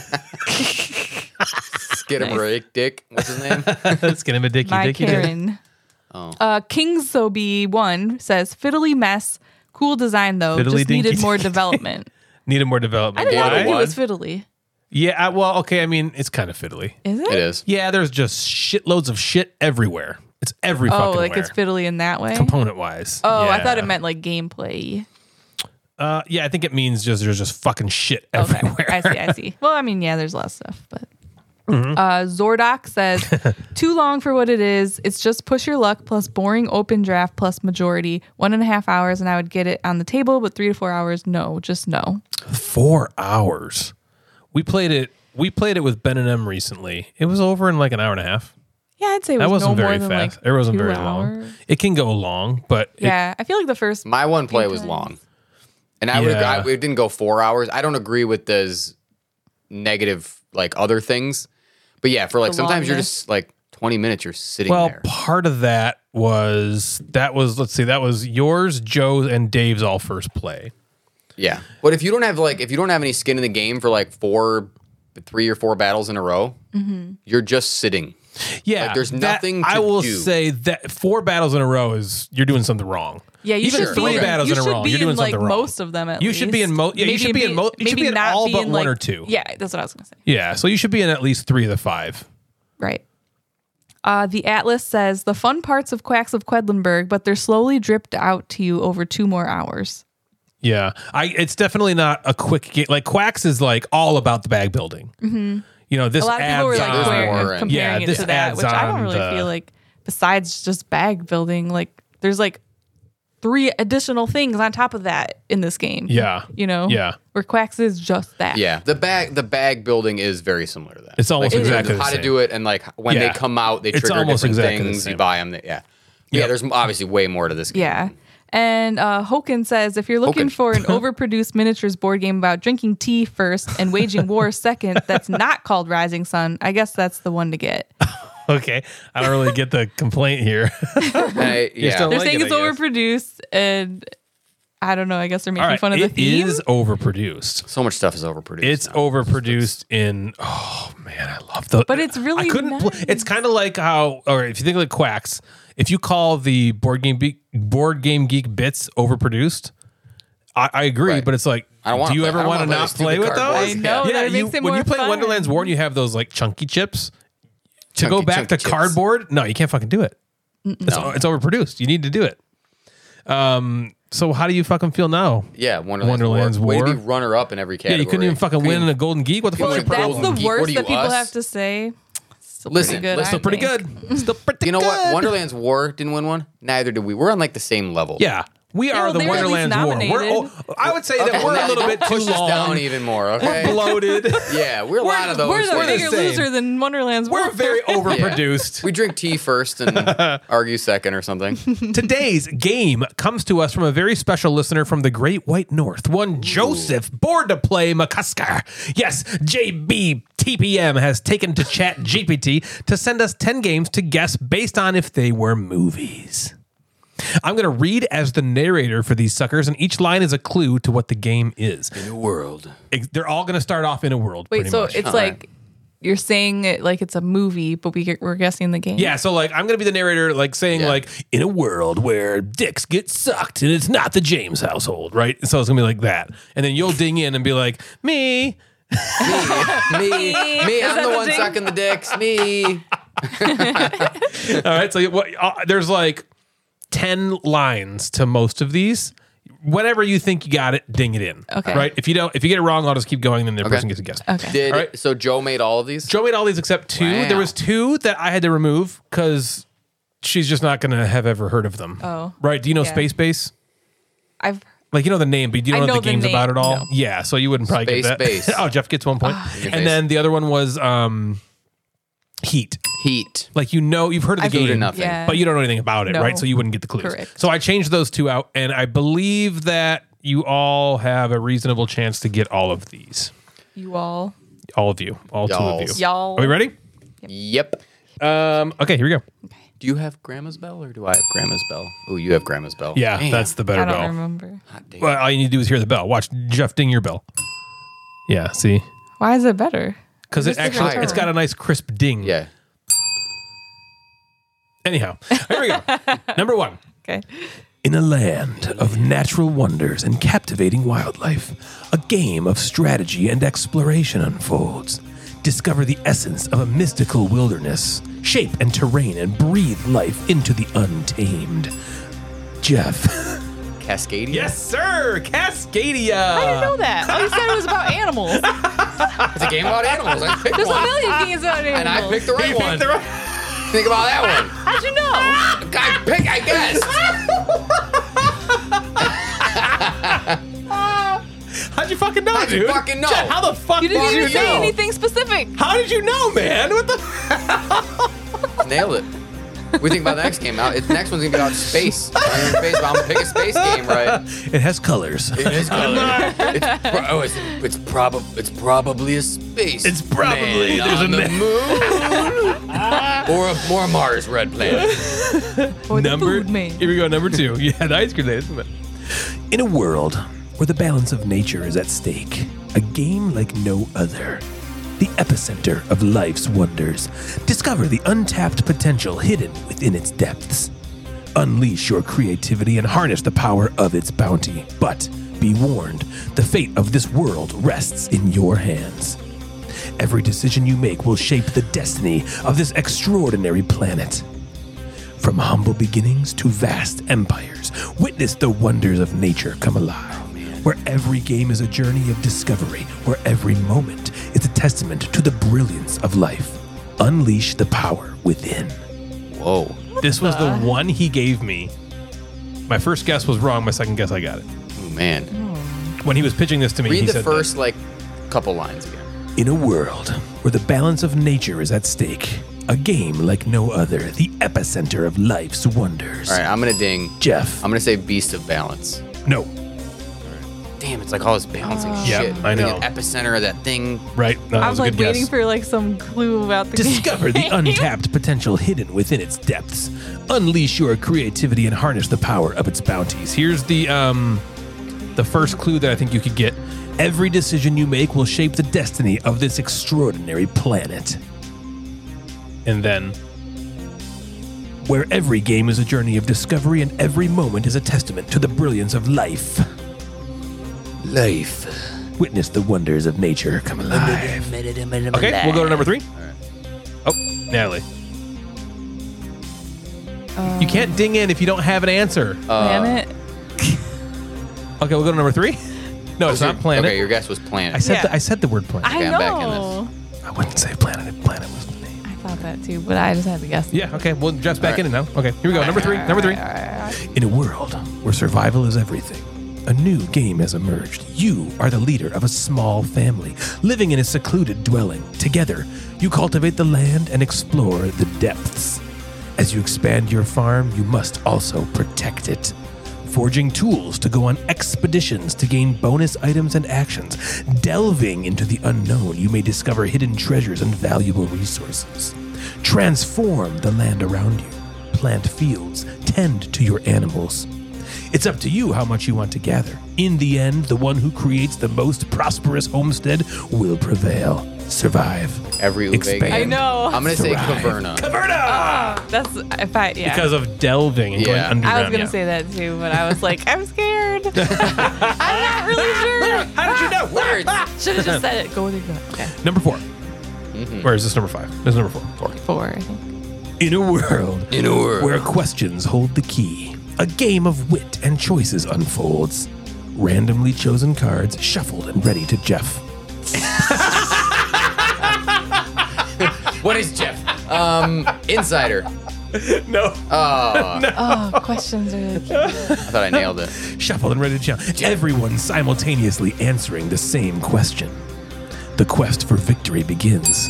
B: Get a break, Dick. What's his name?
D: Let's get him a dicky
E: my
D: dicky. dick.
E: Karen.
B: Oh.
E: Uh, Kings Sobe one says fiddly mess, cool design though,
D: Fiddly
E: just needed
D: dinky
E: more
D: dinky.
E: development.
D: Needed more development.
E: I did not
B: Why?
E: think it was fiddly.
D: Yeah, I, well, okay. I mean, it's kind of fiddly.
E: Is it?
B: it is.
D: Yeah, there's just shitloads of shit everywhere. It's every
E: Oh,
D: fucking
E: like
D: where.
E: it's fiddly in that way.
D: component wise.
E: Oh, I thought it meant like gameplay.
D: Uh, yeah, I think it means just there's just fucking shit
E: Okay.
D: everywhere.
E: I see. I see. Well, I mean, yeah, there's a lot of stuff, but.
D: Mm-hmm.
E: Uh, Zordoc says, too long for what it is. It's just push your luck plus boring open draft plus majority. One and a half hours, and I would get it on the table, but three to four hours, no, just no.
D: Four hours. We played it. We played it with Ben and M recently. It was over in like an hour and a half.
E: Yeah, I'd say it was
D: That wasn't
E: no
D: very
E: more
D: fast.
E: Than like
D: it wasn't
E: two
D: very
E: hours.
D: long. It can go long, but it-
E: Yeah, I feel like the first.
B: My one play was
E: times.
B: long. And I would
D: Yeah.
B: I, it didn't go four hours. I don't agree with those negative like other things. But yeah, for like
E: The
B: sometimes you're
E: longness.
B: just like 20 minutes you're sitting
D: well,
B: there.
D: part of that was that was let's see, that was yours, Joe's, and Dave's all first play.
B: Yeah. But if you don't have like if you don't have any skin in the game for like four three or four battles in a row,
E: Mm-hmm.
B: you're just sitting.
D: Yeah,
B: Like, there's
D: that-
B: nothing to
D: I will
B: do.
D: say that four battles in a row is you're doing something wrong.
E: Yeah, you
D: Even
E: should
D: three
E: be,
D: battles
E: you
D: in a
E: should
D: row,
E: Be
D: you're doing
E: in, like,
D: something wrong.
E: Most of them, at
D: You should be in
E: least.
D: mo- yeah, you
E: Maybe
D: should be in
E: be-
D: mo- you should
E: maybe
D: be in
E: not
D: all but one
E: in, like-
D: or two.
E: Yeah, that's what I was gonna say.
D: Yeah, so you should be in at least three of the five.
E: Right. Uh, the Atlas says the fun parts of Quacks of Quedlinburg, but they're slowly dripped out to you over two more hours.
D: Yeah, I it's definitely not a quick game. Like Quacks is like all about the bag building. Mm-hmm. You know, this
E: A lot of people were
D: adds
E: like
B: This is
D: on.
E: comparing,
B: boring.
E: comparing
D: Yeah,
E: it
D: this
E: to that,
D: adds
E: which I
D: on
E: don't really
D: the-
E: feel like. Besides just bag building, like there's like three additional things on top of that in this game.
D: Yeah.
E: you know.
D: Yeah.
E: where Quacks is just that.
B: Yeah. The bag the bag building is very similar to that.
D: It's almost
B: Like, in terms
D: exactly
B: of
D: the
B: how
D: same.
B: to do it and like when
D: Yeah.
B: they come out, they
D: It's
B: trigger
D: almost
B: different
D: exactly the
B: things.
D: same.
B: You buy them. That, yeah. Yeah, there's obviously way more to this game.
E: Yeah. And uh, Hoken says if you're looking
B: Hoken.
E: for an overproduced miniatures board game about drinking tea first and waging war second, that's not called Rising Sun, I guess that's the one to get.
D: Okay, I don't really get the complaint here.
B: I- Uh, yeah.
D: still-
E: They're
D: like
E: saying
D: it,
E: it's
D: I guess.
E: overproduced, and I don't know. I guess they're making
D: all right,
E: fun of the
D: it
E: theme.
D: is overproduced.
B: so much stuff is overproduced.
D: It's
B: now.
D: overproduced in. Oh man, I love the.
E: But it's really
D: I couldn't. pl-
E: nice.
D: it's kind of like how, or if you think like Quacks, if you call the board game be- board game geek bits overproduced, I, I agree.
B: Right.
D: But it's like,
B: I don't wanna
D: do you
B: play- I
D: ever
B: don't
D: want
B: wanna
D: to
B: play
D: not
B: those stupid
D: play with
B: card
D: those?
B: wars. I know,
E: that
D: you,
E: makes it
D: when
E: more
D: you play
E: fun.
D: Wonderland's War, and you have those like chunky chips. To go
B: Chunky,
D: back
B: chunky
D: to
B: chips.
D: cardboard, no, you can't fucking do it. It's,
B: No.
D: it's overproduced. You need to do it. Um. So how do you fucking feel now?
B: Yeah, Wonderland's,
D: Wonderland's
B: War. Way
D: War.
B: to be runner up in every
D: Yeah,
B: category.
D: you couldn't even fucking
B: Couldn't
D: win in
B: even-
D: a Golden Geek. What the fuck?
E: Well,
D: was
E: if
D: your
B: Like,
E: that's
D: problem?
E: the
B: Golden Geek, what
E: worst
B: are you,
E: that people
B: us?
E: have to say. Still
B: Listen,
E: pretty good.
B: listen,
E: I
D: Still pretty
E: think.
D: good. Still pretty.
B: You know what?
D: good.
B: Wonderland's War didn't win one. Neither did we. We're on like the same level.
D: Yeah, we are
E: well,
D: the
E: they were at least
D: Wonderland's War. We're,
E: nominated.
D: oh, I would say that
B: Okay,
D: we're
B: now
D: a little
B: don't
D: bit too
B: push us down
D: long,
B: even more. Okay.
D: bloated.
B: yeah, we're a lot of those.
E: We're the
B: like-
E: bigger
D: same.
E: loser than Wonderland's
D: We're
E: War.
D: very overproduced.
B: We drink tea first and argue second or something.
D: Today's game comes to us from a very special listener from the Great White North, one Joseph, born to play McCusker. Yes, JB TPM has taken to Chat GPT to send us 10 games to guess based on if they were movies. I'm going to read as the narrator for these suckers, and each line is a clue to what the game is.
B: New world.
D: Ex- They're all going to start off in a world.
E: Wait,
D: pretty
E: so
D: much.
E: it's
B: All
E: like
B: right.
E: you're saying it like it's a movie, but we get, we're guessing the game.
D: Yeah, so like I'm gonna be the narrator, like saying
B: Yeah.
D: like in a world where dicks get sucked and it's not the James household, right? So it's gonna be like that, and then you'll ding in and be like me.
B: Me, me,
E: Is that
B: I'm
E: the
B: the one
E: ding?
B: sucking the dicks. Me.
D: All right, so what, uh, there's like ten lines to most of these. Whatever you think you got it, ding it in.
E: Okay.
D: Right. If you don't, if you get it wrong, I'll just keep going, and then the
B: Okay.
D: person gets a guess.
E: Okay.
B: Did
D: All right.
B: so? Joe made all of these.
D: Joe made all these except two.
B: Wow.
D: There was two that I had to remove because she's just not gonna have ever heard of them.
E: Oh.
D: Right. Do you know
E: Yeah.
D: Space Base?
E: I've
D: Like you know the name, but you
E: I
D: don't know,
E: know
D: what the
E: the
D: game's
E: name,
D: about at all.
E: no.
D: Yeah, so you wouldn't probably
B: Space
D: get that.
B: Base.
D: oh, Jeff gets one point.
B: your
D: and
B: face.
D: then the other one was um Heat.
B: Heat.
D: Like you know, you've heard of the
B: Food
D: game,
B: or nothing.
E: Yeah.
D: but you don't know anything about it,
E: No.
D: right? So you wouldn't get the clues.
E: Correct.
D: So I changed those two out, and I believe that you all have a reasonable chance to get all of these.
E: You all.
D: All of you, all two
B: Y'alls.
D: of you.
E: Y'all.
D: Are we ready?
B: Yep.
D: Um, okay, here we go.
B: Do you have grandma's bell or do I have grandma's bell? Oh, you have grandma's bell.
D: Yeah,
B: Damn.
D: that's the better
E: I don't
D: bell.
E: remember.
B: Hot damn.
D: Well, all you need to do is hear the bell. Watch Jeff ding your bell. Yeah, see,
E: Why is it better?
D: because it
E: Just the
D: actually
B: guitar.
D: it's got a nice crisp ding.
B: yeah.
D: Anyhow, here we go. Number one.
E: Okay.
D: In a land of natural wonders and captivating wildlife, a game of strategy and exploration unfolds. Discover the essence of a mystical wilderness, shape and terrain, and breathe life into the untamed. Jeff.
B: Cascadia.
D: sir! Cascadia!
E: I didn't know that. All you said was about animals.
B: It's a game about animals. I picked
E: There's a
B: one.
E: million games about animals.
B: And I picked the right one. Think about that one.
E: How'd you know?
B: I pick, I guess.
D: How'd you fucking know,
B: you
D: dude?
B: fucking know?
D: Jeff, how the fuck
E: You didn't
D: did
E: even
D: you
E: say
D: know?
E: anything specific.
D: How did you know, man? What the?
B: Nailed it. We think about the next game out. It's next one's gonna be about space. I'm gonna, space, but I'm gonna pick a space game, right?
D: It has colors.
B: It is color. It's pro- oh, it's it's probably it's probably a space.
D: It's
B: man
D: probably- there's
B: on
D: a
B: the
D: ma-
B: moon or a, or a Mars red planet.
E: Or the
D: number
E: food man.
D: here we go number two yeah the ice cream day isn't it in a world where the balance of nature is at stake a game like no other the epicenter of life's wonders discover the untapped potential hidden within its depths unleash your creativity and harness the power of its bounty but be warned the fate of this world rests in your hands every decision you make will shape the destiny of this extraordinary planet from humble beginnings to vast empires, witness the wonders of nature come alive. Where every game is a journey of discovery, where every moment is a testament to the brilliance of life. Unleash the power within.
B: Whoa.
D: this was the
B: Uh-huh.
D: one he gave me. My first guess was wrong, my second guess I got it.
B: Oh man.
D: When he was pitching this to me, he
B: Read the
D: said
B: first like couple lines again.
D: In a world where the balance of nature is at stake, a game like no other, the epicenter of life's wonders.
B: All right, I'm gonna ding.
D: Jeff.
B: I'm gonna say Beast of Balance.
D: no.
B: Damn, it's like all this balancing
D: Ah. Yeah,
B: shit.
D: I
B: Like
D: know.
B: an epicenter of that thing.
D: Right. No, that
E: I was,
D: a
E: like
D: good
E: waiting
D: guess.
E: for like some clue about the
D: Discover the
E: game.
D: untapped potential hidden within its depths. Unleash your creativity and harness the power of its bounties. Here's the um the first clue that I think you could get. Every decision you make will shape the destiny of this extraordinary planet. And then where every game is a journey of discovery and every moment is a testament to the brilliance of life. Life. Witness the wonders of nature come alive. Okay, we'll go to number three. Oh, Natalie. you can't ding in if you don't have an answer.
B: Uh,
E: Damn it.
D: okay, we'll go to number three. No, it's not planet.
B: Okay, your guess was
D: I
B: planet.
D: said
E: Yeah.
D: the, I said the word planet.
E: I
B: Okay, I'm back in
E: know.
D: I, wouldn't say planet if planet was the name.
E: I thought that too, but I just had to guess.
D: Yeah. Okay. Well, Jeff's back in it now. Okay. Here we go. Number three. Number three. In a world where survival is everything, a new game has emerged. You are the leader of a small family, living in a secluded dwelling. Together, you cultivate the land and explore the depths. As you expand your farm, you must also protect it. Forging tools to go on expeditions to gain bonus items and actions. Delving into the unknown, you may discover hidden treasures and valuable resources. Transform the land around you. Plant fields. Tend to your animals. It's up to you how much you want to gather. In the end, the one who creates the most prosperous homestead will prevail. Survive.
B: Every Ube
D: Expand.
B: game.
E: I know.
B: I'm gonna say
D: Thrive.
B: Caverna.
E: That's if I yeah.
D: of delving and
B: going Yeah. underground,
E: I was gonna say that too, but I was like, I'm scared. I'm not really sure.
D: How did you know? Ah,
B: Words.
E: Should have just said it. Go with your gut. Okay.
D: Number 4
B: Mm-hmm.
D: Or is this number five? This is number four. Four.
E: Four. I think.
D: In a world
B: In a world.
D: where questions hold the key, a game of wit and choices unfolds. Randomly chosen cards shuffled and ready to Jeff.
B: What is Jeff? Um, Insider.
D: No.
E: Oh, questions are like
B: I thought I nailed it.
D: Shuffled and ready to Jeff. Everyone simultaneously answering the same question. The quest for victory begins.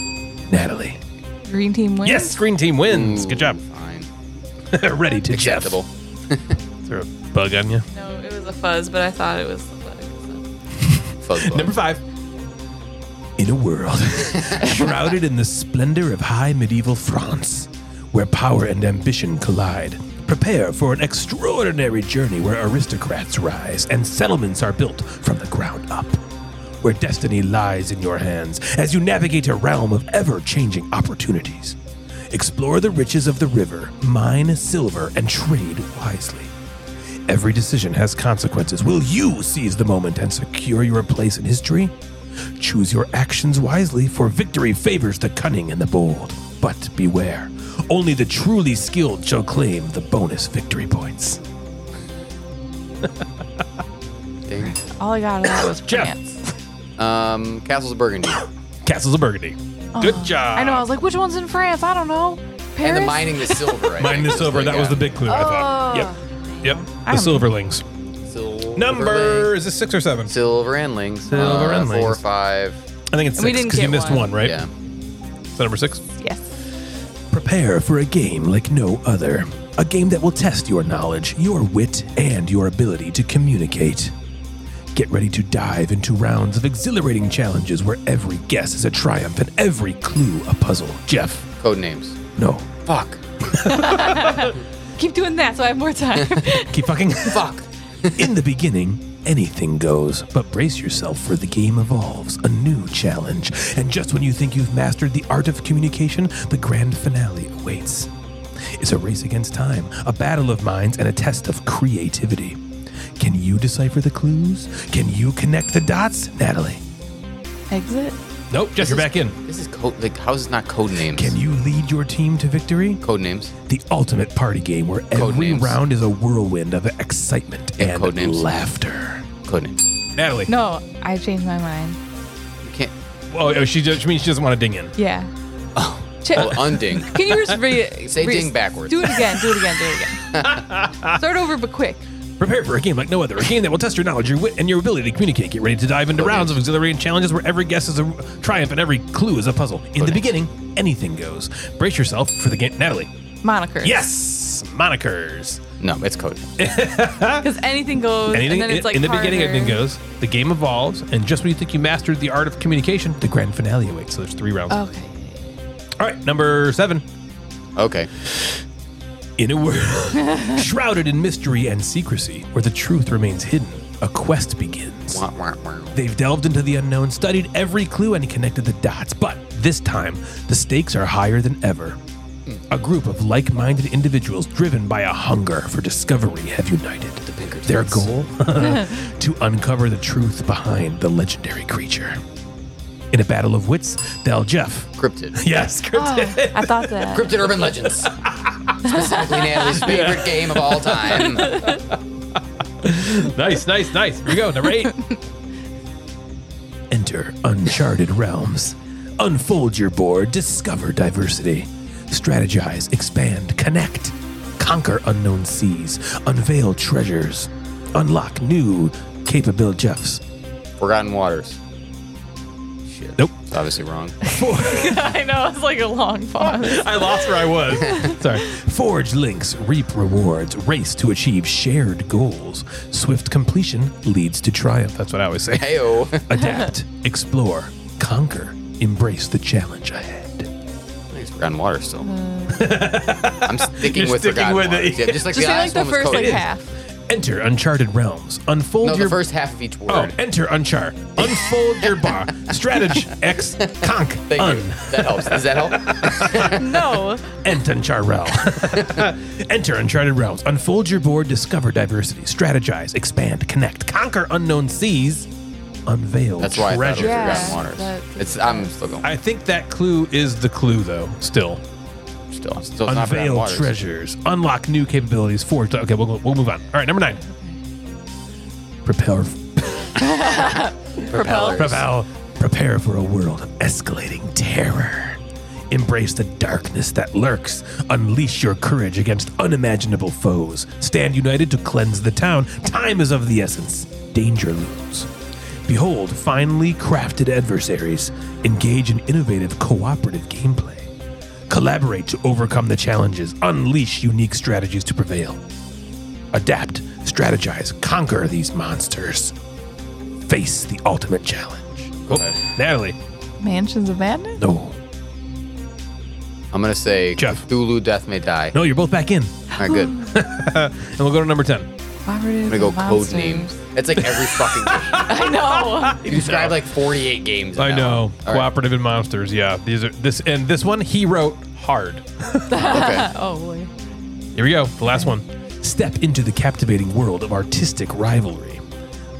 D: Natalie,
E: Green team wins.
D: Yes, green team wins. Good job.
B: Fine.
D: Ready to chef.
B: Acceptable.
D: Throw a bug on you.
E: No, it was a fuzz, but I thought it was. Like,
B: Fuzzball.
D: Number five. In a world shrouded in the splendor of high medieval France, where power and ambition collide, prepare for an extraordinary journey where aristocrats rise and settlements are built from the ground up. Where destiny lies in your hands as you navigate a realm of ever changing opportunities. Explore the riches of the river, mine silver, and trade wisely. Every decision has consequences. Will you seize the moment and secure your place in history? Choose your actions wisely, for victory favors the cunning and the bold. But beware, only the truly skilled shall claim the bonus victory points.
B: Ding.
E: all I got out of that was
D: Jeff.
E: France.
B: Um, Castles of Burgundy.
D: Castles of Burgundy. Good job.
E: Oh, I know. I was like, which one's in France? I don't know. Paris.
B: and the mining the silver. I
D: Mine
B: think,
D: the
B: was
D: silver. That was the big clue. I thought.
E: Oh.
D: Yep. Yep. The
E: I'm-
D: silverlings.
B: Silver
D: Number
B: link.
D: is this six or seven?
B: Silver and links.
D: Silver
B: Uh,
D: and
B: Four or
D: links.
B: five.
D: I think it's
E: We
D: six
E: didn't
D: because you
E: get
D: missed one,
E: one.
D: right?
B: Yeah.
D: Is that number six?
E: Yes.
G: Prepare for a game like no other. A game that will test your knowledge, your wit, and your ability to communicate. Get ready to dive into rounds of exhilarating challenges where every guess is a triumph and every clue a puzzle. Jeff,
B: Code names.
G: no.
B: Fuck.
E: Keep doing that, so I have more time.
D: Keep fucking.
B: Fuck.
G: In the beginning, anything goes, but brace yourself for the game evolves, a new challenge. And just when you think you've mastered the art of communication, the grand finale awaits. It's a race against time, a battle of minds, and a test of creativity. Can you decipher the clues? Can you connect the dots, Natalie?
E: Exit.
D: Nope. Jeff, you're back in.
B: This is code. Like, how is this not code names?
G: Can you lead your team to victory?
B: code names.
G: The ultimate party game where every
B: names.
G: round is a whirlwind of excitement
B: And
G: and,
B: code names.
G: laughter.
B: Code names.
D: Natalie.
E: No, I changed my mind.
B: You can't.
D: Oh, oh, she, just, she means she doesn't want to ding in.
E: Yeah. Ch-
B: Oh, unding.
E: Can you just re-
B: Say
E: re-
B: ding backwards.
E: Do it again. Do it again. Do it again. Start over, but quick.
D: Prepare for a game like no other, a game that will test your knowledge, your wit, and your ability to communicate. Get ready to dive into rounds of exhilarating challenges where every guess is a triumph and every clue is a puzzle. In the beginning, anything goes. Brace yourself for the game. Natalie.
E: Monikers.
D: Yes! Monikers.
B: No, it's code.
E: Because anything goes.
D: Anything
E: and then it's like
D: in the beginning,
E: harder.
D: anything goes. The game evolves, and just when you think you mastered the art of communication, the grand finale awaits. So there's three rounds.
E: Okay.
D: All right, number seven.
B: Okay.
G: In a word.
D: Shrouded in mystery and secrecy, where the truth remains hidden, a quest begins.
B: Wah, wah, wah.
D: They've delved into the unknown, studied every clue, and connected the dots. But this time, the stakes are higher than ever. A group of like minded individuals driven by a hunger for discovery have united. Their goal? to uncover the truth behind the legendary creature. In a battle of wits, they'll Jeff.
B: Cryptid.
D: Yes, cryptid.
E: I thought that.
B: Cryptid urban legends. Specifically Natalie's favorite game of all time.
D: nice, nice, nice. Here we go, number eight.
G: Enter uncharted realms. Unfold your board, discover diversity. Strategize, expand, connect. Conquer unknown seas, unveil treasures, unlock new capable Jeffs.
B: Forgotten Waters. Shit.
D: Nope.
B: It's obviously wrong.
E: I know. It's like a long pause.
D: I lost where I was. Sorry.
G: Forge links, reap rewards, race to achieve shared goals. Swift completion leads to triumph.
D: That's what I always say.
B: Heyo.
G: Adapt, explore, conquer, embrace the challenge ahead.
B: I think it's Forgotten Waters still. I'm sticking
D: You're
B: with
D: sticking
B: Forgotten
D: with it.
B: Waters. Yeah, just like
E: Just
B: the,
E: say like
B: last
E: the
B: one was
E: first like
B: coded.
E: half.
G: Enter uncharted realms. Unfold
B: No,
G: your
B: the first half of each
D: Oh,
B: word.
D: enter unchar. Unfold your bar. Strategy X conk
B: Thank
D: un.
B: you. That helps. Does that help?
E: No.
G: Ent Uncharrel. Enter Uncharted Realms. Unfold your board, discover diversity, strategize, expand, connect, conquer unknown seas, unveil
B: That's why I thought it was
G: treasure.
E: Yeah,
B: Forgotten Waters.
E: that's-
B: It's I'm still going.
D: I think that clue is the clue, though. Still,
B: still, still it's not Forgotten
G: Unveil
B: Waters.
G: treasures.
D: unlock new capabilities. Forge. Okay, we'll go, we'll move on. All right, number nine.
G: Prepare,
E: Propeller.
D: Preval.
G: prepare for a world of escalating terror. Embrace the darkness that lurks. Unleash your courage against unimaginable foes. Stand united to cleanse the town. Time is of the essence. Danger looms. Behold finely crafted adversaries. Engage in innovative cooperative gameplay. Collaborate to overcome the challenges. Unleash unique strategies to prevail. Adapt, strategize, conquer these monsters. Face the ultimate challenge. Oh, Natalie.
E: Mansions of Madness?
G: No.
B: I'm gonna say
G: Jeff.
B: Cthulhu Death May Die.
G: No, you're both back in.
B: All right, good. I'm
D: And we'll go to number 10.
E: Operatives
B: gonna go code
E: and monsters.
B: names. It's like every fucking game.
E: I know.
B: You described like 48 games. in
D: I
B: that
D: know.
B: one. All right,
D: Cooperative and monsters. Yeah. These are this and this one he wrote hard.
B: Okay.
E: oh, boy.
D: Here we go. The last one.
G: Step into the captivating world of artistic rivalry.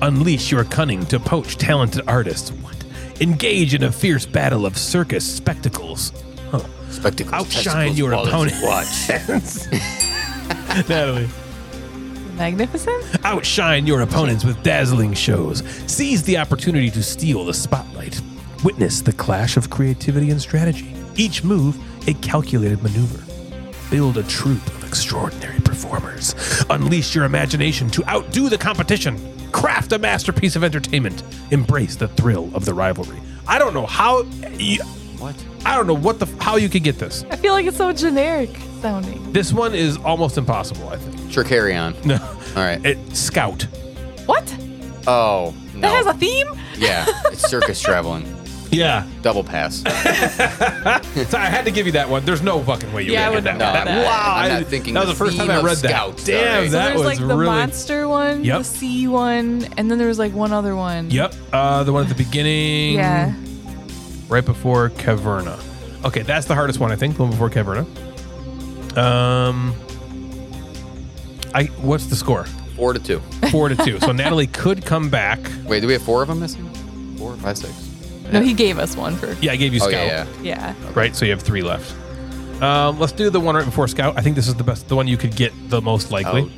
G: Unleash your cunning to poach talented artists. What? Engage in a fierce battle of circus spectacles. Huh.
B: Spectacles,
G: Outshine
B: testicles,
G: your
B: wallets,
G: opponent.
B: Watch.
G: Natalie.
E: Magnificent?
G: Outshine your opponents with dazzling shows. Seize the opportunity to steal the spotlight. Witness the clash of creativity and strategy. Each move, a calculated maneuver. Build a troupe of extraordinary performers. Unleash your imagination to outdo the competition. Craft a masterpiece of entertainment. Embrace the thrill of the rivalry. I don't know how. You,
B: What?
D: I don't know what the f- how you could get this.
E: I feel like it's so generic sounding.
D: This one is almost impossible, I think.
B: Sure, carry on.
G: no.
B: All right.
G: It, scout.
E: What?
B: Oh no.
E: That has a theme?
B: yeah, it's circus traveling.
D: Yeah.
B: Double pass.
D: So I had to give you that one. There's no fucking way you
E: Yeah, I
D: would
E: wouldn't
D: get
B: No,
D: that.
E: have
D: that.
E: that.
D: Wow.
B: I'm
D: I-
B: not thinking
D: that was
B: the
D: the first time
B: theme
D: I
B: of
D: read
B: Scouts.
D: that. Damn,
B: Sorry.
E: So
D: that
E: there's
D: was
E: like the
D: really.
E: monster one,
G: Yep.
E: the sea one, and then there was like one other one.
D: Yep. Uh, the one at the beginning.
E: Yeah.
D: Right before Caverna. Okay, that's the hardest one, I think. The one before Caverna. Um, I what's the score?
B: Four to two.
D: Four to two. So Natalie could come back.
B: Wait, do we have four of them missing? Four, five, six.
E: No, he gave us one for.
D: Yeah, I gave you
B: Oh
D: Scout.
B: yeah, yeah.
E: Yeah.
D: Right, so you have three left. Um, let's do the one right before Scout. I think this is the best, the one you could get the most likely.
B: Out.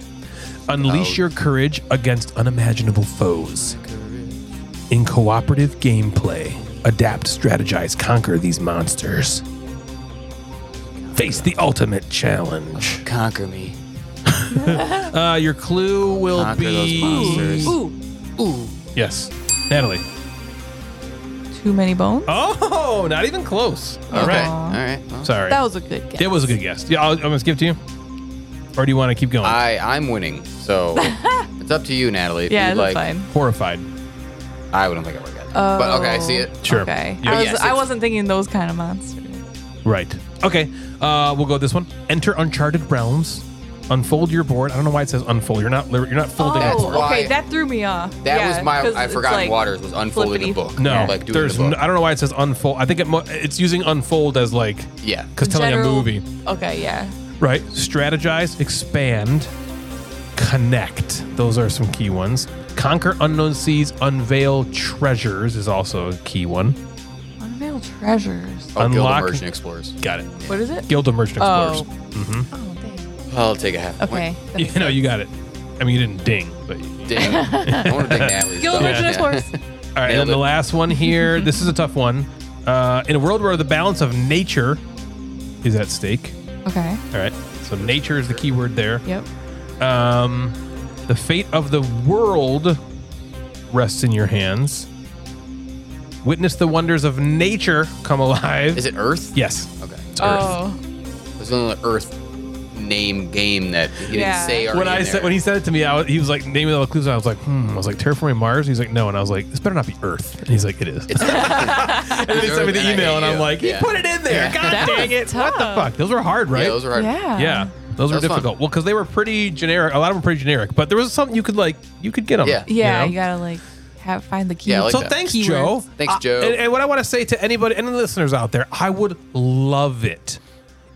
G: Unleash
B: Out.
G: your courage against unimaginable foes. In cooperative gameplay, adapt, strategize, conquer these monsters. Face the ultimate challenge.
B: Conquer me.
D: Uh, your clue will
B: Conquer those
D: be
B: monsters.
E: Ooh,
D: yes, Natalie.
E: too many bones.
D: Oh, not even close.
B: All right.
E: Aw.
B: All right. Well,
D: Sorry,
E: That was a good guess.
D: It was a good guess. Yeah, I'll, I'm gonna skip to you. Or do you want to keep going?
B: I I'm winning, so it's up to you, Natalie. If
E: Yeah,
B: you'd
E: that's
B: like,
E: fine.
D: Horrified.
B: I wouldn't think I would get. But okay, I see it.
D: Oh, Sure.
E: Okay.
D: Yeah.
E: I, was,
B: Yes,
E: I
B: it's-
E: wasn't thinking those kind of monsters.
D: Right. Okay. Uh, we'll go with this one. Enter uncharted realms. Unfold your board. I don't know why it says unfold. You're not. You're not folding the
B: That's
E: Oh,
D: board.
B: why-
E: okay. That threw me off.
B: That
E: Yeah,
B: was my.
E: 'cause
B: I
E: it's
B: forgot
E: like
B: Waters was unfolding
E: flippity-
B: a book.
D: No,
B: like doing
D: there's.
B: the book.
D: n- I don't know why it says unfold. I think it. Mo- it's using unfold as like
B: yeah.
D: because telling a
E: general-
D: movie.
E: Okay, yeah.
D: Right. Strategize, expand, connect. Those are some key ones. Conquer unknown seas, unveil treasures is also a key one.
E: Unveiled treasures.
B: Oh, Guild
D: unlock-
B: of Merchant Explorers.
D: Got it.
E: What is it?
D: Guild of Merchant Explorers.
E: Oh. Oh, dang.
B: I'll take a half.
E: Okay.
D: You know, you got it. I mean, you didn't ding, but. You,
B: Point. Dang. I want to take Natalie's.
E: Guild
B: though.
E: Merchant
B: Yeah.
E: Explorers.
D: all right, and then
B: Nailed
D: the
B: it.
D: last one here. this is a tough one. Uh, in a world where the balance of nature is at stake.
E: Okay.
D: All right, so nature is the key word there.
E: Yep.
D: Um, the fate of the world rests in your hands. Witness the wonders of nature come alive.
B: Is it Earth?
D: yes.
B: Okay.
E: Oh.
B: There's only the Earth name game that he
E: Yeah.
B: didn't say. already
D: When I
B: in
D: said
B: there.
D: when he said it to me, I was, he was like naming all the clues. And I was like, hmm. I was like terraforming Mars. He's like, no, and I was like, this better not be Earth. And he's like, it is.
B: It's
D: and then he sent me
B: And
D: the
B: I
D: email,
B: hate
D: and I'm
B: you.
D: like,
B: Yeah.
D: he put it in there. God dang it! What the fuck? Those were hard, right?
B: Yeah, those are hard.
E: Yeah.
D: Yeah, those
B: That was
D: were
B: fun.
D: difficult. Well, because they were pretty generic. A lot of them were pretty generic, but there was something you could like, you could get them.
B: Yeah.
E: Yeah,
D: you know?
E: you gotta like have find the key.
B: Yeah, I like
D: so
B: that.
D: thanks,
E: Keywords.
D: Joe.
B: Thanks,
D: Uh,
B: Joe.
D: and, and what I want to say to anybody, any listeners out there, I would love it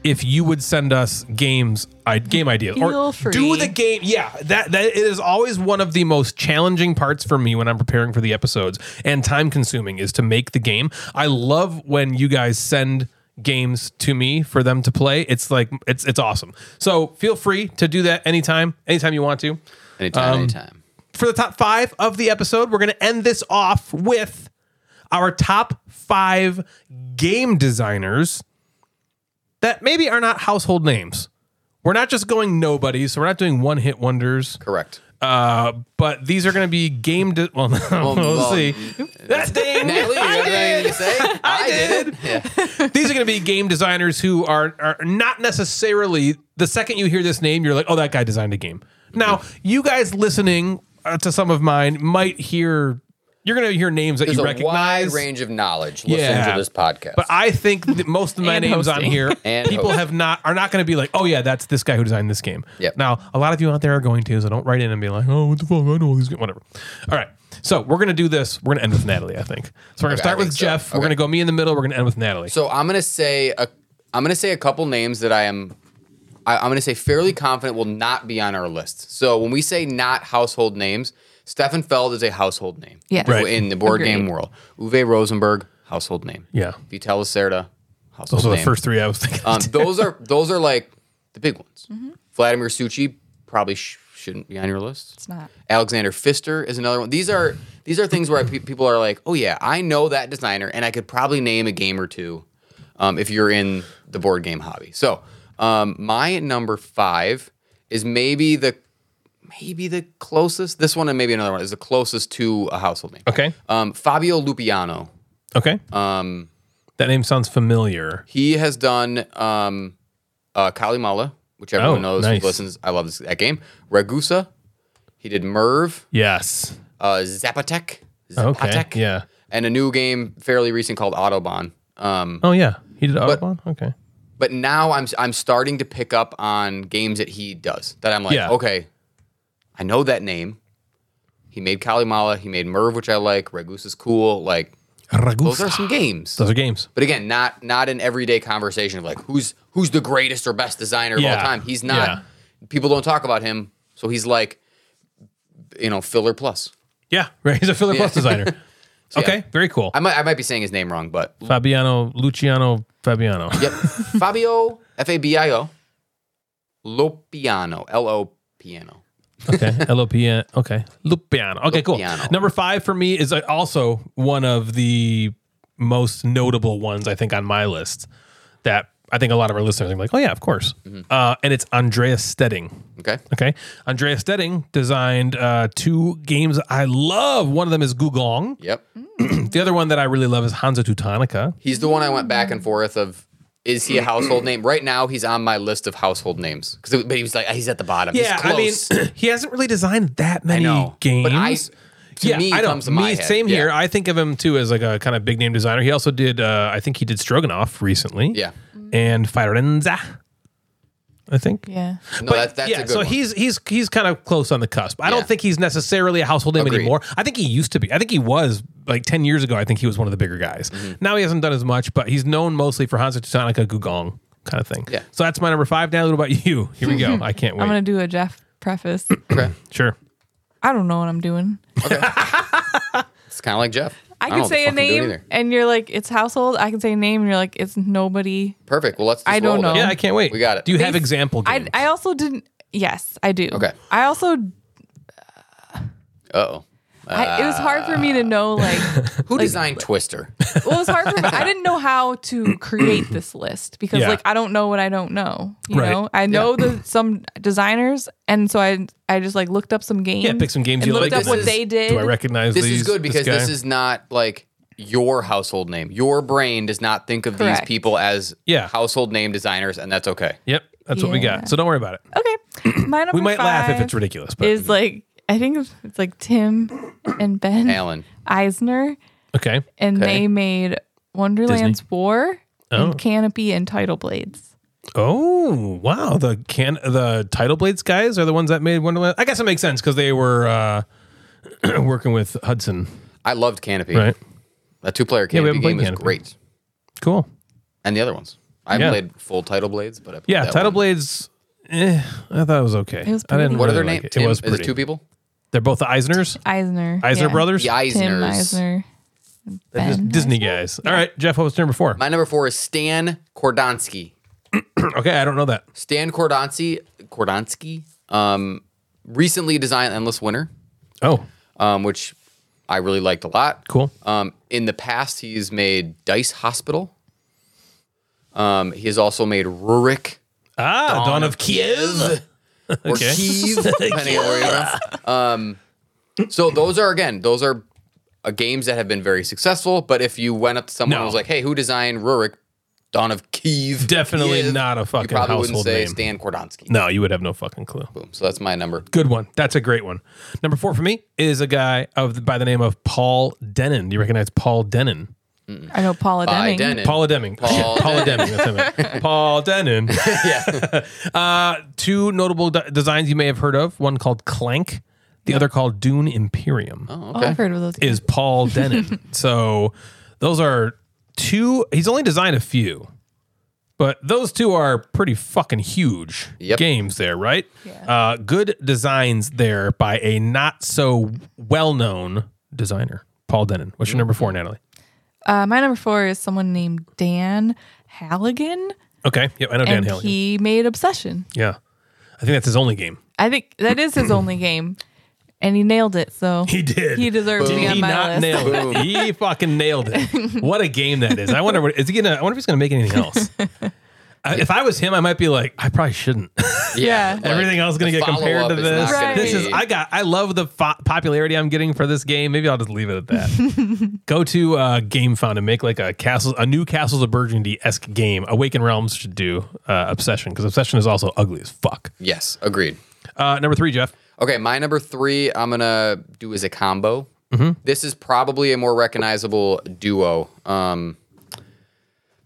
D: if you would send us games, I, game ideas,
E: Feel
D: or do
E: free.
D: the game. Yeah, that that it is always one of the most challenging parts for me when I'm preparing for the episodes and time consuming is to make the game. I love when you guys send games to me for them to play. It's like it's it's awesome. So feel free to do that anytime, anytime you want to Um,
B: Anytime, anytime.
D: for the top five of the episode, we're going to end this off with our top five game designers that maybe are not household names. We're not just going nobodies, so we're not doing one hit wonders.
B: Correct.
D: Uh, but these are going to be game. De- well, we'll,
B: well,
D: see. That thing.
B: Natalie, you have anything to say? I, did. Yeah.
D: These are going to be game designers who are are not necessarily the second you hear this name, you're like, oh, that guy designed a game. Now, you guys listening uh, to some of mine might hear. You're going to hear names that
B: There's
D: you
B: a wide
D: recognize.
B: range of knowledge listening
D: Yeah.
B: to this podcast.
D: But I think that most of my
E: And
D: names on
E: hosting.
D: here,
B: And
D: people
B: hosting.
D: have not are not going to be like, oh yeah, that's this guy who designed this game.
B: Yep.
D: Now a lot of you out there are going to, so don't write in and be like, oh what the fuck, I know all these games. whatever. All right, so we're gonna do this. We're gonna end with Natalie, I think. So we're gonna
B: Okay,
D: start
B: I
D: with
B: think so.
D: Jeff. We're
B: Okay.
D: gonna go me in the middle. We're gonna end with Natalie.
B: so I'm gonna say a I'm gonna say a couple names that I am I, I'm gonna say fairly confident will not be on our list. So when we say not household names, Stefan Feld is a household name.
E: Yes. Right.
B: In the board
E: Agreed.
B: game world. Uwe Rosenberg, household name.
D: Yeah.
B: Vitella Serta, household
D: Those are
B: name.
D: the first three I was thinking.
B: Um, those are those are like the big ones. Vladimir Suchi probably sh- shouldn't be on your list. It's
E: not.
B: Alexander Pfister is another one. These are these are things where I, pe- people are like, oh yeah, I know that designer, and I could probably name a game or two um, if you're in the board game hobby. So um, my number five is maybe the maybe the closest. This one and maybe another one is the closest to a household name.
D: okay.
B: Um, Fabio Lupiano.
D: Okay.
B: Um,
D: that name sounds familiar.
B: he has done um, uh, Kalimala, which everyone
D: Oh,
B: knows
D: nice.
B: who listens. I love this, that game. Ragusa. He did Merv,
D: Yes.
B: uh, Zapotec,
D: Okay,
B: Zapotec,
D: yeah.
B: and a new game fairly recent called Autobahn. Um,
D: Oh yeah, he did Audubon. Okay.
B: But now I'm I'm starting to pick up on games that he does that I'm like,
D: Yeah.
B: okay, I know that name. He made Kalimala. He made Merv, which I like. Ragusa's cool. Like those are some games.
D: Those are games.
B: But again, not not an everyday conversation of like who's who's the greatest or best designer of
D: Yeah.
B: all time. He's not.
D: Yeah.
B: People don't talk about him, so he's like, you know, filler plus.
D: Yeah. Right. He's a filler plus designer. okay.
B: yeah.
D: Very cool.
B: I might I might be saying his name wrong, but
D: Fabiano Luciano Fabiano.
B: yep, Fabio F A B I O Lopiano L O piano.
D: Okay, L-O-P-N. Okay, Lupiano. Okay, cool.
B: Lupiano.
D: Number five for me is uh, also one of the most notable ones I think on my list. That I think a lot of our listeners are like, oh yeah, of course.
B: Mm-hmm.
D: Uh, and it's Andreas Stedding.
B: Okay,
D: Okay, Andreas Stedding designed uh, two games I love. One of them is Gugong.
B: yep.
D: The other one that I really love is Hansa Teutonica.
B: He's the one I went back
E: Mm.
B: and forth of. Is he a household name? Right now, he's on my list of household names. 'Cause it- but he was like, he's at the bottom. He's close.
D: I mean, he hasn't really designed that
B: I
D: many
B: know.
D: games.
B: But I, to
D: yeah,
B: me,
D: I
B: I
D: know.
B: comes to
D: me,
B: my head.
D: same
B: Yeah.
D: here. I think of him too as like a kind of big name designer. He also did, uh, I think he did Stroganoff recently.
B: Yeah.
D: and Firenza, I think.
E: Yeah.
B: No, that's that's
D: yeah,
B: a good
D: so
B: one.
D: he's he's he's kind of close on the cusp. I
B: Yeah.
D: don't think he's necessarily a household name
B: Agreed.
D: anymore. I think he used to be. I think he was like ten years ago. I think he was one of the bigger guys.
B: Mm-hmm.
D: Now he hasn't done as much, but he's known mostly for Hansa Teutonica, Gugong kind of thing.
B: Yeah.
D: So that's my number five. Now, what about you? Here we go. I can't wait.
E: I'm going to do a Jeff preface.
B: Okay.
D: sure.
E: I don't know what I'm doing.
B: It's kind of like Jeff.
E: I
B: don't know
E: can
B: what the
E: say a
B: fuck I'm doing
E: name
B: either.
E: and you're like, it's household. I can say a name and you're like, it's nobody.
B: Perfect. Well, let's. Just
E: I
B: roll with
E: don't know.
B: it.
D: Yeah, I can't wait.
B: We got it.
D: Do you
E: They-
D: have example
E: I,
D: games?
E: I also didn't. Yes, I do.
B: Okay.
E: I also,
B: Uh-oh.
E: I, it was hard for
B: Uh.
E: me to know, like,
B: Who designed Twister?
E: well, it was hard for me. I didn't know how to create this list because,
D: Yeah.
E: like, I don't know what I don't know. You
D: Right.
E: know, I know the some designers, and so I I just like looked up some games.
D: yeah, pick some games
E: and
D: you
E: looked
D: like.
E: up
B: This
E: what
B: is-
E: they did.
D: Do I recognize
B: This
D: these?
B: is good because this,
D: guy?
B: is not like your household name. Your brain does not think of
E: Correct.
B: these people as
D: Yeah.
B: household name designers, and that's okay.
D: Yep, that's what we
E: Yeah.
D: got. So don't worry about it.
E: Okay, my number
D: We might laugh if
E: five
D: it's ridiculous, but
E: Is like I think it's- it's like Tim and Ben
B: Alan.
E: Eisner,
D: okay.
E: and
B: Okay.
E: they made Wonderland's War
D: Oh.
E: and Canopy and Tidal Blades.
D: Oh wow, the can the title blades guys are the ones that made Wonderland. I guess it makes sense because they were uh, working with Hudson,
B: I loved Canopy.
D: right?
B: That two-player
D: Yeah,
B: Canopy
D: we haven't
B: game
D: played
B: is
D: Canopy.
B: great,
D: Cool.
B: and the other ones. I haven't
D: Yeah.
B: played full Title Blades, but I played
D: Yeah,
B: that
D: title
B: one.
D: blades. Eh, I thought it was okay.
E: was
D: I didn't.
E: pretty.
B: What
D: really
B: are their
D: like
B: names?
D: It. it was
B: is
D: pretty.
B: it two people?
D: They're both the Eisners,
E: Eisner,
D: Eisner
E: yeah.
D: brothers.
B: The Eisners.
E: Tim Eisner, and
D: They're just
E: Ben
D: Disney guys. All right, Jeff, what was number four?
B: My number four is Stan Kordansky.
D: okay, I don't know that.
B: Stan Kordansky, Kordansky, um, recently designed Endless Winter.
D: Oh,
B: um, which I really liked a lot.
D: Cool.
B: Um, in the past, he's made Dice Hospital. Um, he has also made Rurik,
D: ah, Dawn, of Kiev.
B: or
D: Okay.
B: keys, depending on where you're from. Um, so those are again, those are uh, games that have been very successful. But if you went up to someone
D: No.
B: who was like, "Hey, who designed Rurik, Dawn of Kiev?"
D: Definitely
B: Kiev?"
D: not a
B: You
D: fucking
B: probably wouldn't
D: household
B: say
D: name.
B: Stan Kordansky.
D: No, you would have no fucking clue.
B: Boom. So that's my number.
D: Good one. That's a great one. Number four for me is a guy of by the name of Paul Denon. Do you recognize Paul Denon?
E: I know Paula
B: By
E: Deming.
B: Denon.
D: Paula Deming.
B: Paul
D: Shit, Paula Deming. That's what I meant. Paul Denon. uh, two notable de- designs you may have heard of. One called Clank, the other called Dune Imperium.
B: Oh,
E: Oh,
B: okay.
E: I've heard of those.
D: Is Paul Denon. so those are two. He's only designed a few, but those two are pretty fucking huge
B: Yep.
D: games. There, right?
E: Yeah.
D: Uh, good designs there by a not so well-known designer, Paul Denon. What's your number
E: Mm-hmm.
D: four, Natalie?
E: Uh, my number four is someone named Dan Halligan,
D: Okay. Yep, I know Oh, Dan
E: and
D: Haley.
E: he made Obsession.
D: yeah. I think that's his only game.
E: I think that is his only game, and he nailed it. So
D: He did.
E: He deserves to
D: Did
E: be on
D: he
E: my
D: not
E: list.
D: nail it? He fucking nailed it. What a game that is. I wonder what is he gonna I wonder if he's gonna make anything else. I- if I was him, I might be like, I probably shouldn't.
E: Yeah.
B: like,
D: Everything else is gonna
B: the
D: get compared to
B: follow-up is not
D: this.
E: gonna
D: This is
B: be-
D: I got I love the fo- popularity I'm getting for this game. Maybe I'll just leave it at that. Go to uh, GameFound and make like a castle a new Castles of Burgundy esque game. Awaken Realms should do uh, Obsession because Obsession is also ugly as fuck.
B: Yes, agreed.
D: Uh, number three, Jeff.
B: Okay, my number three I'm gonna do is a combo.
D: Mm-hmm.
B: This is probably a more recognizable duo um,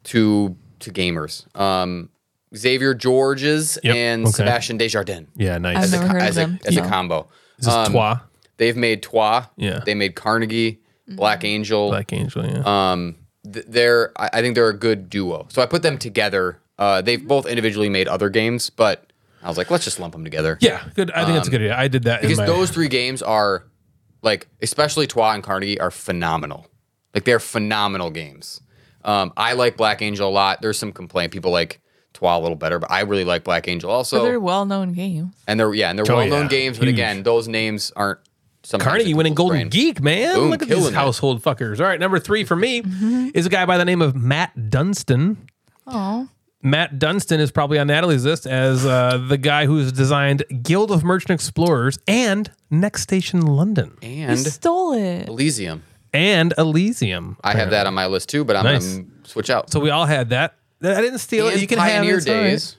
B: to to gamers. Um, Xavier Georges
D: Yep,
B: and
D: okay.
B: Sebastian Desjardins.
D: Yeah,
E: I've
D: nice.
E: never heard of
B: as a,
E: them.
B: as a
E: No.
B: combo.
D: Is this
B: Um,
D: Trois?
B: They've made Trois.
D: Yeah.
B: They made Carnegie,
E: Mm-hmm.
B: Black Angel.
D: Black Angel, yeah.
B: Um, th- they're I, I think they're a good duo. So I put them together. Uh, they've both individually made other games, but I was like, let's just lump them together.
D: Yeah, good. I think that's a good idea. I did that
B: because
D: in my,
B: those three games are like especially Twa and Carnegie are phenomenal. Like they're phenomenal games. Um, I like Black Angel a lot. There's some complaint people like Twa a little better, but I really like Black Angel also.
E: So they're well-known games.
B: and they're yeah, and they're
D: Oh,
B: well-known
D: yeah.
B: games, but
D: Huge.
B: again, those names aren't. sometimes
D: Carnegie
B: in
D: winning
B: people's brain.
D: Golden Geek, man.
B: Boom,
D: Look at these
B: killing it.
D: household fuckers. All right, number three for me is a guy by the name of Matt Dunstan.
E: Oh,
D: Matt Dunstan is probably on Natalie's list as uh, the guy who's designed Guild of Merchant Explorers and Next Station London
E: you
B: and
E: stole it.
B: Elysium.
D: and Elysium.
B: I have that on my list too, but I'm
D: Nice.
B: gonna switch out.
D: So we all had that. I didn't steal it.
B: And
D: You can
B: Pioneer
D: have it. It's all right.
B: Days,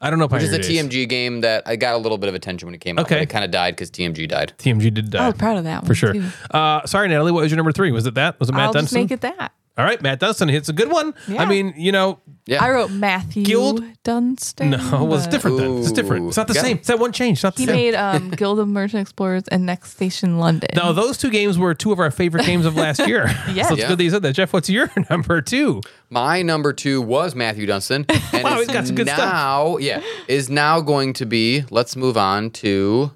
D: I don't know.
B: which is
D: Pioneer
B: a
D: Days.
B: TMG game that I got a little bit of attention when it came out.
D: Okay.
B: but it kind of died because TMG died.
D: TMG did die.
E: I was proud of that one
D: for sure.
E: Oh, too.
D: Uh, sorry, Natalie. What was your number three? Was it that? Was it Matt
E: I'll just
D: Dunstan?
E: make it that.
D: All right, Matt Dunstan hits a good one.
E: Yeah.
D: I mean, you know,
B: Yeah,
E: I wrote Matthew
D: Guild-
E: Dunstan.
D: no, well, it's
E: but
D: different then. It's different. It's not the
B: Ooh, got
D: same.
B: it.
D: It's that one change. It's not the
E: He
D: same.
E: made um, Guild of Merchant Explorers and Next Station London.
D: now, those two games were two of our favorite games of last year.
E: Yeah.
D: So it's
B: Yeah.
D: good that you said that. Jeff, what's your number two?
B: My number two was Matthew Dunstan. And
D: Wow,
B: is
D: he's got some good stuff.
B: now, Yeah, is now going to be. Let's move on to.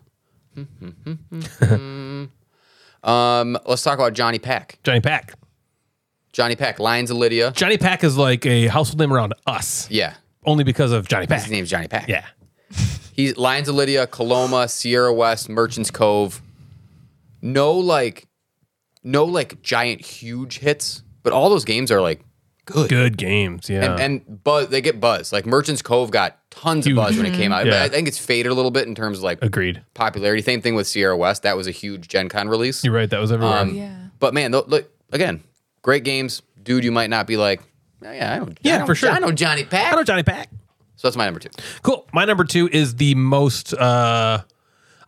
B: um, let's talk about Johnny Pack.
D: Johnny Pack.
B: Johnny Pack, Lions of Lydia.
D: Johnny Pack is like a household name around us,
B: Yeah,
D: only because of Johnny Pack.
B: his name's Johnny Pack.
D: Yeah.
B: He's Lions of Lydia, Coloma, Sierra West, Merchants Cove. No like, no like giant huge hits, but all those games are like
D: Good games. Yeah.
B: and, and buzz they get buzz. Like Merchants Cove got tons
D: Huge.
B: of buzz when it came out. But
D: Yeah.
B: I think it's faded a little bit in terms of like
D: Agreed.
B: popularity. Same thing with Sierra West. That was a huge Gen Con release.
D: You're right. That was everywhere.
B: Um,
E: yeah.
B: But man, tho- look again, great games, dude. You might not be like, "Oh, yeah, I know,
D: Yeah,
B: I know-
D: for sure.
B: I know Johnny Pack.
D: I know Johnny Pack.
B: so that's my number two.
D: Cool. My number two is the most, uh,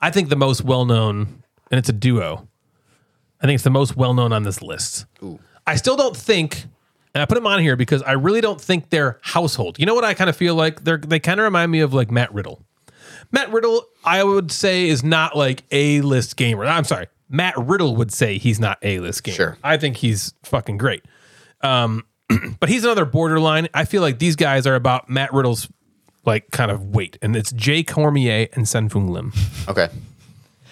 D: I think, the most well known, and it's a duo. I think it's the most well known on this list.
B: Ooh.
D: I still don't think, and I put them on here because I really don't think they're household. You know what I kind of feel like? They're, they kind of remind me of like Matt Riddle. Matt Riddle, I would say, is not like a list gamer. I'm sorry. Matt Riddle would say he's not a list gamer.
B: Sure.
D: I think he's fucking great. Um, but he's another borderline. I feel like these guys are about Matt Riddle's like kind of weight, and it's Jay Cormier and Sen Fung Lim.
B: Okay,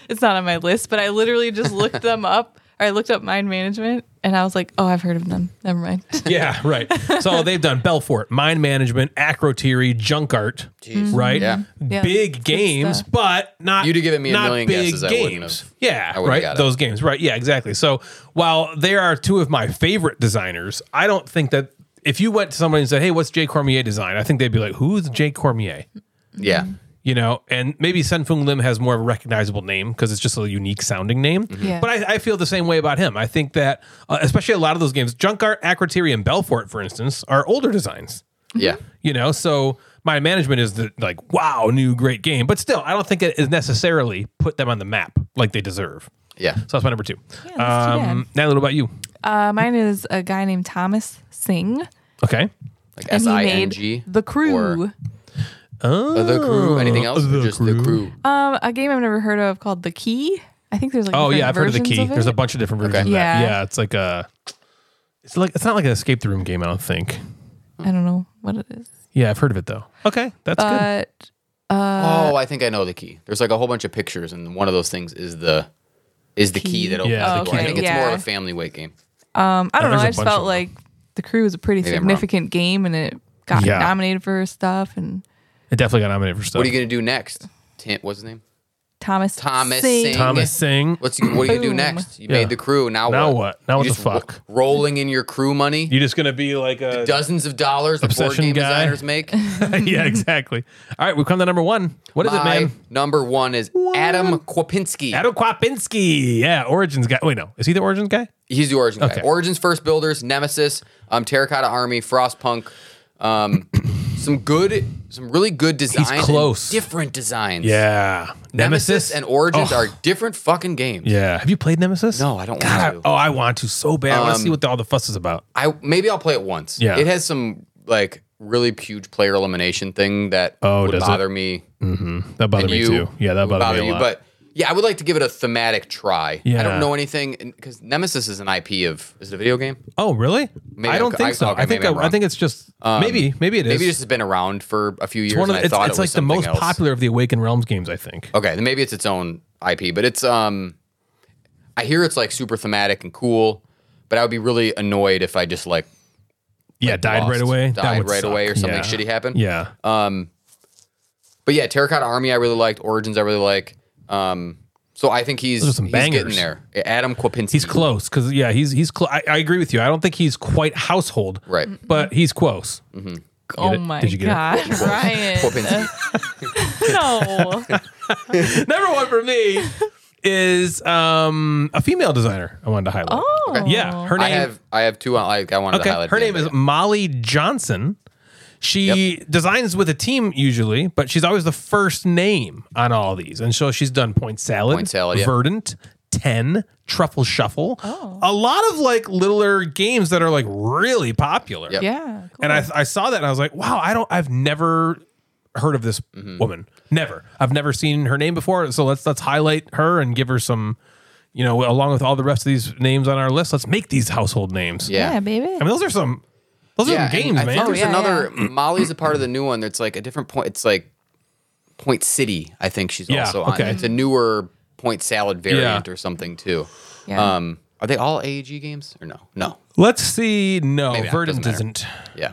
E: It's not on my list, but I literally just looked them up. Or I looked up Mind Management and I was like, oh, I've heard of them. Never mind.
D: Yeah, right. So they've done Belfort, Mind Management, Acroteery, Junk Art,
B: Jeez.
D: right?
B: Yeah.
E: Mm-hmm. Yeah.
D: Big games,
E: stuff.
D: but not
B: You'd have given me a
D: not
B: million
D: big
B: guesses, I wouldn't
D: games.
B: have-
D: yeah,
B: I wouldn't have
D: right.
B: got it.
D: Those games, right? Yeah, exactly. So while they are two of my favorite designers, I don't think that if you went to somebody and said, "Hey, what's Jay Cormier design?" I think they'd be like, "Who's Jay Cormier?"
B: yeah,
D: you know, and maybe Sun Fung Lim has more of a recognizable name because it's just a unique sounding name.
E: Mm-hmm. Yeah.
D: But I, I feel the same way about him. I think that, uh, especially a lot of those games, Junkart, Akrotiri, and Belfort, for instance, are older designs.
B: Yeah.
D: You know, so my management is the like, wow, new great game, but still, I don't think it is necessarily put them on the map like they deserve.
B: Yeah.
D: So that's my number two.
E: Yeah, that's too
D: um, now, a little about you.
E: Uh, mine is a guy named Thomas Singh,
D: Okay.
B: Like
E: and
B: S I N
E: he
B: G.
E: made The Crew.
B: or- Uh, the
D: Oh,
B: crew. Anything else? or just the crew.
E: Um, a game I've never heard of called The Key. I think there's like
D: Oh yeah, I've
E: different
D: heard of the
E: versions
D: key.
E: it.
D: There's a bunch of different versions.
B: Okay.
D: Of that.
E: Yeah.
D: yeah, it's like a, it's like it's not like an escape the room game. I don't think.
E: I don't know what it is,
D: Yeah, I've heard of it though. Okay, that's
B: Uh,
D: good.
E: but
B: oh, I think I know the key. There's like a whole bunch of pictures, and one of those things is the is the key,
E: Key.
B: that opens
D: Yeah,
B: the
D: the
B: door. I
E: key.
B: think it's
E: Okay,
B: more of
E: yeah.
B: a family weight game.
E: um, I don't know.
D: there's a
E: I just
D: bunch of
E: felt
D: them.
E: like The Crew was a pretty
B: Maybe I'm wrong.
E: significant game, and it got
D: Yeah.
E: nominated for stuff. And
D: It definitely got nominated for stuff.
B: What are you gonna do next? Tim, what's his name?
E: Thomas
B: Thomas
E: Singh.
B: Singh.
D: Thomas Singh.
B: What's what are you gonna do
E: Boom.
B: next? You
D: Yeah.
B: made the crew. Now
D: Now
B: what?
D: what? Now
B: You
D: what the
B: just ro-
D: fuck?
B: rolling in your crew money.
D: You just gonna be like a
B: dozens of dollars that board
D: Obsession
B: game
D: guy.
B: designers make.
D: yeah, exactly. All right, we've come to number one. What is it,
B: My
D: man?
B: number one is Adam Kwapinski.
D: Adam Kwapinski. Yeah, Origins guy. Wait, no, is he the Origins guy?
B: He's the origin
D: Okay.
B: guy. Origins first builders, Nemesis, um, Terracotta Army, Frostpunk, um, some good, some really good designs. and
D: close.
B: different designs.
D: Yeah,
B: Nemesis, and Origins
D: Oh.
B: are different fucking games.
D: Yeah, have you played Nemesis?
B: No, I don't
D: God,
B: want to.
D: I- oh, I want to so bad. I want to
B: Um,
D: see what all the fuss is about.
B: I maybe I'll play it once.
D: Yeah.
B: It has some like really huge player elimination thing that
D: Oh,
B: would
D: does it?
B: bother me.
D: That bothered me too. Yeah, that
B: would
D: bothered me a
B: you.
D: lot.
B: But yeah, I would like to give it a thematic try. I
D: Yeah.
B: don't know anything because Nemesis is an IP of is it a video game?
D: Oh, really?
B: Maybe
D: I don't
B: I'm-
D: think
B: I-
D: so.
B: okay,
D: I think
B: maybe I'm
D: I, I
B: wrong. Um,
D: think it's just maybe maybe it is.
B: Maybe this has been around for a few years.
D: it's one of
B: and I
D: the, it's,
B: thought
D: it's
B: it
D: like
B: was
D: the most
B: something else. Oh,
D: popular of the Awakened Realms games. I think.
B: Okay, then maybe it's its own IP, but it's um, I hear it's like super thematic and cool, but I would be really annoyed if I just like
D: yeah, died
B: lost,
D: right away. That
B: died
D: would
B: right
D: suck.
B: away, or something
D: Yeah.
B: shitty happened. Um,
D: Yeah.
B: But yeah, Terracotta Army, I really liked. Origins, I really like. Um, so I think he's,
D: Those are some
B: he's
D: bangers.
B: getting there. Adam Kwapinski.
D: He's close because yeah, he's he's close. I, I agree with you. I don't think he's quite household,
B: Right.
E: Mm.
D: But he's close.
E: Oh
D: it?
E: my
D: Did you get it?
E: god, Ryan!
B: Kwapinski.
E: no,
B: Mm-hmm.
D: Number one for me is um a female designer. I wanted to highlight.
E: Oh.
D: yeah, her name.
B: I have I have two. on- Like I wanted to
D: Okay.
B: highlight.
D: Her
B: the
D: name
B: end,
D: is
B: but
D: Molly Johnson. She designs with a team usually, but she's always the first name on all these. And so she's done Point Salad,
B: Point Salad, yeah.
D: Verdant, 10, Truffle Shuffle. A lot of like littler games that are like really popular.
B: Yep.
E: yeah, cool.
D: And I, I saw that and I was like, wow, I don't, I've never heard of this
B: Mm-hmm.
D: woman. Never. I've never seen her name before. So let's, let's highlight her and give her some, you know, along with all the rest of these names on our list, let's make these household names.
B: yeah.
E: yeah, baby.
D: I mean, those are some. Those are some
B: and
D: games,
B: I
D: man.
B: think there's
E: yeah,
B: another Molly's a part of the new one that's like a different point. It's like Point City, I think she's
D: Yeah,
B: also on.
D: okay.
B: It's a newer Point Salad variant or something too.
E: Yeah.
B: Um, are they all AEG games or no? No.
D: Let's see. No,
B: Maybe not.
D: Verdant
B: Doesn't
D: isn't.
B: Yeah.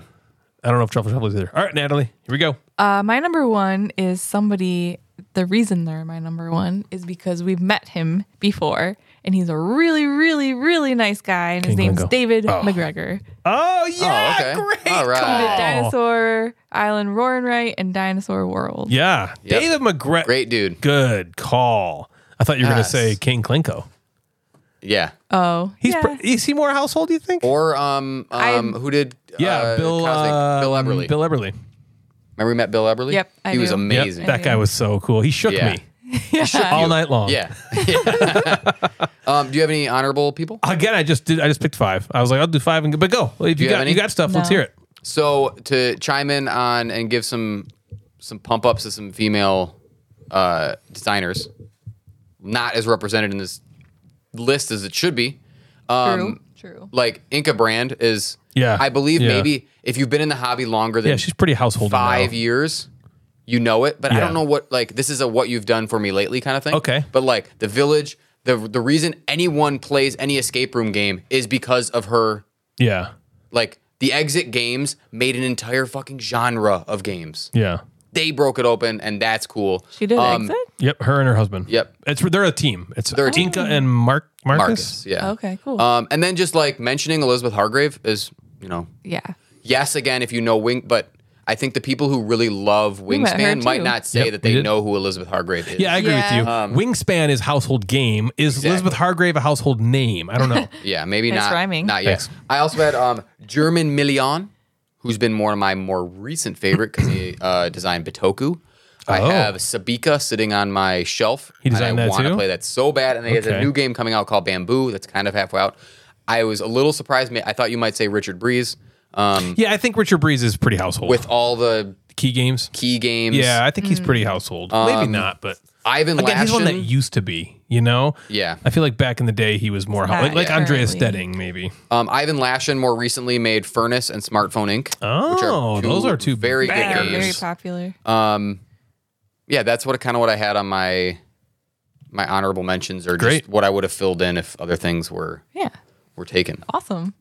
D: I don't know if Truffle Shuffle is either. All right, Natalie, here we go.
E: Uh, my number one is somebody. The reason they're my number one is because we've met him before, and he's a really, really, really nice guy, and his
D: King
E: name's
D: Glingo.
E: David McGregor.
D: Oh yeah,
B: oh, okay. all right.
E: Dinosaur Island Roaring Right and Dinosaur World.
D: yeah.
B: Yep.
D: David McGregor.
B: Great dude.
D: Good call. I thought you were
B: Yes.
D: going to say King Klinko.
B: Yeah.
E: Oh,
D: He's
E: yeah.
D: pr- is he more household? Do you think?
B: Or um um who did
D: yeah,
B: uh,
D: Bill
B: Cosmic-
D: uh,
B: Bill Eberly.
D: Bill Eberly.
B: Remember we met Bill Eberly?
E: Yep, I
B: he was
E: do. Yep.
D: Yep,
B: amazing.
D: that guy was so cool. He shook
B: Yeah.
D: me all night long.
B: Yeah. um, do you have any honorable people?
D: Again, I just did. I just picked five. I was like, I'll do five and go. But go. If
B: Do
D: you,
B: you have
D: got
B: any?
D: you got stuff, let's
E: No.
D: hear it.
B: So to chime in on and give some some pump ups to some female uh, designers, not as represented in this list as it should be. Um,
E: true. True.
B: Like Inca Brand is,
D: Yeah.
B: I believe
D: Yeah.
B: maybe if you've been in the hobby longer than
D: Yeah, she's pretty household.
B: five
D: now.
B: years, you know it. But I
D: Yeah.
B: don't know what like this is a what you've done for me lately kind of thing.
D: Okay.
B: But like the village, the the reason anyone plays any escape room game is because of her.
D: Yeah,
B: Like the exit games made an entire fucking genre of games.
D: yeah.
B: They broke it open, and that's cool.
E: She did
B: Um,
E: exit?
D: Yep, her and her husband.
B: Yep.
D: it's they're a team. It's they're
B: a team.
D: Inca and Mark Marcus.
B: Marcus. Yeah.
E: Okay, cool.
B: Um, and then just like mentioning Elizabeth Hargrave is, you know,
E: yeah.
B: yes, again, if you know Wing, but I think the people who really love
E: met her,
B: Wingspan might
E: too.
B: not say
D: Yep,
B: that
D: we
B: they
D: did.
B: know who Elizabeth Hargrave is.
D: Yeah, I agree
E: Yeah.
B: Um,
D: with you. Wingspan is household game. Is Elizabeth Hargrave a household name? I don't know.
B: Yeah, maybe
E: Nice
B: not.
E: rhyming.
B: Not yet.
D: Thanks.
B: I also had um, German Million, who's been one of my more recent favorite because he uh, designed Bitoku. I
D: Oh.
B: have Sabika sitting on my shelf.
D: He designed
B: and I
D: that
B: wanna
D: too?
B: play that so bad. And he has
D: Okay.
B: a new game coming out called Bamboo that's kind of halfway out. I was a little surprised. ma- I thought you might say Richard Breeze um,
D: yeah, I think Richard Breeze is pretty household
B: with all the
D: key games.
B: key games. Um,
D: Yeah, I think he's pretty household. Maybe not, but
B: Ivan
D: again, he's one that
B: Lashin.
D: used to be. You know.
B: Yeah.
D: I feel like back in the day he was more hou-
E: not
D: like, like Andreas
E: currently.
D: Stedding maybe.
B: Um, Ivan Lashin more recently made Furnace and Smartphone Inc.
D: Oh, those are two
B: very
E: They're
B: good
D: bangers.
E: very
B: games.
E: popular.
B: Um, yeah, that's what kind of what I had on my my honorable mentions, or
D: Great.
B: just what I would have filled in if other things were
E: yeah,
B: were taken.
E: awesome.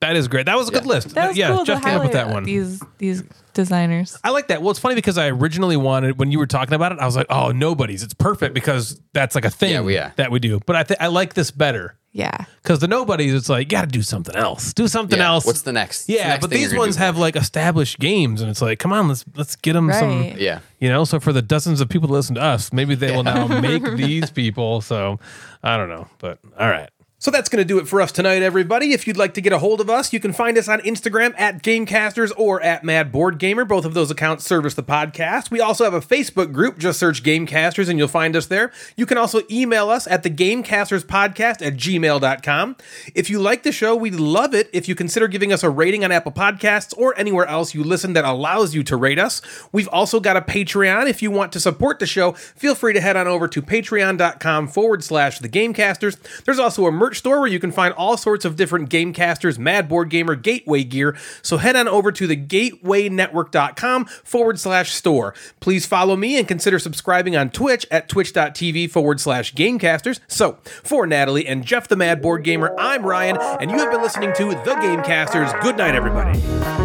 D: That is great. That was a good list.
E: That was
D: yeah,
E: cool
D: Jeff
E: to
D: came up
E: highlight
D: with that one.
E: these these designers.
D: I like that. Well, it's funny because I originally wanted when you were talking about it, I was like, "Oh, nobody's." It's perfect because that's like a thing
B: Yeah, we- yeah.
D: that we do. But I th- I like this better
E: Yeah,
D: because the nobodies, it's like got to do something else. Do something
B: Yeah,
D: else.
B: What's the next?
D: yeah,
B: the next
D: but
B: thing
D: these
B: you're gonna
D: ones
B: do?
D: have like established games, and it's like, come on, let's let's get them
E: Right.
D: some.
B: Yeah.
D: You know, so for the dozens of people that listen to us, maybe they will now make these people. So I don't know, but all right.
G: So that's going to do it for us tonight, everybody. If you'd like to get a hold of us, you can find us on Instagram at Gamecasters or at Mad Board Gamer. Both of those accounts service the podcast. We also have a Facebook group. Just search Gamecasters and you'll find us there. You can also email us at the Podcast at gmail.com. If you like the show, we'd love it if you consider giving us a rating on Apple Podcasts or anywhere else you listen that allows you to rate us. We've also got a Patreon. If you want to support the show, feel free to head on over to patreon.com forward slash the Gamecasters. There's also a merch store where you can find all sorts of different Gamecasters, Mad Board Gamer, Gateway gear. So head on over to the gatewaynetwork.com forward slash store. Please follow me and consider subscribing on Twitch at twitch.tv forward slash Gamecasters. So for Natalie and Jeff the Mad Board Gamer, I'm Ryan, and you have been listening to The Gamecasters. Good night, everybody.